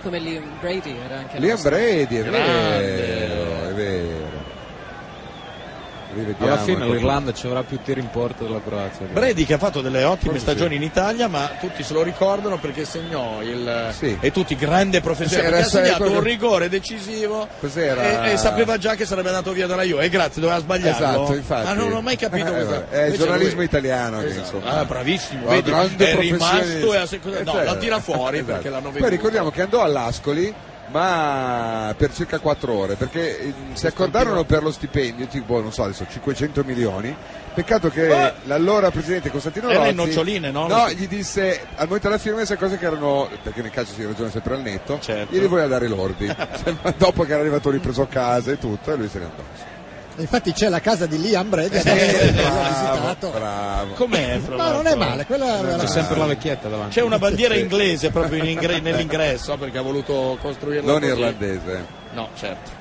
Speaker 8: Come Liam Brady era anche
Speaker 5: Liam
Speaker 8: nostro.
Speaker 5: Brady, è
Speaker 8: Grande.
Speaker 5: vero, è vero. Rivediamo
Speaker 10: Alla fine
Speaker 5: ecco.
Speaker 10: l'Irlanda ci avrà più tiri in porta della Croazia.
Speaker 4: Brady che ha fatto delle ottime
Speaker 10: Forse
Speaker 4: stagioni in Italia, ma tutti se lo ricordano perché segnò il
Speaker 5: Sì.
Speaker 4: e tutti grande
Speaker 5: Sì,
Speaker 4: professionista
Speaker 5: era
Speaker 4: perché ha
Speaker 5: essere
Speaker 4: segnato
Speaker 5: proprio-
Speaker 4: un rigore decisivo
Speaker 5: Cos'era?
Speaker 4: E, e sapeva già che sarebbe andato via dalla Juve. E grazie, doveva sbagliarlo.
Speaker 5: Esatto, infatti.
Speaker 4: Ma non ho mai capito
Speaker 5: Eh,
Speaker 4: questa.
Speaker 5: vabbè, È il
Speaker 4: Invece
Speaker 5: giornalismo
Speaker 4: lui-
Speaker 5: italiano. che,
Speaker 4: Esatto.
Speaker 5: insomma.
Speaker 4: Ah, bravissimo,
Speaker 5: Ah,
Speaker 4: vedi,
Speaker 5: grande
Speaker 4: è rimasto
Speaker 5: professionista.
Speaker 4: e ha secondato-
Speaker 5: Eh,
Speaker 4: no,
Speaker 5: cioè,
Speaker 4: la tira fuori
Speaker 5: esatto.
Speaker 4: perché l'hanno
Speaker 5: Poi
Speaker 4: veduta.
Speaker 5: ricordiamo che andò all'Ascoli ma per circa 4 ore perché eh, si accordarono per lo stipendio tipo boh, non so adesso 500 milioni peccato che l'allora presidente Costantino
Speaker 4: Erano
Speaker 5: Rozzi
Speaker 4: in noccioline, no?
Speaker 5: no gli disse al momento della firma queste cose che erano perché nel calcio si ragiona sempre al netto
Speaker 4: Certo.
Speaker 5: glieli voleva dare lordi Cioè, ma dopo che era arrivato ripreso a casa e tutto e lui se ne andò
Speaker 3: Infatti c'è la casa di Liam
Speaker 4: Eh,
Speaker 3: Brady.
Speaker 5: Eh, bravo, bravo. Ah,
Speaker 4: Com'è? fra
Speaker 3: Ma non è
Speaker 4: l'altro?
Speaker 3: male, quella
Speaker 10: C'è sempre la vecchietta davanti.
Speaker 4: C'è una bandiera inglese proprio in ingre- nell'ingresso ah, perché ha voluto costruirla
Speaker 5: non
Speaker 4: così.
Speaker 5: irlandese
Speaker 4: No, certo.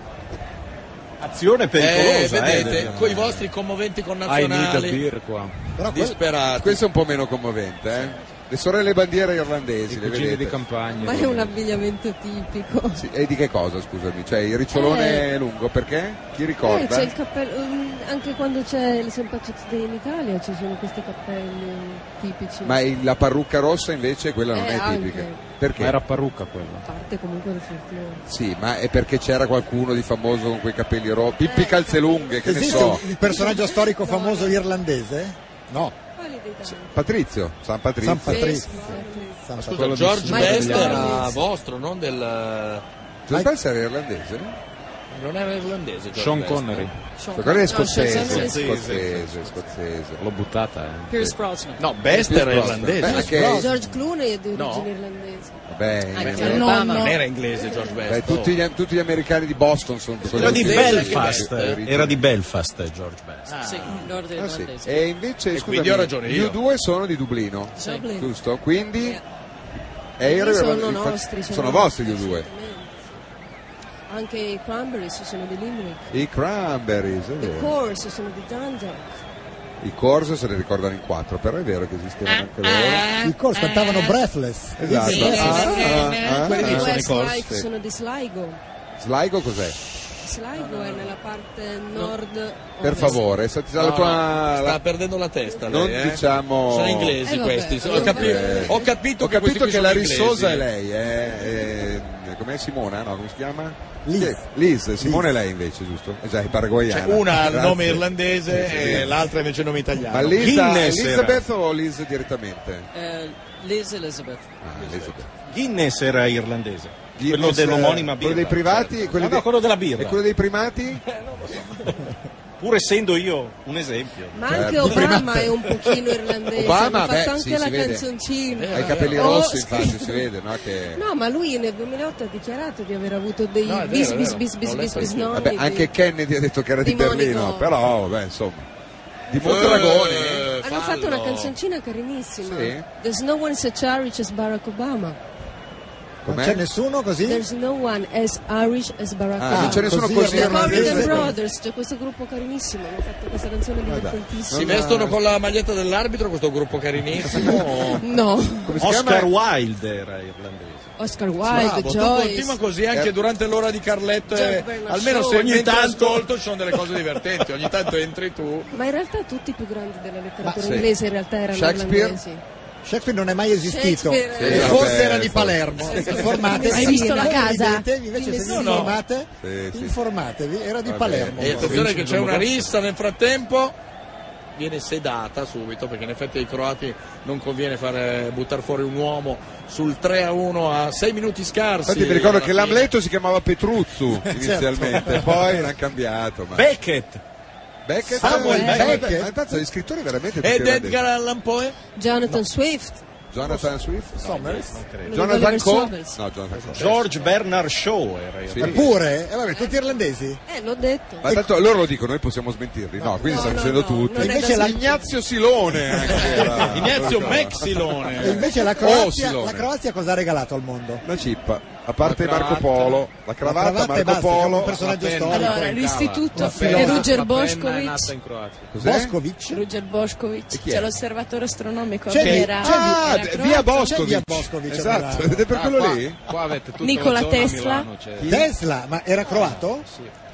Speaker 10: Azione pericolosa,
Speaker 4: Eh,
Speaker 10: eh,
Speaker 4: vedete,
Speaker 10: del-
Speaker 5: diciamo.
Speaker 4: con i vostri commoventi
Speaker 10: I need a
Speaker 4: connazionali
Speaker 10: beer qua.
Speaker 5: Disperati. Questo è un po' meno commovente, eh? Le sorelle bandiere irlandesi, le vedete?
Speaker 10: di campagna.
Speaker 13: Ma è un abbigliamento tipico.
Speaker 5: Sì, E di che cosa, scusami? Cioè, il ricciolone
Speaker 13: Eh.
Speaker 5: lungo, perché? Chi
Speaker 13: Eh,
Speaker 5: ricorda?
Speaker 13: c'è il cappello, um, anche quando c'è il Sempacizio Day in Italia ci sono questi cappelli um, tipici.
Speaker 5: Ma il- la parrucca rossa invece quella non
Speaker 13: Eh,
Speaker 5: è
Speaker 13: anche.
Speaker 5: tipica. Perché?
Speaker 10: Ma era parrucca quella.
Speaker 13: Parte comunque del folklore.
Speaker 5: Sì, ma è perché c'era qualcuno di famoso con quei capelli rossi, Pippi calze lunghe, che ne
Speaker 3: Esiste
Speaker 5: so.
Speaker 3: un- il personaggio storico famoso irlandese? No.
Speaker 5: Patrizio, San Patrizio.
Speaker 3: San Patrizio. San
Speaker 4: Scusa,
Speaker 3: Patrizio.
Speaker 4: George
Speaker 3: Michael
Speaker 4: Best era
Speaker 3: Irlandese.
Speaker 4: vostro, non del.
Speaker 5: George Best era irlandese, no?
Speaker 4: Non era irlandese. George
Speaker 10: Sean
Speaker 4: Best.
Speaker 10: Connery.
Speaker 4: Sean
Speaker 5: Perché lei è
Speaker 4: Connery.
Speaker 5: scozzese,
Speaker 4: No, Sean Connery.
Speaker 5: scozzese, scozzese.
Speaker 10: L'ho buttata, eh.
Speaker 8: Pierce Brosnan.
Speaker 4: No, Best
Speaker 5: Pierce
Speaker 4: era
Speaker 5: Brosnan.
Speaker 4: irlandese.
Speaker 5: Beh, anche-
Speaker 13: Eh, George Clooney è di
Speaker 4: No.
Speaker 13: origine irlandese.
Speaker 5: Vabbè,
Speaker 13: Anche
Speaker 5: in-
Speaker 13: il
Speaker 8: Eh,
Speaker 13: nonno.
Speaker 4: Non era inglese Oh. George Best.
Speaker 5: Beh, tutti, gli, tutti gli americani di Boston sono
Speaker 7: Era di
Speaker 5: sono-
Speaker 7: Belfast,
Speaker 5: sono- sono-
Speaker 7: era di Belfast eh, George Best.
Speaker 8: Sì, nord
Speaker 5: Ah, sì. E invece
Speaker 4: E
Speaker 5: scusami,
Speaker 4: quindi ho ragione
Speaker 5: gli
Speaker 4: io.
Speaker 5: U2 sono di Dublino,
Speaker 13: Sì. Dublino.
Speaker 5: giusto? Quindi
Speaker 13: Quindi
Speaker 5: Air-
Speaker 13: sono
Speaker 5: infa-
Speaker 13: nostri, sono
Speaker 5: sono vostri gli
Speaker 13: nostri,
Speaker 5: U2.
Speaker 13: Anche i Cranberries sono di Limerick.
Speaker 5: I Cranberries, è
Speaker 13: I
Speaker 5: vero.
Speaker 13: Coors sono di Dundalk.
Speaker 5: I Corso se ne ricordano in quattro, però è vero che esistevano
Speaker 13: Ah,
Speaker 5: anche loro.
Speaker 3: I Corso cantavano Breathless.
Speaker 5: Esatto.
Speaker 3: Sì, sì, sì.
Speaker 5: Ah, ah, ah,
Speaker 13: I
Speaker 5: ah.
Speaker 13: Westlife
Speaker 5: Sì.
Speaker 13: sono di Sligo.
Speaker 5: Sligo cos'è?
Speaker 13: Sligo è nella parte nord.
Speaker 5: Per favore, sta- la
Speaker 4: No,
Speaker 5: tua
Speaker 4: no,
Speaker 5: la-
Speaker 4: sta perdendo la testa.
Speaker 5: Non
Speaker 4: lei, eh.
Speaker 5: diciamo-
Speaker 4: Sono inglesi
Speaker 13: Eh, vabbè,
Speaker 4: questi. so-
Speaker 13: allora-
Speaker 4: ho, capi-
Speaker 5: Eh.
Speaker 4: ho capito
Speaker 5: Ho
Speaker 4: che, questi
Speaker 5: capito
Speaker 4: qui
Speaker 5: che la
Speaker 4: sono inglesi.
Speaker 5: rissosa è lei, eh, eh, com'è Simona? No, come si chiama?
Speaker 3: Liz.
Speaker 5: Sì, Liz, Simone è lei invece, giusto? Eh già, è paraguayana.
Speaker 4: Cioè, una ha il
Speaker 5: Grazie.
Speaker 4: nome irlandese
Speaker 5: Sì, sì.
Speaker 4: e l'altra invece il nome italiano.
Speaker 5: Ma Liz,
Speaker 7: Guinness era.
Speaker 5: Elizabeth o Liz direttamente?
Speaker 8: Eh, Liz Elizabeth.
Speaker 5: Ah, Elizabeth.
Speaker 7: Guinness era irlandese. quello
Speaker 5: Guinness,
Speaker 7: dell'omonima birra.
Speaker 5: eh, quello dei privati,
Speaker 7: certo.
Speaker 5: quello
Speaker 7: No, no,
Speaker 5: dei-
Speaker 7: quello della birra.
Speaker 5: E quello dei primati?
Speaker 7: Pur essendo io un esempio.
Speaker 13: Ma
Speaker 5: Certo.
Speaker 13: anche Obama è un pochino irlandese.
Speaker 5: Obama,
Speaker 13: ha fatto
Speaker 5: beh,
Speaker 13: anche
Speaker 5: sì,
Speaker 13: la
Speaker 5: si vede.
Speaker 13: canzoncina.
Speaker 5: Ha i capelli
Speaker 13: Oh,
Speaker 5: rossi,
Speaker 13: scusa.
Speaker 5: infatti, si vede, no? Che...
Speaker 13: No, ma lui nel 2008 ha dichiarato di aver avuto dei
Speaker 4: No, è vero,
Speaker 13: bis
Speaker 4: è
Speaker 13: bis
Speaker 4: vero.
Speaker 13: bis bis
Speaker 4: L'ho
Speaker 13: bis
Speaker 4: letto
Speaker 13: bis
Speaker 4: anch'io.
Speaker 13: nonni
Speaker 5: Vabbè,
Speaker 13: di-
Speaker 5: anche Kennedy ha detto che era di,
Speaker 13: Di
Speaker 5: Berlino,
Speaker 13: Monaco.
Speaker 5: però, beh, insomma. Di Mondragone.
Speaker 4: Eh,
Speaker 13: Hanno fatto una
Speaker 4: fallo.
Speaker 13: canzoncina carinissima.
Speaker 5: Sì.
Speaker 13: There's no one so Irish as Barack Obama.
Speaker 3: Non
Speaker 5: Com'è?
Speaker 3: c'è nessuno così?
Speaker 13: There's no one as Irish as Barack
Speaker 5: Ah,
Speaker 13: Obama.
Speaker 5: non c'è nessuno così,
Speaker 3: così
Speaker 13: The Corrigan
Speaker 3: irlandese.
Speaker 13: Brothers, c'è questo gruppo carinissimo, hanno fatto questa canzone
Speaker 4: Si
Speaker 13: divertentissima.
Speaker 4: vestono con la maglietta dell'arbitro, questo gruppo carinissimo.
Speaker 13: No,
Speaker 5: Come si
Speaker 7: Oscar
Speaker 5: chiama?
Speaker 7: Wilde era irlandese.
Speaker 13: Oscar
Speaker 4: Bravo,
Speaker 13: Wilde,
Speaker 4: tu
Speaker 13: Joyce.
Speaker 4: continua così anche
Speaker 5: Eh.
Speaker 4: durante l'ora di Carletto. eh,
Speaker 13: George Bernard
Speaker 4: almeno
Speaker 13: Shaw.
Speaker 4: se
Speaker 13: Ogni
Speaker 4: ogni tanto
Speaker 7: tanto-
Speaker 4: ascolto ci sono delle cose divertenti. Ogni tanto entri tu.
Speaker 13: Ma in realtà tutti i più grandi della letteratura
Speaker 5: Ma sì.
Speaker 13: inglese in realtà erano
Speaker 5: Shakespeare?
Speaker 13: irlandesi.
Speaker 3: Shakespeare non è mai esistito.
Speaker 13: Shakespeare,
Speaker 5: eh.
Speaker 3: E
Speaker 5: Sì,
Speaker 3: forse
Speaker 5: vabbè,
Speaker 3: era di
Speaker 5: forse.
Speaker 3: Palermo.
Speaker 13: Sì, sì.
Speaker 3: Informatevi.
Speaker 13: Hai visto la
Speaker 3: Voi
Speaker 13: casa?
Speaker 3: vedetevi, invece se vi
Speaker 4: No, no.
Speaker 3: informate,
Speaker 5: Sì, sì.
Speaker 3: informatevi. Era di
Speaker 5: Vabbè.
Speaker 3: Palermo.
Speaker 4: E Eh, attenzione che c'è
Speaker 10: Don
Speaker 4: una
Speaker 10: Bosco.
Speaker 4: rissa nel frattempo. Viene sedata subito perché in effetti ai croati non conviene fare, buttare fuori un uomo sul 3 a 1 a 6 minuti scarsi.
Speaker 5: Infatti mi ricordo
Speaker 4: alla
Speaker 5: che
Speaker 4: fine.
Speaker 5: l'Amleto si chiamava Petruzzu inizialmente, poi l'ha cambiato. Ma...
Speaker 7: Beckett.
Speaker 5: Beckett,
Speaker 3: Samuel
Speaker 5: eh,
Speaker 3: Beckett.
Speaker 5: Beckett. Ma intanto gli scrittori veramente tutti
Speaker 4: Ed
Speaker 5: irlandesi.
Speaker 4: Edgar Allan Poe?
Speaker 13: Jonathan Swift,
Speaker 5: Jonathan Swift?
Speaker 3: Somers.
Speaker 5: Jonathan
Speaker 13: Oliver
Speaker 5: Coe?
Speaker 13: Sowers.
Speaker 5: No, Jonathan Coe.
Speaker 7: George Bernard Shaw era irlandese.
Speaker 5: Sì.
Speaker 3: Eppure, eh, vabbè, tutti irlandesi.
Speaker 13: eh l'ho detto.
Speaker 5: Ma tanto loro lo dicono, noi possiamo smentirli. No, quindi
Speaker 13: No,
Speaker 5: stanno
Speaker 13: no,
Speaker 5: dicendo
Speaker 13: no,
Speaker 5: tutti.
Speaker 13: non è
Speaker 3: Invece da la-
Speaker 5: Ignazio Silone anche era.
Speaker 4: Ah,
Speaker 7: Ignazio
Speaker 5: Ancora.
Speaker 3: E
Speaker 7: Mexilone.
Speaker 3: invece la
Speaker 5: Oh,
Speaker 3: Croazia,
Speaker 5: Silone.
Speaker 3: la Croazia cosa ha regalato al mondo?
Speaker 5: Una cippa. A parte
Speaker 7: La cravatta.
Speaker 5: Marco Polo, la
Speaker 3: La
Speaker 5: cravatta,
Speaker 3: cravatta e basta,
Speaker 5: Marco Polo.
Speaker 3: un personaggio
Speaker 7: la penna.
Speaker 3: storico.
Speaker 9: Allora, l'istituto
Speaker 3: La
Speaker 9: di
Speaker 3: penna.
Speaker 9: Ruger
Speaker 10: È
Speaker 9: Boskovic,
Speaker 10: nata in Croazia.
Speaker 5: Cos'è?
Speaker 3: Boscovic?
Speaker 9: Ruger Boskovic,
Speaker 5: chi è?
Speaker 9: c'è l'osservatore astronomico
Speaker 3: C'è
Speaker 9: che
Speaker 3: di-
Speaker 9: era,
Speaker 5: Ah,
Speaker 9: era
Speaker 5: d-
Speaker 9: croato.
Speaker 5: via
Speaker 3: C'è
Speaker 5: Boscovic.
Speaker 3: via Boscovic a
Speaker 5: Esatto,
Speaker 3: Milano.
Speaker 5: ed è per
Speaker 10: Ah,
Speaker 5: quello
Speaker 10: qua-
Speaker 5: lì?
Speaker 10: Qua avete tutta
Speaker 9: Nicola
Speaker 10: la zona a
Speaker 9: Tesla.
Speaker 10: Milano, c'è-
Speaker 3: Tesla, ma era croato?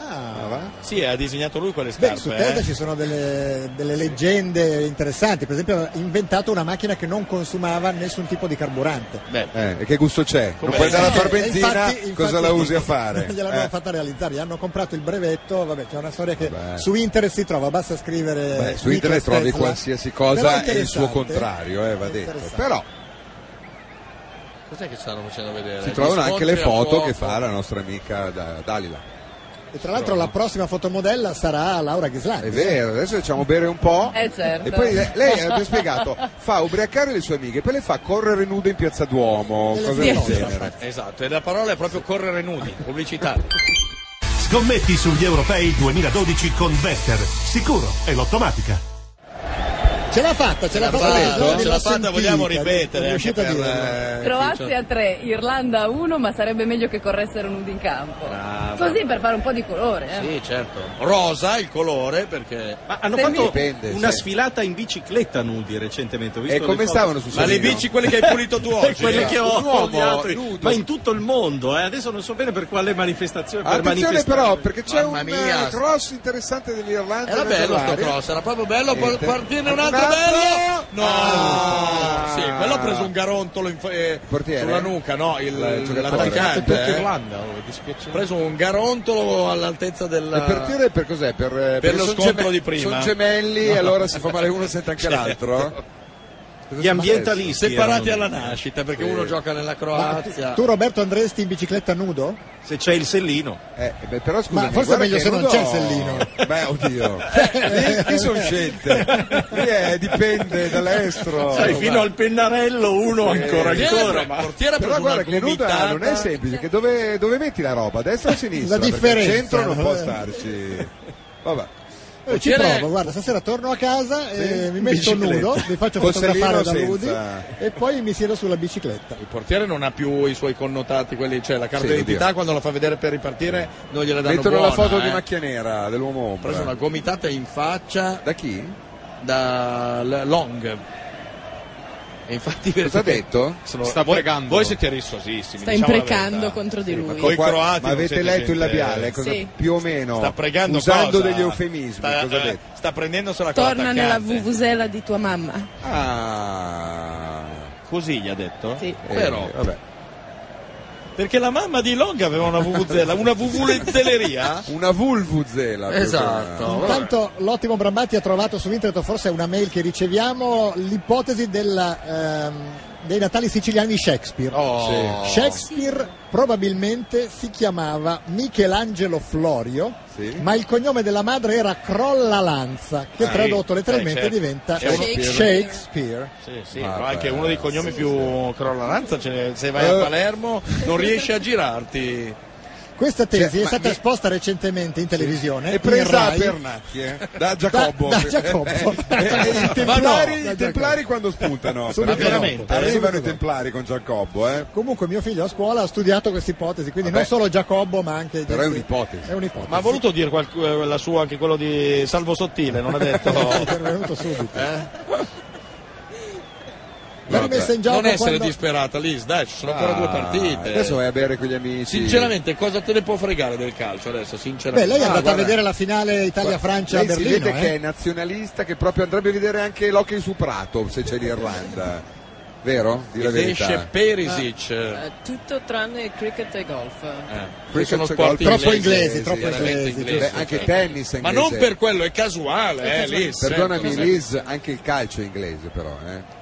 Speaker 3: Ah, va.
Speaker 4: Sì, ha disegnato lui quelle
Speaker 3: Beh, su
Speaker 4: scarpe.
Speaker 3: Tesla
Speaker 4: eh.
Speaker 3: ci sono delle, delle leggende interessanti, per esempio ha inventato una macchina che non consumava nessun tipo di carburante.
Speaker 4: Beh,
Speaker 5: Eh, e che gusto c'è? Non
Speaker 4: Com'è?
Speaker 5: puoi andare a far
Speaker 3: Eh,
Speaker 5: benzina,
Speaker 3: infatti- infatti
Speaker 5: cosa la usi a fare?
Speaker 3: Gliel'hanno
Speaker 5: Eh.
Speaker 3: fatta realizzare, gli hanno comprato il brevetto, vabbè, c'è una storia che
Speaker 5: Vabbè.
Speaker 3: su internet si trova, basta scrivere
Speaker 5: Beh, su
Speaker 3: Nicola
Speaker 5: internet trovi
Speaker 3: eh, Tesla.
Speaker 5: qualsiasi
Speaker 3: Però è
Speaker 5: cosa e il
Speaker 3: interessante.
Speaker 5: suo contrario, eh, va detto.
Speaker 3: Interessante.
Speaker 5: Però
Speaker 4: cos'è che stanno facendo vedere?
Speaker 5: si
Speaker 4: Gli
Speaker 5: trovano anche le
Speaker 4: scontri a
Speaker 5: foto
Speaker 4: fuoco.
Speaker 5: che fa la nostra amica da- Dalila.
Speaker 3: E tra l'altro la prossima fotomodella sarà Laura Ghislani.
Speaker 5: È vero, adesso facciamo bere un po'.
Speaker 6: Eh, certo.
Speaker 5: E poi lei, lei abbiamo spiegato, fa ubriacare le sue amiche, poi le fa correre nude in piazza Duomo,
Speaker 3: Nelle
Speaker 5: cose del
Speaker 3: fiere.
Speaker 5: genere.
Speaker 4: Esatto, e la parola è proprio correre nudi, pubblicità.
Speaker 1: Scommetti sugli europei 2012 con Better. Sicuro e l'ottomatica.
Speaker 3: Ce l'ha fatta, ce l'ha
Speaker 4: L'ha
Speaker 3: fatta.
Speaker 4: detto?
Speaker 3: nella
Speaker 4: Ce l'ha fatta,
Speaker 3: sentita,
Speaker 4: vogliamo
Speaker 3: lui-
Speaker 4: ripetere
Speaker 3: è
Speaker 4: anche
Speaker 3: riuscito a
Speaker 4: per,
Speaker 3: dirlo.
Speaker 4: eh,
Speaker 6: Croazia 3, Irlanda 1, ma sarebbe meglio che corressero nudi in campo.
Speaker 4: Brava.
Speaker 6: Così per fare un po' di colore. eh.
Speaker 4: Sì, certo. Rosa il colore perché.
Speaker 7: Ma hanno
Speaker 6: Se
Speaker 7: fatto
Speaker 6: mi-
Speaker 5: Dipende,
Speaker 7: una
Speaker 5: sì.
Speaker 7: sfilata in bicicletta nudi recentemente. Ho visto
Speaker 5: E come
Speaker 7: le foto.
Speaker 5: stavano su
Speaker 7: Ma le
Speaker 5: Solino?
Speaker 7: bici, quelle che hai pulito tu oggi?
Speaker 5: Quelle
Speaker 7: eh.
Speaker 5: che ho
Speaker 7: Un uomo
Speaker 5: odiato.
Speaker 7: nudo. Ma in tutto il mondo, eh. adesso non so bene per quale manifestazione. Per
Speaker 5: Attenzione
Speaker 7: manifestare.
Speaker 5: però perché c'è
Speaker 7: Mamma
Speaker 5: un
Speaker 7: mia.
Speaker 5: eh, cross interessante dell'Irlanda.
Speaker 4: Era
Speaker 5: verso
Speaker 4: bello sto
Speaker 5: l'area.
Speaker 4: cross, era proprio bello. Poi
Speaker 5: Niente.
Speaker 4: Partire un altro
Speaker 5: Un altro. Ah.
Speaker 4: bello. No, sì, quello ha preso un garontolo in, eh, sulla nuca, no? Il,
Speaker 5: Il giocatore.
Speaker 4: l'attaccante.
Speaker 5: Per
Speaker 4: eh.
Speaker 5: Irlanda,
Speaker 4: Ha preso un garontolo all'altezza della.
Speaker 5: E partire per cos'è? Per, eh, perché
Speaker 4: lo
Speaker 5: son
Speaker 4: scontro
Speaker 5: geme-
Speaker 4: di prima.
Speaker 5: Sono gemelli
Speaker 4: No.
Speaker 5: e allora si fa male uno e sente anche
Speaker 4: Certo.
Speaker 5: l'altro? Cosa
Speaker 4: Gli
Speaker 5: è
Speaker 4: ambientalisti
Speaker 5: successo?
Speaker 4: separati alla nascita perché
Speaker 5: Sì.
Speaker 4: uno gioca nella Croazia.
Speaker 3: Tu Roberto andresti in bicicletta nudo?
Speaker 7: Se c'è il sellino.
Speaker 5: Eh, beh, però scusami,
Speaker 3: Ma forse è
Speaker 5: guarda
Speaker 3: meglio
Speaker 5: che
Speaker 3: se non
Speaker 5: nudo-
Speaker 3: c'è il sellino.
Speaker 5: Beh, oddio. Lì, lì sono scelte. Lì è- dipende dall'estero.
Speaker 7: Sai, fino al pennarello uno ancora, ancora. Ma...
Speaker 5: Però guarda che nuda non è semplice, che dove, dove metti la roba? A destra o a sinistra?
Speaker 3: La
Speaker 5: Perché
Speaker 3: differenza.
Speaker 5: Il centro non può
Speaker 3: Eh.
Speaker 5: starci. Vabbè.
Speaker 3: Eh, ci
Speaker 5: Portiere-
Speaker 3: provo, guarda, stasera torno a casa e
Speaker 5: Sì,
Speaker 3: mi metto
Speaker 5: bicicletta.
Speaker 3: nudo, mi faccio
Speaker 5: Con
Speaker 3: fotografare da
Speaker 5: Sellino
Speaker 3: Ludi
Speaker 5: senza. Oh,
Speaker 3: e poi mi siedo sulla bicicletta.
Speaker 4: Il portiere non ha più i suoi connotati, quelli, cioè la carta
Speaker 5: Sì,
Speaker 4: d'identità
Speaker 5: oddio.
Speaker 4: quando la fa vedere per ripartire non gliela danno
Speaker 5: Mettono
Speaker 4: buona,
Speaker 5: la foto
Speaker 4: eh.
Speaker 5: di macchia nera dell'uomo
Speaker 4: Ha preso una
Speaker 5: ombra.
Speaker 4: gomitata in faccia
Speaker 5: Da chi?
Speaker 4: da L- Long. E infatti
Speaker 5: Cosa ha detto?
Speaker 4: Sta voi, voi siete rissosissimi.
Speaker 9: Sta
Speaker 4: diciamo la
Speaker 9: imprecando
Speaker 4: verità.
Speaker 9: contro di lui.
Speaker 4: Coi
Speaker 5: Qua-
Speaker 4: croati
Speaker 5: ma
Speaker 4: non
Speaker 5: avete
Speaker 4: siete
Speaker 5: letto il
Speaker 4: gente- eh,
Speaker 5: labiale? Cosa-
Speaker 9: Sì.
Speaker 5: Più o meno.
Speaker 4: Sta pregando
Speaker 5: usando
Speaker 4: cosa?
Speaker 5: degli eufemismi.
Speaker 4: Sta,
Speaker 5: cosa ha
Speaker 4: eh,
Speaker 5: detto?
Speaker 4: sta prendendosela con
Speaker 9: Torna nella
Speaker 4: l'attaccante.
Speaker 9: vuvuzela di tua mamma.
Speaker 5: Ah.
Speaker 4: Così gli ha detto?
Speaker 9: Sì.
Speaker 4: Però.
Speaker 5: Eh, vabbè.
Speaker 4: Perché la mamma di Long aveva una vuvuzela, una vuvuzeleria?
Speaker 5: Una vulvuzela. più
Speaker 4: Esatto.
Speaker 5: che una-
Speaker 3: Intanto l'ottimo Brambati ha trovato su internet, o forse è una mail che riceviamo, l'ipotesi della, ehm, dei Natali siciliani di Shakespeare.
Speaker 4: Oh. Sì.
Speaker 3: Shakespeare probabilmente si chiamava Michelangelo Florio,
Speaker 5: Sì.
Speaker 3: ma il cognome della madre era Crolla Lanza, che
Speaker 4: Ah, sì.
Speaker 3: tradotto
Speaker 4: Eh,
Speaker 3: letteralmente
Speaker 4: certo.
Speaker 3: diventa
Speaker 4: È uno-
Speaker 3: Shakespeare.
Speaker 4: Sì, sì,
Speaker 5: Ma
Speaker 4: però anche
Speaker 5: beh,
Speaker 4: uno dei cognomi
Speaker 5: sì,
Speaker 4: più crollaranza, ce ne- se vai
Speaker 5: Eh.
Speaker 4: a Palermo non riesci a girarti.
Speaker 3: Questa tesi
Speaker 5: Cioè,
Speaker 3: è
Speaker 5: ma
Speaker 3: stata
Speaker 5: mi-
Speaker 3: esposta recentemente in televisione.
Speaker 5: È
Speaker 3: in
Speaker 5: presa a
Speaker 3: Rai.
Speaker 5: pernacchi eh, da Giacobbo.
Speaker 3: Da- da Giacobbo.
Speaker 5: Eh,
Speaker 3: Ma no, da
Speaker 5: eh, I templari, i
Speaker 3: Giacobbo.
Speaker 5: templari quando spuntano.
Speaker 3: Subito
Speaker 5: perché
Speaker 3: dopo.
Speaker 4: eh,
Speaker 5: Arrivano i templari con Giacobbo, eh.
Speaker 3: Comunque mio figlio a scuola ha studiato questa ipotesi, quindi
Speaker 5: Vabbè.
Speaker 3: non solo Giacobbo ma anche...
Speaker 5: Però è un'ipotesi.
Speaker 3: È un'ipotesi.
Speaker 4: Ma ha voluto dire qualc- eh, la sua anche quello di Salvo Sottile, non ha detto?
Speaker 3: È intervenuto subito.
Speaker 4: Eh?
Speaker 3: La rimessa in gioco
Speaker 4: non essere
Speaker 3: quando-
Speaker 4: disperata, Liz, dai, ci sono ancora
Speaker 5: Ah,
Speaker 4: due partite.
Speaker 5: Adesso vai a bere con gli amici.
Speaker 4: Sinceramente, cosa te ne può fregare del calcio adesso?
Speaker 3: Beh,
Speaker 4: Sinceramente,
Speaker 3: lei è
Speaker 5: Ah,
Speaker 3: andata
Speaker 5: guarda.
Speaker 3: a vedere la finale Italia-Francia a
Speaker 5: Lei si
Speaker 3: Berlino,
Speaker 5: vede
Speaker 3: eh?
Speaker 5: che è nazionalista, che proprio andrebbe a vedere anche l'hockey su Prato se c'è l'Irlanda. Vero? Di la
Speaker 4: Ed esce
Speaker 5: verità.
Speaker 4: Perisic.
Speaker 8: Eh, tutto tranne cricket e golf.
Speaker 5: Eh.
Speaker 4: Che sono
Speaker 5: Cricket,
Speaker 4: sport
Speaker 3: golf. Troppo
Speaker 4: inglesi,
Speaker 3: inglesi, troppo
Speaker 4: veramente
Speaker 3: inglesi,
Speaker 5: Beh, anche
Speaker 4: cioè.
Speaker 5: tennis è
Speaker 4: Ma
Speaker 5: inglese.
Speaker 4: non per quello, è casuale, eh, Liz.
Speaker 5: Perdonami,
Speaker 4: eh,
Speaker 5: Liz, anche il calcio è inglese però, eh.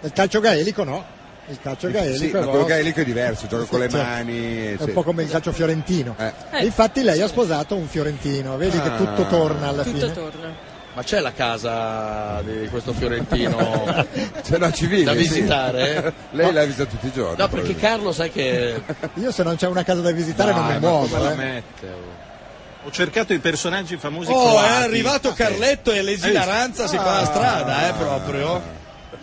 Speaker 3: Il calcio gaelico no. Il calcio gaelico,
Speaker 5: Sì, ma
Speaker 3: però,
Speaker 5: quello gaelico è diverso, gioca con le
Speaker 3: Cioè,
Speaker 5: mani.
Speaker 3: è un
Speaker 5: eccetera.
Speaker 3: po' come il calcio fiorentino.
Speaker 5: Eh.
Speaker 3: E Infatti lei ha sposato un fiorentino, vedi
Speaker 5: Ah.
Speaker 3: che tutto torna alla
Speaker 8: Tutto
Speaker 3: fine.
Speaker 8: torna.
Speaker 4: Ma c'è la casa di questo fiorentino?
Speaker 5: C'è una civile
Speaker 4: Da
Speaker 5: sì.
Speaker 4: visitare? eh?
Speaker 5: Lei la visita tutti i giorni.
Speaker 4: No, perché
Speaker 5: probabilmente.
Speaker 4: Carlo sai che
Speaker 3: Io se non c'è una casa da visitare non
Speaker 4: Ah,
Speaker 3: mi muovo. eh.
Speaker 7: Ho cercato i personaggi famosi
Speaker 4: Oh, è
Speaker 7: croati.
Speaker 4: arrivato Carletto e l'esilaranza si fa
Speaker 5: Ah.
Speaker 4: la strada, eh, proprio.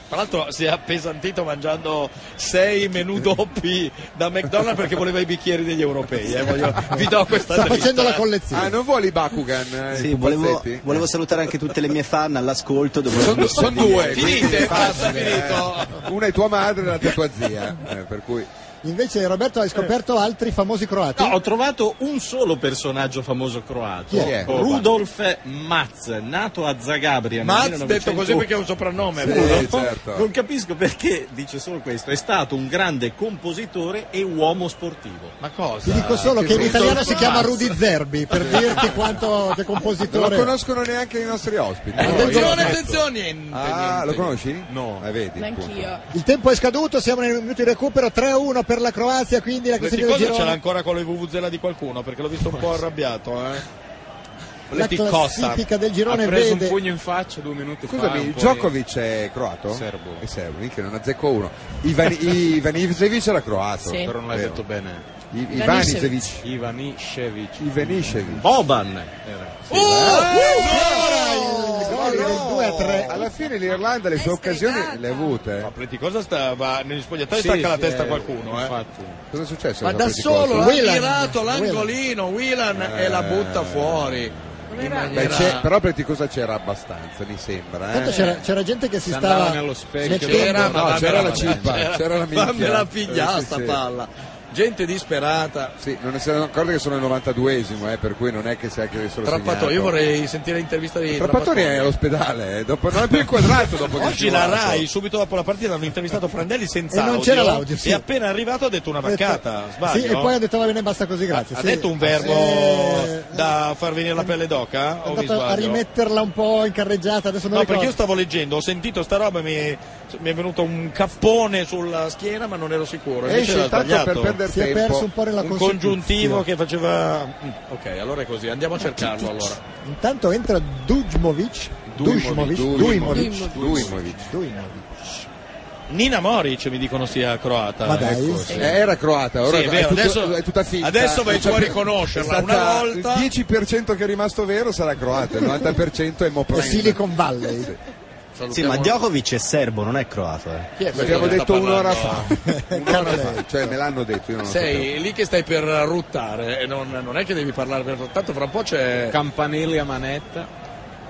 Speaker 4: Tra l'altro si è appesantito mangiando sei menù doppi da McDonald's perché voleva i bicchieri degli europei. eh, voglio- vi do questa
Speaker 3: Sta
Speaker 4: dritta.
Speaker 3: facendo la collezione.
Speaker 5: Ah, non vuole i Bakugan? eh, i
Speaker 15: Sì, volevo,
Speaker 5: pupazzetti?
Speaker 15: volevo salutare anche tutte le mie fan all'ascolto. dove-
Speaker 5: Sono, sono due. quindi
Speaker 4: Finite,
Speaker 5: è
Speaker 4: basta,
Speaker 5: facile,
Speaker 4: finito.
Speaker 5: eh. Una è tua madre e l'altra è tua zia. eh, per cui...
Speaker 3: Invece Roberto hai scoperto altri famosi croati.
Speaker 7: No, ho trovato un solo personaggio famoso croato,
Speaker 5: Chi è?
Speaker 7: Rudolf Maz, nato a Zagabria.
Speaker 5: Eh,
Speaker 7: nel
Speaker 4: Maz
Speaker 7: 1900.
Speaker 4: detto così perché è un soprannome.
Speaker 5: Sì,
Speaker 4: pure, no?
Speaker 5: certo.
Speaker 7: Non capisco perché dice solo questo, è stato un grande compositore e uomo sportivo.
Speaker 4: Ma
Speaker 3: Ti
Speaker 4: cosa?
Speaker 3: dico solo che in
Speaker 7: brutto
Speaker 3: italiano si
Speaker 7: cazzo.
Speaker 3: chiama Rudy Zerbi per dirti quanto che
Speaker 5: Non lo
Speaker 3: compositore.
Speaker 5: conoscono neanche i nostri
Speaker 4: Ah,
Speaker 5: ospiti.
Speaker 3: Eh,
Speaker 5: No, io-
Speaker 4: Attenzione, attenzione, niente,
Speaker 5: Ah,
Speaker 4: niente.
Speaker 5: lo conosci?
Speaker 4: No.
Speaker 5: Eh, vedi, appunto.
Speaker 9: Neanch'io.
Speaker 3: Il tempo è scaduto, siamo nei minuti di recupero 3-1 per la Croazia, quindi la
Speaker 4: Questi
Speaker 3: classifica del
Speaker 4: cosa ce l'ha
Speaker 3: girone.
Speaker 4: ancora con le vuvuzela di qualcuno perché l'ho visto un po' arrabbiato, eh.
Speaker 3: La
Speaker 4: Leti Costa.
Speaker 3: classifica del girone
Speaker 10: ha preso
Speaker 3: vede
Speaker 10: un pugno in faccia due minuti fa.
Speaker 5: Scusami,
Speaker 10: un po'
Speaker 5: Djokovic è croato?
Speaker 10: Serbo.
Speaker 5: È serbo, minchia, non azzecco uno. Ivan, Ivan Ivanisevic era croato.
Speaker 9: Sì.
Speaker 10: Però non l'hai
Speaker 5: vero?
Speaker 10: detto bene.
Speaker 5: I- Ivanisevic.
Speaker 10: Ivaniševic.
Speaker 5: Ivanisevic.
Speaker 4: Uh,
Speaker 5: Ah,
Speaker 7: Boban era.
Speaker 4: Oh!
Speaker 3: Ora il gol Gol del 2 a 3.
Speaker 5: Alla fine l'Irlanda le sue occasioni le ha avute. Ma
Speaker 4: Preticosa stava negli spogliatoi stacca la testa a qualcuno. Eh.
Speaker 5: Cosa è successo?
Speaker 4: Ma
Speaker 5: a
Speaker 4: da
Speaker 5: Preticosa?
Speaker 4: solo l'ha tirato l'angolino Whelan e la butta fuori. In
Speaker 5: Eh. Beh,
Speaker 4: maniera-
Speaker 5: c'è- però Preticosa c'era abbastanza, mi sembra.
Speaker 3: Tanto
Speaker 5: eh.
Speaker 3: c'era, c'era gente che si
Speaker 5: Si
Speaker 3: stava
Speaker 5: andava nello specchio.
Speaker 3: mettendo-
Speaker 5: C'era, ma- No, c'era la cippa,
Speaker 4: C'era-
Speaker 5: c'era la minchia.
Speaker 4: Fammela pigliare
Speaker 5: Eh, sì,
Speaker 4: sta
Speaker 5: sì.
Speaker 4: palla. Gente disperata.
Speaker 5: Sì, non si erano accorti che sono il 92esimo, eh, per cui non è che sia che solo
Speaker 4: Trapattoni,
Speaker 5: segnato.
Speaker 4: io vorrei sentire l'intervista di
Speaker 5: Trapattoni
Speaker 4: Trapattoni.
Speaker 5: è all'ospedale, eh, dopo, non è più inquadrato dopo che
Speaker 4: Oggi
Speaker 5: è
Speaker 4: la
Speaker 5: scivolato.
Speaker 4: Rai, subito dopo la partita, hanno intervistato Prandelli
Speaker 3: E
Speaker 4: senza
Speaker 3: non
Speaker 4: audio,
Speaker 3: c'era l'audio, sì.
Speaker 4: E appena arrivato ha detto una vaccata. Sbaglio.
Speaker 3: Sì, e poi ha detto va bene, basta così, grazie.
Speaker 4: Ha
Speaker 3: Sì.
Speaker 4: detto
Speaker 3: Eh,
Speaker 4: un verbo da far venire la pelle d'oca?
Speaker 3: è
Speaker 4: O mi
Speaker 3: andato a
Speaker 4: sbaglio?
Speaker 3: rimetterla un po' in carreggiata, adesso non
Speaker 4: No,
Speaker 3: ricordo.
Speaker 4: perché io stavo leggendo, ho sentito sta roba e mi, mi è venuto un cappone sulla schiena, ma non ero sicuro. Invece
Speaker 5: Esce
Speaker 4: l'ha
Speaker 5: tanto per
Speaker 4: sbagliato.
Speaker 5: perdere
Speaker 3: Si è
Speaker 5: tempo.
Speaker 3: perso un po' nella
Speaker 4: un
Speaker 3: Costituzione.
Speaker 4: congiuntivo che faceva. Mm, Ok, allora è così, andiamo a cercarlo allora.
Speaker 3: Intanto entra Dujmovic. Dujmovic. Dujmovic.
Speaker 4: Nina Moric mi dicono sia croata.
Speaker 5: Ma dai,
Speaker 4: Ecco,
Speaker 5: sì.
Speaker 4: sì.
Speaker 5: Eh, Era croata, ora
Speaker 4: Sì,
Speaker 5: è
Speaker 4: è vero,
Speaker 5: tutto-
Speaker 4: adesso,
Speaker 5: è tutta finta.
Speaker 4: Adesso vai
Speaker 5: Non
Speaker 4: tu a
Speaker 5: c'è più-
Speaker 4: riconoscerla.
Speaker 5: è
Speaker 4: Una
Speaker 5: stata-
Speaker 4: volta.
Speaker 5: Il 10% che è rimasto vero sarà croata, il 90% è
Speaker 3: E
Speaker 5: Mopran.
Speaker 3: Silicon Valley.
Speaker 15: Sì, ma Djokovic è serbo, non è croato. eh.
Speaker 4: Chi è quello
Speaker 5: L'abbiamo
Speaker 4: che sta
Speaker 5: detto un'ora fa.
Speaker 4: parlando?
Speaker 5: Un'ora fa, cioè me l'hanno detto, io non lo sapevo.
Speaker 4: Sei lì che stai per ruttare e non, non è che devi parlare per tanto fra un po' c'è Campanelli a manetta.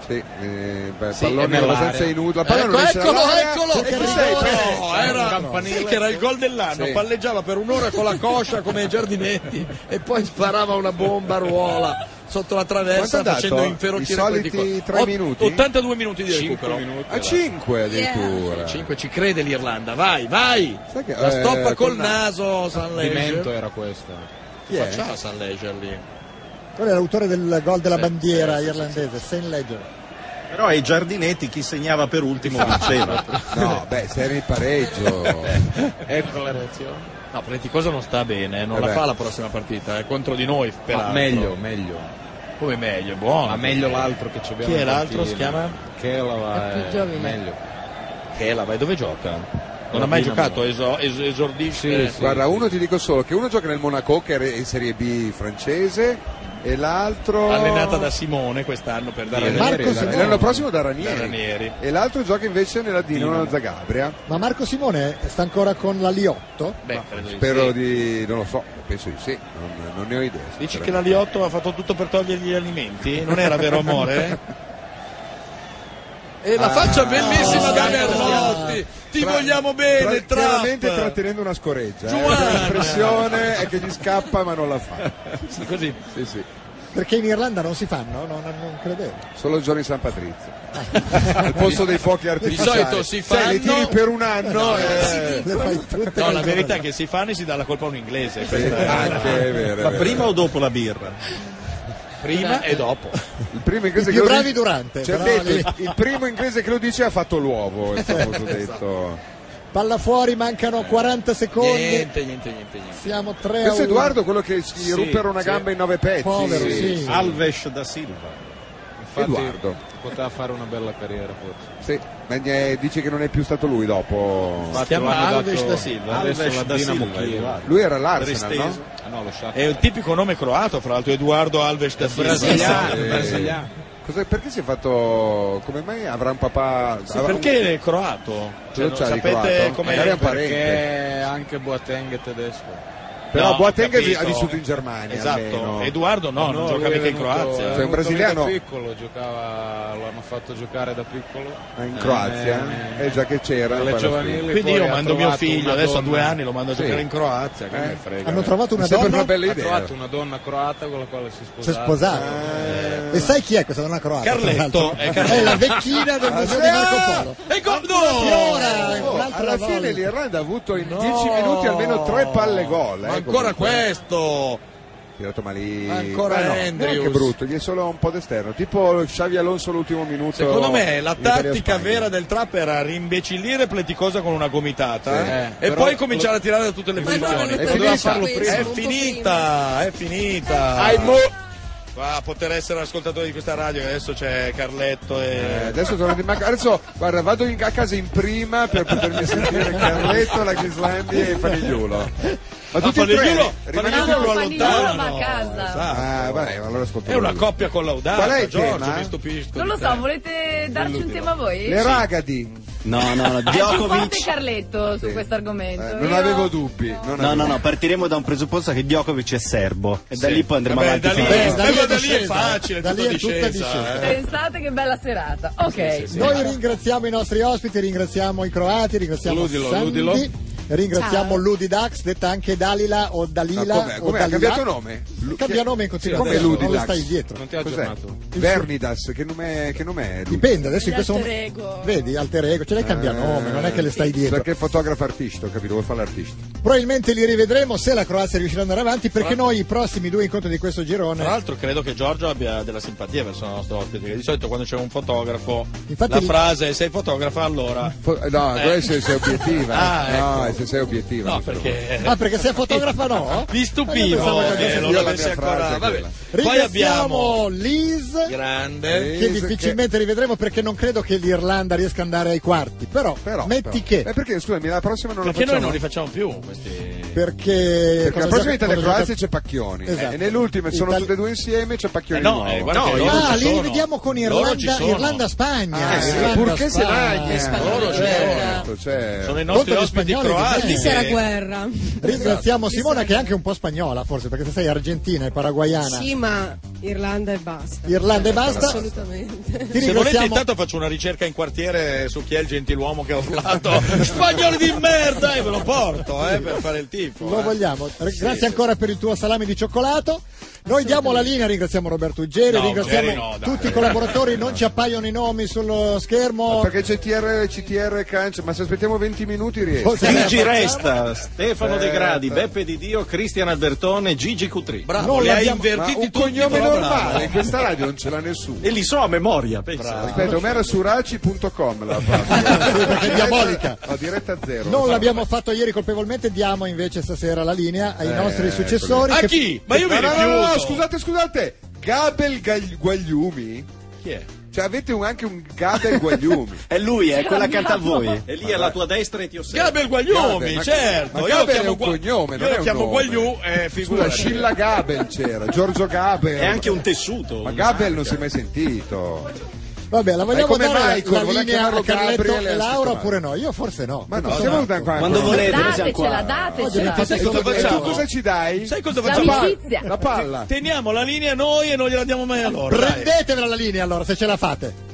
Speaker 5: Sì, eh, beh,
Speaker 4: Sì, è
Speaker 5: pallone
Speaker 4: nell'area.
Speaker 5: abbastanza inudo. La palla
Speaker 4: Ecco,
Speaker 5: non esce
Speaker 4: eccolo,
Speaker 5: dall'area.
Speaker 4: eccolo,
Speaker 5: Che
Speaker 4: eccolo.
Speaker 5: sei, cioè,
Speaker 4: No,
Speaker 5: Fede?
Speaker 4: era-
Speaker 5: Campanile.
Speaker 4: sì, che era il gol dell'anno,
Speaker 5: Sì.
Speaker 4: palleggiava per un'ora con la coscia come Giardinetti e poi sparava una bomba a ruola sotto la traversa
Speaker 5: Quanto ha dato?
Speaker 4: facendo inferocire
Speaker 5: I soliti
Speaker 4: questi qua.
Speaker 5: tre
Speaker 4: Ott-
Speaker 5: minuti?
Speaker 4: 82 minuti di
Speaker 5: Cinque
Speaker 4: recupero.
Speaker 5: minuti, Ah, era. cinque addirittura.
Speaker 4: Sì, cinque, ci crede l'Irlanda, vai, vai. la
Speaker 10: eh,
Speaker 4: stoppa col
Speaker 10: col
Speaker 4: naso San
Speaker 10: Pimento
Speaker 4: Leger.
Speaker 10: era questo.
Speaker 4: Che faccia San Leger lì?
Speaker 3: Quello è l'autore del gol della
Speaker 15: Sì,
Speaker 3: bandiera
Speaker 15: sì, sì,
Speaker 3: irlandese, Saint Ledger.
Speaker 15: Però ai giardinetti chi segnava per ultimo vinceva.
Speaker 5: No, beh, se era in pareggio.
Speaker 4: Ecco la reazione. No, Prenticosa non sta bene, eh, non
Speaker 5: Vabbè.
Speaker 4: la fa la prossima partita, è contro di noi. Peraltro.
Speaker 10: meglio, meglio.
Speaker 4: Come meglio, è buono.
Speaker 10: Ma meglio l'altro che ci abbiamo.
Speaker 4: Chi è
Speaker 10: in
Speaker 4: l'altro?
Speaker 10: panchina.
Speaker 4: Si chiama?
Speaker 10: Kelava.
Speaker 4: È più
Speaker 10: eh,
Speaker 4: giovane.
Speaker 10: Meglio.
Speaker 4: Kelava, e dove gioca? Non ha mai
Speaker 5: Dinamo.
Speaker 4: giocato, eso- es- esordisce.
Speaker 5: Guarda, uno ti dico solo che uno gioca nel Monaco che è in Serie B francese e l'altro
Speaker 4: Allenata da Simone quest'anno per
Speaker 5: Da
Speaker 4: dire.
Speaker 5: Ranieri, Marco da Simone. Ranieri. L'anno prossimo da Ranieri.
Speaker 4: Da Ranieri.
Speaker 5: e l'altro gioca invece nella Dinamo
Speaker 4: Dinamo.
Speaker 5: Zagabria.
Speaker 3: Ma Marco Simone sta ancora con la Liotto?
Speaker 4: Beh, credo di
Speaker 5: Spero
Speaker 4: sì.
Speaker 5: di non lo so, penso di sì, non, non ne ho idea.
Speaker 4: Dici che la Liotto ha fatto tutto per togliergli gli alimenti? Non era vero amore? E la
Speaker 5: Ah.
Speaker 4: faccia bellissima
Speaker 5: Ah.
Speaker 4: da Merlotti! Ti
Speaker 5: Tra-
Speaker 4: vogliamo bene,
Speaker 5: Tra-
Speaker 4: Trap!
Speaker 5: chiaramente trattenendo una scoreggia. eh.
Speaker 4: Giovanna!
Speaker 5: L'impressione è che gli scappa ma non la fa.
Speaker 4: Sì, così.
Speaker 5: Sì, sì.
Speaker 3: Perché in Irlanda non si fanno? Non, non credevo.
Speaker 5: Solo il giorno di San Patrizio. Al posto dei fuochi artificiali.
Speaker 4: Di solito si
Speaker 5: Sai, li
Speaker 4: fanno-
Speaker 5: tiri per un anno.
Speaker 4: No,
Speaker 5: eh.
Speaker 4: No, la verità è che si fanno e si dà la colpa a un inglese. questa è-
Speaker 5: anche, è vero, è
Speaker 15: Ma
Speaker 5: vero.
Speaker 15: prima o dopo la birra?
Speaker 4: Prima e dopo.
Speaker 5: Il primo inglese
Speaker 3: I
Speaker 5: che
Speaker 3: più
Speaker 5: lo
Speaker 3: bravi
Speaker 5: dice-
Speaker 3: Durante,
Speaker 5: Cioè,
Speaker 3: però eh.
Speaker 5: detto,
Speaker 3: lì-
Speaker 5: il primo inglese che lo dice ha fatto l'uovo, il famoso
Speaker 3: Esatto.
Speaker 5: detto.
Speaker 3: Palla fuori, mancano 40 secondi.
Speaker 4: Niente, niente, niente, niente.
Speaker 3: Siamo 3 a
Speaker 5: Questo
Speaker 3: 1.
Speaker 5: è Edoardo quello che si
Speaker 3: Sì,
Speaker 5: ruppero una
Speaker 3: sì.
Speaker 5: gamba in nove pezzi.
Speaker 3: Povero, sì.
Speaker 7: Alves da Silva.
Speaker 10: Infatti,
Speaker 5: Edoardo.
Speaker 10: Poteva fare una bella carriera forse.
Speaker 5: Sì, ma ne- dice che non è più stato lui dopo.
Speaker 10: Si chiama Alves da Silva. Alves
Speaker 5: Adesso la
Speaker 10: da
Speaker 5: Dinamo
Speaker 10: Silva,
Speaker 5: Kiev.
Speaker 15: esatto.
Speaker 10: Edoardo.
Speaker 5: Lui era l'Arsenal,
Speaker 10: Resteso.
Speaker 5: no?
Speaker 10: Ah no, lo Shakhtar.
Speaker 4: È un tipico nome croato, fra l'altro, Eduardo Alves da Silva.
Speaker 10: Brasiliano,
Speaker 5: Eh, cosa- perché si è fatto. Come mai avrà un papà.
Speaker 4: Sì,
Speaker 5: avrà un-
Speaker 4: perché è croato? Cioè,
Speaker 5: Lo
Speaker 4: non
Speaker 5: c'ha di
Speaker 4: sapete
Speaker 5: croato?
Speaker 4: come
Speaker 5: Magari è un parente.
Speaker 10: Perché anche Boateng è tedesco.
Speaker 5: Però
Speaker 4: No,
Speaker 5: Boateng
Speaker 4: ho capito.
Speaker 5: ha vissuto in Germania.
Speaker 4: Esatto.
Speaker 5: almeno.
Speaker 4: Edoardo no, non
Speaker 10: lui
Speaker 4: gioca
Speaker 10: è
Speaker 4: mica in
Speaker 10: venuto-
Speaker 4: Croazia.
Speaker 10: è
Speaker 5: Cioè, un
Speaker 10: venuto
Speaker 5: brasiliano-
Speaker 10: mica piccolo, giocava, lo hanno fatto giocare da piccolo.
Speaker 5: Ah, in Croazia? Eh, già che c'era.
Speaker 10: Alle
Speaker 5: poi alla
Speaker 10: giovanili
Speaker 5: fine.
Speaker 10: poi
Speaker 4: Quindi io
Speaker 10: ha
Speaker 4: mando mio
Speaker 10: trovato
Speaker 4: figlio,
Speaker 10: una
Speaker 4: adesso a
Speaker 10: donna.
Speaker 4: due anni lo mando a
Speaker 10: Sì.
Speaker 4: giocare in Croazia, che
Speaker 10: Eh.
Speaker 4: me ne frega.
Speaker 3: Hanno trovato una
Speaker 5: Mi sembra
Speaker 3: donna.
Speaker 5: una bella
Speaker 10: ha
Speaker 5: idea.
Speaker 10: trovato una donna croata con la quale si è
Speaker 3: Si è
Speaker 10: sposata.
Speaker 3: sposato. E sai chi è questa donna croata? tra l'altro?
Speaker 4: Carletto, è Carletto.
Speaker 3: È la vecchina del museo di Marco Polo.
Speaker 4: E gol
Speaker 3: Fiora,
Speaker 5: Oh,
Speaker 3: un'altra
Speaker 5: alla fine
Speaker 3: volta.
Speaker 5: l'Irlanda ha avuto in
Speaker 4: No.
Speaker 5: 10 minuti almeno 3 palle gol. eh,
Speaker 4: Ma ancora
Speaker 5: comunque.
Speaker 4: questo!
Speaker 5: Tirato malissimo.
Speaker 4: Ma ancora
Speaker 5: Beh, Eh, no,
Speaker 4: Andrews.
Speaker 5: neanche brutto, gli è solo un po' d'esterno. Tipo Xavi Alonso l'ultimo minuto.
Speaker 4: Secondo me la
Speaker 5: in Italia
Speaker 4: tattica
Speaker 5: Spagna.
Speaker 4: vera del trap era rimbecillire Pleticosa con una gomitata
Speaker 5: Sì.
Speaker 4: eh,
Speaker 5: Eh,
Speaker 4: e
Speaker 5: però
Speaker 4: poi cominciare a tirare da tutte le
Speaker 5: Ma no,
Speaker 4: posizioni.
Speaker 5: è
Speaker 4: Poteva
Speaker 5: finita.
Speaker 4: farlo prima. È
Speaker 5: Questo,
Speaker 4: finita, è finita.
Speaker 5: Ai mo-
Speaker 4: Qua poter essere ascoltatore di questa radio, che adesso c'è Carletto e.
Speaker 5: Eh, adesso torno di Mac- Adesso guarda, vado in- a casa in prima per potermi sentire Carletto, la Ghislandi e Fanigliulo.
Speaker 4: Ah,
Speaker 5: Ma tutti e tre
Speaker 4: Fanigliulo-
Speaker 5: rimanete-
Speaker 4: Fanigliulo lo
Speaker 6: Panigliolo va
Speaker 4: allontano.
Speaker 6: a casa.
Speaker 5: Ah, vabbè, allora ascoltiamo.
Speaker 4: È una coppia collaudata,
Speaker 5: Qual è il
Speaker 4: Giorgio,
Speaker 5: tema?
Speaker 4: mi stupisco.
Speaker 6: Non
Speaker 4: di
Speaker 6: lo
Speaker 4: te.
Speaker 6: so, volete volete darci un tema voi?
Speaker 5: Le ragadi.
Speaker 16: No, no,
Speaker 4: Eh,
Speaker 16: no,
Speaker 6: È più forte
Speaker 16: Djokovic.
Speaker 6: Carletto su questo argomento.
Speaker 5: eh, non
Speaker 6: Io-
Speaker 5: avevo dubbi. non
Speaker 16: No,
Speaker 5: avevo-
Speaker 16: no, no, partiremo da un presupposto che Djokovic è serbo e da
Speaker 5: Sì.
Speaker 16: lì poi andremo
Speaker 5: Vabbè,
Speaker 16: avanti.
Speaker 5: da
Speaker 16: fino
Speaker 5: lì-
Speaker 16: alla-
Speaker 5: da
Speaker 3: lì è
Speaker 16: da lì
Speaker 3: discesa, eh.
Speaker 4: facile,
Speaker 3: da lì è tutta discesa.
Speaker 6: Pensate che bella serata. Ok.
Speaker 3: Noi ringraziamo i nostri ospiti, ringraziamo i croati, ringraziamo
Speaker 4: Ludilo,
Speaker 3: Sandy,
Speaker 4: ludilo.
Speaker 3: ringraziamo
Speaker 6: Ciao.
Speaker 3: Ludi Dax, detta anche Dalila o Dalila.
Speaker 5: Ma com'è-
Speaker 3: o
Speaker 5: com'è? Ha
Speaker 3: Dalila.
Speaker 5: cambiato nome? Lu-
Speaker 3: Cambia nome in continuazione,
Speaker 5: Come
Speaker 3: non lo
Speaker 5: Ludidax?
Speaker 3: stai dietro.
Speaker 5: Cos'è? Vernidas, che nome è, che nome è lui?
Speaker 3: Dipende, adesso in questo momento... Vedi, alter ego, ce l'hai cambia nome, non è che le stai dietro.
Speaker 5: Perché fotografo artista, ho capito, vuol fare l'artista.
Speaker 3: Probabilmente li rivedremo se la Croazia riuscirà ad andare avanti, perché noi i prossimi due incontri di questo girone...
Speaker 4: Tra l'altro credo che Giorgio abbia della simpatia verso il nostro ospite, perché di solito quando c'è un fotografo
Speaker 3: Infatti
Speaker 4: la
Speaker 3: lì-
Speaker 4: frase è sei fotografa allora...
Speaker 5: Fo- no,
Speaker 4: Eh.
Speaker 5: quella è se sei obiettiva.
Speaker 4: Ah, ecco.
Speaker 5: No, è se sei obiettiva.
Speaker 4: No, perché...
Speaker 3: Ah, perché sei fotografa no?
Speaker 4: Mi
Speaker 3: Io pensavo
Speaker 4: stupivo,
Speaker 3: che
Speaker 4: eh,
Speaker 3: avesse-
Speaker 4: non
Speaker 3: io la
Speaker 4: l'avessi
Speaker 3: mia
Speaker 4: ancora...
Speaker 3: frase è
Speaker 4: Vabbè.
Speaker 3: quella.
Speaker 4: Poi abbiamo...
Speaker 3: Ringraziamo Liz,
Speaker 4: Grande.
Speaker 3: che difficilmente rivedremo perché non credo che l'Irlanda riesca ad andare ai quarti. Però, metti che.
Speaker 5: Eh, perché scusami, la prossima non
Speaker 4: Perché
Speaker 5: la facciamo.
Speaker 4: noi non li facciamo più
Speaker 7: Eh.
Speaker 4: questi...
Speaker 3: Perché,
Speaker 5: Perché la
Speaker 3: cosa
Speaker 5: prossima
Speaker 3: gioca-
Speaker 5: Italia e
Speaker 3: cosa gioca-
Speaker 5: Croazia c'è Pacchioni Eh,
Speaker 3: Esatto.
Speaker 5: e nell'ultima sono
Speaker 3: Itali-
Speaker 5: tutte e due insieme c'è Pacchioni
Speaker 4: Eh no,
Speaker 5: di nuovo.
Speaker 4: eh, guarda che loro
Speaker 3: Ah,
Speaker 4: ci
Speaker 3: li
Speaker 4: sono.
Speaker 3: rivediamo con
Speaker 4: Loro ci
Speaker 3: Irlanda,
Speaker 4: sono.
Speaker 3: Irlanda-Spagna.
Speaker 4: Eh,
Speaker 5: Ah,
Speaker 3: Irlanda,
Speaker 5: purché se
Speaker 3: Spagna.
Speaker 5: l'agna
Speaker 3: Loro ci
Speaker 5: certo, cioè.
Speaker 4: Sono i
Speaker 3: Contro
Speaker 4: nostri
Speaker 3: gli
Speaker 4: ospiti
Speaker 3: spagnoli che eh,
Speaker 4: croati.
Speaker 3: c'è. Chi
Speaker 4: che-
Speaker 3: sarà
Speaker 9: Eh, guerra.
Speaker 3: Ringraziamo Simona che è anche un po' spagnola forse perché se sei argentina e paraguayana.
Speaker 9: Sì, ma Irlanda e basta.
Speaker 3: Irlanda e basta.
Speaker 9: Assolutamente.
Speaker 3: Ti
Speaker 4: Se volete
Speaker 3: ringraziamo.
Speaker 4: intanto faccio una ricerca in quartiere su chi è il gentiluomo che ha urlato Spagnoli di merda e ve lo porto eh, per fare il tifo.
Speaker 3: Lo
Speaker 4: eh.
Speaker 3: vogliamo. Re- Grazie ancora per il tuo salame di cioccolato. Noi diamo la linea, ringraziamo Roberto Uggeri,
Speaker 4: No,
Speaker 3: ringraziamo
Speaker 4: Uggeri no, dai.
Speaker 3: tutti i collaboratori, non ci appaiono i nomi sullo schermo.
Speaker 5: Perché c'è TR, CTR, Cancio, ma se aspettiamo 20 minuti
Speaker 3: Forse-
Speaker 5: riesce.
Speaker 7: Luigi Resta, Stefano De Gradi,
Speaker 5: Aspetta.
Speaker 7: Beppe Di Dio, Cristian Albertone, Gigi Cutri.
Speaker 4: Bravo,
Speaker 3: Non
Speaker 4: li hai
Speaker 3: l'abbiamo-
Speaker 5: Ma
Speaker 4: invertiti
Speaker 5: un
Speaker 4: tutti,
Speaker 5: cognome
Speaker 4: però
Speaker 5: normale, in
Speaker 4: bravo.
Speaker 5: questa radio non ce l'ha nessuno.
Speaker 7: E li so a memoria, pensa.
Speaker 5: Aspetta, Omero su raci.com la
Speaker 3: perché è diabolica.
Speaker 5: La diretta zero.
Speaker 3: Non l'abbiamo fatto ieri colpevolmente, diamo invece stasera la linea ai
Speaker 5: Eh,
Speaker 3: nostri
Speaker 5: ecco.
Speaker 3: successori.
Speaker 4: A
Speaker 3: che-
Speaker 4: chi? Ma io mi
Speaker 5: No, no, no,
Speaker 4: rifiuto.
Speaker 5: no, no, scusate, scusate. Gabel Gagl- Guagliumi?
Speaker 4: Chi è?
Speaker 5: Cioè avete un- anche un Gabel Guagliumi.
Speaker 16: È lui,
Speaker 7: eh,
Speaker 16: è quella che canta a voi.
Speaker 7: E lì è alla tua destra e ti osserva.
Speaker 4: Gabel Guaglioni,
Speaker 5: Gabel, ma-
Speaker 4: certo.
Speaker 5: ma
Speaker 4: io lo
Speaker 5: Gabel è
Speaker 4: chiamo,
Speaker 5: un
Speaker 4: Gua-
Speaker 5: cognome, non
Speaker 4: io
Speaker 5: è
Speaker 4: lo
Speaker 5: un
Speaker 4: chiamo
Speaker 5: nome.
Speaker 4: Guagliù, eh,
Speaker 5: Scusa,
Speaker 4: figura.
Speaker 5: Scilla Gabel c'era, Giorgio Gabel.
Speaker 7: È anche un tessuto.
Speaker 5: Ma
Speaker 7: un
Speaker 5: Gabel
Speaker 7: sacco.
Speaker 5: non si è mai sentito.
Speaker 3: Vabbè, la
Speaker 5: Eh,
Speaker 3: vogliamo
Speaker 5: come
Speaker 3: dare
Speaker 5: Michael,
Speaker 3: la
Speaker 5: voleva
Speaker 3: linea a
Speaker 5: chiamarlo
Speaker 3: Carletto
Speaker 5: Gabriele,
Speaker 3: e Laura
Speaker 5: ascolta,
Speaker 3: oppure no? Io forse no.
Speaker 5: Ma no,
Speaker 3: Tutto
Speaker 5: siamo
Speaker 3: sommato.
Speaker 5: venuti qua.
Speaker 16: Quando
Speaker 5: ancora.
Speaker 16: volete, noi siamo
Speaker 6: Datecela,
Speaker 16: qua.
Speaker 3: Oggi mi
Speaker 6: datecela.
Speaker 3: fa
Speaker 5: E tu-
Speaker 4: Cosa
Speaker 5: e tu
Speaker 4: facciamo?
Speaker 5: cosa ci dai?
Speaker 4: Sai cosa
Speaker 5: La
Speaker 4: facciamo?
Speaker 5: pa-
Speaker 6: L'amicizia.
Speaker 5: La palla.
Speaker 4: Teniamo la linea noi e non gliela diamo mai a loro. dai.
Speaker 3: Prendetevela la linea allora se ce la fate.